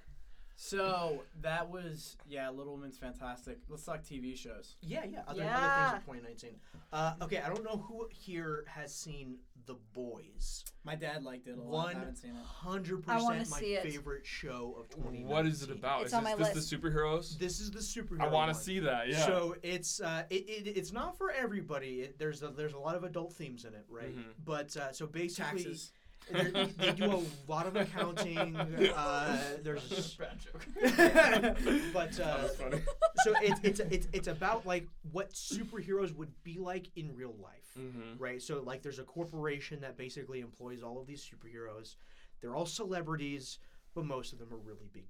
Speaker 1: so that was yeah, Little Women's fantastic. Let's talk TV shows.
Speaker 6: Yeah, yeah.
Speaker 2: Other,
Speaker 4: Yeah.
Speaker 2: other things of 2019. Uh, okay, I don't know who here has seen The Boys.
Speaker 1: My dad liked it a lot. I
Speaker 2: One
Speaker 1: haven't seen it.
Speaker 2: hundred
Speaker 4: I wanna
Speaker 2: percent my
Speaker 4: see it.
Speaker 2: favorite show of 2019.
Speaker 3: What is it about?
Speaker 4: It's
Speaker 3: is
Speaker 4: on
Speaker 3: this,
Speaker 4: my
Speaker 3: this the superheroes?
Speaker 2: This is the superhero.
Speaker 3: I want
Speaker 2: one.
Speaker 3: to see that. Yeah.
Speaker 2: So it's uh, it, it it's not for everybody. It, there's a, there's a lot of adult themes in it, right?
Speaker 3: Mhm.
Speaker 2: But uh, so basically,
Speaker 1: Taxes.
Speaker 2: they're- they do a lot of accounting. Uh, there's a s-
Speaker 5: Bad joke.
Speaker 2: but
Speaker 3: That
Speaker 2: uh,
Speaker 3: was funny.
Speaker 2: so it's it's it's it's about like what superheroes would be like in real life,
Speaker 5: Mm-hmm.
Speaker 3: Mhm.
Speaker 2: right? So like there's a corporation that basically employs all of these superheroes. They're all celebrities, but most of them are really big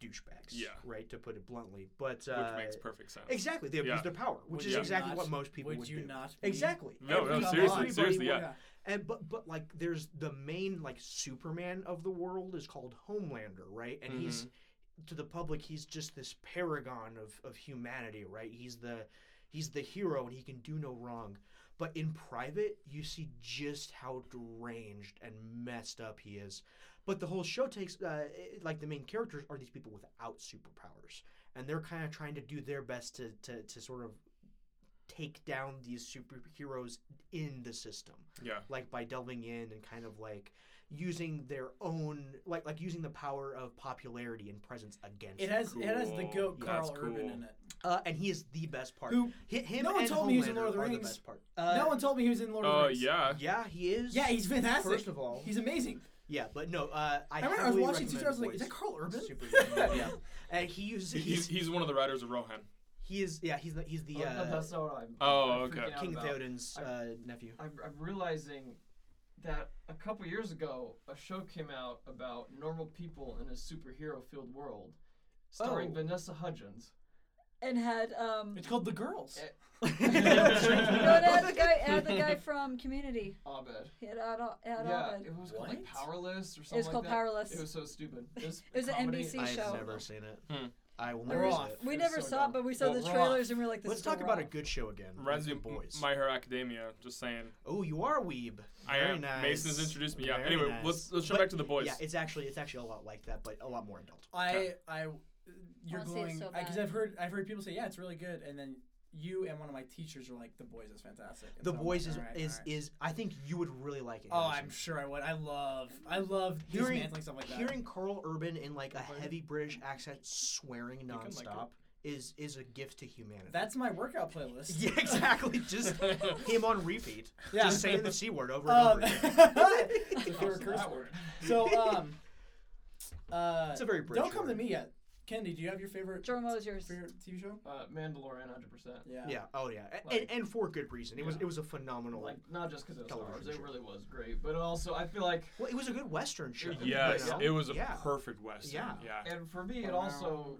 Speaker 2: douchebags.
Speaker 3: Yeah.
Speaker 2: right to put it bluntly. But
Speaker 3: Which
Speaker 2: uh,
Speaker 3: makes perfect sense.
Speaker 2: exactly they abuse
Speaker 3: Yeah.
Speaker 2: their power, which
Speaker 1: Would
Speaker 2: is
Speaker 3: you
Speaker 2: exactly
Speaker 1: not-
Speaker 2: what most people would,
Speaker 1: Would you
Speaker 2: do.
Speaker 1: not? be-
Speaker 2: Exactly.
Speaker 3: No, no,
Speaker 1: Come
Speaker 3: seriously,
Speaker 1: on.
Speaker 3: seriously, yeah.
Speaker 1: Yeah.
Speaker 2: And but but like there's the main like Superman of the world is called Homelander, right? And he's
Speaker 3: Mm-hmm.
Speaker 2: to the public he's just this paragon of of humanity, right? He's the he's the hero and he can do no wrong. But in private, you see just how deranged and messed up he is. But the whole show takes uh, it- like the main characters are these people without superpowers, and they're kind of trying to do their best to to, to sort of take down these superheroes in the system
Speaker 3: Yeah.
Speaker 2: like by delving in and kind of like using their own like like using the power of popularity and presence against
Speaker 1: It has it has the
Speaker 3: Cool.
Speaker 1: goat
Speaker 3: That's
Speaker 1: Carl Urban
Speaker 3: cool.
Speaker 1: in it.
Speaker 2: uh, and he is the best part
Speaker 1: Who-
Speaker 2: Hi- him
Speaker 1: no one
Speaker 2: and
Speaker 1: told me he was in
Speaker 2: Homelander
Speaker 1: Lord of the
Speaker 2: are
Speaker 1: Rings.
Speaker 2: best part uh,
Speaker 1: no one told me he was in Lord of
Speaker 3: Oh
Speaker 1: the Rings.
Speaker 3: yeah.
Speaker 2: yeah he is
Speaker 1: Yeah, he's fantastic.
Speaker 2: first of all
Speaker 1: he's amazing.
Speaker 2: yeah but no uh, I,
Speaker 1: I remember I was
Speaker 2: heavily
Speaker 1: watching two
Speaker 2: recommend
Speaker 1: hours like, is
Speaker 2: Boys.
Speaker 1: that Carl Urban?
Speaker 2: super good. yeah and he uses
Speaker 3: He-
Speaker 2: he's,
Speaker 3: He's, he's one of the writers of Rohan.
Speaker 2: he is yeah he's the he's the
Speaker 5: Oh, no,
Speaker 2: uh,
Speaker 5: that's not what I'm.
Speaker 3: Oh,
Speaker 5: I'm
Speaker 3: okay.
Speaker 5: freaking out
Speaker 2: King
Speaker 5: about.
Speaker 2: Theoden's
Speaker 5: I-
Speaker 2: uh, nephew
Speaker 5: I'm, I'm realizing that a couple years ago, a show came out about normal people in a superhero filled world, starring
Speaker 2: Oh.
Speaker 5: Vanessa Hudgens.
Speaker 4: and had um.
Speaker 1: It's called The Girls.
Speaker 5: Eh.
Speaker 4: No, it had the guy had the guy from Community.
Speaker 5: Abed.
Speaker 4: He had Ad, Ad
Speaker 5: yeah,
Speaker 4: Abed.
Speaker 5: it was called like
Speaker 1: What?
Speaker 5: Powerless or something.
Speaker 4: It was
Speaker 5: like
Speaker 4: called
Speaker 5: that.
Speaker 4: Powerless.
Speaker 5: It was so stupid. It was,
Speaker 4: It was
Speaker 5: a
Speaker 4: an
Speaker 5: comedy.
Speaker 4: NBC
Speaker 2: I've
Speaker 4: show.
Speaker 2: never seen it
Speaker 3: Hmm.
Speaker 2: I will
Speaker 1: They're
Speaker 2: never see
Speaker 1: off.
Speaker 2: it
Speaker 4: we
Speaker 5: It's
Speaker 4: never
Speaker 5: so
Speaker 4: saw
Speaker 5: dumb.
Speaker 4: it, but we saw
Speaker 1: Well,
Speaker 4: the
Speaker 1: we're
Speaker 4: trailers and we were like, "This
Speaker 2: let's
Speaker 4: is
Speaker 2: talk
Speaker 4: so
Speaker 2: about a
Speaker 4: wrong.
Speaker 2: good show again
Speaker 3: Reminds me
Speaker 2: The
Speaker 3: of
Speaker 2: boys
Speaker 3: My Hero Academia. Just saying.
Speaker 2: oh you are a weeb
Speaker 3: I
Speaker 2: Very
Speaker 3: am.
Speaker 2: nice.
Speaker 3: Mason has introduced me. Yeah.
Speaker 2: Very
Speaker 3: anyway,
Speaker 2: nice.
Speaker 3: let's let's jump
Speaker 2: But-
Speaker 3: back to the boys.
Speaker 2: Yeah, it's actually it's actually a lot like that, but a lot more adult.
Speaker 1: I I you're
Speaker 4: Wanna see it
Speaker 1: going
Speaker 4: so
Speaker 1: because
Speaker 4: bad.
Speaker 1: I've heard I've heard people say yeah it's really good and then you and one of my teachers were like the boys is fantastic. And
Speaker 2: The
Speaker 1: so I'm
Speaker 2: boys is
Speaker 1: like, "All right,
Speaker 2: is
Speaker 1: all right."
Speaker 2: is I think you would really like it.
Speaker 1: Oh,
Speaker 2: Harrison.
Speaker 1: I'm sure I would. I love I love
Speaker 2: Hearing-
Speaker 1: dismantling stuff like that.
Speaker 2: hearing Carl Urban in like a
Speaker 5: Everybody?
Speaker 2: heavy British accent swearing
Speaker 3: can like it.
Speaker 2: nonstop is is a gift to humanity.
Speaker 1: That's my workout playlist.
Speaker 2: yeah, exactly. Just him on repeat.
Speaker 1: Yeah.
Speaker 2: Just saying the c word over and over.
Speaker 1: Um,
Speaker 2: Again.
Speaker 1: if they were
Speaker 5: How's
Speaker 1: curse
Speaker 5: that
Speaker 1: word.
Speaker 5: word?
Speaker 1: So um, uh,
Speaker 2: It's a very British.
Speaker 1: don't come to
Speaker 2: word.
Speaker 1: me yet. Kennedy, do you have your favorite
Speaker 4: Jormo is yours.
Speaker 1: favorite TV show?
Speaker 5: Uh, Mandalorian, hundred percent.
Speaker 1: Yeah.
Speaker 2: Yeah. Oh yeah. A-
Speaker 5: Like-
Speaker 2: and, and for good reason. It was
Speaker 5: Yeah.
Speaker 2: it was a phenomenal.
Speaker 5: Like not just because it was Star Wars,
Speaker 2: Television
Speaker 5: it
Speaker 2: show.
Speaker 5: really was great. But also, I feel like,
Speaker 2: well, it was a good western show.
Speaker 5: Yeah.
Speaker 3: Yes,
Speaker 2: Yeah.
Speaker 3: it was a
Speaker 2: Yeah.
Speaker 3: perfect western.
Speaker 2: Yeah.
Speaker 3: yeah.
Speaker 5: and for me, it also,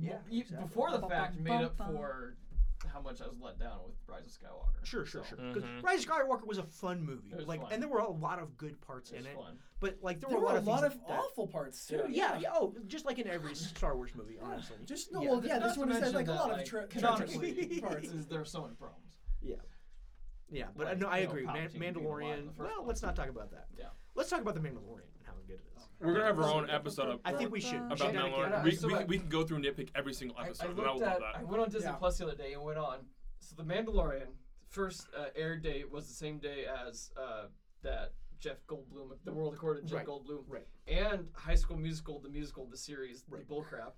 Speaker 2: Yeah,
Speaker 5: b- e-
Speaker 2: exactly.
Speaker 5: before the
Speaker 4: Bum,
Speaker 5: fact,
Speaker 4: bum,
Speaker 5: made
Speaker 4: bum,
Speaker 5: up
Speaker 4: bum.
Speaker 5: for how much I was let down with Rise of Skywalker.
Speaker 2: Sure, sure,
Speaker 5: So,
Speaker 2: sure.
Speaker 5: It
Speaker 2: 'Cause Rise of Skywalker was a fun movie.
Speaker 5: Mm-hmm. It was
Speaker 2: like,
Speaker 5: fun.
Speaker 2: and there were a lot of good parts
Speaker 5: was
Speaker 2: in it.
Speaker 5: fun.
Speaker 2: But like, there,
Speaker 1: There were a lot
Speaker 2: things
Speaker 1: of
Speaker 2: that-
Speaker 1: awful parts too.
Speaker 5: Yeah.
Speaker 2: Yeah, yeah. Oh, just like in every Star Wars movie, honestly.
Speaker 1: Just no.
Speaker 2: Yeah.
Speaker 1: Well, yeah.
Speaker 5: Not
Speaker 1: This
Speaker 5: to
Speaker 1: one said
Speaker 5: mention
Speaker 1: like a
Speaker 5: that,
Speaker 1: lot of
Speaker 5: like,
Speaker 1: tra-
Speaker 5: canonically,
Speaker 1: tragic parts.
Speaker 5: is there so many problems.
Speaker 2: Yeah, but uh,
Speaker 5: Like,
Speaker 2: no, I
Speaker 5: you know,
Speaker 2: agree. Man-
Speaker 5: Palpatine being alive in the
Speaker 2: Mandalorian.
Speaker 5: first
Speaker 2: Well,
Speaker 5: place.
Speaker 2: let's not talk about that.
Speaker 5: Yeah. Oh,
Speaker 2: Let's talk about the Mandalorian and how good it is.
Speaker 3: We're gonna have our own episode up
Speaker 2: I think we should.
Speaker 3: about
Speaker 2: Shannon,
Speaker 3: Mandalorian.
Speaker 5: I-
Speaker 3: We,
Speaker 5: so
Speaker 3: we,
Speaker 5: I-
Speaker 3: we can go through and nitpick every single
Speaker 5: I-
Speaker 3: episode,
Speaker 5: I,
Speaker 3: and I
Speaker 5: looked
Speaker 3: will
Speaker 5: at,
Speaker 3: love
Speaker 5: I
Speaker 3: that.
Speaker 5: went on Disney
Speaker 1: Yeah.
Speaker 5: Plus the other day and went on. So the Mandalorian first uh, air date was the same day as uh, that Jeff Goldblum, the world according to
Speaker 2: Right,
Speaker 5: Jeff Goldblum,
Speaker 2: right.
Speaker 5: and High School Musical, the musical, the series,
Speaker 2: Right.
Speaker 5: the bullcrap.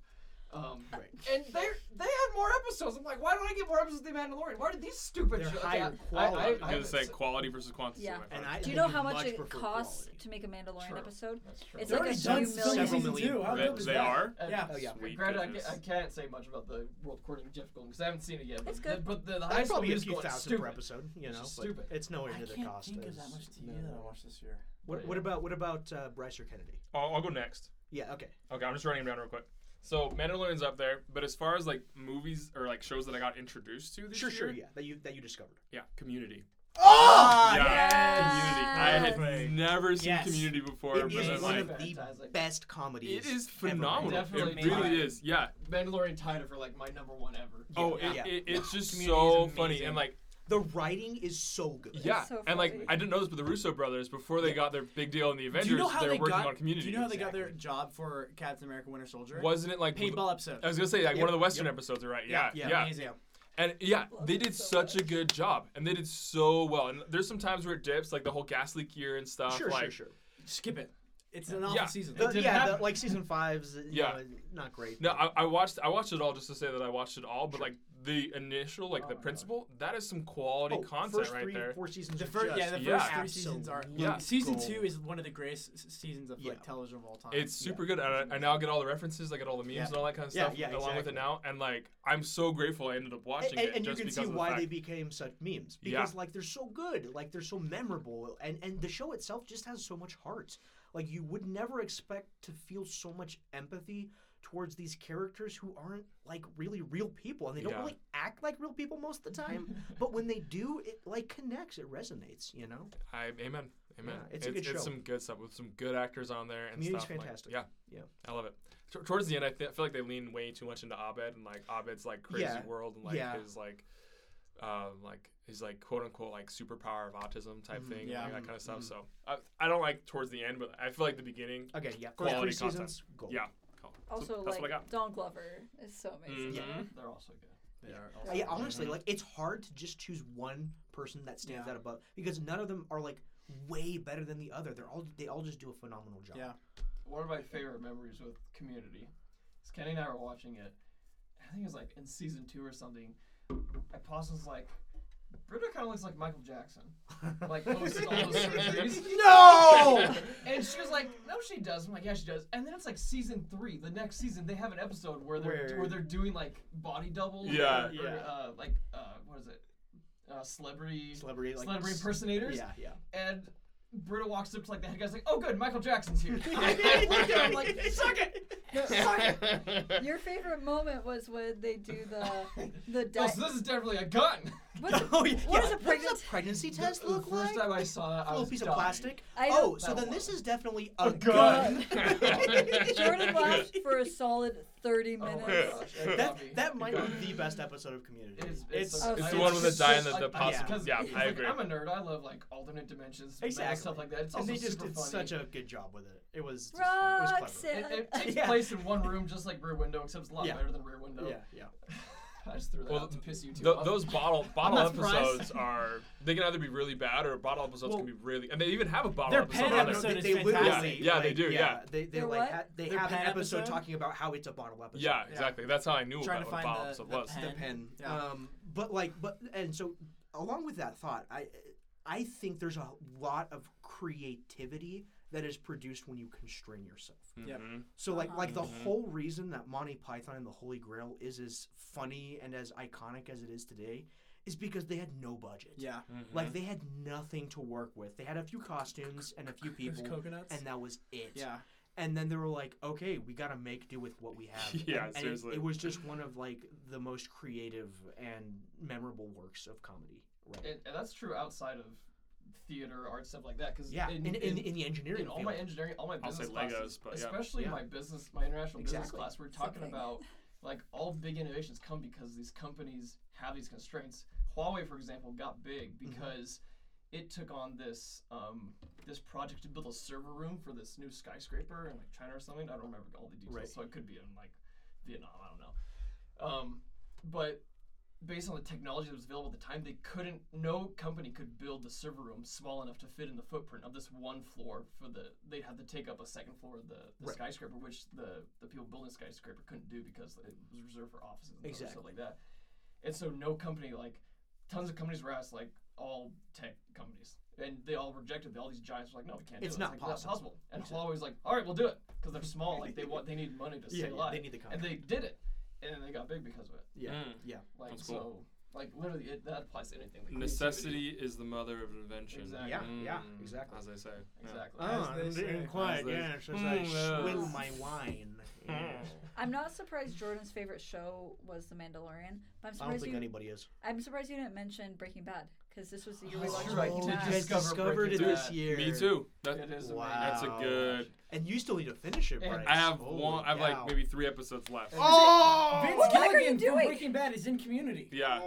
Speaker 5: Um,
Speaker 2: Right.
Speaker 5: And they they had more episodes. I'm like, why don't I get more episodes of The Mandalorian? Why did these stupid?
Speaker 2: They're
Speaker 5: shows-
Speaker 2: higher
Speaker 5: I-
Speaker 2: quality.
Speaker 5: I, I,
Speaker 3: I'm gonna say
Speaker 5: it's-
Speaker 3: quality versus quantity.
Speaker 4: Yeah.
Speaker 3: my
Speaker 2: And
Speaker 3: friend.
Speaker 2: I
Speaker 4: Do you
Speaker 2: think
Speaker 4: know how much
Speaker 2: much
Speaker 4: it
Speaker 2: prefer
Speaker 4: costs
Speaker 2: quality.
Speaker 4: to make a Mandalorian
Speaker 5: True.
Speaker 4: episode?
Speaker 5: That's true.
Speaker 4: It's
Speaker 1: They're
Speaker 4: like a
Speaker 1: already done
Speaker 4: humongous-
Speaker 1: several
Speaker 2: Several
Speaker 1: season
Speaker 2: million
Speaker 1: two. How
Speaker 3: They-
Speaker 1: dope is
Speaker 3: they
Speaker 1: that?
Speaker 3: are.
Speaker 5: And-
Speaker 1: Yeah.
Speaker 2: Oh yeah.
Speaker 3: Sweet
Speaker 5: Granted, I,
Speaker 3: goodness.
Speaker 5: ca- I can't say much about the world according to Jeff Goldblum because I haven't seen it yet. But
Speaker 4: It's good.
Speaker 5: The, but the, the High
Speaker 2: I
Speaker 5: School
Speaker 2: probably a
Speaker 5: Musical
Speaker 2: few
Speaker 5: it's
Speaker 2: thousand
Speaker 5: stupid.
Speaker 2: per episode, you
Speaker 5: It's
Speaker 2: know,
Speaker 5: just
Speaker 2: but
Speaker 5: stupid.
Speaker 2: it's nowhere
Speaker 1: I
Speaker 2: near the
Speaker 1: can't
Speaker 2: cost.
Speaker 1: think of
Speaker 2: as-
Speaker 1: that much TV
Speaker 2: no.
Speaker 1: that I watched this year.
Speaker 2: What, what about what about uh, Bryce or Kennedy?
Speaker 3: I'll, I'll go next.
Speaker 2: Yeah, okay.
Speaker 3: Okay, I'm just writing them down real quick. So Mandalorian's up there, but as far as like movies or like shows that I got introduced to this
Speaker 2: Sure,
Speaker 3: year,
Speaker 2: sure, yeah. That you that you discovered.
Speaker 3: yeah, Community.
Speaker 2: Ah!
Speaker 1: Oh!
Speaker 3: yeah,
Speaker 4: yes.
Speaker 3: Community. I had never seen
Speaker 1: Yes.
Speaker 3: Community before.
Speaker 2: It
Speaker 3: but
Speaker 2: is one
Speaker 3: then, like,
Speaker 2: of the
Speaker 5: Fantastic.
Speaker 2: best comedies.
Speaker 3: it is
Speaker 2: ever made.
Speaker 3: phenomenal.
Speaker 5: Definitely
Speaker 3: It really
Speaker 5: made.
Speaker 3: is. Yeah.
Speaker 5: Mandalorian tied it for like my number one ever.
Speaker 3: oh,
Speaker 2: yeah.
Speaker 3: it,
Speaker 2: Yeah.
Speaker 3: it- it's just
Speaker 2: Community
Speaker 3: so
Speaker 2: is
Speaker 3: funny
Speaker 2: amazing.
Speaker 3: and like
Speaker 2: The writing is so good.
Speaker 3: yeah,
Speaker 4: so
Speaker 3: and like
Speaker 4: funny.
Speaker 3: I didn't know this, but the Russo brothers before they got their big deal in the Avengers,
Speaker 1: Do you know how
Speaker 3: they were
Speaker 1: they
Speaker 3: working
Speaker 1: got?
Speaker 3: on Community.
Speaker 1: Do you know how they got their
Speaker 2: Exactly.
Speaker 1: job for Captain America: Winter Soldier?
Speaker 3: Wasn't it like
Speaker 1: paintball episode.
Speaker 3: I was gonna say like
Speaker 2: Yep,
Speaker 3: one of the Western
Speaker 2: yep.
Speaker 3: episodes, right? Oh, Yeah, yeah.
Speaker 1: Amazing.
Speaker 3: And yeah,
Speaker 4: Love
Speaker 3: they
Speaker 4: it
Speaker 3: did
Speaker 4: so
Speaker 3: such a
Speaker 4: much.
Speaker 3: good job, and they did so well. And there's some times where it dips, like the whole gas leak year and stuff.
Speaker 2: Sure,
Speaker 3: uh, like,
Speaker 2: sure, sure.
Speaker 1: Skip it. It's an awful
Speaker 3: Yeah.
Speaker 1: season.
Speaker 2: The-
Speaker 5: didn't
Speaker 2: yeah, the,
Speaker 5: happen.
Speaker 2: like season five's you
Speaker 3: Yeah.
Speaker 2: know, not great.
Speaker 3: No,
Speaker 2: but-
Speaker 3: I, I watched I watched it all just to say that I watched it all, but
Speaker 2: Sure.
Speaker 3: like the initial, like the
Speaker 5: Oh,
Speaker 3: principle, that is some quality
Speaker 2: Oh,
Speaker 3: content
Speaker 2: first
Speaker 3: right
Speaker 2: three,
Speaker 3: there.
Speaker 2: Four seasons.
Speaker 1: The
Speaker 2: are
Speaker 1: first, yeah,
Speaker 2: just
Speaker 1: the first
Speaker 3: yeah.
Speaker 1: three seasons are.
Speaker 2: absolute
Speaker 3: Yeah.
Speaker 1: Like, season
Speaker 2: gold.
Speaker 1: two is one of the greatest s- seasons of
Speaker 2: Yeah.
Speaker 1: like television of all time.
Speaker 3: It's super good, and I, I now get all the references, I get all the memes
Speaker 1: Yeah.
Speaker 3: and all that kind of
Speaker 2: Yeah,
Speaker 3: stuff
Speaker 2: yeah,
Speaker 3: along with it
Speaker 2: exactly.
Speaker 3: now, and like I'm so grateful I ended up watching
Speaker 2: and,
Speaker 3: it.
Speaker 2: and you
Speaker 3: just
Speaker 2: can see
Speaker 3: because of the
Speaker 2: why
Speaker 3: fact-
Speaker 2: they became such memes
Speaker 3: Yeah.
Speaker 2: because like they're so good like they're so memorable and and the show itself just has so much heart like you would never expect to feel so much empathy towards these characters who aren't like really real people and they don't
Speaker 3: Yeah.
Speaker 2: really act like real people most of the time but when they do it like connects it resonates you know
Speaker 3: I, amen, amen.
Speaker 2: Yeah, it's a good show.
Speaker 3: some good stuff with some good actors on there and
Speaker 2: Community's
Speaker 3: stuff. like-
Speaker 2: fantastic.
Speaker 3: yeah,
Speaker 2: Yeah.
Speaker 3: I love it. T- towards the end, I, th- I feel like they lean way too much into Abed and like Abed's like crazy
Speaker 2: Yeah.
Speaker 3: world and like
Speaker 2: Yeah.
Speaker 3: his like, um, like his like quote unquote like superpower of autism type
Speaker 2: Mhm.
Speaker 3: thing,
Speaker 1: Yeah.
Speaker 3: like that kind of stuff. So I, I don't like towards the end, but I feel like the beginning.
Speaker 2: okay yeah first
Speaker 3: Quality
Speaker 2: three
Speaker 3: content.
Speaker 2: seasons gold.
Speaker 3: Yeah. Cool. So
Speaker 4: Also,
Speaker 3: that's
Speaker 4: like
Speaker 3: what I got.
Speaker 4: Don Glover is so amazing.
Speaker 3: Mhm.
Speaker 5: Yeah, they're also good.
Speaker 1: They are
Speaker 2: Uh,
Speaker 1: also-
Speaker 2: yeah, honestly, like it's hard to just choose one person that stands
Speaker 1: Yeah.
Speaker 2: out above because none of them are like way better than the other. They're all they all just do a phenomenal job.
Speaker 1: Yeah.
Speaker 5: One of my favorite memories with Community is Kenny and I were watching it. I think it was like in season two or something. My boss was like, Britta kind of looks like Michael Jackson. Like, posts all those surgeries.
Speaker 2: No.
Speaker 5: And she was like, "No, she does." I'm like, "Yeah, she does." And then it's like season three, the next season, they have an episode where they're
Speaker 2: Where-
Speaker 5: where, they're doing like body doubles.
Speaker 3: Yeah,
Speaker 5: or,
Speaker 2: yeah.
Speaker 5: Or, uh, like uh, what is it? Uh, celebrity
Speaker 2: Celebrity, like
Speaker 5: celebrity
Speaker 2: s-
Speaker 5: impersonators.
Speaker 2: Yeah, yeah.
Speaker 5: And Britta walks up to like the head guy's like, "Oh, good, Michael Jackson's here."
Speaker 2: I looked at him
Speaker 5: like,
Speaker 2: suck it.
Speaker 4: Your favorite moment was when they do the the
Speaker 5: Oh,
Speaker 4: death.
Speaker 5: so this is definitely a gun.
Speaker 4: What's,
Speaker 2: Oh, yeah. yeah.
Speaker 4: what does a
Speaker 2: What does
Speaker 4: pregnant?
Speaker 2: a pregnancy test
Speaker 5: the,
Speaker 2: look
Speaker 5: the first
Speaker 2: like?
Speaker 5: time I saw that,
Speaker 2: a
Speaker 5: I
Speaker 2: little
Speaker 5: was
Speaker 2: piece
Speaker 5: dying.
Speaker 2: of plastic.
Speaker 4: I
Speaker 2: oh,
Speaker 4: don't-
Speaker 2: so
Speaker 5: that
Speaker 2: then
Speaker 5: one.
Speaker 2: this is definitely a,
Speaker 5: gun.
Speaker 4: Jordan laughed for a solid thirty
Speaker 5: Oh my
Speaker 4: minutes.
Speaker 5: gosh, that
Speaker 2: that
Speaker 5: got me.
Speaker 2: that might be the best episode of Community.
Speaker 5: It is-
Speaker 2: It's-
Speaker 4: so-
Speaker 3: It's
Speaker 4: I-
Speaker 3: the one with the
Speaker 5: it's
Speaker 3: die and the,
Speaker 5: just
Speaker 3: the
Speaker 5: like-
Speaker 3: pos-
Speaker 2: yeah.
Speaker 5: because
Speaker 3: Yeah,
Speaker 5: it's
Speaker 3: I
Speaker 5: like,
Speaker 3: agree.
Speaker 5: I'm a nerd. I love like alternate dimensions,
Speaker 2: Exactly.
Speaker 5: stuff like that. It's
Speaker 2: and
Speaker 5: also
Speaker 2: they just
Speaker 5: super
Speaker 2: did
Speaker 5: funny.
Speaker 2: such a good job with it. It was just fun. it was clever.
Speaker 4: Roxanne.
Speaker 5: It, it takes
Speaker 2: Yeah.
Speaker 5: place in one room, just like Rear Window, except it's a lot
Speaker 2: Yeah.
Speaker 5: better than Rear Window.
Speaker 2: Yeah, yeah.
Speaker 5: I just threw that
Speaker 3: Well,
Speaker 5: out to piss you two
Speaker 3: Th-
Speaker 5: off.
Speaker 3: those bottle bottle
Speaker 5: not surprised.
Speaker 3: episodes are they can either be really bad or bottle episodes
Speaker 2: Well,
Speaker 3: can be really and they even have a bottle
Speaker 1: their
Speaker 3: episode
Speaker 1: pet
Speaker 3: on there.
Speaker 1: episode
Speaker 2: they,
Speaker 1: is
Speaker 2: they literally,
Speaker 1: fantastic.
Speaker 3: Yeah, yeah, they
Speaker 2: like,
Speaker 3: do, yeah.
Speaker 2: they they
Speaker 4: Their
Speaker 2: like
Speaker 4: what?
Speaker 2: ha- they
Speaker 1: Their
Speaker 2: have an
Speaker 1: pen
Speaker 2: episode,
Speaker 1: episode?
Speaker 2: talking about how it's a bottle episode.
Speaker 3: Yeah, exactly. That's how I knew
Speaker 1: Trying
Speaker 3: about
Speaker 1: to
Speaker 3: what a
Speaker 1: find
Speaker 3: bottle
Speaker 1: the-
Speaker 3: episode
Speaker 1: the
Speaker 3: was.
Speaker 1: pen.
Speaker 2: the pen.
Speaker 1: Yeah.
Speaker 2: Um, but like, but and so along with that thought, I I think there's a lot of creativity that is produced when you constrain yourself.
Speaker 1: Yep.
Speaker 3: Mhm.
Speaker 2: So like like
Speaker 1: Uh-huh.
Speaker 2: the
Speaker 3: Mhm.
Speaker 2: whole reason that Monty Python and the Holy Grail is as funny and as iconic as it is today is because they had no budget.
Speaker 1: Yeah.
Speaker 3: Mhm.
Speaker 2: Like they had nothing to work with. They had a few costumes and a few
Speaker 1: There's
Speaker 2: people
Speaker 1: coconuts.
Speaker 2: and that was it.
Speaker 1: yeah.
Speaker 2: And then they were like, "Okay, we got to make do with what we have."
Speaker 3: Yeah,
Speaker 2: And- and it-
Speaker 3: seriously.
Speaker 2: It, was just one of like the most creative and memorable works of comedy, right?
Speaker 5: And, and that's true outside of theater, art, stuff like that. Because
Speaker 2: yeah, in, in, in, the engineering
Speaker 5: in all
Speaker 2: field.
Speaker 5: my engineering, all my
Speaker 3: I'll say
Speaker 5: business
Speaker 3: Legos,
Speaker 5: classes,
Speaker 3: but yeah.
Speaker 5: especially
Speaker 2: Yeah.
Speaker 5: my business, my international business
Speaker 2: Exactly.
Speaker 5: class, we're talking
Speaker 4: Something.
Speaker 5: about like all big innovations come because these companies have these constraints. Huawei, for example, got big
Speaker 2: Mm-hmm.
Speaker 5: because it took on this um, this project to build a server room for this new skyscraper in like China or something. I don't remember all the details,
Speaker 2: Right.
Speaker 5: so it could be in like Vietnam. I don't know, um, but. Based on the technology that was available at the time, they couldn't. No company could build the server room small enough to fit in the footprint of this one floor. For the they'd have to take up a second floor of the, the
Speaker 2: Right.
Speaker 5: skyscraper, which the the people building the skyscraper couldn't do because it was reserved for offices and other stuff
Speaker 2: Exactly.
Speaker 5: like that. And so no company like tons of companies were asked like all tech companies, and they all rejected. All these giants were like, no, we can't.
Speaker 2: It's
Speaker 5: do it.
Speaker 2: not
Speaker 5: like, that's
Speaker 2: possible."
Speaker 5: possible. And Huawei's like, all right, we'll do it because they're small. Like they want they need money to
Speaker 2: yeah,
Speaker 5: stay
Speaker 2: yeah,
Speaker 5: alive.
Speaker 2: they need the
Speaker 5: and
Speaker 2: contract.
Speaker 5: they did it, and then they got big because of it.
Speaker 2: yeah,
Speaker 3: Mm.
Speaker 2: yeah.
Speaker 5: Like
Speaker 3: That's
Speaker 5: so,
Speaker 3: cool.
Speaker 5: like literally, it, that applies to anything. Like creativity.
Speaker 3: Necessity is the mother of invention.
Speaker 5: Exactly.
Speaker 2: Yeah, yeah,
Speaker 3: Mm,
Speaker 2: exactly.
Speaker 3: As they say. Yeah.
Speaker 5: Exactly.
Speaker 1: Oh, As they I'm being say.
Speaker 3: quiet, yeah, since I swill
Speaker 2: my wine.
Speaker 4: I'm not surprised Jordan's favorite show was The Mandalorian,
Speaker 2: I
Speaker 4: but I'm
Speaker 2: don't
Speaker 4: surprised
Speaker 2: think
Speaker 4: you.
Speaker 2: anybody is.
Speaker 4: I'm surprised you didn't mention Breaking Bad because this was the year we
Speaker 5: That's
Speaker 4: watched.
Speaker 5: true, right,
Speaker 4: Breaking
Speaker 5: you
Speaker 4: Bad.
Speaker 5: did just- discovered Breaking Bad.
Speaker 2: year.
Speaker 3: Me too. That,
Speaker 5: It is
Speaker 2: Wow.
Speaker 5: amazing.
Speaker 3: That's a good.
Speaker 2: And you still need to finish it,
Speaker 5: And-
Speaker 2: Bryce.
Speaker 3: I have
Speaker 2: Holy
Speaker 3: one. I have
Speaker 2: cow.
Speaker 3: like maybe three episodes left.
Speaker 2: Oh!
Speaker 1: Vince
Speaker 4: What the heck are you
Speaker 1: Gilligan from
Speaker 4: doing?
Speaker 1: Breaking Bad is in Community.
Speaker 3: Yeah.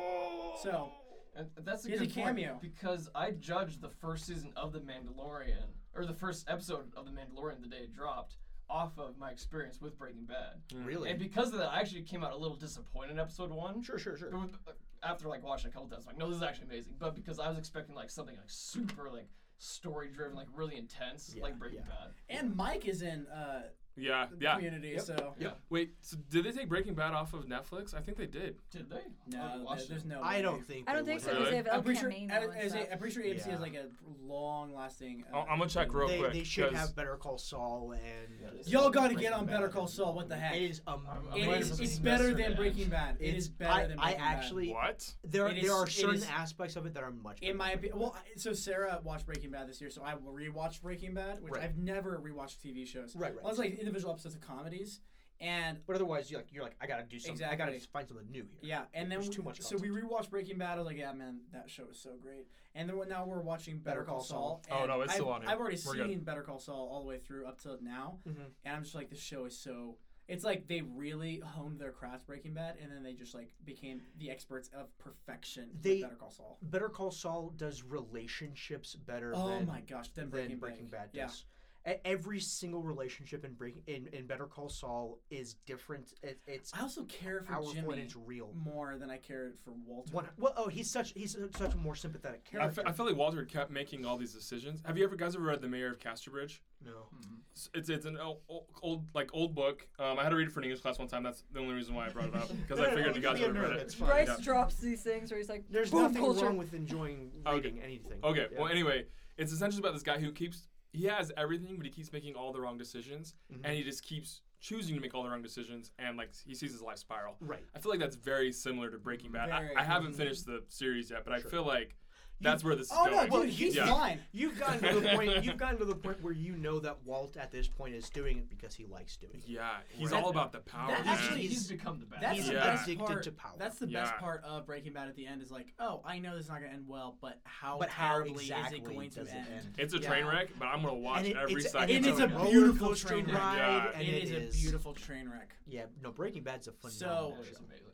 Speaker 1: So
Speaker 5: And that's a
Speaker 1: He has
Speaker 5: good
Speaker 1: a
Speaker 5: point,
Speaker 1: cameo.
Speaker 5: because I judged the first season of The Mandalorian or the first episode of The Mandalorian the day it dropped off of my experience with Breaking Bad,
Speaker 2: Really?
Speaker 5: and because of that, I actually came out a little disappointed in episode one.
Speaker 2: Sure, sure,
Speaker 5: But
Speaker 2: sure.
Speaker 5: with- uh, After like watching a couple times, like no, this is actually amazing. But because I was expecting like something like super like story driven, like really intense,
Speaker 2: Yeah,
Speaker 5: like Breaking Bad.
Speaker 1: and Mike is in uh,
Speaker 3: Yeah.
Speaker 2: Oh.
Speaker 3: Yeah.
Speaker 1: Community.
Speaker 2: Yep.
Speaker 1: So
Speaker 3: Wait. So did they take Breaking Bad off of Netflix? I think they did.
Speaker 5: Did they? I
Speaker 1: no, there-
Speaker 5: watched
Speaker 1: there's
Speaker 5: it.
Speaker 1: no.
Speaker 2: I
Speaker 1: way.
Speaker 2: don't think.
Speaker 4: I don't
Speaker 2: they
Speaker 4: think so
Speaker 2: would.
Speaker 4: because they
Speaker 3: Really?
Speaker 4: have El
Speaker 1: I'm pretty sure.
Speaker 4: Camino
Speaker 1: I,
Speaker 4: and
Speaker 1: I say,
Speaker 4: stuff.
Speaker 1: I'm pretty sure AMC
Speaker 2: Yeah.
Speaker 1: has like a long-lasting. Uh,
Speaker 3: I- I'm gonna check real
Speaker 2: They,
Speaker 3: quick.
Speaker 2: they should
Speaker 3: 'cause-
Speaker 2: have Better Call Saul and.
Speaker 5: Yeah.
Speaker 1: Y'all got to get
Speaker 2: Breaking
Speaker 1: on
Speaker 2: Bad.
Speaker 1: Better Call Saul. What the heck?
Speaker 2: It is
Speaker 5: I'm
Speaker 1: It
Speaker 5: waiting
Speaker 1: is-
Speaker 5: for
Speaker 2: amazing.
Speaker 5: the
Speaker 1: it's
Speaker 5: semester
Speaker 1: better
Speaker 5: to
Speaker 1: than
Speaker 5: end.
Speaker 1: Breaking Bad. It
Speaker 2: It's-
Speaker 1: is better
Speaker 2: I,
Speaker 1: than
Speaker 2: I
Speaker 1: Breaking Bad.
Speaker 2: actually
Speaker 3: What?
Speaker 2: there
Speaker 1: It
Speaker 2: there
Speaker 1: is-
Speaker 2: are
Speaker 1: it
Speaker 2: certain
Speaker 1: is-
Speaker 2: aspects of it that are much.
Speaker 1: In
Speaker 2: better.
Speaker 1: my opinion, well, I- so Sarah watched Breaking Bad this year, so I rewatched Breaking Bad, which
Speaker 2: Right.
Speaker 1: I've never rewatched TV shows.
Speaker 2: Right, right.
Speaker 1: Well, it's like individual episodes of comedies, and
Speaker 2: but otherwise, you're like you're like I gotta do something. I gotta
Speaker 1: Exactly.
Speaker 2: find something new here.
Speaker 1: yeah, and then
Speaker 2: There's
Speaker 1: we-
Speaker 2: too much
Speaker 1: so we rewatched Breaking Bad. I was like, yeah, man, that show is so great. And then we're- now we're watching Better, Call, Saul.
Speaker 3: Oh,
Speaker 1: and
Speaker 3: no, it's
Speaker 1: I've,
Speaker 3: still on here.
Speaker 1: I've already
Speaker 3: We're good.
Speaker 1: seen Better Call Saul all the way through up to now,
Speaker 2: Mhm.
Speaker 1: and I'm just like, this show is so. It's like they really honed their craft Breaking Bad, and then they just like became the experts of perfection. with
Speaker 2: They-
Speaker 1: Better Call Saul.
Speaker 2: Better Call Saul does relationships better.
Speaker 1: Oh
Speaker 2: than,
Speaker 1: my gosh, then
Speaker 2: than
Speaker 1: Breaking,
Speaker 2: Breaking, Bad,
Speaker 1: Yeah.
Speaker 2: does. E- Every single relationship in Breaking in, in Better Call Saul is different. It, it's
Speaker 1: I also care for
Speaker 2: powerful and
Speaker 1: Jimmy
Speaker 2: it's real.
Speaker 1: more than I cared for Walter.
Speaker 2: One, well, oh, he's such he's such a more sympathetic
Speaker 3: I fe-
Speaker 2: character.
Speaker 3: I feel like Walter kept making all these decisions. Have you ever guys ever read The Mayor of Casterbridge?
Speaker 2: no,
Speaker 3: It's- it's it's an old, old like old book. Um, I had to read it for an English class one time. That's the only reason why I brought it up because I
Speaker 2: No, no, no,
Speaker 3: figured you guys
Speaker 2: be a
Speaker 3: would have read
Speaker 2: nerd,
Speaker 3: it.
Speaker 2: it's fine.
Speaker 4: Bryce
Speaker 3: Yeah.
Speaker 4: drops these things where he's like,
Speaker 2: There's
Speaker 4: "Boom
Speaker 2: nothing
Speaker 4: culture."
Speaker 2: wrong with enjoying
Speaker 3: Okay.
Speaker 2: reading anything.
Speaker 3: Okay.
Speaker 2: Yeah.
Speaker 3: Well, anyway, it's essentially about this guy who keeps he has everything, but he keeps making all the wrong decisions,
Speaker 1: Mm-hmm.
Speaker 3: and he just keeps choosing to make all the wrong decisions, and like he sees his life spiral.
Speaker 2: right.
Speaker 3: I feel like that's very similar to Breaking Bad. I,
Speaker 1: Very. Mm-hmm.
Speaker 3: I haven't finished the series yet, but I
Speaker 2: Sure.
Speaker 3: feel like that's where this is
Speaker 1: Oh
Speaker 3: going.
Speaker 1: no, dude, he's
Speaker 3: yeah.
Speaker 1: fine.
Speaker 2: You've gotten to the point. You've gotten to the point where you know that Walt at this point is doing it because he likes doing it.
Speaker 3: Yeah, he's
Speaker 2: Right.
Speaker 3: all about the power.
Speaker 1: That
Speaker 3: man.
Speaker 1: actually-
Speaker 5: Actually, he's become the best.
Speaker 1: That's
Speaker 2: He's
Speaker 1: the
Speaker 3: Yeah.
Speaker 1: best
Speaker 2: addicted
Speaker 1: part.
Speaker 2: to power.
Speaker 1: That's the
Speaker 3: Yeah.
Speaker 1: best part of Breaking Bad at the end is like, oh, I know this is not gonna end well, but how
Speaker 2: But how
Speaker 1: terribly
Speaker 2: exactly
Speaker 1: is it going to
Speaker 2: does it
Speaker 1: end?
Speaker 2: end?
Speaker 3: it's a
Speaker 1: Yeah.
Speaker 3: train wreck, but I'm gonna watch
Speaker 2: and it-
Speaker 3: every
Speaker 2: it's,
Speaker 3: second.
Speaker 1: and
Speaker 3: of
Speaker 1: it's a
Speaker 3: it.
Speaker 1: beautiful
Speaker 2: roller coaster
Speaker 1: train wreck.
Speaker 2: ride,
Speaker 3: Yeah.
Speaker 2: and
Speaker 1: it is, a beautiful train wreck.
Speaker 2: Yeah, no, Breaking Bad's a
Speaker 1: So-
Speaker 2: phenomenal
Speaker 5: That
Speaker 2: show.
Speaker 5: is amazing.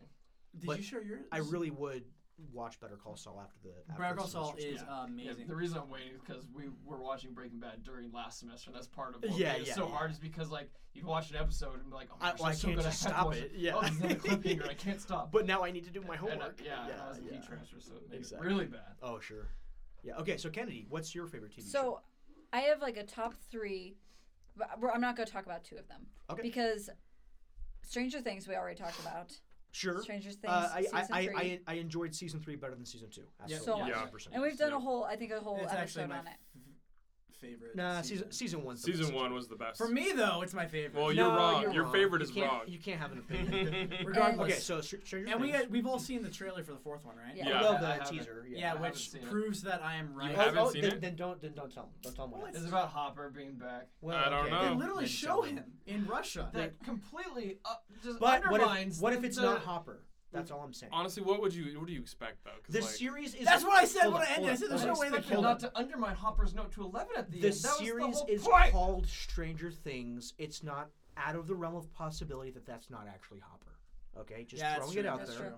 Speaker 1: Did
Speaker 2: But
Speaker 1: you share yours?
Speaker 2: I really would watch Better Call Saul after the. After
Speaker 1: Better Call
Speaker 2: the
Speaker 1: Saul
Speaker 2: semester
Speaker 1: is
Speaker 2: starts.
Speaker 5: Yeah,
Speaker 1: amazing.
Speaker 5: the reason I'm waiting is because we were watching Breaking Bad during last semester. That's part of what
Speaker 2: Yeah,
Speaker 5: made it
Speaker 2: yeah,
Speaker 5: so
Speaker 2: yeah.
Speaker 5: hard is because like you'd watch an episode and be like, oh my
Speaker 2: I,
Speaker 5: gosh,
Speaker 2: well, I
Speaker 5: I'm so
Speaker 2: can't
Speaker 5: good, I
Speaker 2: just
Speaker 5: have to
Speaker 2: stop
Speaker 5: watch
Speaker 2: it. Yeah.
Speaker 5: Oh, there's another cliffhanger. I can't stop.
Speaker 2: But now I need to do my
Speaker 5: and, uh,
Speaker 2: homework.
Speaker 5: yeah, and I was a heat transfer, so it made
Speaker 2: Exactly.
Speaker 5: it really bad.
Speaker 2: Oh sure. Yeah. Okay. So Kennedy, what's your favorite TV show?
Speaker 4: So, I have like a top three, but we're- I'm not going to talk about two of them
Speaker 2: Okay.
Speaker 4: because Stranger Things we already talked about.
Speaker 2: Sure.
Speaker 4: Stranger Things
Speaker 2: Uh, I,
Speaker 4: season
Speaker 2: I, I,
Speaker 4: three.
Speaker 2: I, I enjoyed season three better than season two.
Speaker 1: Yeah.
Speaker 2: Absolutely.
Speaker 4: So much.
Speaker 3: Yeah.
Speaker 4: and we've done
Speaker 3: yeah.
Speaker 4: a whole, I think, a whole
Speaker 1: it's actually
Speaker 4: episode
Speaker 1: my
Speaker 4: on it.
Speaker 1: f- favorite.
Speaker 2: Nah,
Speaker 1: season.
Speaker 2: season
Speaker 1: Oh,
Speaker 2: season one's the
Speaker 3: Season
Speaker 2: best.
Speaker 3: one was the best.
Speaker 1: For me though, it's my favorite.
Speaker 3: Well, you're
Speaker 2: No,
Speaker 3: wrong.
Speaker 2: you're
Speaker 3: Your
Speaker 2: wrong.
Speaker 3: favorite
Speaker 2: You
Speaker 3: is
Speaker 2: can't-
Speaker 3: wrong.
Speaker 2: You can't have an opinion.
Speaker 1: regardless.
Speaker 2: okay, so Str- Stranger
Speaker 1: and we uh,
Speaker 2: Things.
Speaker 1: we've all seen the trailer for the fourth one, right?
Speaker 4: Yeah.
Speaker 3: Yeah.
Speaker 2: well, the
Speaker 5: I haven't.
Speaker 2: teaser. Yeah. oh,
Speaker 1: Yeah,
Speaker 5: I haven't
Speaker 1: which
Speaker 5: seen it.
Speaker 1: proves that I am right.
Speaker 3: You haven't seen
Speaker 2: then,
Speaker 3: it?
Speaker 2: Then don't then don't tell him. Don't tell him. What
Speaker 1: What?
Speaker 5: It's
Speaker 2: happened.
Speaker 5: about Hopper being back.
Speaker 2: well,
Speaker 3: I don't
Speaker 2: okay,
Speaker 3: know.
Speaker 1: They
Speaker 2: then-
Speaker 1: literally
Speaker 2: then
Speaker 1: show
Speaker 2: tell him.
Speaker 1: him in Russia.
Speaker 5: That completely up, just
Speaker 2: But what if,
Speaker 5: undermines.
Speaker 2: what
Speaker 5: the-
Speaker 2: if it's
Speaker 5: the-
Speaker 2: not Hopper? That's all I'm saying.
Speaker 3: Honestly, what would you what do you expect though? 'Cause,
Speaker 2: The
Speaker 3: like,
Speaker 2: series is.
Speaker 1: That's what I said
Speaker 2: Hold
Speaker 1: when
Speaker 2: on,
Speaker 1: I ended.
Speaker 2: hold
Speaker 1: I
Speaker 2: on.
Speaker 1: said
Speaker 5: I
Speaker 1: there's
Speaker 5: was
Speaker 1: no way they
Speaker 5: expecting
Speaker 1: killed
Speaker 5: not
Speaker 1: him.
Speaker 5: to undermine Hopper's note to eleven at the,
Speaker 2: The
Speaker 5: end. That
Speaker 2: series
Speaker 5: was the
Speaker 2: is
Speaker 5: whole point.
Speaker 2: called Stranger Things. It's not out of the realm of possibility that that's not actually Hopper. Okay, just
Speaker 1: Yeah, that's
Speaker 2: throwing
Speaker 1: true,
Speaker 2: it out
Speaker 1: that's
Speaker 2: there.
Speaker 1: true.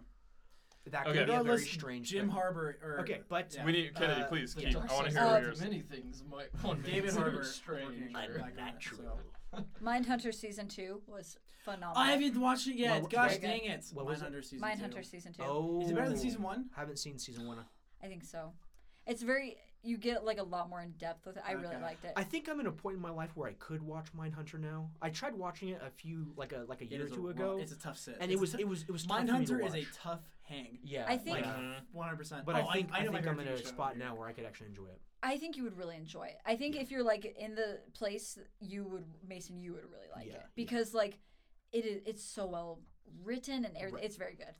Speaker 2: That could
Speaker 3: Okay.
Speaker 2: be a very
Speaker 1: Regardless,
Speaker 2: strange
Speaker 1: Jim
Speaker 2: thing.
Speaker 1: Harbour or
Speaker 2: Okay, but
Speaker 1: yeah.
Speaker 3: we need Kennedy.
Speaker 2: Uh,
Speaker 3: Please
Speaker 5: The
Speaker 3: keep.
Speaker 5: dark
Speaker 3: I want to
Speaker 5: side
Speaker 3: hear
Speaker 5: of
Speaker 3: yours.
Speaker 5: Many things might one may
Speaker 1: David
Speaker 5: consider
Speaker 1: Harbour.
Speaker 5: strange.
Speaker 1: Working back on it,
Speaker 2: Unnatural.
Speaker 1: so.
Speaker 4: Mindhunter season two was phenomenal.
Speaker 1: I haven't watched it yet.
Speaker 2: What- what-
Speaker 1: Gosh
Speaker 4: Very
Speaker 1: dang
Speaker 4: good.
Speaker 1: it!
Speaker 2: What was it?
Speaker 1: Mindhunter season
Speaker 4: Mindhunter
Speaker 1: two.
Speaker 4: season two.
Speaker 2: Oh,
Speaker 1: Is it better than season one?
Speaker 2: Haven't seen season one.
Speaker 4: I think so. It's very you get like a lot more in depth with it. I really
Speaker 1: Okay.
Speaker 4: liked it.
Speaker 2: I think I'm at a point in my life where I could watch Mindhunter now. I tried watching it a few like a like a
Speaker 1: It
Speaker 2: year or
Speaker 1: is a
Speaker 2: two
Speaker 1: ru-
Speaker 2: ago,
Speaker 1: It's a tough sit.
Speaker 2: and
Speaker 1: It's
Speaker 2: it
Speaker 1: a
Speaker 2: was
Speaker 1: tough-
Speaker 2: it was it was tough for me to
Speaker 1: Mindhunter is a
Speaker 2: watch.
Speaker 1: tough hang.
Speaker 2: yeah.
Speaker 4: I think-
Speaker 1: Like
Speaker 4: Yeah.
Speaker 1: one hundred percent. Oh,
Speaker 2: but I think I,
Speaker 1: know my
Speaker 2: think I'm in
Speaker 1: favorite
Speaker 2: a
Speaker 1: TV show
Speaker 2: spot
Speaker 1: here.
Speaker 2: now where I could actually enjoy it.
Speaker 4: I think you would really enjoy it. I think if you're like in the place you would Mason, you would really like
Speaker 2: Yeah,
Speaker 4: it
Speaker 2: yeah.
Speaker 4: because like it is it's so well written and everything.
Speaker 2: Right.
Speaker 4: It's very good.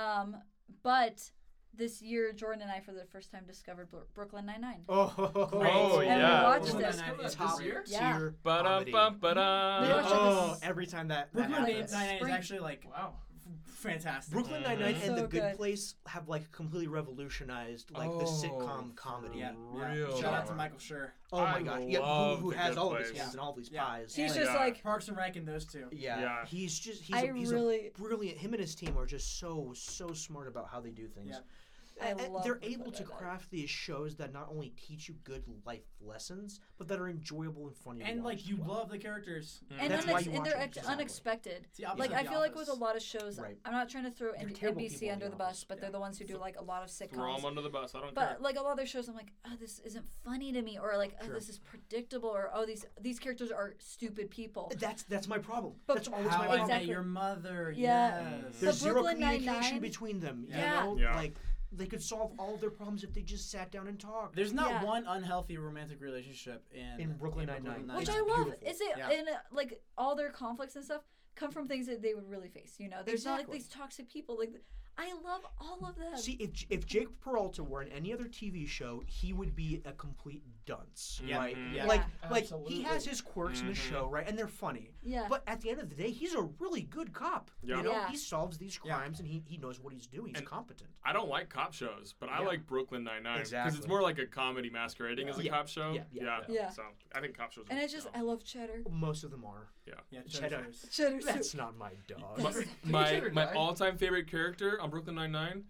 Speaker 4: Um, but this year Jordan and I for the first time discovered Bro- Brooklyn Nine Nine.
Speaker 2: Oh,
Speaker 3: Oh,
Speaker 4: And
Speaker 3: yeah.
Speaker 4: we watched
Speaker 1: Brooklyn
Speaker 4: this.
Speaker 1: Nine-Nine
Speaker 5: This
Speaker 1: is-
Speaker 5: Top-
Speaker 2: tier
Speaker 4: Yeah.
Speaker 3: Ba-dum,
Speaker 2: comedy.
Speaker 3: bum,
Speaker 4: We watched it
Speaker 3: ba-dum.
Speaker 2: Oh,
Speaker 4: this-
Speaker 2: every time that, that
Speaker 1: Brooklyn Nine
Speaker 2: happens.
Speaker 1: Nine is
Speaker 4: Spring.
Speaker 1: actually like
Speaker 5: Wow.
Speaker 1: f- fantastic.
Speaker 2: Brooklyn Nine Nine
Speaker 3: Mhm.
Speaker 2: and
Speaker 4: So
Speaker 2: The Good,
Speaker 4: good.
Speaker 2: Place have like completely revolutionized like
Speaker 3: Oh,
Speaker 2: the sitcom comedy.
Speaker 1: Yeah.
Speaker 3: Real.
Speaker 1: Shout out to Michael Schur.
Speaker 2: Oh my
Speaker 3: I
Speaker 2: gosh, yeah, who,
Speaker 3: love
Speaker 2: who
Speaker 3: The
Speaker 2: has
Speaker 3: Good
Speaker 2: all of
Speaker 3: Place.
Speaker 2: his seasons and all of these
Speaker 1: Yeah.
Speaker 2: pies?
Speaker 4: He's
Speaker 2: Like,
Speaker 4: just
Speaker 3: Yeah.
Speaker 4: like
Speaker 1: Parks and Rec and those two.
Speaker 2: yeah.
Speaker 3: Yeah.
Speaker 2: he's just he's
Speaker 4: I
Speaker 2: a, he's
Speaker 4: really-
Speaker 2: a brilliant. Him and his team are just so so smart about how they do things.
Speaker 1: Yeah.
Speaker 4: I
Speaker 2: And- and
Speaker 4: love
Speaker 2: they're
Speaker 4: Brooklyn
Speaker 2: able to
Speaker 4: Nine-Nine.
Speaker 2: craft these shows that not only teach you good life lessons, but that are enjoyable and funny. to
Speaker 1: And
Speaker 2: watch
Speaker 1: like
Speaker 2: as
Speaker 1: you
Speaker 2: well.
Speaker 1: love the characters.
Speaker 4: and
Speaker 2: Mm-hmm. That's
Speaker 4: then
Speaker 2: why
Speaker 4: it's,
Speaker 2: you
Speaker 4: and
Speaker 2: watch
Speaker 4: they're
Speaker 2: it,
Speaker 4: ex-
Speaker 2: exactly.
Speaker 4: unexpected.
Speaker 1: It's the opposite
Speaker 4: Like
Speaker 1: of
Speaker 4: I
Speaker 1: The
Speaker 4: feel like with
Speaker 1: Office.
Speaker 4: a lot of shows,
Speaker 2: Right.
Speaker 4: I'm not trying to throw N-
Speaker 2: terrible people
Speaker 4: NBC
Speaker 2: in
Speaker 4: under
Speaker 2: The
Speaker 4: the bus,
Speaker 2: Office.
Speaker 4: but they're the ones who do like a lot of
Speaker 3: Throw
Speaker 4: sitcoms.
Speaker 3: him under the bus. I don't care.
Speaker 4: But like a lot of their shows, I'm like, oh, this isn't funny to me, or like, oh,
Speaker 2: Sure.
Speaker 4: this is predictable, or oh, these these characters are stupid people.
Speaker 2: That's that's my problem.
Speaker 4: But
Speaker 2: that's always
Speaker 1: How
Speaker 2: my
Speaker 1: I
Speaker 2: problem.
Speaker 1: Met
Speaker 4: Exactly.
Speaker 1: Your Mother.
Speaker 4: Yeah.
Speaker 1: Yes.
Speaker 4: But
Speaker 2: There's zero
Speaker 4: Brooklyn
Speaker 2: communication
Speaker 4: Nine-Nine-
Speaker 2: between them. You
Speaker 4: Yeah.
Speaker 2: know,
Speaker 3: Yeah.
Speaker 2: like they could solve all of their problems if they just sat down and talked.
Speaker 1: There's not
Speaker 4: Yeah.
Speaker 1: one unhealthy romantic relationship in
Speaker 2: In Brooklyn Nine-Nine.
Speaker 1: Nine-Nine.
Speaker 4: which
Speaker 2: It's
Speaker 4: I love.
Speaker 2: beautiful.
Speaker 4: Is it
Speaker 1: Yeah.
Speaker 4: in uh, like all their conflicts and stuff come from things that they would really face? You know, there's not
Speaker 2: Exactly.
Speaker 4: like these toxic people. Like, I love all of them.
Speaker 2: See, if if Jake Peralta were in any other TV show, he would be a complete dunce,
Speaker 1: Yeah. Mm-hmm.
Speaker 2: right?
Speaker 1: Mhm. Yeah.
Speaker 2: Like, like
Speaker 5: Absolutely.
Speaker 2: he has his quirks in the show, right? And they're funny.
Speaker 4: Yeah.
Speaker 2: But at the end of the day, he's a really good cop.
Speaker 3: Yeah.
Speaker 2: You know,
Speaker 4: Yeah.
Speaker 2: he solves these
Speaker 1: Yeah.
Speaker 2: crimes and he, he knows what he's doing. He's
Speaker 3: And-
Speaker 2: competent.
Speaker 3: I don't like cop shows, but I
Speaker 2: Yeah.
Speaker 3: like Brooklyn Nine Nine because
Speaker 2: Exactly.
Speaker 3: it's more like a comedy masquerading as a
Speaker 2: Yeah.
Speaker 3: cop show.
Speaker 2: Yeah, yeah,
Speaker 3: yeah.
Speaker 2: yeah.
Speaker 4: Yeah.
Speaker 3: So I think cop shows.
Speaker 4: and
Speaker 3: are-
Speaker 4: I just
Speaker 3: yeah.
Speaker 4: I love cheddar.
Speaker 2: Most of them are.
Speaker 1: Yeah,
Speaker 2: Cheddar.
Speaker 1: Cheddar.
Speaker 4: Cheddar.
Speaker 2: That's not my dog.
Speaker 3: My-
Speaker 5: Peter
Speaker 3: my my
Speaker 5: died.
Speaker 3: all time favorite character on Brooklyn Nine Nine,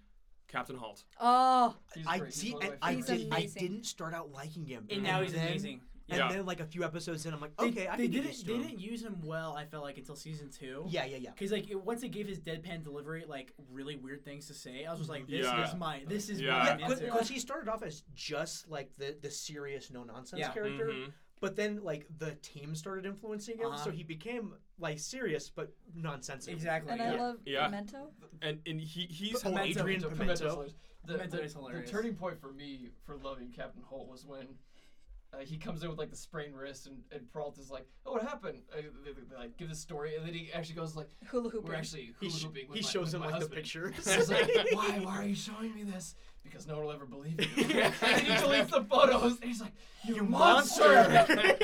Speaker 3: Captain Holt.
Speaker 4: oh,
Speaker 5: He's
Speaker 2: I,
Speaker 5: great. He's
Speaker 2: did,
Speaker 5: one of my
Speaker 2: I,
Speaker 4: He's
Speaker 5: favorites.
Speaker 2: did, I
Speaker 4: amazing.
Speaker 2: didn't start out liking him.
Speaker 1: And now he's
Speaker 2: then,
Speaker 1: amazing.
Speaker 2: And
Speaker 3: Yeah.
Speaker 2: then, like, a few episodes in, I'm like,
Speaker 1: They-
Speaker 2: okay, I
Speaker 1: they
Speaker 2: can do
Speaker 1: didn't
Speaker 2: this to
Speaker 1: they
Speaker 2: him.
Speaker 1: didn't use him well. I felt like until season two.
Speaker 2: Yeah, yeah, yeah.
Speaker 1: Cause like it, once it gave his deadpan delivery, like really weird things to say, I was just like, "This
Speaker 3: Yeah.
Speaker 1: is my, this is
Speaker 3: Yeah.
Speaker 1: my." answer.
Speaker 2: Because he started off as just like the, the serious no nonsense
Speaker 1: Yeah.
Speaker 2: character,
Speaker 3: Mhm.
Speaker 2: but then like the team started influencing him,
Speaker 1: Uh-huh.
Speaker 2: so he became like serious but nonsensical.
Speaker 1: Exactly.
Speaker 4: and I
Speaker 1: yeah.
Speaker 4: love
Speaker 3: Yeah.
Speaker 4: Memento.
Speaker 3: And and he he's
Speaker 2: Oh,
Speaker 1: Pimento.
Speaker 2: Adrian
Speaker 5: Pimento-
Speaker 2: Pimento.
Speaker 5: Pimento's The,
Speaker 1: Pimento
Speaker 5: the-
Speaker 1: is hilarious.
Speaker 5: the turning point for me for loving Captain Holt was when uh, he comes in with like the sprained wrist and, and Peralta's like, "Oh, what happened?" Uh, they, they, they, like give the story, and then he actually goes like,
Speaker 4: Hula hoop.
Speaker 5: "We're actually
Speaker 2: He,
Speaker 5: hula
Speaker 2: sh-
Speaker 5: hooping." with
Speaker 2: he
Speaker 5: my-
Speaker 2: shows
Speaker 5: with
Speaker 2: him
Speaker 5: my
Speaker 2: like
Speaker 5: husband.
Speaker 2: the pictures.
Speaker 5: And he's like, "Why? Why are you showing me this?" Because no one will ever believe you. and then he deletes the photos. And he's like, "You, monster!"
Speaker 2: he's
Speaker 5: And
Speaker 2: like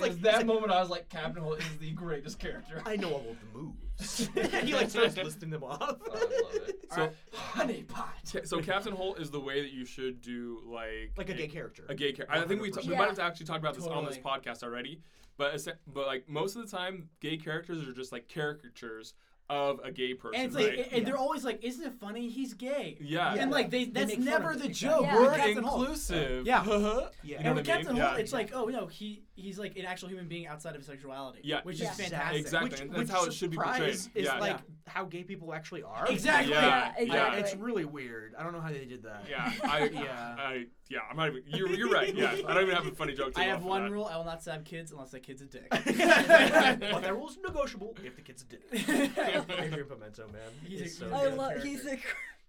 Speaker 5: like,
Speaker 2: he's
Speaker 5: that
Speaker 2: like,
Speaker 5: moment, I was like, Captain Holt is the greatest character.
Speaker 2: I know all of the moves. he like starts listing them off.
Speaker 5: Oh, I love it.
Speaker 3: So
Speaker 5: Honey pot.
Speaker 3: ca- so Captain Holt is the way that you should do like
Speaker 2: Like a gay character.
Speaker 3: a gay character. I think we, t- we
Speaker 4: 100%.
Speaker 3: might have actually talked about this on this
Speaker 1: Totally.
Speaker 3: podcast already, but es- but like most of the time, gay characters are just like caricatures of a gay person,
Speaker 1: and it's like,
Speaker 3: right?
Speaker 1: and they're always like, "Isn't it funny? He's gay."
Speaker 3: yeah.
Speaker 1: And like they, that's
Speaker 2: make fun
Speaker 1: never
Speaker 2: of it.
Speaker 1: the
Speaker 2: Exactly.
Speaker 1: joke.
Speaker 4: Yeah.
Speaker 1: with
Speaker 3: We're
Speaker 1: Captain Holt.
Speaker 3: inclusive.
Speaker 1: Yeah.
Speaker 3: Yeah.
Speaker 2: Yeah.
Speaker 3: You know
Speaker 1: and
Speaker 3: what
Speaker 1: with
Speaker 3: I mean?
Speaker 1: Captain
Speaker 3: Yeah.
Speaker 1: Holt, it's like, oh no, he he's like an actual human being outside of his sexuality.
Speaker 3: Yeah.
Speaker 1: which
Speaker 4: Yeah.
Speaker 1: is fantastic.
Speaker 3: Exactly.
Speaker 2: Which,
Speaker 3: and that's
Speaker 2: which
Speaker 3: how it should be portrayed.
Speaker 2: surprise Is
Speaker 3: Yeah.
Speaker 2: like how gay people actually are.
Speaker 1: Exactly.
Speaker 3: Yeah,
Speaker 4: Yeah,
Speaker 3: yeah.
Speaker 2: I- It's
Speaker 4: Right.
Speaker 2: really weird. I don't know how they did that.
Speaker 3: Yeah, I,
Speaker 2: Yeah.
Speaker 3: I, yeah, I'm not even. You're, you're right. Yeah, I don't even have a funny joke. To
Speaker 1: I
Speaker 3: go
Speaker 1: have
Speaker 3: off of
Speaker 1: one
Speaker 3: that.
Speaker 1: rule: I will not stab kids unless that kid's a dick.
Speaker 2: but that rule's negotiable if the kid's a dick. Adrian Pimento, man.
Speaker 1: He's
Speaker 2: It's
Speaker 1: a-
Speaker 2: so
Speaker 1: he's
Speaker 4: I
Speaker 1: Yeah.
Speaker 2: good.
Speaker 4: love.
Speaker 1: Character.
Speaker 4: He's a.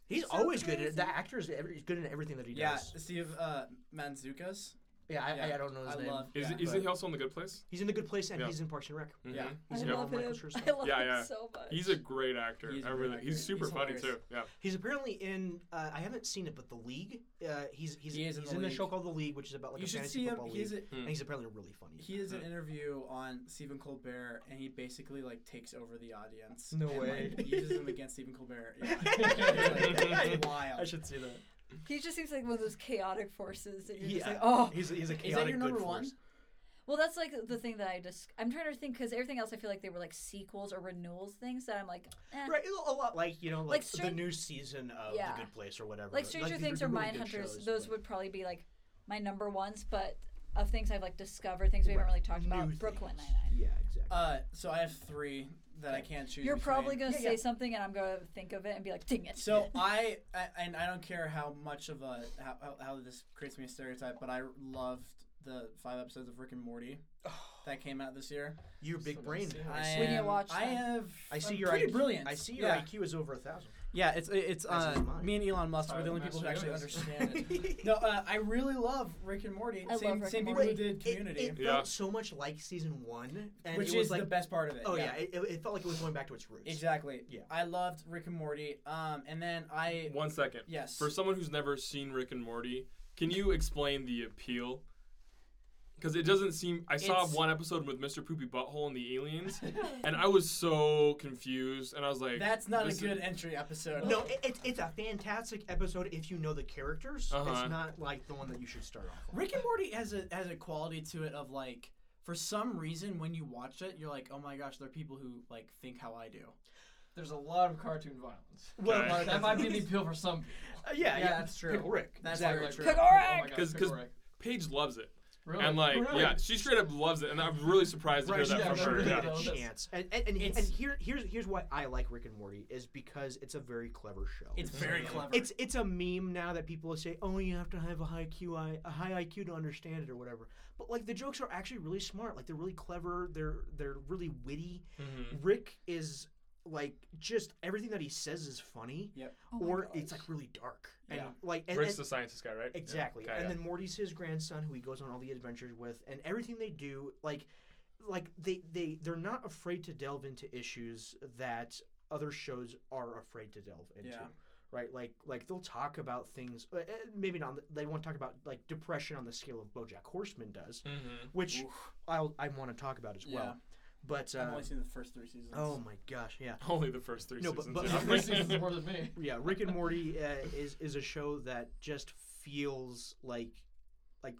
Speaker 2: He's
Speaker 4: so
Speaker 2: always good.
Speaker 4: crazy.
Speaker 2: at The actor is every, he's good in everything that he
Speaker 1: yeah,
Speaker 2: does.
Speaker 1: Steve uh, Manzukas.
Speaker 2: Yeah, I,
Speaker 1: Yeah.
Speaker 2: I, I don't know his
Speaker 1: I
Speaker 2: name.
Speaker 1: love.
Speaker 3: Is,
Speaker 1: yeah.
Speaker 3: is he also in the good place?
Speaker 2: He's in the good place, and
Speaker 3: Yeah.
Speaker 2: he's in Parks and Rec.
Speaker 1: Yeah.
Speaker 3: Mhm.
Speaker 4: I
Speaker 2: He's
Speaker 3: Yep.
Speaker 4: love
Speaker 2: Michael
Speaker 4: him.
Speaker 2: Schurz.
Speaker 4: I love
Speaker 3: Yeah,
Speaker 4: him
Speaker 3: yeah.
Speaker 4: so much.
Speaker 3: He's a great actor.
Speaker 1: He's a
Speaker 3: I
Speaker 1: great
Speaker 3: really,
Speaker 1: actor.
Speaker 3: he's super
Speaker 1: He's
Speaker 3: funny too.
Speaker 1: hilarious.
Speaker 3: Yeah.
Speaker 2: He's apparently in. Uh, I haven't seen it, but The League. Uh, he's he's
Speaker 1: He is in
Speaker 2: he's
Speaker 1: The
Speaker 2: in the
Speaker 1: League.
Speaker 2: show called The League, which is about like
Speaker 1: you
Speaker 2: a
Speaker 1: should
Speaker 2: fantasy
Speaker 1: see him.
Speaker 2: football
Speaker 1: He's
Speaker 2: league,
Speaker 1: a,
Speaker 2: and he's apparently really funny.
Speaker 1: he is an interview on Stephen Colbert, and he basically like takes over the audience.
Speaker 2: No
Speaker 1: and,
Speaker 2: way.
Speaker 1: Like, uses him against Stephen Colbert. Yeah. it's, like, it's wild.
Speaker 2: I should see that.
Speaker 4: He just seems like one of those chaotic forces that you're just
Speaker 2: Yeah.
Speaker 4: like, oh.
Speaker 2: He's a, he's a
Speaker 1: that
Speaker 2: chaotic
Speaker 1: your number
Speaker 2: good
Speaker 1: one?
Speaker 2: force.
Speaker 4: Well, that's like the thing that I just. I'm trying to think because everything else I feel like they were like sequels or renewals things that I'm like, eh.
Speaker 2: Right, a lot like you know, like,
Speaker 4: Like
Speaker 2: the
Speaker 4: Stran-
Speaker 2: new season of
Speaker 4: Yeah.
Speaker 2: The Good Place or whatever.
Speaker 4: Like Stranger
Speaker 2: these
Speaker 4: Things
Speaker 2: are
Speaker 4: or
Speaker 2: really good
Speaker 4: Mindhunters,
Speaker 2: shows,
Speaker 4: those
Speaker 2: but-
Speaker 4: would probably be like my number ones, but of things I've like discovered, things we haven't
Speaker 2: Right.
Speaker 4: really talked about.
Speaker 2: New
Speaker 4: Brooklyn
Speaker 2: things.
Speaker 4: Nine Nine.
Speaker 2: Yeah, exactly.
Speaker 1: Uh, so I have three that I can't choose.
Speaker 4: You're
Speaker 1: between.
Speaker 4: probably gonna
Speaker 2: Yeah,
Speaker 4: say
Speaker 2: yeah.
Speaker 4: something, and I'm gonna think of it and be like, "Ding it!"
Speaker 1: So I, I and I don't care how much of a how, how- how this creates me a stereotype, but I loved the five episodes of Rick and Morty that came out this year.
Speaker 2: You're big
Speaker 5: Still
Speaker 2: brain.
Speaker 5: don't see it.
Speaker 2: I,
Speaker 1: I
Speaker 2: see-
Speaker 4: We need to
Speaker 1: am-
Speaker 4: watch
Speaker 1: I
Speaker 4: them.
Speaker 1: have.
Speaker 2: I see
Speaker 1: I'm
Speaker 2: your
Speaker 1: pretty
Speaker 2: IQ.
Speaker 1: brilliant.
Speaker 2: I see your
Speaker 1: yeah.
Speaker 2: IQ is over a thousand.
Speaker 1: Yeah, it's it's
Speaker 2: As is
Speaker 1: uh,
Speaker 2: mine.
Speaker 1: me and Elon Musk
Speaker 5: Sorry,
Speaker 1: were the only
Speaker 5: the
Speaker 1: people who
Speaker 5: master
Speaker 1: actually
Speaker 5: noticed.
Speaker 1: understand it. no, uh, I really love Rick and Morty.
Speaker 4: I
Speaker 1: same
Speaker 4: love Rick
Speaker 1: same
Speaker 4: and
Speaker 1: people who
Speaker 4: Morty.
Speaker 1: did Community,
Speaker 2: It, it
Speaker 3: Yeah.
Speaker 2: felt so much like season one, and
Speaker 1: which
Speaker 2: it was
Speaker 1: is
Speaker 2: like,
Speaker 1: the best part of it.
Speaker 2: oh yeah, it, it- it felt like it was going back to its roots.
Speaker 1: exactly.
Speaker 2: Yeah.
Speaker 1: I loved Rick and Morty. Um, and then I
Speaker 3: One second.
Speaker 1: yes.
Speaker 3: For someone who's never seen Rick and Morty, can you explain the appeal? Because it doesn't seem. I saw
Speaker 1: It's-
Speaker 3: one episode with Mr. Poopy Butthole and the aliens, and I was so confused, and I was like,
Speaker 1: That's not a
Speaker 3: this is-
Speaker 1: good entry episode.
Speaker 2: No, it, it's it's a fantastic episode if you know the characters.
Speaker 3: Uh-huh.
Speaker 2: It's not like the one that you should start off. With.
Speaker 1: Rick and Morty has a has a quality to it of like for some reason when you watch it you're like oh my gosh there are people who like think how I do.
Speaker 5: There's a lot of cartoon violence.
Speaker 2: Well,
Speaker 3: Okay.
Speaker 2: Mark,
Speaker 5: That might be the appeal for some.
Speaker 2: Uh, yeah,
Speaker 1: Yeah, that's true.
Speaker 2: Pickle Rick.
Speaker 1: That's
Speaker 5: people.
Speaker 1: very
Speaker 5: Like,
Speaker 1: true.
Speaker 5: oh my God,
Speaker 3: Because- 'cause-
Speaker 5: Pigoric.
Speaker 3: Paige loves it,
Speaker 5: Really?
Speaker 3: and like,
Speaker 5: Really?
Speaker 3: yeah, she straight up loves it, and I'm really surprised to
Speaker 2: Right,
Speaker 3: hear
Speaker 2: she
Speaker 3: that
Speaker 5: yeah,
Speaker 3: from
Speaker 2: never
Speaker 3: her.
Speaker 2: really
Speaker 3: Yeah.
Speaker 2: had a
Speaker 5: That's-
Speaker 2: chance. And and, and,
Speaker 1: It's-
Speaker 2: and here here's here's why I like Rick and Morty is because it's a very clever show.
Speaker 1: It's very clever.
Speaker 2: It's it's a meme now that people say, "Oh, you have to have a high QI, a high IQ to understand it or whatever." But like the jokes are actually really smart. Like they're really clever. They're they're really witty.
Speaker 3: Mhm.
Speaker 2: Rick is like just everything that he says is funny.
Speaker 1: Yep.
Speaker 4: Oh my
Speaker 2: or
Speaker 4: gosh.
Speaker 2: it's like really dark. And
Speaker 1: Yeah.
Speaker 2: like and,
Speaker 3: Rick's
Speaker 2: and-
Speaker 3: the scientist guy, right? Yeah.
Speaker 2: exactly.
Speaker 3: Okay,
Speaker 2: and
Speaker 3: yeah.
Speaker 2: then Morty's his grandson who he goes on all the adventures with and everything they do like like they they they're not afraid to delve into issues that other shows are afraid to delve into.
Speaker 1: Yeah.
Speaker 2: Right, like, like they'll talk about things. uh, uh, Maybe not. They won't talk about like depression on the scale of BoJack Horseman does,
Speaker 3: Mhm.
Speaker 2: which I'll I want to talk about as well.
Speaker 1: Yeah.
Speaker 2: But
Speaker 1: I've
Speaker 2: uh,
Speaker 1: only seen the first three seasons.
Speaker 2: oh my gosh, yeah.
Speaker 3: Only the first three
Speaker 2: No, but-
Speaker 3: seasons.
Speaker 2: but-
Speaker 3: yeah.
Speaker 5: Three seasons more than me.
Speaker 2: yeah, Rick and Morty uh, is is a show that just feels like, like,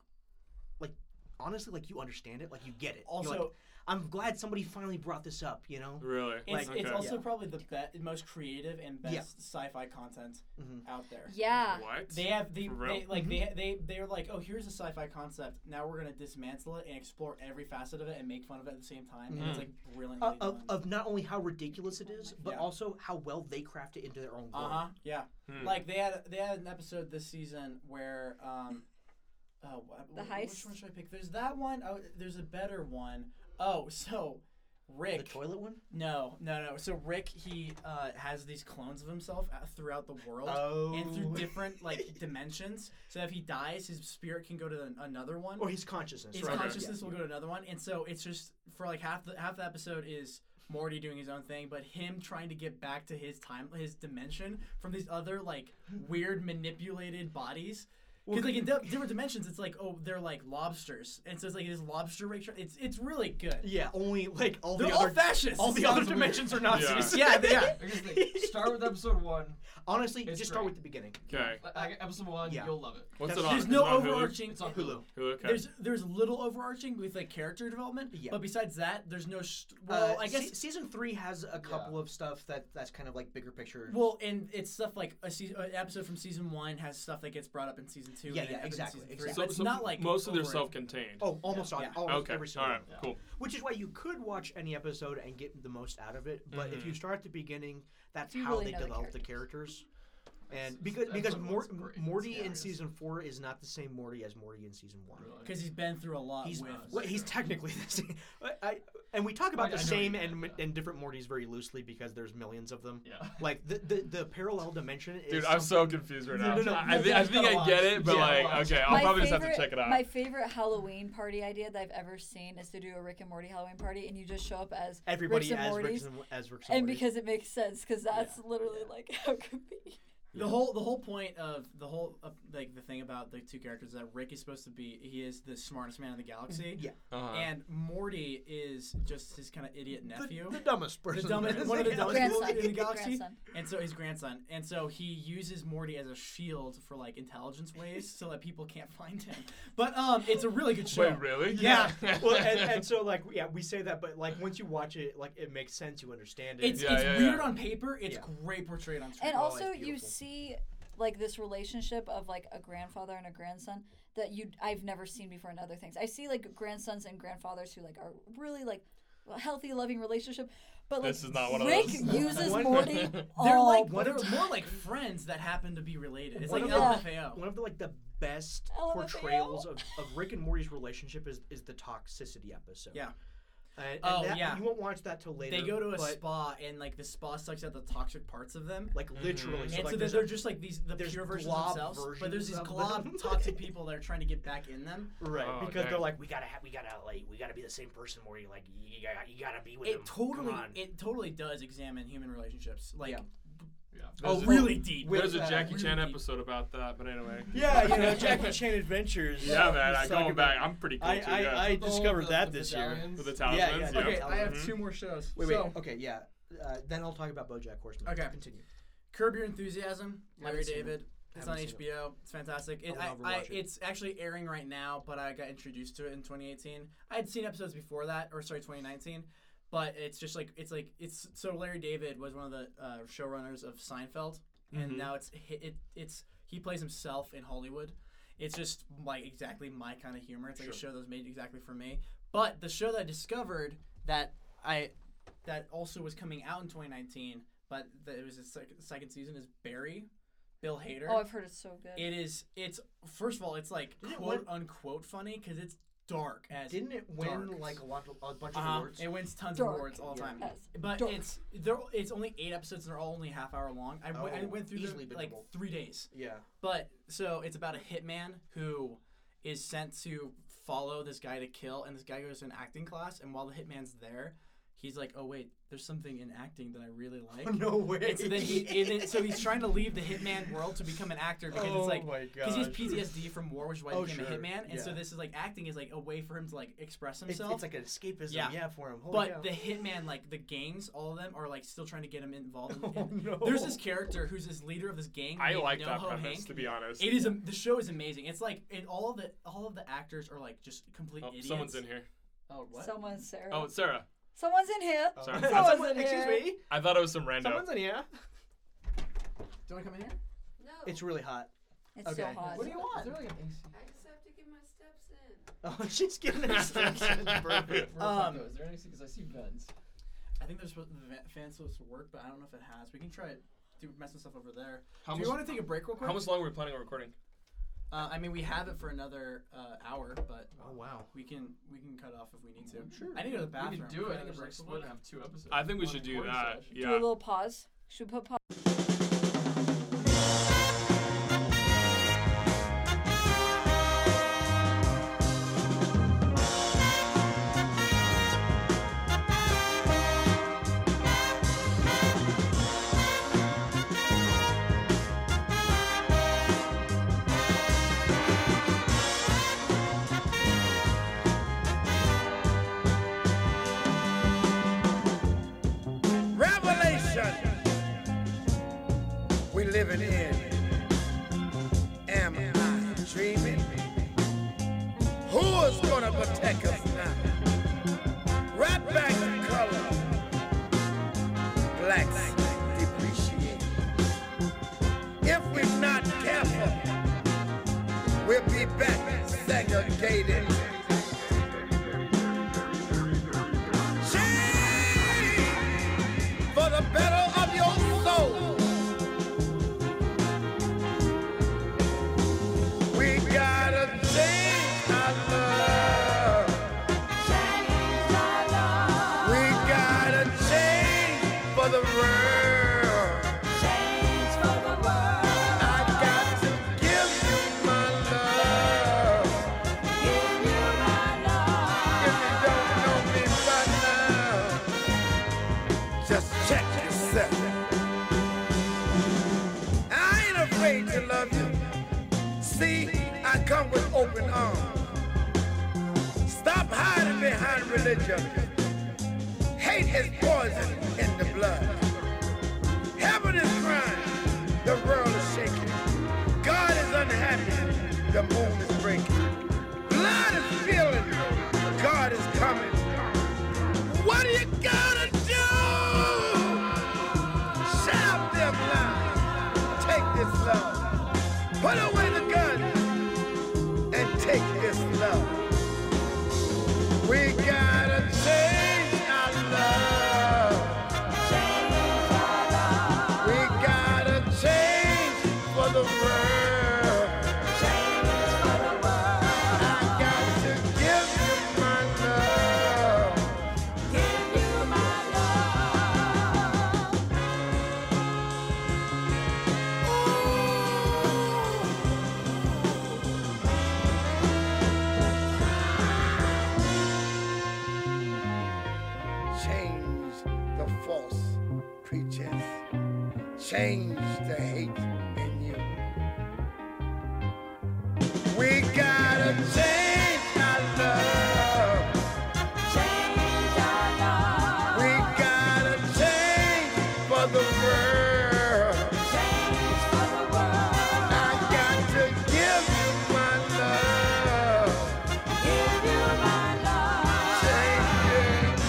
Speaker 2: like honestly, like you understand it, like you get it. You're
Speaker 1: Also,
Speaker 2: like, I'm glad somebody finally brought this up. You know,
Speaker 3: really?
Speaker 1: it's,
Speaker 2: like-
Speaker 1: it's
Speaker 3: Okay.
Speaker 1: also probably the be- most creative and best
Speaker 2: Yeah.
Speaker 1: sci-fi content
Speaker 2: Mhm.
Speaker 1: out there.
Speaker 4: yeah,
Speaker 3: What?
Speaker 1: They have the
Speaker 3: For real?
Speaker 1: they, like
Speaker 2: Mm-hmm.
Speaker 1: they they they're like oh here's a sci-fi concept now we're gonna dismantle it and explore every facet of it and make fun of it at the same time and it's like brilliantly
Speaker 2: Uh, of
Speaker 1: done.
Speaker 2: of not only how ridiculous it is, but
Speaker 1: Yeah.
Speaker 2: also how well they craft it into their own world.
Speaker 1: Uh huh. Yeah.
Speaker 3: Hmm.
Speaker 1: Like they had they had an episode this season where um, oh, wh-
Speaker 4: The
Speaker 1: wh- Which
Speaker 4: heist?
Speaker 1: one should I pick? There's that one. Oh, there's a better one. Oh, so
Speaker 2: The
Speaker 1: Rick.
Speaker 2: toilet one.
Speaker 1: no, no, no. So Rick he uh, has these clones of himself uh, throughout the world.
Speaker 2: Oh,
Speaker 1: And through different like dimensions, so if he dies, his spirit can go to an- another one.
Speaker 2: or his consciousness.
Speaker 1: his
Speaker 2: right?
Speaker 1: consciousness
Speaker 2: Yeah.
Speaker 1: will go to another one, and so it's just for like half the half the episode is Morty doing his own thing, but him trying to get back to his time, his dimension from these other like weird manipulated bodies. Because like in di- different dimensions, it's like oh they're like lobsters, and so it's like this lobster race. It's it's really good.
Speaker 2: Yeah, only like all
Speaker 1: They're
Speaker 2: the
Speaker 1: all
Speaker 2: other
Speaker 1: fascists.
Speaker 2: all the
Speaker 1: Sounds
Speaker 2: other dimensions are Nazis.
Speaker 1: Yeah, they- yeah.
Speaker 5: Because they start with episode one.
Speaker 2: Honestly,
Speaker 5: It's
Speaker 2: just start with
Speaker 5: great.
Speaker 2: the beginning.
Speaker 3: Okay.
Speaker 5: Like, episode one,
Speaker 2: Yeah.
Speaker 5: you'll love it.
Speaker 3: What's it
Speaker 2: There's
Speaker 3: on?
Speaker 1: There's
Speaker 3: Is
Speaker 1: no
Speaker 3: it on Hulu?
Speaker 1: overarching.
Speaker 5: It's on
Speaker 2: Hulu.
Speaker 5: Hulu.
Speaker 3: Hulu, okay.
Speaker 1: There's there's little overarching with like character development,
Speaker 2: Yeah.
Speaker 1: but besides that, there's no. St- well,
Speaker 2: Uh,
Speaker 1: I guess
Speaker 2: se- season three has a couple of stuff that that's kind of like bigger picture.
Speaker 1: Well, and it's stuff like a season, an episode from season one has stuff that gets brought up in season
Speaker 2: Yeah,
Speaker 1: two. and then
Speaker 2: yeah,
Speaker 1: episode
Speaker 2: exactly,
Speaker 1: season
Speaker 2: exactly.
Speaker 1: Three. But it's not like
Speaker 3: most of
Speaker 1: their
Speaker 3: their self-contained.
Speaker 2: oh, almost all,
Speaker 1: yeah.
Speaker 2: almost
Speaker 3: okay.
Speaker 2: every single
Speaker 3: All right.
Speaker 2: one.
Speaker 3: Cool.
Speaker 2: Which is why you could watch any episode and get the most out of it. But if you start at the beginning, that's
Speaker 4: You
Speaker 2: how
Speaker 4: really
Speaker 2: they
Speaker 4: know the
Speaker 2: develop the characters. And
Speaker 5: That's-
Speaker 2: because
Speaker 5: that's
Speaker 2: because
Speaker 5: like
Speaker 2: Mor-
Speaker 5: what's great.
Speaker 2: Morty in
Speaker 5: Hilarious.
Speaker 2: season four is not the same Morty as Morty in season one.
Speaker 5: Really.
Speaker 1: Because he's been through a lot
Speaker 2: He's
Speaker 1: with.
Speaker 2: well, he's technically the same. I, I, and we talk about the
Speaker 5: I- I know what you
Speaker 2: same
Speaker 5: mean,
Speaker 2: and
Speaker 5: yeah.
Speaker 2: and different Mortys very loosely because there's millions of them.
Speaker 5: Yeah.
Speaker 2: Like the the, the parallel dimension is.
Speaker 3: Dude, I'm
Speaker 2: something-
Speaker 3: so confused right
Speaker 2: No,
Speaker 3: now.
Speaker 2: no, no,
Speaker 3: I,
Speaker 2: no,
Speaker 3: thi- I
Speaker 2: you
Speaker 3: think
Speaker 5: gotta
Speaker 3: I get
Speaker 5: watch.
Speaker 3: it, but
Speaker 5: Yeah,
Speaker 3: like,
Speaker 5: watch.
Speaker 3: okay, I'll
Speaker 4: My
Speaker 3: probably just have
Speaker 4: favorite-
Speaker 3: to check it out.
Speaker 4: My favorite Halloween party idea that I've ever seen is to do a Rick and Morty Halloween party, and you just show up as
Speaker 2: everybody
Speaker 4: Ricks and
Speaker 2: as
Speaker 4: Mortys.
Speaker 2: Ricks and, as Ricks and,
Speaker 4: and
Speaker 2: Mortys.
Speaker 4: because it makes sense, because that's literally like how it could be.
Speaker 1: The whole the whole point of the whole uh, like the thing about the two characters is that Rick is supposed to be he is the smartest man in the galaxy.
Speaker 2: Yeah.
Speaker 3: Uh-huh.
Speaker 1: And Morty is just his kind of idiot nephew.
Speaker 2: the, the dumbest
Speaker 1: The
Speaker 2: person.
Speaker 1: dumbest, one of the dumbest people
Speaker 4: Grandson.
Speaker 1: in the galaxy,
Speaker 4: Grandson.
Speaker 1: and so his grandson, and so he uses Morty as a shield for like intelligence ways, so that people can't find him. But um, it's a really good show.
Speaker 3: Wait, really?
Speaker 1: Yeah.
Speaker 2: well, and, and so like yeah, we say that, but like once you watch it, like it makes sense. You understand it.
Speaker 1: It's
Speaker 3: Yeah,
Speaker 1: it's
Speaker 3: yeah,
Speaker 1: weird
Speaker 3: yeah.
Speaker 1: on paper. It's
Speaker 2: Yeah.
Speaker 1: great portrayed on screen.
Speaker 4: And
Speaker 2: Well,
Speaker 4: also,
Speaker 2: it's
Speaker 4: you
Speaker 2: beautiful.
Speaker 4: see like this relationship of like a grandfather and a grandson that you I've never seen before in other things. I see like grandsons and grandfathers who like are really like a healthy, loving relationship, but like
Speaker 3: This is not one of
Speaker 4: Rick
Speaker 3: those.
Speaker 4: uses
Speaker 2: One-
Speaker 4: Morty
Speaker 1: they're
Speaker 4: all
Speaker 1: like
Speaker 2: one
Speaker 1: they're
Speaker 2: of the-
Speaker 1: more like friends that happen to be related. It's
Speaker 2: One
Speaker 1: like
Speaker 2: of the-
Speaker 1: LFAO.
Speaker 2: one of the like the best
Speaker 4: LMFAO.
Speaker 2: portrayals of, of Rick and Morty's relationship is is the toxicity episode.
Speaker 1: Yeah.
Speaker 2: And, and
Speaker 1: Oh,
Speaker 2: that-
Speaker 1: yeah.
Speaker 2: You won't watch that till later.
Speaker 1: They go to a
Speaker 2: but,
Speaker 1: spa and like the spa sucks out the toxic parts of them.
Speaker 2: like literally.
Speaker 1: and
Speaker 2: like,
Speaker 1: so then
Speaker 2: there's
Speaker 1: they're
Speaker 2: a-
Speaker 1: just like these the
Speaker 2: there's
Speaker 1: pure versions
Speaker 2: glob
Speaker 1: themselves, but
Speaker 2: versions
Speaker 1: there's these
Speaker 2: of
Speaker 1: glob
Speaker 2: them.
Speaker 1: toxic people that are trying to get back in them.
Speaker 2: right
Speaker 3: Oh,
Speaker 2: because they're
Speaker 3: dang.
Speaker 2: like
Speaker 6: we gotta have, we gotta like, we gotta be the same person. Where you like, you gotta, you gotta
Speaker 3: Oh,
Speaker 6: be with them.
Speaker 1: It totally,
Speaker 6: Come on.
Speaker 1: it totally does examine human relationships, like
Speaker 3: Yeah.
Speaker 1: oh,
Speaker 3: There's a-
Speaker 1: really deep.
Speaker 2: with
Speaker 3: There's a
Speaker 2: that-
Speaker 3: Jackie Chan
Speaker 1: really-
Speaker 3: episode about that, but anyway.
Speaker 2: yeah, you know, Jackie Chan Adventures.
Speaker 3: Yeah, man. I,
Speaker 2: He's talking
Speaker 3: going
Speaker 2: about-
Speaker 3: back, I'm pretty cool
Speaker 2: I
Speaker 3: too.
Speaker 2: I,
Speaker 3: yeah.
Speaker 2: I
Speaker 5: The whole-
Speaker 2: discovered
Speaker 5: the-
Speaker 2: that
Speaker 5: the
Speaker 2: this year.
Speaker 5: medallions.
Speaker 3: With the
Speaker 2: yeah,
Speaker 3: talismans.
Speaker 2: yeah.
Speaker 3: Yeah,
Speaker 1: Okay, I have
Speaker 3: Mhm.
Speaker 1: two more shows.
Speaker 2: Wait, wait.
Speaker 1: so,
Speaker 2: okay, yeah. Uh, then I'll talk about BoJack Horseman.
Speaker 1: Okay.
Speaker 2: continue.
Speaker 1: Curb Your Enthusiasm, Larry
Speaker 2: Haven't seen it.
Speaker 1: David. It's
Speaker 2: Haven't seen
Speaker 1: on
Speaker 2: it.
Speaker 1: HBO. It's fantastic. It,
Speaker 2: I'll
Speaker 1: I,
Speaker 2: never
Speaker 1: I,
Speaker 2: watch it.
Speaker 1: it's actually airing right now, but I got introduced to it in 2018. I had seen episodes before that, or sorry, 2019. But it's just like it's like it's so Larry David was one of the uh, showrunners of Seinfeld,
Speaker 2: Mm-hmm.
Speaker 1: and now it's hi- it, it's he plays himself in Hollywood. It's just like exactly my kind of humor. It's like a show that was made exactly for me. But the show that I discovered that I that also was coming out in 2019, but that it was its sec- second season is Barry, Bill Hader.
Speaker 4: Oh, I've heard it's so good.
Speaker 1: It is. It's first of all, it's like
Speaker 2: Didn't it
Speaker 1: quote unquote funny because it's dark as
Speaker 2: Didn't it win
Speaker 1: Dark.
Speaker 2: like a, lot, a bunch of
Speaker 1: uh
Speaker 2: awards?
Speaker 1: It wins tons
Speaker 4: Dark.
Speaker 1: of awards all the
Speaker 2: Yeah.
Speaker 1: time.
Speaker 4: Yes.
Speaker 1: But
Speaker 4: Dark.
Speaker 1: it's they're it's only eight episodes and they're all only half hour long. I, went- I
Speaker 2: Oh,
Speaker 1: went through
Speaker 2: easily
Speaker 1: them like
Speaker 2: bingeable.
Speaker 1: three days.
Speaker 2: yeah.
Speaker 1: But so it's about a hitman who is sent to follow this guy to kill, and this guy goes to an acting class, and while the hitman's there, he's like, "Oh wait, there's something in acting that I really like."
Speaker 2: Oh, No way.
Speaker 1: And so, then he, and then, so he's trying to leave the hitman world to become an actor because
Speaker 2: oh
Speaker 1: it's like
Speaker 2: my
Speaker 1: because
Speaker 2: god.
Speaker 1: he has PTSD from war, which is why he
Speaker 2: Oh,
Speaker 1: became
Speaker 2: sure.
Speaker 1: a hitman. And so
Speaker 2: Yeah.
Speaker 1: this is like acting is like a way for him to like express
Speaker 2: It's,
Speaker 1: himself.
Speaker 2: it's like an escapism, yeah,
Speaker 1: Yeah.
Speaker 2: for him. Holy
Speaker 1: but
Speaker 2: cow.
Speaker 1: the hitman, like the gangs, all of them are like still trying to get him involved. In,
Speaker 2: Oh, no.
Speaker 1: There's this character who's this leader of this gang.
Speaker 3: I
Speaker 1: named
Speaker 3: like that
Speaker 1: NoHo
Speaker 3: premise,
Speaker 1: Hank.
Speaker 3: to be honest.
Speaker 1: It is am- the show is amazing. It's like and all of the all of the actors are like just complete
Speaker 3: Oh,
Speaker 1: idiots.
Speaker 3: someone's in here.
Speaker 1: Oh what?
Speaker 4: Someone's Sarah.
Speaker 3: Oh, it's Sarah.
Speaker 4: Someone's in here.
Speaker 2: Oh.
Speaker 3: Sorry.
Speaker 4: Someone's
Speaker 2: Someone-
Speaker 4: in
Speaker 2: excuse
Speaker 4: here.
Speaker 2: me.
Speaker 3: I thought it was some rando.
Speaker 2: Someone's in here.
Speaker 1: Do you want to come in here?
Speaker 7: No.
Speaker 2: It's really hot.
Speaker 4: It's so
Speaker 2: okay.
Speaker 4: hot.
Speaker 2: What do you
Speaker 5: Is
Speaker 2: want?
Speaker 5: there like an AC?
Speaker 7: I just have to get my steps in.
Speaker 2: Oh, she's getting her stuff. Perfect.
Speaker 5: Real quick
Speaker 1: Um,
Speaker 5: though, is there an AC? Because I see vents.
Speaker 1: I think there's supposed, the va- fan's supposed to work, but I don't know if it has. We can try it. Do messing stuff over there.
Speaker 3: How
Speaker 1: Do
Speaker 3: much,
Speaker 1: you want to take a break real quick?
Speaker 3: how much longer are we planning on recording?
Speaker 1: Uh, I mean, we have it for another uh, hour, but
Speaker 2: Oh wow.
Speaker 1: we can we can cut off if we need to.
Speaker 5: Sure.
Speaker 1: I need to go to the
Speaker 5: We
Speaker 1: bathroom.
Speaker 5: could do it.
Speaker 1: I think
Speaker 5: and
Speaker 1: it's
Speaker 5: just like
Speaker 1: like
Speaker 5: split and have two episodes.
Speaker 3: I think we
Speaker 5: One
Speaker 3: should do
Speaker 5: recording
Speaker 3: that.
Speaker 5: session.
Speaker 4: Do a
Speaker 3: Yeah.
Speaker 4: little pause. Should we put pause?
Speaker 8: revelation we living in. Am I dreaming? Who is gonna protect us now? Right back to color. Blacks depreciate. If we're not careful, we'll be back segregated. Change! for the better of your soul. afraid to love you. See, I come with open arms. Stop hiding behind religion. Hate is poison in the blood. Heaven is crying, the world is shaking. God is unhappy, the moon is breaking. Blood is feeling, God is coming. What are you gonna do? Shut up them lies. Take this love. Put away the gun and take this love. We gotta change our love. We gotta change for the world. I got to give you my love. change the false preachers, change the hate in you. We gotta change our love. We gotta change for the world. I got to give you my love. Change it.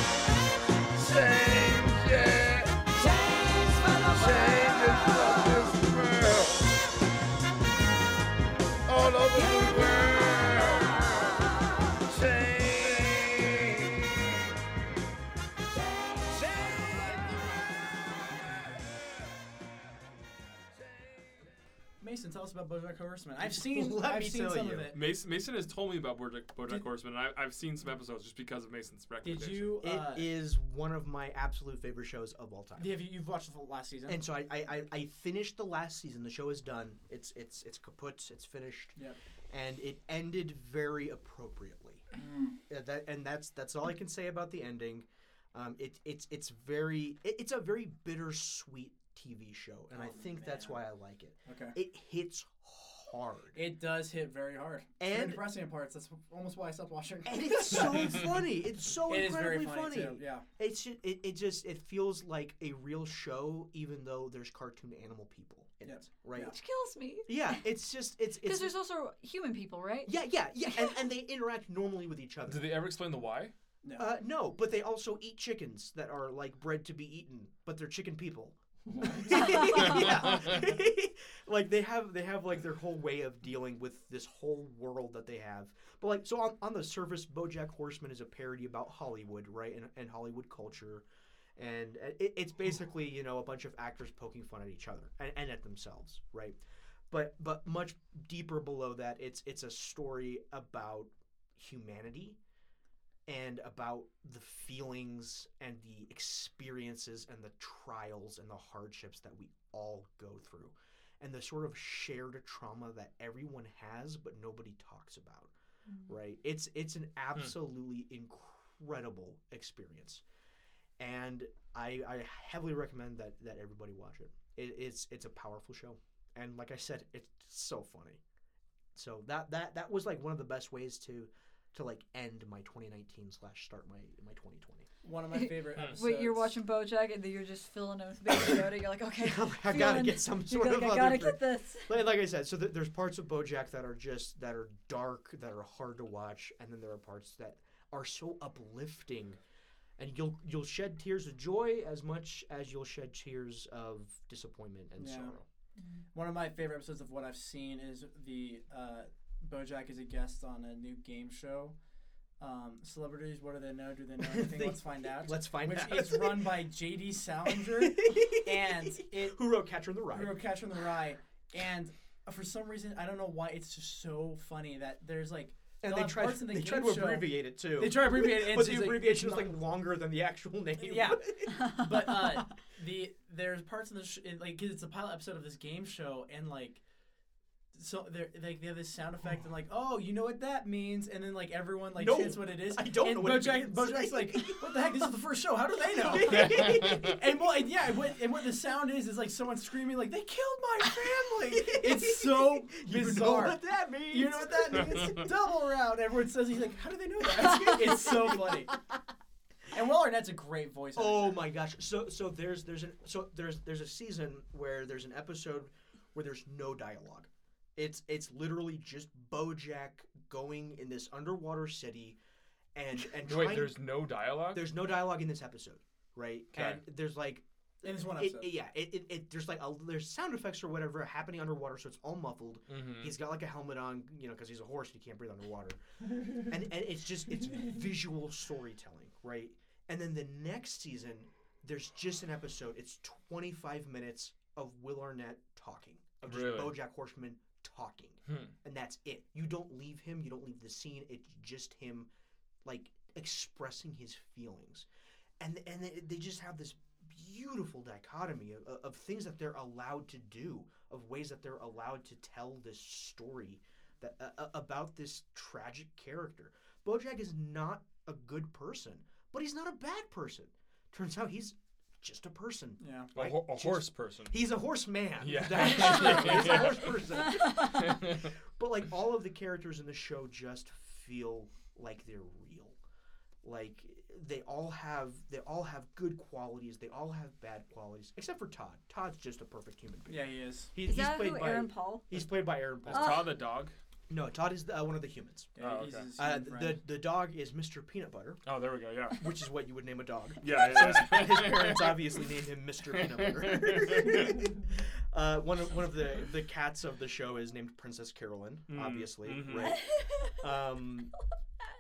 Speaker 8: Change it. Change it for this world. All over the world. Change. Change.
Speaker 1: Mason, tell us about BoJack Horseman. I've seen,
Speaker 2: Let
Speaker 1: I've
Speaker 2: me
Speaker 1: seen
Speaker 2: tell
Speaker 1: some
Speaker 2: you.
Speaker 1: of it.
Speaker 3: Mason, Mason has told me about Bojack, Bojack
Speaker 1: Did-
Speaker 3: Horseman, and I, I've seen some episodes just because of Mason's
Speaker 1: Did
Speaker 3: recommendation.
Speaker 1: you?
Speaker 2: It is
Speaker 1: Uh,
Speaker 2: one of my absolute favorite shows of all time.
Speaker 1: have you? You've watched the last season.
Speaker 2: And so I, I, I, I finished the last season. The show is done. It's it's it's kaput. It's finished.
Speaker 1: Yep.
Speaker 2: And it ended very appropriately.
Speaker 1: Mm.
Speaker 2: Uh, that and that's that's all I can say about the ending. Um, it it's it's very it, it's a very bittersweet TV show, and I
Speaker 1: Oh,
Speaker 2: think that's
Speaker 1: man.
Speaker 2: why I like it.
Speaker 1: okay.
Speaker 2: It hits hard.
Speaker 1: It does hit very hard. It's very
Speaker 2: And-
Speaker 1: depressing in parts. That's almost why I stopped watching.
Speaker 2: and it's so funny. It's so
Speaker 1: It is
Speaker 2: incredibly
Speaker 1: very funny, too. Yeah.
Speaker 2: It's ju- it, it just it feels like a real show, even though there's cartoon animal people in
Speaker 1: Yeah.
Speaker 2: it, right?
Speaker 1: Yeah.
Speaker 4: Which kills me.
Speaker 2: Yeah, it's just it's
Speaker 4: Because
Speaker 2: it's
Speaker 4: there's also human people, right?
Speaker 2: yeah yeah yeah, and, and they interact normally with each other.
Speaker 3: Did they ever explain the why?
Speaker 1: No.
Speaker 2: Uh, no, but they also eat chickens that are like bred to be eaten, but they're chicken people. Yeah. like they have they have like their whole way of dealing with this whole world that they have. But like so on, on the surface, BoJack Horseman is a parody about Hollywood, right, and, and Hollywood culture, and uh, it, it's basically you know a bunch of actors poking fun at each other and, and at themselves, right. But but much deeper below that, it's it's a story about humanity and about the feelings and the experiences and the trials and the hardships that we all go through and the sort of shared trauma that everyone has but nobody talks about right it's it's an absolutely incredible experience and I, I heavily recommend that that everybody watch it. it it's it's a powerful show and like i said it's so funny so that that that was like one of the best ways to to like end my 2019 slash start my my 2020
Speaker 1: One of my favorite episodes.
Speaker 4: Wait, you're watching BoJack and then you're just filling it with baby soda. You're like, okay,
Speaker 2: i gotta
Speaker 4: feeling-
Speaker 2: get some
Speaker 4: You're
Speaker 2: sort
Speaker 4: like,
Speaker 2: of
Speaker 4: I
Speaker 2: other
Speaker 4: gotta
Speaker 2: thing."
Speaker 4: get this.
Speaker 2: like, like i said so th- there's parts of bojack that are just that are dark that are hard to watch and then there are parts that are so uplifting and you'll you'll shed tears of joy as much as you'll shed tears of disappointment and
Speaker 1: Yeah.
Speaker 2: sorrow
Speaker 1: One of my favorite episodes of what I've seen is the uh, BoJack is a guest on a new game show. Um, celebrities, what do they know? Do they know anything?
Speaker 2: They-
Speaker 1: Let's find out.
Speaker 2: let's find
Speaker 1: Which
Speaker 2: out.
Speaker 1: It's run by J.D. Salinger, and it
Speaker 2: who wrote catcher in the rye
Speaker 1: we were catching the rye, and for some reason I don't know why it's just so funny that there's like
Speaker 2: and
Speaker 1: they'll
Speaker 2: they
Speaker 1: have
Speaker 2: tried
Speaker 1: parts in the
Speaker 2: they
Speaker 1: game
Speaker 2: tried to
Speaker 1: show-
Speaker 2: abbreviate it too
Speaker 1: They try to abbreviate it. and
Speaker 2: but
Speaker 1: it's
Speaker 2: the
Speaker 1: like-
Speaker 2: abbreviation
Speaker 1: it's
Speaker 2: was like
Speaker 1: not-
Speaker 2: longer than the actual name.
Speaker 1: Yeah. but uh, the there's parts in the sh- in, like 'cause it's a pilot episode of this game show and like so they're like they have this sound effect and like oh you know what that means and then like everyone like
Speaker 2: No,
Speaker 1: says what it is
Speaker 2: I don't
Speaker 1: and
Speaker 2: know what it
Speaker 1: Bojack,
Speaker 2: means.
Speaker 1: Bojack's like what the heck this is the first show how do they know and well and yeah and what, and what the sound is is like someone screaming like they killed my family it's so bizarre.
Speaker 2: that means?
Speaker 1: You know what that means? Double round. Everyone says he's like, how do they know that? it's so funny. And Will Arnett's a great voice. actor.
Speaker 2: Oh my gosh! So so there's there's an so there's there's a season where there's an episode where there's no dialogue. It's it's literally just BoJack going in this underwater city, and and trying,
Speaker 3: Wait, there's no dialogue.
Speaker 2: there's no dialogue in this episode, right?
Speaker 3: Okay.
Speaker 2: And there's like
Speaker 1: in this one
Speaker 2: it,
Speaker 1: episode.
Speaker 2: it- yeah, it, it, it there's like a, there's sound effects or whatever happening underwater, so it's all muffled.
Speaker 3: Mhm.
Speaker 2: He's got like a helmet on, you know, because he's a horse and he can't breathe underwater. and, and it's just it's visual storytelling, right? And then the next season, there's just an episode. It's 25 minutes of Will Arnett talking, of just
Speaker 3: Really?
Speaker 2: BoJack Horseman talking,
Speaker 3: Hmm.
Speaker 2: and that's it. You don't leave him. You don't leave the scene. It's just him, like expressing his feelings, and and they, they just have this beautiful dichotomy of, of- of things that they're allowed to do, of ways that they're allowed to tell this story that uh, uh, about this tragic character. Bojack is not a good person, but he's not a bad person. Turns out he's just a person.
Speaker 1: yeah.
Speaker 3: A, ho- a horse person.
Speaker 2: He's a horseman.
Speaker 3: Yeah.
Speaker 2: That is true. He's a horse person. But like all of the characters in the show just feel like they're real. Like they all have they all have good qualities. They all have bad qualities, except for Todd. Todd's just a perfect human being.
Speaker 1: Yeah, he is.
Speaker 2: He,
Speaker 4: Is that who
Speaker 2: by
Speaker 4: Aaron Oh. Paul?
Speaker 2: he's played by Aaron Paul.
Speaker 3: Is Todd the dog?
Speaker 2: No, Todd is the, uh, one of the humans.
Speaker 1: Yeah,
Speaker 3: Oh,
Speaker 1: he's
Speaker 3: okay.
Speaker 1: his
Speaker 2: Uh,
Speaker 1: human
Speaker 2: the
Speaker 1: friend.
Speaker 2: the dog is Mr. Peanut Butter,
Speaker 3: Oh, there we go. Yeah.
Speaker 2: which is what you would name a dog.
Speaker 3: Yeah.
Speaker 2: So his, his parents obviously named him Mr. Peanut Butter. uh, one of one of the the cats of the show is named Princess Carolyn,
Speaker 3: Mm,
Speaker 2: obviously,
Speaker 3: mhm.
Speaker 2: right? Um,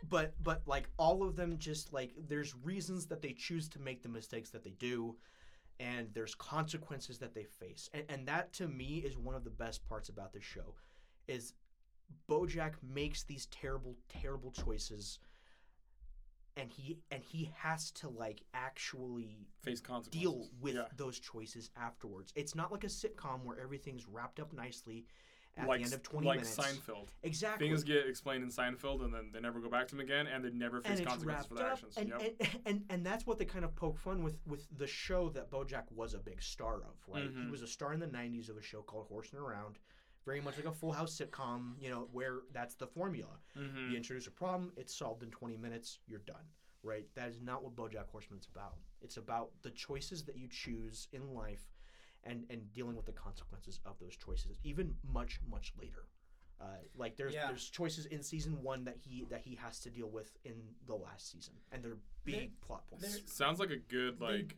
Speaker 2: but but like all of them, just like there's reasons that they choose to make the mistakes that they do, and there's consequences that they face, and and that to me is one of the best parts about this show, is BoJack makes these terrible terrible choices. And he and he has to like actually
Speaker 3: Face consequences.
Speaker 2: deal with
Speaker 3: Yeah.
Speaker 2: those choices afterwards. It's not like a sitcom where everything's wrapped up nicely at
Speaker 3: like
Speaker 2: the end
Speaker 3: s-
Speaker 2: of 20
Speaker 3: like
Speaker 2: minutes.
Speaker 3: Seinfeld.
Speaker 2: Exactly.
Speaker 3: Things get explained in Seinfeld, and then they never go back to them again, and they never face
Speaker 2: and it's wrapped
Speaker 3: consequences for their
Speaker 2: up,
Speaker 3: actions.
Speaker 2: and,
Speaker 3: yep.
Speaker 2: and, and and that's what they kind of poke fun with with the show that BoJack was a big star of, right? He
Speaker 3: Mhm.
Speaker 2: was a star in the '90s of a show called Horsing Around, very much like a Full House sitcom, you know, where that's the formula.
Speaker 3: Mhm.
Speaker 1: Mm.
Speaker 2: You introduce a problem, it's solved in 20 minutes, you're done, right? That is not what BoJack Horseman's about. It's about the choices that you choose in life, and and dealing with the consequences of those choices, even much much later. Uh, like there's
Speaker 1: Yeah.
Speaker 2: there's choices in season one that he that he has to deal with in the last season, and they're big plot points.
Speaker 1: they're-
Speaker 3: Sounds like a good like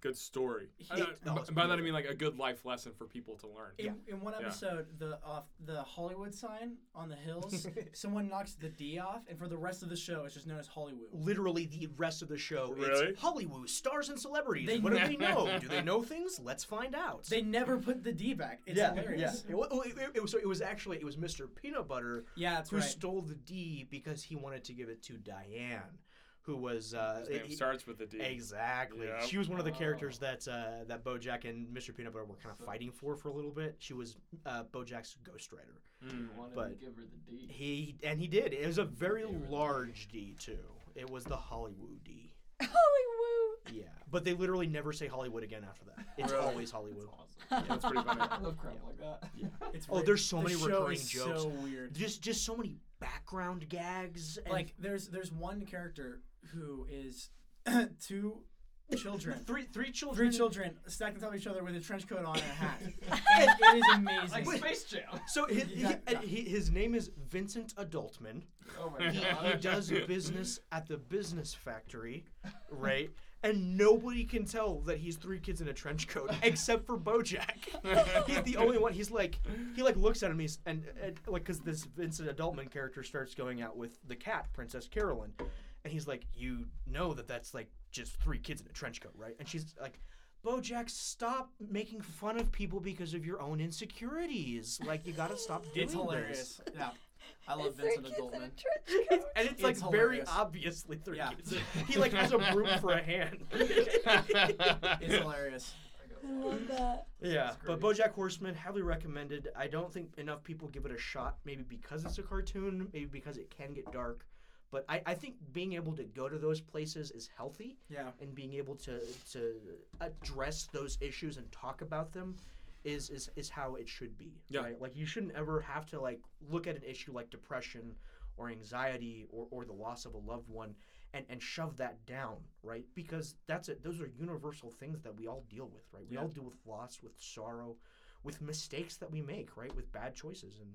Speaker 3: good story. I
Speaker 2: Yeah,
Speaker 3: don't-
Speaker 2: no, it's
Speaker 3: by that I
Speaker 2: brilliant.
Speaker 3: mean like a good life lesson for people to learn.
Speaker 1: In, in one
Speaker 3: Yeah.
Speaker 1: episode, the off the Hollywood sign on the hills, someone knocks the D off, and for the rest of the show, it's just known as Hollywood.
Speaker 2: Literally, the rest of the show
Speaker 3: Really?
Speaker 2: it's Hollywood stars and celebrities.
Speaker 1: They-
Speaker 2: what do they know? do they know things? Let's find out.
Speaker 1: They never put the D back. It's hilarious.
Speaker 2: It, wa- oh, it, it was, so it was actually it was Mr. Peanut Butter
Speaker 1: Yeah, that's
Speaker 2: who
Speaker 1: right.
Speaker 2: stole the D because he wanted to give it to Diane, who was uh,
Speaker 3: His name
Speaker 2: e-
Speaker 3: starts with a D.
Speaker 2: exactly.
Speaker 3: Yep.
Speaker 2: She was one of the characters that uh, that BoJack and Mr. Peanut Butter were kind of fighting for for a little bit. She was uh, BoJack's ghostwriter.
Speaker 3: Mm.
Speaker 5: wanted
Speaker 2: But-
Speaker 5: to give her the D.
Speaker 2: He and he did. It was a very large D too. It was the Hollywood D.
Speaker 4: Holy
Speaker 2: Yeah, but they literally never say Hollywood again after that. It's
Speaker 3: Really?
Speaker 2: always Hollywood.
Speaker 5: Awesome.
Speaker 3: That's pretty funny.
Speaker 5: I love crap like that.
Speaker 1: It's
Speaker 2: Oh,
Speaker 1: re-
Speaker 2: there's so
Speaker 1: the
Speaker 2: many
Speaker 1: show
Speaker 2: recurring
Speaker 1: is
Speaker 2: jokes.
Speaker 1: So weird.
Speaker 2: Just just so many background gags. And
Speaker 1: Like there's there's one character who is two children.
Speaker 2: three three children.
Speaker 1: Three children stacked on top of each other with a trench coat on and a hat. And it is amazing.
Speaker 5: Like Space Jam.
Speaker 2: So his,
Speaker 1: Yeah.
Speaker 2: and he, his name is Vincent Adultman.
Speaker 5: Oh my
Speaker 2: He,
Speaker 5: god.
Speaker 2: he does business at the business factory, right? And nobody can tell that he's three kids in a trench coat except for BoJack. he's the only one. He's like, he like looks at him. He's and, and like because this Vincent Adultman character starts going out with the cat, Princess Carolyn, and he's like, you know that that's like just three kids in a trench coat, right? And she's like. Bojack, stop making fun of people because of your own insecurities. Like you gotta stop doing
Speaker 1: It's
Speaker 2: this."
Speaker 1: hilarious. Yeah. I
Speaker 4: woo!
Speaker 1: love
Speaker 4: It's three
Speaker 1: Vincent
Speaker 4: kids in a
Speaker 1: Adultman.
Speaker 4: trench coat.
Speaker 2: It's- and it's, like
Speaker 1: It's
Speaker 2: very
Speaker 1: hilarious.
Speaker 2: obviously three
Speaker 1: Yeah.
Speaker 2: kids. He like has a broom for a hand.
Speaker 1: It's hilarious.
Speaker 4: I love that.
Speaker 2: yeah,
Speaker 5: That's
Speaker 2: but
Speaker 5: great.
Speaker 2: BoJack Horseman heavily recommended. I don't think enough people give it a shot. Maybe because it's a cartoon. Maybe because it can get dark. But I, I think being able to go to those places is healthy,
Speaker 1: Yeah.
Speaker 2: and being able to to address those issues and talk about them is is is how it should be.
Speaker 3: Yeah.
Speaker 2: Right? Like you shouldn't ever have to like look at an issue like depression or anxiety or, or the loss of a loved one and, and shove that down, right? Because that's it. Those are universal things that we all deal with, right? We all deal with loss, with sorrow, with mistakes that we make, right? With bad choices and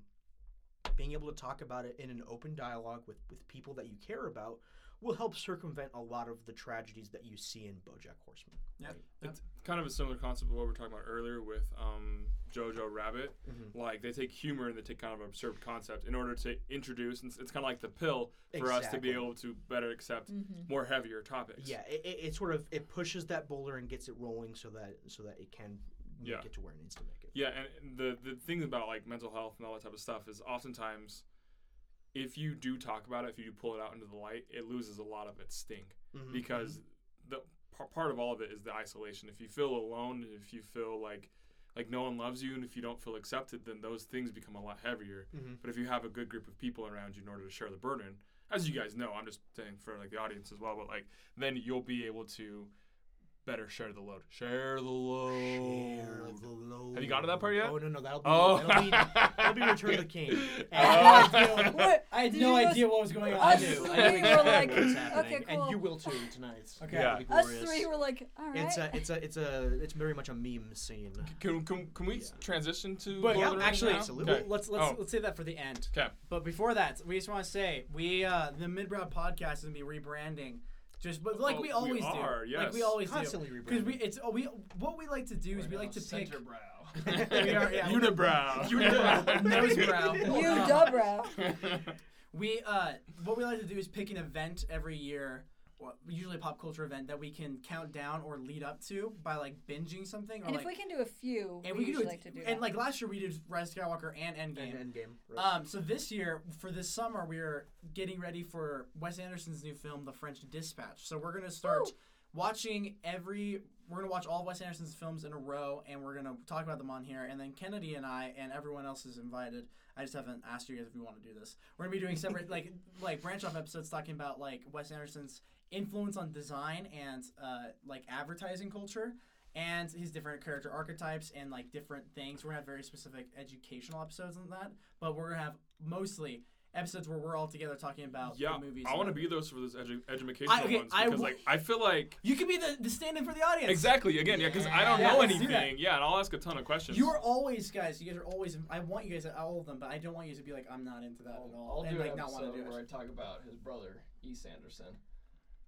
Speaker 2: being able to talk about it in an open dialogue with, with people that you care about will help circumvent a lot of the tragedies that you see in BoJack Horseman.
Speaker 1: Yeah.
Speaker 2: right?
Speaker 3: It's kind of a similar concept to what we were talking about earlier with um, Jojo Rabbit.
Speaker 2: Mm-hmm.
Speaker 3: Like they take humor and they take kind of an absurd concept in order to introduce. And it's, it's kind of like the pill for us to be
Speaker 2: Exactly.
Speaker 3: able to better accept
Speaker 4: Mm-hmm.
Speaker 3: more heavier topics.
Speaker 2: Yeah, it, it, it sort of it pushes that boulder and gets it rolling so that so that it can make
Speaker 3: Yeah.
Speaker 2: it to where it needs to make it.
Speaker 3: Yeah, and the the thing about like mental health and all that type of stuff is oftentimes, if you do talk about it, if you do pull it out into the light, it loses a lot of its sting
Speaker 2: Mm-hmm.
Speaker 3: because the par- part of all of it is the isolation. If you feel alone, and if you feel like like no one loves you, and if you don't feel accepted, then those things become a lot heavier.
Speaker 2: Mm-hmm.
Speaker 3: But if you have a good group of people around you in order to share the burden, as you guys know, I'm just saying for like the audience as well, but like then you'll be able to better share the load. Share the load. Have you got to that part yet?
Speaker 2: Oh no no that'll be
Speaker 3: Oh.
Speaker 2: that'll, be, that'll be Return of the King.
Speaker 1: I had no
Speaker 2: Oh,
Speaker 1: idea what, I had
Speaker 4: Did
Speaker 1: no
Speaker 4: you guys-
Speaker 1: idea what was going on.
Speaker 4: Us
Speaker 1: I knew.
Speaker 4: three
Speaker 1: I knew
Speaker 4: were like,
Speaker 2: What's
Speaker 4: okay,
Speaker 2: happening? And you
Speaker 4: cool.
Speaker 2: will too tonight.
Speaker 1: Okay.
Speaker 2: It'll
Speaker 3: Yeah.
Speaker 2: be
Speaker 4: Us
Speaker 2: glorious.
Speaker 4: three were like, all right.
Speaker 2: It's a it's a it's a it's very much a meme scene.
Speaker 3: Can, can, can we s- transition to
Speaker 1: But
Speaker 3: Lord
Speaker 1: yeah,
Speaker 3: of the Rings
Speaker 1: actually,
Speaker 3: now?
Speaker 2: absolutely.
Speaker 3: Okay.
Speaker 1: let's let's
Speaker 3: Oh.
Speaker 1: let's say that for the end.
Speaker 3: 'Kay.
Speaker 1: But before that, we just want to say we uh, the Midbrow podcast is gonna be rebranding. Just but like
Speaker 3: Oh,
Speaker 1: we
Speaker 3: we
Speaker 1: always
Speaker 3: are,
Speaker 1: do. Like we
Speaker 3: yes.
Speaker 1: always
Speaker 2: Constantly
Speaker 1: do. Because we
Speaker 2: rebranding.
Speaker 1: it's oh, we what we like to do is we
Speaker 5: We're
Speaker 1: like to
Speaker 5: now
Speaker 1: pick
Speaker 5: center brow.
Speaker 1: we are, yeah,
Speaker 3: Unibrow.
Speaker 1: Unibrow.
Speaker 4: you
Speaker 1: Nosebrow. Um,
Speaker 4: dubra.
Speaker 1: We uh, what we like to do is pick an event every year, or usually a pop culture event that we can count down or lead up to by like binging something. Or
Speaker 4: And
Speaker 1: like,
Speaker 4: if we can do a few,
Speaker 1: and
Speaker 4: we,
Speaker 1: we
Speaker 4: usually
Speaker 1: could do
Speaker 4: like to do
Speaker 1: and
Speaker 4: that.
Speaker 1: like last year we did Rise of Skywalker and Endgame.
Speaker 2: And Endgame. Right?
Speaker 4: Uh,
Speaker 1: Um, so this year, for this summer, we're getting ready for Wes Anderson's new film, The French Dispatch. So we're gonna start watching every. We're gonna watch all of Wes Anderson's films in a row, and we're gonna talk about them on here. And then Kennedy and I and everyone else is invited. I just haven't asked you guys if you want to do this. We're gonna be doing separate like like branch off episodes talking about like Wes Anderson's influence on design and uh, like advertising culture. And his different character archetypes and like different things. We're gonna have very specific educational episodes on that but we're gonna have mostly episodes where we're all together talking about
Speaker 3: yeah,
Speaker 1: the movies.
Speaker 3: I want to
Speaker 1: and-
Speaker 3: be those for those edu- educational
Speaker 1: I- okay,
Speaker 3: ones
Speaker 1: I
Speaker 3: because
Speaker 1: w-
Speaker 3: like I feel like
Speaker 1: You can be the, the stand-in for the audience.
Speaker 3: exactly again yeah because I don't
Speaker 1: Yeah,
Speaker 3: know
Speaker 1: let's do that.
Speaker 3: anything yeah and I'll ask a ton of questions.
Speaker 1: You are always guys. You guys are always. I want you guys to all of them, but I don't want you to be like I'm not into that at all
Speaker 5: I'll
Speaker 1: and
Speaker 5: do
Speaker 1: like
Speaker 5: an
Speaker 1: not want to
Speaker 5: episode
Speaker 1: do
Speaker 5: where I
Speaker 1: it.
Speaker 5: talk about his brother, E. Sanderson.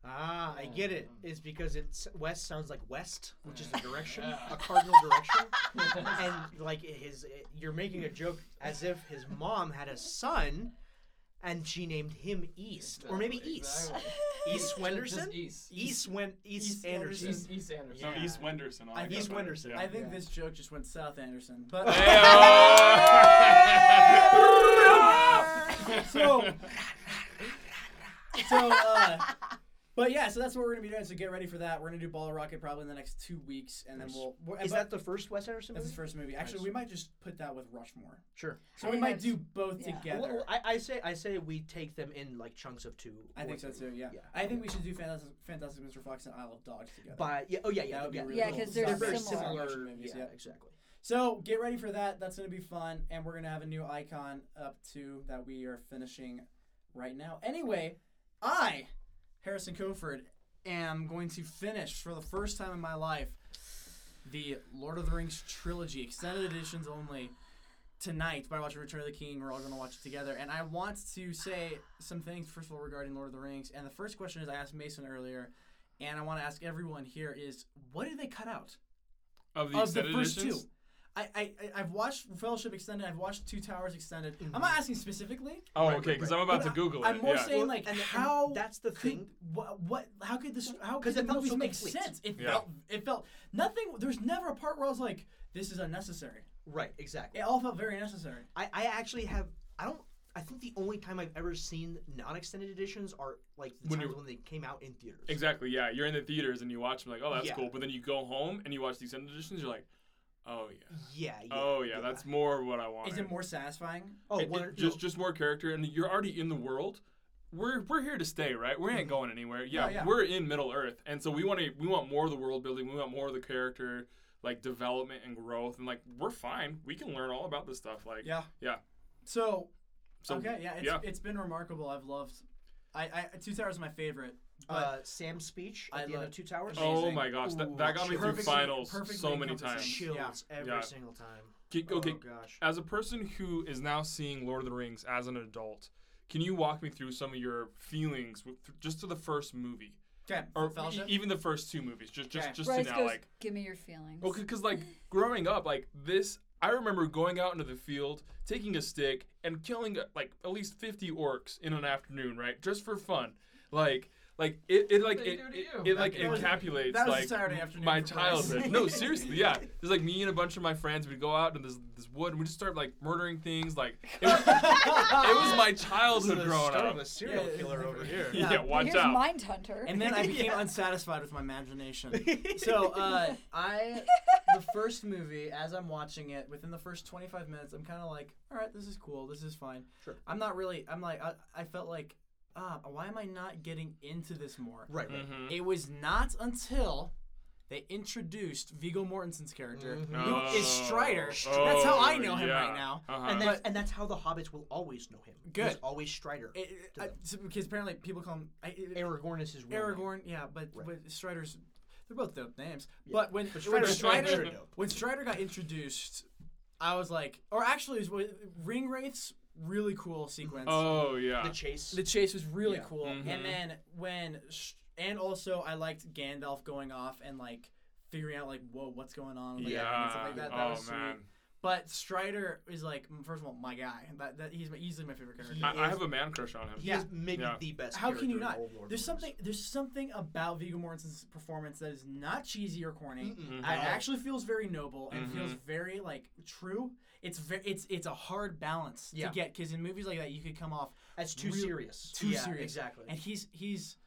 Speaker 2: ah, I
Speaker 5: yeah.
Speaker 2: get it.
Speaker 4: mm.
Speaker 2: It's because it's West sounds like West, which is a
Speaker 3: Mm.
Speaker 2: direction,
Speaker 5: Yeah.
Speaker 2: a cardinal direction. and like his you're making a joke as if his mom had a son and she named him East or maybe
Speaker 5: Exactly,
Speaker 2: East.
Speaker 5: exactly.
Speaker 2: East Wenderson?
Speaker 5: Just East.
Speaker 2: East Wen East,
Speaker 1: East
Speaker 2: Anderson.
Speaker 1: Anderson.
Speaker 5: East, East Anderson.
Speaker 3: no
Speaker 1: Yeah.
Speaker 3: East Wenderson. I
Speaker 1: I think-
Speaker 3: like that better.
Speaker 2: Wenderson.
Speaker 3: Yeah.
Speaker 1: I think this joke just went south, Anderson.
Speaker 3: Hey-oh!
Speaker 1: But so, so, uh, but yeah, so that's what we're gonna be doing. So get ready for that. We're gonna do Ball Rocket probably in the next two weeks, and then
Speaker 2: Nice.
Speaker 1: we'll. we're-
Speaker 2: Is
Speaker 1: but-
Speaker 2: that the first Wes Anderson
Speaker 1: That's
Speaker 2: movie?
Speaker 1: his first movie. Actually,
Speaker 2: Nice.
Speaker 1: we might just put that with Rushmore.
Speaker 2: Sure.
Speaker 1: So
Speaker 4: I
Speaker 1: we
Speaker 4: think
Speaker 1: might
Speaker 4: that's-
Speaker 1: do both
Speaker 4: yeah.
Speaker 1: together.
Speaker 2: Well, I, I say I say we take them in like chunks of two.
Speaker 1: I
Speaker 2: or
Speaker 1: think so
Speaker 2: three.
Speaker 1: too. Yeah.
Speaker 2: Yeah.
Speaker 1: I think we should do Fantastic, Fantastic Mr. Fox and Isle of Dogs together.
Speaker 2: But yeah, oh yeah,
Speaker 1: That
Speaker 2: yeah,
Speaker 1: would be
Speaker 2: yeah,
Speaker 1: really
Speaker 4: Yeah,
Speaker 1: cool.
Speaker 4: 'cause they're
Speaker 2: They're very
Speaker 4: similar.
Speaker 2: similar.
Speaker 1: Russian movies,
Speaker 2: yeah,
Speaker 1: yeah.
Speaker 2: exactly.
Speaker 1: So get ready for that. That's going to be fun, and we're going to have a new icon up too that we are finishing right now. Anyway, I, Harrison Coford, am going to finish for the first time in my life the Lord of the Rings trilogy, extended editions only. Tonight, by watching Return of the King, we're all going to watch it together. And I want to say some things, first of all, regarding Lord of the Rings. And the first question is I asked Mason earlier, and I want to ask everyone here is what did they cut out?
Speaker 3: of the
Speaker 1: of the
Speaker 3: extended
Speaker 1: first
Speaker 3: editions?
Speaker 1: two. I, I, I- I've watched Fellowship Extended. I've watched Two Towers Extended.
Speaker 2: Mm-hmm.
Speaker 1: I'm not asking specifically.
Speaker 3: Oh,
Speaker 2: Right,
Speaker 3: okay,
Speaker 2: right,
Speaker 3: because
Speaker 2: right.
Speaker 3: I'm about
Speaker 1: but
Speaker 3: to
Speaker 1: I-
Speaker 3: Google
Speaker 1: I'm
Speaker 3: it.
Speaker 1: more
Speaker 3: yeah.
Speaker 1: saying
Speaker 2: Well,
Speaker 1: like
Speaker 2: and- and
Speaker 1: how
Speaker 2: that's the
Speaker 1: could-
Speaker 2: thing.
Speaker 1: What, what how could this how
Speaker 2: 'Cause
Speaker 1: could the
Speaker 2: it felt
Speaker 1: movies
Speaker 2: so
Speaker 1: make
Speaker 2: complete.
Speaker 1: sense? It
Speaker 3: Yeah.
Speaker 1: felt it felt nothing. There's never a part where I was like, this is unnecessary.
Speaker 2: Right, exactly.
Speaker 1: It all felt very necessary.
Speaker 2: I, I actually have I don't I think the only time I've ever seen non-extended editions are like the
Speaker 3: When
Speaker 2: times
Speaker 3: you-
Speaker 2: when they came out in theaters.
Speaker 3: Exactly. Yeah, you're in the theaters and you watch them like, oh, that's
Speaker 2: Yeah.
Speaker 3: cool. But then you go home and you watch the extended editions. You're like, oh yeah,
Speaker 2: Yeah. yeah
Speaker 3: oh yeah, that's more what I want.
Speaker 1: Is it more satisfying?
Speaker 2: oh
Speaker 3: It-
Speaker 2: one-
Speaker 3: it- just just more character, and you're already in the world. We're we're here to stay, right? We ain't going anywhere. Yeah,
Speaker 1: Mm-hmm. Oh, yeah.
Speaker 3: we're in Middle Earth, and so we want to we want more of the world building. We want more of the character. like development and growth and like we're fine. We can learn all about this stuff. Like
Speaker 1: Yeah.
Speaker 3: yeah.
Speaker 1: So,
Speaker 3: So,
Speaker 1: okay, yeah it's,
Speaker 3: yeah.
Speaker 1: it's been remarkable. I've loved. I, I Two Towers is my favorite. But
Speaker 2: Uh, Sam's speech at
Speaker 1: I
Speaker 2: the end
Speaker 1: love-
Speaker 2: of Two Towers.
Speaker 3: Oh
Speaker 1: Amazing.
Speaker 3: my gosh, that,
Speaker 2: Ooh,
Speaker 3: that got me through
Speaker 1: perfectly-
Speaker 3: finals
Speaker 1: perfectly
Speaker 3: so many
Speaker 1: encompassing.
Speaker 3: times.
Speaker 2: Chills
Speaker 1: Yeah.
Speaker 2: every
Speaker 3: Yeah.
Speaker 2: single time.
Speaker 3: Ki- Okay,
Speaker 2: Oh gosh.
Speaker 3: as a person who is now seeing Lord of the Rings as an adult, can you walk me through some of your feelings with, just to the first movie,
Speaker 1: Okay,
Speaker 3: or e-
Speaker 1: Fellowship.
Speaker 3: even the first two movies, just just
Speaker 1: Okay.
Speaker 3: just
Speaker 4: Bryce
Speaker 3: to now,
Speaker 4: goes,
Speaker 3: like
Speaker 4: give me your feelings.
Speaker 3: okay, because like growing up, like this, I remember going out into the field, taking a stick, and killing uh, like at least fifty orcs in an afternoon, right, just for fun, like. Like it, it like
Speaker 5: They
Speaker 3: it,
Speaker 5: do to
Speaker 3: it,
Speaker 5: you.
Speaker 3: it, like
Speaker 1: That was-
Speaker 3: encapsulates
Speaker 1: that was a
Speaker 3: like
Speaker 1: Saturday
Speaker 3: m-
Speaker 1: afternoon
Speaker 3: my
Speaker 1: for Bryce.
Speaker 3: childhood. no, seriously, yeah. There's like me and a bunch of my friends. We'd go out into this this wood. and We just start like murdering things. Like it was, it was my childhood growing
Speaker 6: start
Speaker 3: up.
Speaker 6: of a serial
Speaker 1: Yeah,
Speaker 6: killer
Speaker 1: it's
Speaker 6: over here.
Speaker 1: different.
Speaker 3: Yeah,
Speaker 1: Yeah.
Speaker 3: watch
Speaker 4: Here's
Speaker 3: out.
Speaker 4: Mind Hunter.
Speaker 1: and then I became unsatisfied with my imagination. So uh, I, the first movie, as I'm watching it, within the first 25 minutes, I'm kind of like, all right, this is cool, this is fine.
Speaker 2: Sure.
Speaker 1: I'm not really. I'm like, I, I felt like, ah, why am I not getting into this more?
Speaker 2: Right. right.
Speaker 3: Mhm.
Speaker 1: It was not until they introduced Vigo Mortensen's character,
Speaker 2: Mm-hmm.
Speaker 6: Mm-hmm.
Speaker 1: who is Strider.
Speaker 3: Mm-hmm. Oh,
Speaker 1: That's how I know him
Speaker 3: yeah.
Speaker 1: right now.
Speaker 3: Uh-huh.
Speaker 2: And that's, and that's how the hobbits will always know him. He's
Speaker 1: Good.
Speaker 2: always Strider.
Speaker 1: It, it- I- so- because apparently people call him I, it-
Speaker 2: Aragorn is his real name.
Speaker 1: Aragorn. Yeah, but,
Speaker 2: Right.
Speaker 1: but Strider's. They're both dope names. But when when
Speaker 2: Strider's
Speaker 1: Strider
Speaker 2: very dope.
Speaker 1: when Strider got introduced, I was like, or actually, it was with Ring Wraith's really cool sequence.
Speaker 3: oh
Speaker 2: The
Speaker 3: yeah.
Speaker 2: chase.
Speaker 1: The chase was really
Speaker 2: Yeah.
Speaker 1: cool,
Speaker 3: Mhm.
Speaker 1: and then when sh- and also I liked Gandalf going off and like figuring out like whoa what's going on with the guy and
Speaker 3: Yeah.
Speaker 1: stuff like that. That
Speaker 3: Oh
Speaker 1: was sweet.
Speaker 3: man.
Speaker 1: But Strider is like m- first of all my guy. That, that he's my, easily my favorite character.
Speaker 3: I, I have a man crush on him.
Speaker 2: he
Speaker 1: yeah.
Speaker 2: is maybe
Speaker 3: Yeah.
Speaker 2: the best.
Speaker 1: How can
Speaker 2: character
Speaker 1: you
Speaker 2: in
Speaker 1: not?
Speaker 2: all of Lord of
Speaker 1: There's
Speaker 2: the
Speaker 1: something there's something about Viggo Mortensen's performance that is not cheesy or corny.
Speaker 3: Mhm.
Speaker 1: It actually feels very noble and
Speaker 3: Mhm.
Speaker 1: feels very like true. It's very it's it's a hard balance
Speaker 2: Yeah.
Speaker 1: to get because in movies like that you could come off
Speaker 2: Rings. That's too
Speaker 1: real-
Speaker 2: serious.
Speaker 1: too
Speaker 2: yeah,
Speaker 1: serious.
Speaker 2: Exactly.
Speaker 1: and he's he's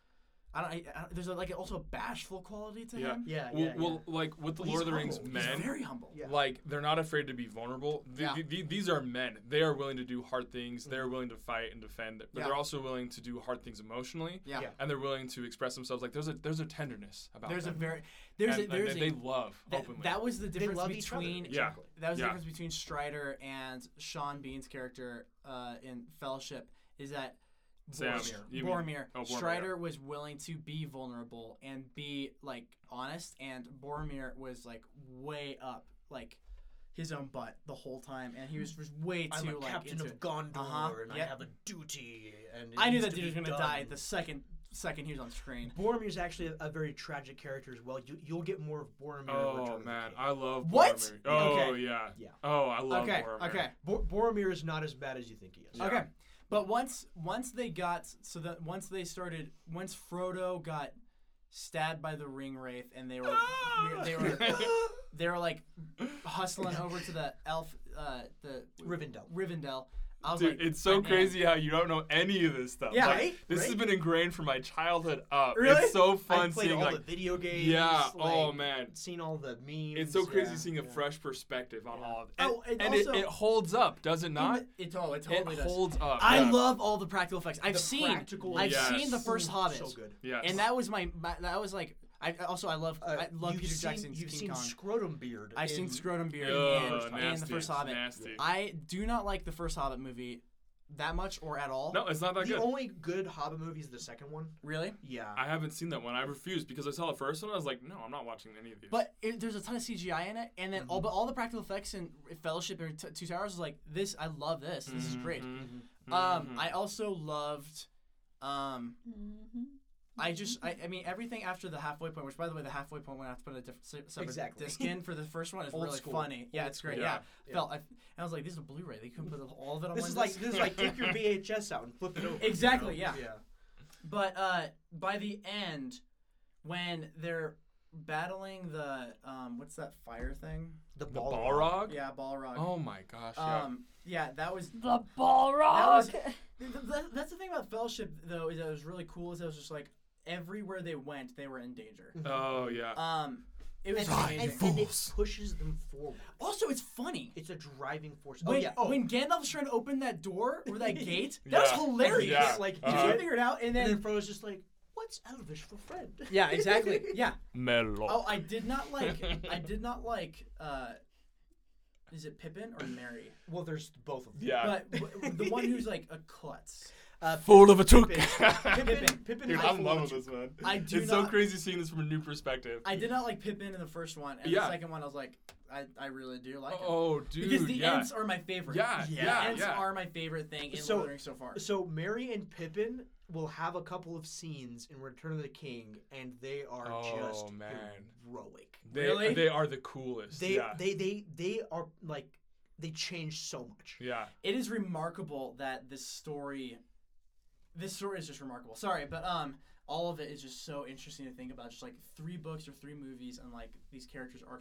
Speaker 1: I don't, I, I don't there's a, like also a bashful quality to
Speaker 3: Yeah.
Speaker 1: him.
Speaker 2: yeah,
Speaker 3: Well,
Speaker 2: yeah,
Speaker 3: well, like with the
Speaker 2: Well, he's
Speaker 3: Lord of the Rings
Speaker 2: humble.
Speaker 1: He's
Speaker 3: men,
Speaker 1: very humble.
Speaker 2: Yeah.
Speaker 3: like they're not afraid to be vulnerable. Th-
Speaker 1: Yeah. Mm-hmm.
Speaker 3: th- th- these are men. They are willing to do hard things. They're willing to fight and defend. But
Speaker 1: Yeah.
Speaker 3: they're also willing to do hard things emotionally.
Speaker 1: Yeah.
Speaker 2: Yeah.
Speaker 3: And they're willing to express themselves. Like there's a there's a tenderness about
Speaker 1: There's a
Speaker 3: them.
Speaker 1: very there's
Speaker 3: and,
Speaker 1: a, there's
Speaker 3: and
Speaker 1: a
Speaker 3: they love
Speaker 1: that,
Speaker 3: openly.
Speaker 1: that was the
Speaker 2: They
Speaker 1: difference
Speaker 2: love each other.
Speaker 1: between
Speaker 3: Yeah.
Speaker 1: that was
Speaker 3: Yeah.
Speaker 1: the difference between Strider and Sean Bean's character uh, in Fellowship is that
Speaker 3: Sam,
Speaker 1: Boromir,
Speaker 3: you mean-
Speaker 1: Boromir,
Speaker 3: oh, Boromir.
Speaker 1: Strider was willing to be vulnerable and be like honest, and Boromir was like way up like his own butt the whole time, and he was just way too
Speaker 2: I'm a
Speaker 1: like
Speaker 2: captain
Speaker 1: into
Speaker 2: of
Speaker 1: it.
Speaker 2: Gondor,
Speaker 1: Uh-huh,
Speaker 2: and
Speaker 1: yep.
Speaker 2: I have a duty. And it
Speaker 1: I knew
Speaker 2: needs
Speaker 1: that
Speaker 2: to
Speaker 1: dude was
Speaker 2: be
Speaker 1: gonna
Speaker 2: done.
Speaker 1: die the second second he was on screen.
Speaker 2: Boromir's actually a, a very tragic character as well. You, you'll get more of Boromir. in Return
Speaker 3: Oh
Speaker 2: of the
Speaker 3: man,
Speaker 2: King.
Speaker 3: I love
Speaker 1: What?
Speaker 3: Boromir. Oh
Speaker 1: Okay.
Speaker 3: yeah.
Speaker 2: Yeah.
Speaker 3: Oh, I love
Speaker 1: Okay,
Speaker 3: Boromir.
Speaker 1: okay.
Speaker 2: Bo- Boromir is not as bad as you think he is.
Speaker 3: Yeah.
Speaker 1: Okay. But once once they got so that once they started once Frodo got stabbed by the ring wraith and they were they were they were like hustling over to the elf uh the
Speaker 2: Rivendell.
Speaker 1: Rivendell. I was
Speaker 3: Dude,
Speaker 1: like
Speaker 3: it's so
Speaker 1: man.
Speaker 3: crazy how you don't know any of this stuff.
Speaker 1: Yeah,
Speaker 3: Like,
Speaker 1: right?
Speaker 3: This has been ingrained from my childhood up.
Speaker 1: Really?
Speaker 3: It's so
Speaker 2: I
Speaker 3: fun
Speaker 2: played
Speaker 3: seeing
Speaker 2: all
Speaker 3: like
Speaker 2: the video games.
Speaker 3: Yeah.
Speaker 2: Like,
Speaker 3: oh man.
Speaker 2: Seen all the memes.
Speaker 3: It's so crazy
Speaker 2: yeah,
Speaker 3: seeing a
Speaker 2: yeah.
Speaker 3: fresh perspective on all of it.
Speaker 1: Oh,
Speaker 3: and,
Speaker 1: and
Speaker 3: and
Speaker 1: also-
Speaker 3: it, it holds up, does it not?
Speaker 1: It, it, oh, it totally
Speaker 3: it
Speaker 1: does.
Speaker 3: holds up.
Speaker 1: I
Speaker 3: yeah.
Speaker 1: love all the practical effects. I've
Speaker 2: The
Speaker 1: seen
Speaker 2: practical
Speaker 1: I've
Speaker 3: Yes.
Speaker 1: seen the first Hobbit.
Speaker 2: So good.
Speaker 3: Yes.
Speaker 1: And that was my, my that was like I also I love
Speaker 2: Uh,
Speaker 1: I love
Speaker 2: you've
Speaker 1: Peter
Speaker 2: seen-
Speaker 1: Jackson's
Speaker 2: You've
Speaker 1: King
Speaker 2: seen
Speaker 1: Kong.
Speaker 2: Scrotum Beard.
Speaker 1: I've seen
Speaker 2: in-
Speaker 1: Scrotum Beard
Speaker 3: Ugh,
Speaker 1: and, and
Speaker 3: nasty.
Speaker 1: the first Hobbit.
Speaker 3: Nasty.
Speaker 1: I do not like the first Hobbit movie that much or at all.
Speaker 3: no, it's not that
Speaker 2: The
Speaker 3: good.
Speaker 2: only good Hobbit movie is the second one.
Speaker 1: Really?
Speaker 2: Yeah.
Speaker 3: I haven't seen that one. I refused because I saw the first one. I was like, no, I'm not watching any of these.
Speaker 1: But it, there's a ton of CGI in it, and then all but all the practical effects in Fellowship or t- Two Towers is like this. I love this. This is great.
Speaker 3: Mhm.
Speaker 1: Um,
Speaker 3: Mhm.
Speaker 1: I also loved. Um,
Speaker 4: Mhm.
Speaker 1: I just, I, I mean, everything after the halfway point, which by the way, the halfway point when I have to put a different se- separate
Speaker 2: Exactly.
Speaker 1: disc in for the first one is
Speaker 2: Old
Speaker 1: really
Speaker 2: school.
Speaker 1: funny. Yeah,
Speaker 2: Old
Speaker 1: it's great.
Speaker 3: school.
Speaker 1: Yeah,
Speaker 3: Yeah.
Speaker 2: Yeah.
Speaker 1: felt I, and I was like, this is a Blu-ray. They couldn't put all of it on
Speaker 2: This
Speaker 1: one
Speaker 2: is
Speaker 1: disc.
Speaker 2: like this is like take your VHS out and flip it over.
Speaker 1: Exactly,
Speaker 2: you know?
Speaker 1: yeah. But uh, by the end, when they're battling the um, what's that fire thing?
Speaker 2: The,
Speaker 3: Mm-hmm. the
Speaker 2: Balrog.
Speaker 3: Balrog?
Speaker 1: Yeah, Balrog.
Speaker 3: Oh my gosh. Yeah.
Speaker 1: um, yeah. that was.
Speaker 4: The Balrog.
Speaker 1: That was- th- th- th- That's the thing about Fellowship, though, is that it was really cool. Is that it was just like everywhere they went, they were in danger.
Speaker 3: oh yeah.
Speaker 1: Um, it was
Speaker 2: And, and,
Speaker 1: amazing.
Speaker 2: and it
Speaker 3: Fools.
Speaker 2: pushes them forward.
Speaker 1: Also, it's funny.
Speaker 2: It's a driving force.
Speaker 1: When,
Speaker 2: oh yeah. Oh,
Speaker 1: when Gandalf's trying to open that door or that gate, that was
Speaker 3: Yeah.
Speaker 1: hilarious.
Speaker 3: Yeah.
Speaker 1: Like,
Speaker 2: Like,
Speaker 1: you
Speaker 3: Uh-huh.
Speaker 1: can't figure it out, and
Speaker 2: and
Speaker 1: then
Speaker 2: then Frodo's just like, "What? What's Elvish for friend?
Speaker 1: Yeah, exactly. Yeah.
Speaker 3: Melo.
Speaker 1: Oh, I did not like. I did not like. uh Is it Pippin or Mary?
Speaker 2: Well, there's both of them.
Speaker 3: yeah.
Speaker 1: But w- the one who's like a klutz.
Speaker 2: Uh,
Speaker 3: Full of a took.
Speaker 1: Pippin. Pippin.
Speaker 3: Dude,
Speaker 1: is
Speaker 3: I'm
Speaker 1: awful.
Speaker 3: loving this, man.
Speaker 1: I do
Speaker 3: it's so
Speaker 1: not-
Speaker 3: crazy seeing this from a new perspective.
Speaker 1: I did not like Pippin in the first one, and
Speaker 3: Yeah.
Speaker 1: the second one I was like, I, I really do like him.
Speaker 3: oh, dude.
Speaker 1: because the
Speaker 3: yeah.
Speaker 1: Ents are my favorite.
Speaker 3: Yeah,
Speaker 1: the
Speaker 3: yeah,
Speaker 1: Ents
Speaker 3: yeah.
Speaker 1: are my favorite thing in
Speaker 2: So-
Speaker 1: Lord of the Rings so far.
Speaker 2: So Mary and Pippin will have a couple of scenes in Return of the King, and they are
Speaker 3: Oh,
Speaker 2: just
Speaker 3: man.
Speaker 2: heroic.
Speaker 3: They,
Speaker 1: Really?
Speaker 3: they are the coolest.
Speaker 2: They
Speaker 3: yeah.
Speaker 2: they they they are like they change so much.
Speaker 3: yeah.
Speaker 1: It is remarkable that this story, this story is just remarkable. Sorry, but um, all of it is just so interesting to think about. Just like three books or three movies, and like these characters are,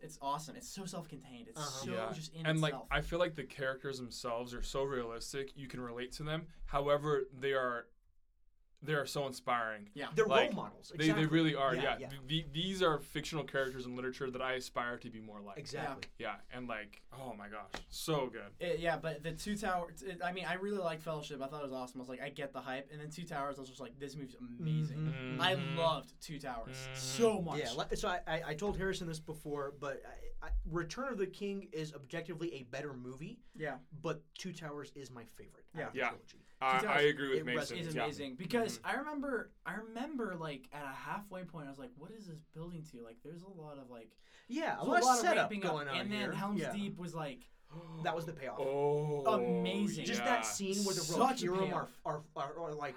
Speaker 1: it's awesome. It's so self-contained. It's so
Speaker 3: Yeah.
Speaker 1: just in
Speaker 3: and like
Speaker 1: itself.
Speaker 3: I feel like the characters themselves are so realistic, you can relate to them. However, they are they are so inspiring.
Speaker 2: They're
Speaker 3: Like,
Speaker 2: role models.
Speaker 3: They,
Speaker 2: exactly.
Speaker 3: they really are, yeah.
Speaker 2: Yeah,
Speaker 3: Th- th- these are fictional characters in literature that I aspire to be more like.
Speaker 2: Exactly.
Speaker 3: Yeah, and like, oh my gosh, so good.
Speaker 1: It- yeah, but the Two Towers. It, I mean, I really liked Fellowship. I thought it was awesome. I was like, I get the hype. And then Two Towers, I was just like, this movie's amazing.
Speaker 3: Mm-hmm.
Speaker 1: I loved Two Towers so much.
Speaker 2: Mm-hmm. Yeah, li- so I, I, I told Harrison this before, but I, I, Return of the King is objectively a better movie,
Speaker 1: yeah,
Speaker 2: but Two Towers is my favorite. out of the
Speaker 3: Yeah.
Speaker 2: trilogy.
Speaker 3: I, I
Speaker 1: does.
Speaker 3: agree with
Speaker 2: It
Speaker 3: Mason.
Speaker 1: it's
Speaker 3: yeah. Mm-hmm.
Speaker 1: amazing because I remember, I remember like at a halfway point, I was like, what is this building to? Like, there's a lot of like,
Speaker 2: Yeah, a
Speaker 1: there's
Speaker 2: lot, of setup
Speaker 1: ramping
Speaker 2: going
Speaker 1: up.
Speaker 2: on
Speaker 1: and
Speaker 2: here.
Speaker 1: then Helm's
Speaker 2: yeah.
Speaker 1: Deep was like,
Speaker 2: That was the payoff.
Speaker 3: Oh,
Speaker 1: Amazing.
Speaker 2: Just
Speaker 3: yeah.
Speaker 2: that scene where the
Speaker 1: Such a
Speaker 2: Rohirrim are,
Speaker 1: payoff.
Speaker 2: are, are, are like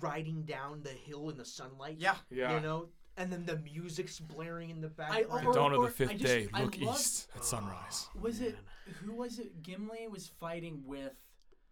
Speaker 2: riding down the hill in the sunlight.
Speaker 1: yeah.
Speaker 3: Yeah.
Speaker 2: You know? And then the music's blaring in the
Speaker 1: I,
Speaker 2: background.
Speaker 1: or, or, or I just, I loved-
Speaker 3: at sunrise.
Speaker 1: Was it who was it? Gimli was fighting with.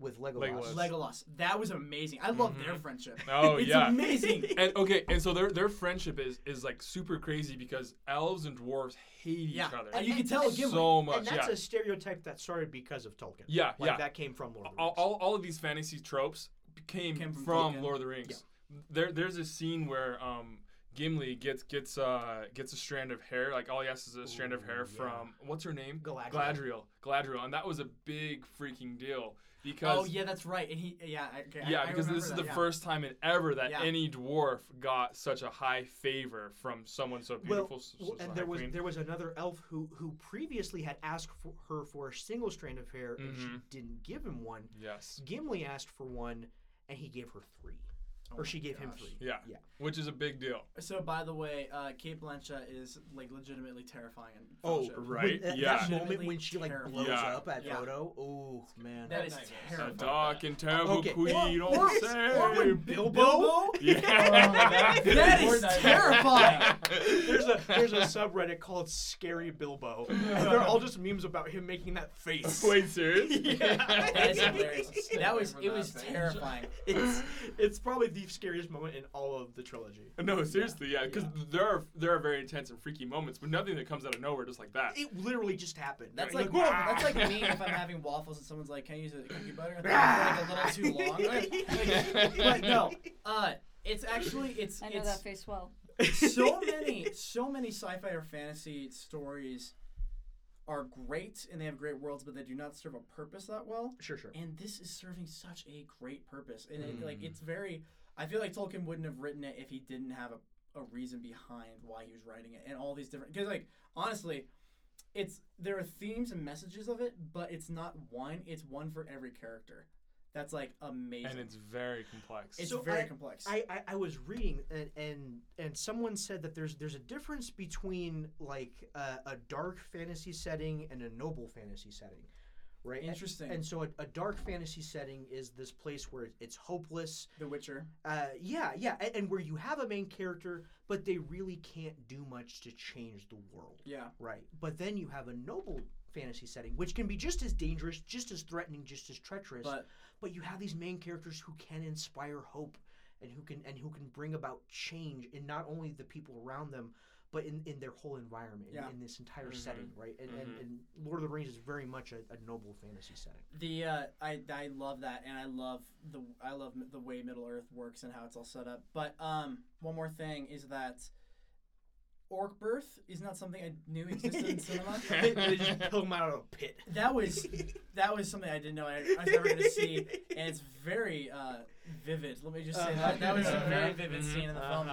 Speaker 2: with Legolas.
Speaker 3: Legolas.
Speaker 1: Legolas. That was amazing. I love their friendship.
Speaker 3: Oh,
Speaker 1: it's
Speaker 3: yeah.
Speaker 1: amazing.
Speaker 3: and okay, and so their their friendship is is like super crazy because elves and dwarves hate
Speaker 1: yeah,
Speaker 3: each other
Speaker 1: and you can tell Gimli. Oh,
Speaker 3: so much.
Speaker 2: And that's
Speaker 3: yeah.
Speaker 2: a stereotype that started because of Tolkien.
Speaker 3: Yeah,
Speaker 2: Like
Speaker 3: yeah.
Speaker 2: that came from Lord of the
Speaker 3: all,
Speaker 2: Rings.
Speaker 3: all, all of these fantasy tropes came,
Speaker 1: Came
Speaker 3: from,
Speaker 1: from Tolkien.
Speaker 3: Lord of the Rings. There, there's a scene where um, Gimli gets gets uh, gets a strand of hair. Like all he has is a strand of hair from what's her name?
Speaker 2: Galadriel.
Speaker 3: Galadriel. Galadriel, and that was a big freaking deal because
Speaker 1: Oh yeah, that's right. And he yeah I- okay, I-
Speaker 3: yeah,
Speaker 1: I
Speaker 3: because this
Speaker 1: remember
Speaker 3: is
Speaker 1: that,
Speaker 3: the
Speaker 1: yeah.
Speaker 3: first time in ever that
Speaker 1: Yeah.
Speaker 3: any dwarf got such a high favor from someone so beautiful.
Speaker 2: well,
Speaker 3: s-
Speaker 2: well,
Speaker 3: such a
Speaker 2: and
Speaker 3: high
Speaker 2: there was
Speaker 3: queen.
Speaker 2: there was another elf who who previously had asked for her for a single strand of hair and
Speaker 3: Mm-hmm.
Speaker 2: she didn't give him one.
Speaker 3: yes,
Speaker 2: Gimli asked for one and he gave her three, or she gave him three.
Speaker 3: yeah,
Speaker 2: Yeah.
Speaker 3: which is a big deal.
Speaker 1: So by the way, uh, Kate Blanchett is like legitimately terrifying. In
Speaker 2: Oh,
Speaker 1: Fellowship.
Speaker 3: Right?
Speaker 2: When- that,
Speaker 3: yeah,
Speaker 2: That moment when
Speaker 1: Legitimately
Speaker 2: she like
Speaker 1: terrible.
Speaker 2: blows
Speaker 3: Yeah.
Speaker 2: up at
Speaker 1: Yeah.
Speaker 2: Frodo. Oh man.
Speaker 1: that is
Speaker 5: Nice.
Speaker 3: a
Speaker 1: terrifying.
Speaker 3: dark and terrible
Speaker 2: Okay.
Speaker 3: queen.
Speaker 1: Or-
Speaker 3: oh,
Speaker 1: or-
Speaker 3: say.
Speaker 1: or when Bilbo. Bilbo?
Speaker 3: Yeah.
Speaker 1: that is
Speaker 5: Fortnite.
Speaker 1: terrifying.
Speaker 2: there's a there's a subreddit called Scary Bilbo, and they're all just memes about him making that face.
Speaker 3: Wait, serious?
Speaker 1: that is hilarious.
Speaker 5: Stay
Speaker 1: That
Speaker 5: away
Speaker 1: was
Speaker 5: from
Speaker 1: it
Speaker 5: that
Speaker 1: was
Speaker 5: thing.
Speaker 1: terrifying.
Speaker 2: It's it's probably the scariest moment in all of the trilogy.
Speaker 3: No, seriously, yeah, because there are there are very intense and freaky moments, but nothing that comes out of nowhere just like that.
Speaker 2: It literally just happened.
Speaker 1: That's
Speaker 2: You're
Speaker 1: like that's like me if I'm having waffles and someone's like, "Can I use a cookie butter?" It's like a little too long. Like, but no, uh, it's actually it's
Speaker 4: I know
Speaker 1: it's
Speaker 4: that face well.
Speaker 1: so many so many sci-fi or fantasy stories are great and they have great worlds but they do not serve a purpose that well
Speaker 2: sure, sure.
Speaker 1: and this is serving such a great purpose and it, like
Speaker 2: Mm.
Speaker 1: it's very i feel like tolkien wouldn't have written it if he didn't have a, a reason behind why he was writing it and all these different because like honestly it's there are themes and messages of it but it's not one it's one for every character that's like amazing
Speaker 3: And it's very complex.
Speaker 1: It's
Speaker 2: So
Speaker 1: very
Speaker 2: I-
Speaker 1: complex
Speaker 2: I, I, I was reading and, and and someone said that there's there's a difference between like a, a dark fantasy setting and a noble fantasy setting, right? And-
Speaker 1: Interesting.
Speaker 2: And, so a, a dark fantasy setting is this place where it's hopeless.
Speaker 1: the witcher
Speaker 2: Uh, yeah, yeah, and, and where you have a main character, but they really can't do much to change the world.
Speaker 1: yeah
Speaker 2: Right. But then you have a noble fantasy setting, which can be just as dangerous, just as threatening, just as treacherous.
Speaker 1: But-
Speaker 2: but you have these main characters who can inspire hope and who can and who can bring about change in not only the people around them, but in, in their whole environment, in-
Speaker 1: Yeah. Mm-hmm.
Speaker 2: in, this entire setting, right? And, and, and Lord of the Rings is very much a, a noble fantasy setting.
Speaker 1: the uh, I I love that, and I love the I love m- the way Middle Earth works and how it's all set up. But um, one more thing is that Orc Birth is not something I knew existed in cinema.
Speaker 2: they they just pull him out of a pit.
Speaker 1: That was that was something I didn't know I, I was ever going to see, and it's very uh, vivid. Let me just say that that was a very vivid scene in the film.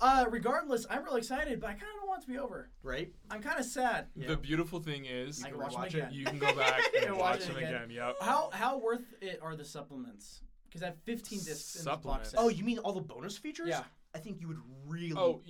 Speaker 1: Uh, regardless, I'm really excited, but I kind of don't want it to be over.
Speaker 2: Right?
Speaker 1: I'm kind of sad.
Speaker 3: The beautiful thing is,
Speaker 1: I can watch, it again.
Speaker 3: you can go back and watch them
Speaker 1: again.
Speaker 3: again. Yep.
Speaker 1: How how worth it are the supplements? Because I have 15 discs in this box
Speaker 3: Supplements.
Speaker 1: set.
Speaker 2: Oh, you mean all the bonus features?
Speaker 1: Yeah.
Speaker 2: I think you would really,
Speaker 3: Oh,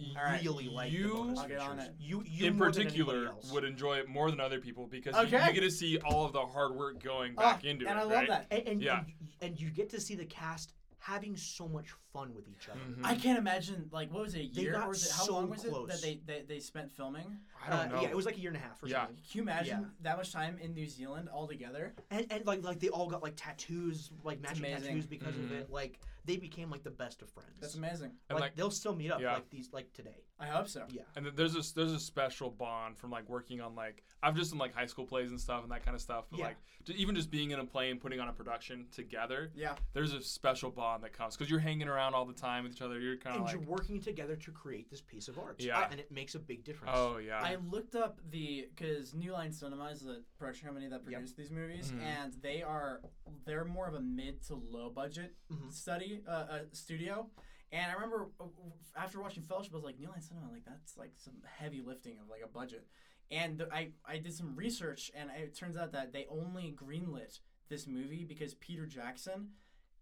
Speaker 2: really like the
Speaker 3: you-
Speaker 2: bonus
Speaker 1: I'll get
Speaker 2: features.
Speaker 1: on it.
Speaker 2: You, you
Speaker 3: in
Speaker 2: more than anybody
Speaker 3: particular
Speaker 2: else.
Speaker 3: would enjoy it more than other people because you,
Speaker 1: Okay.
Speaker 3: you get to see all of the hard work going
Speaker 1: Ah,
Speaker 3: back into
Speaker 1: and
Speaker 3: it.
Speaker 1: I love
Speaker 3: right?
Speaker 1: that.
Speaker 2: and and,
Speaker 3: Yeah.
Speaker 2: and, and you get to see the cast having so much fun with each other.
Speaker 3: Hmm. Mm-hmm.
Speaker 1: I can't imagine like what was it a
Speaker 2: They
Speaker 1: year
Speaker 2: got
Speaker 1: or was it how
Speaker 2: so
Speaker 1: long was
Speaker 2: close.
Speaker 1: it that they, they they spent filming?
Speaker 3: I don't
Speaker 2: Uh,
Speaker 3: know.
Speaker 2: Yeah, it was like a year and a half or
Speaker 3: Yeah.
Speaker 2: something.
Speaker 1: Can you imagine
Speaker 2: Yeah.
Speaker 1: that much time in New Zealand all together?
Speaker 2: And, and like like they all got like tattoos, like matching
Speaker 1: amazing.
Speaker 2: tattoos because of it. Like they became like the best of friends.
Speaker 1: That's amazing.
Speaker 3: Hmm. And
Speaker 2: like,
Speaker 3: like-
Speaker 2: they'll still meet up
Speaker 3: Yeah.
Speaker 2: like these like today.
Speaker 1: I hope so.
Speaker 2: Yeah.
Speaker 3: and th- there's a there's a special bond from like working on like I've just done like high school plays and stuff and that kind of stuff. But
Speaker 2: Yeah.
Speaker 3: like j- even just being in a play and putting on a production together,
Speaker 1: Yeah.
Speaker 3: there's a special bond that comes because you're hanging around all the time with each other. You're kind
Speaker 2: And
Speaker 3: of like,
Speaker 2: you're working together to create this piece of art.
Speaker 3: Yeah.
Speaker 2: And it makes a big difference.
Speaker 3: oh yeah,
Speaker 1: I looked up the because New Line Cinema is the production company that produced these movies, and they are they're more of a mid to low budget study uh, uh, studio. And I remember uh, w- after watching Fellowship, I was like, New Line Cinema, like that's like some heavy lifting of like a budget. And th- I I did some research, and it turns out that they only greenlit this movie because Peter Jackson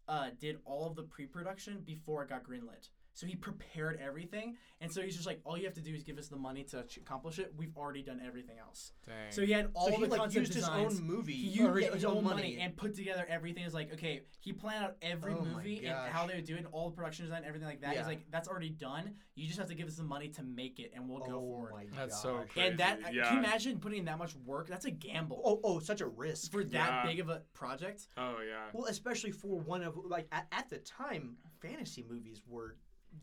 Speaker 1: uh, did all of the pre-production before it got greenlit. So he prepared everything, and so he's just like, all you have to do is give us the money to ch- accomplish it. We've already done everything else.
Speaker 3: dang.
Speaker 1: So he had all
Speaker 2: so he
Speaker 1: the
Speaker 2: like
Speaker 1: concept
Speaker 2: used his
Speaker 1: designs.
Speaker 2: own movie.
Speaker 1: He
Speaker 2: or
Speaker 1: used
Speaker 2: his,
Speaker 1: his
Speaker 2: own,
Speaker 1: own
Speaker 2: money.
Speaker 1: and put together everything. Is like, okay, he planned out every
Speaker 2: Oh my
Speaker 1: movie and how
Speaker 2: gosh.
Speaker 1: they would do it, and all the production design, everything like that.
Speaker 2: Yeah.
Speaker 1: He's like, that's already done. You just have to give us the money to make it, and we'll
Speaker 2: oh
Speaker 1: go forward.
Speaker 2: my gosh.
Speaker 3: That's so
Speaker 1: And that
Speaker 3: Crazy,
Speaker 1: I-
Speaker 3: yeah.
Speaker 1: can you imagine putting that much work? That's a gamble
Speaker 2: Oh, oh, such a risk.
Speaker 1: for that
Speaker 3: Yeah.
Speaker 1: big of a project.
Speaker 3: oh yeah,
Speaker 2: Well, especially for one of like at, at the time, fantasy movies were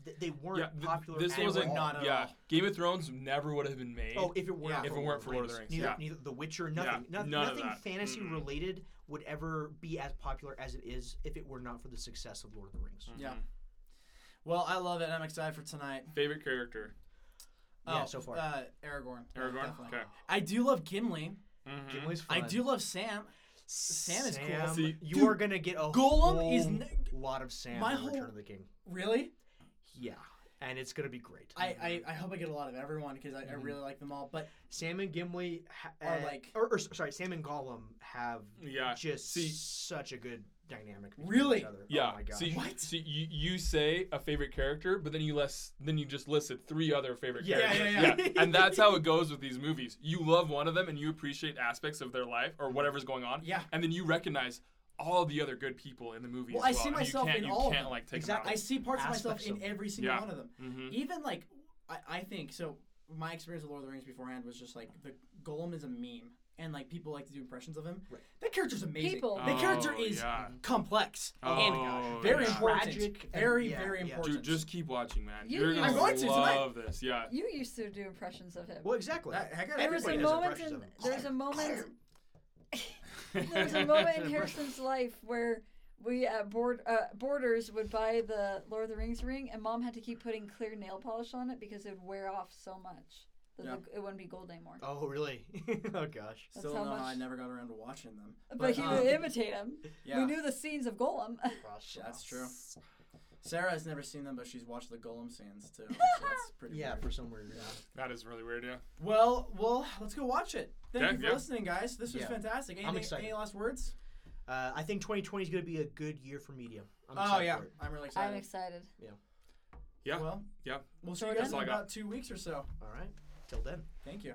Speaker 2: th- they weren't
Speaker 3: yeah. th-
Speaker 2: popular.
Speaker 3: this
Speaker 2: at
Speaker 3: wasn't
Speaker 2: all.
Speaker 1: not at
Speaker 3: yeah.
Speaker 1: all.
Speaker 3: Game of Thrones never would have been made.
Speaker 2: Oh, if it weren't
Speaker 1: Yeah.
Speaker 2: for
Speaker 3: If it weren't for Lord of the Rings,
Speaker 2: neither,
Speaker 3: yeah.
Speaker 2: neither The Witcher, nothing,
Speaker 3: Yeah,
Speaker 2: noth-
Speaker 3: none of
Speaker 2: nothing
Speaker 3: that.
Speaker 2: fantasy
Speaker 3: Mm-mm.
Speaker 2: related would ever be as popular as it is if it were not for the success of Lord of the Rings.
Speaker 1: Yeah. Well, I love it. and I'm excited for tonight.
Speaker 3: Mm-hmm. favorite character.
Speaker 2: Yeah, so far.
Speaker 1: Uh, Aragorn.
Speaker 3: Aragorn.
Speaker 1: Definitely.
Speaker 3: Okay.
Speaker 1: I do love Gimli.
Speaker 3: Mhm.
Speaker 2: Gimli's
Speaker 1: I do love Sam. Sam is cool.
Speaker 3: See,
Speaker 2: you
Speaker 1: dude,
Speaker 2: are gonna get a
Speaker 1: Gollum is
Speaker 2: whole
Speaker 1: n-
Speaker 2: lot of Sam
Speaker 1: my
Speaker 2: in Return
Speaker 1: whole-
Speaker 2: of the King.
Speaker 1: Really?
Speaker 2: Yeah, and it's gonna be great.
Speaker 1: I, I, I hope I get a lot of everyone because I, I
Speaker 2: Mm-hmm.
Speaker 1: really like them all. But
Speaker 2: Sam and Gimli ha-
Speaker 1: Are
Speaker 2: uh,
Speaker 1: like-
Speaker 2: or, or s- sorry, Sam and Gollum have
Speaker 3: Yeah.
Speaker 2: just
Speaker 3: Uh, See-
Speaker 2: such a good dynamic. between
Speaker 1: Really?
Speaker 2: each other.
Speaker 3: Yeah.
Speaker 2: Oh my gosh.
Speaker 3: See, see, you, you say a favorite character, but then you less then you just listed three other favorite
Speaker 2: Yeah, yeah,
Speaker 3: characters.
Speaker 2: yeah.
Speaker 3: and that's how it goes with these movies. You love one of them, and you appreciate aspects of their life or whatever's going on.
Speaker 1: Yeah.
Speaker 3: And then you recognize all the other good people in the movie.
Speaker 1: Well,
Speaker 3: as
Speaker 1: I see
Speaker 3: and
Speaker 1: myself
Speaker 3: you can't,
Speaker 1: in
Speaker 3: you
Speaker 1: all of
Speaker 3: can't,
Speaker 1: them.
Speaker 3: Like, take
Speaker 2: Exactly.
Speaker 1: I see parts of myself
Speaker 2: Aspects
Speaker 1: in
Speaker 2: of Mm-hmm. them.
Speaker 1: every single
Speaker 3: Yeah.
Speaker 1: one of them.
Speaker 3: Them out. Mhm.
Speaker 1: Even like, I, I think so. My experience with Lord of the Rings beforehand was just like the Golem is a meme, and like people like to do impressions of him.
Speaker 2: Right.
Speaker 1: That character's amazing.
Speaker 4: People.
Speaker 1: That character
Speaker 3: Oh,
Speaker 1: is
Speaker 3: yeah.
Speaker 1: complex
Speaker 3: Oh,
Speaker 1: and
Speaker 3: yeah.
Speaker 1: very
Speaker 3: Yeah.
Speaker 1: important.
Speaker 2: Tragic and-
Speaker 1: very
Speaker 2: yeah,
Speaker 1: very
Speaker 2: yeah. Dude,
Speaker 1: important.
Speaker 3: Dude, just keep watching, man.
Speaker 4: You-
Speaker 3: You're
Speaker 4: you-
Speaker 3: gonna
Speaker 4: I'm
Speaker 1: going to tonight.
Speaker 3: love this. Yeah.
Speaker 4: You used to do impressions of him.
Speaker 2: well, exactly.
Speaker 1: I, I got
Speaker 4: There was a
Speaker 1: everybody.
Speaker 2: does
Speaker 4: moment
Speaker 2: impressions
Speaker 4: in
Speaker 2: of him.
Speaker 4: there's a moment there was a moment in Harrison's life where we at board uh, Borders would buy the Lord of the Rings ring, and Mom had to keep putting clear nail polish on it because it would wear off so much that
Speaker 1: Yeah.
Speaker 4: the- it wouldn't be gold anymore.
Speaker 2: Oh really? oh gosh.
Speaker 4: That's
Speaker 1: Still
Speaker 4: how
Speaker 1: no,
Speaker 4: much-
Speaker 1: I never got around to watching them.
Speaker 4: But, he
Speaker 1: um,
Speaker 4: would imitate him.
Speaker 1: yeah.
Speaker 4: We knew the scenes of Golem.
Speaker 1: That's true. Sarah has never seen them, but she's watched the Golem scenes too. So that's pretty
Speaker 2: Yeah,
Speaker 1: weird.
Speaker 2: for some reason.
Speaker 3: That is really weird. Yeah.
Speaker 1: Well, well, let's go watch it. Thank
Speaker 3: Yeah,
Speaker 1: you for
Speaker 3: yeah.
Speaker 1: listening, guys. This was
Speaker 2: Yeah.
Speaker 1: fantastic. Anything,
Speaker 2: excited.
Speaker 1: Any last words?
Speaker 2: Uh, I think 2020 is going to be a good year for media. I'm
Speaker 1: oh
Speaker 2: excited
Speaker 1: yeah,
Speaker 2: for it.
Speaker 1: I'm really
Speaker 4: I'm
Speaker 1: excited.
Speaker 4: excited.
Speaker 3: Yeah.
Speaker 1: Well,
Speaker 3: yeah.
Speaker 1: we'll see you guys
Speaker 3: That's all
Speaker 1: in
Speaker 3: I got.
Speaker 1: about two weeks or so.
Speaker 2: All right. Till then.
Speaker 1: Thank you.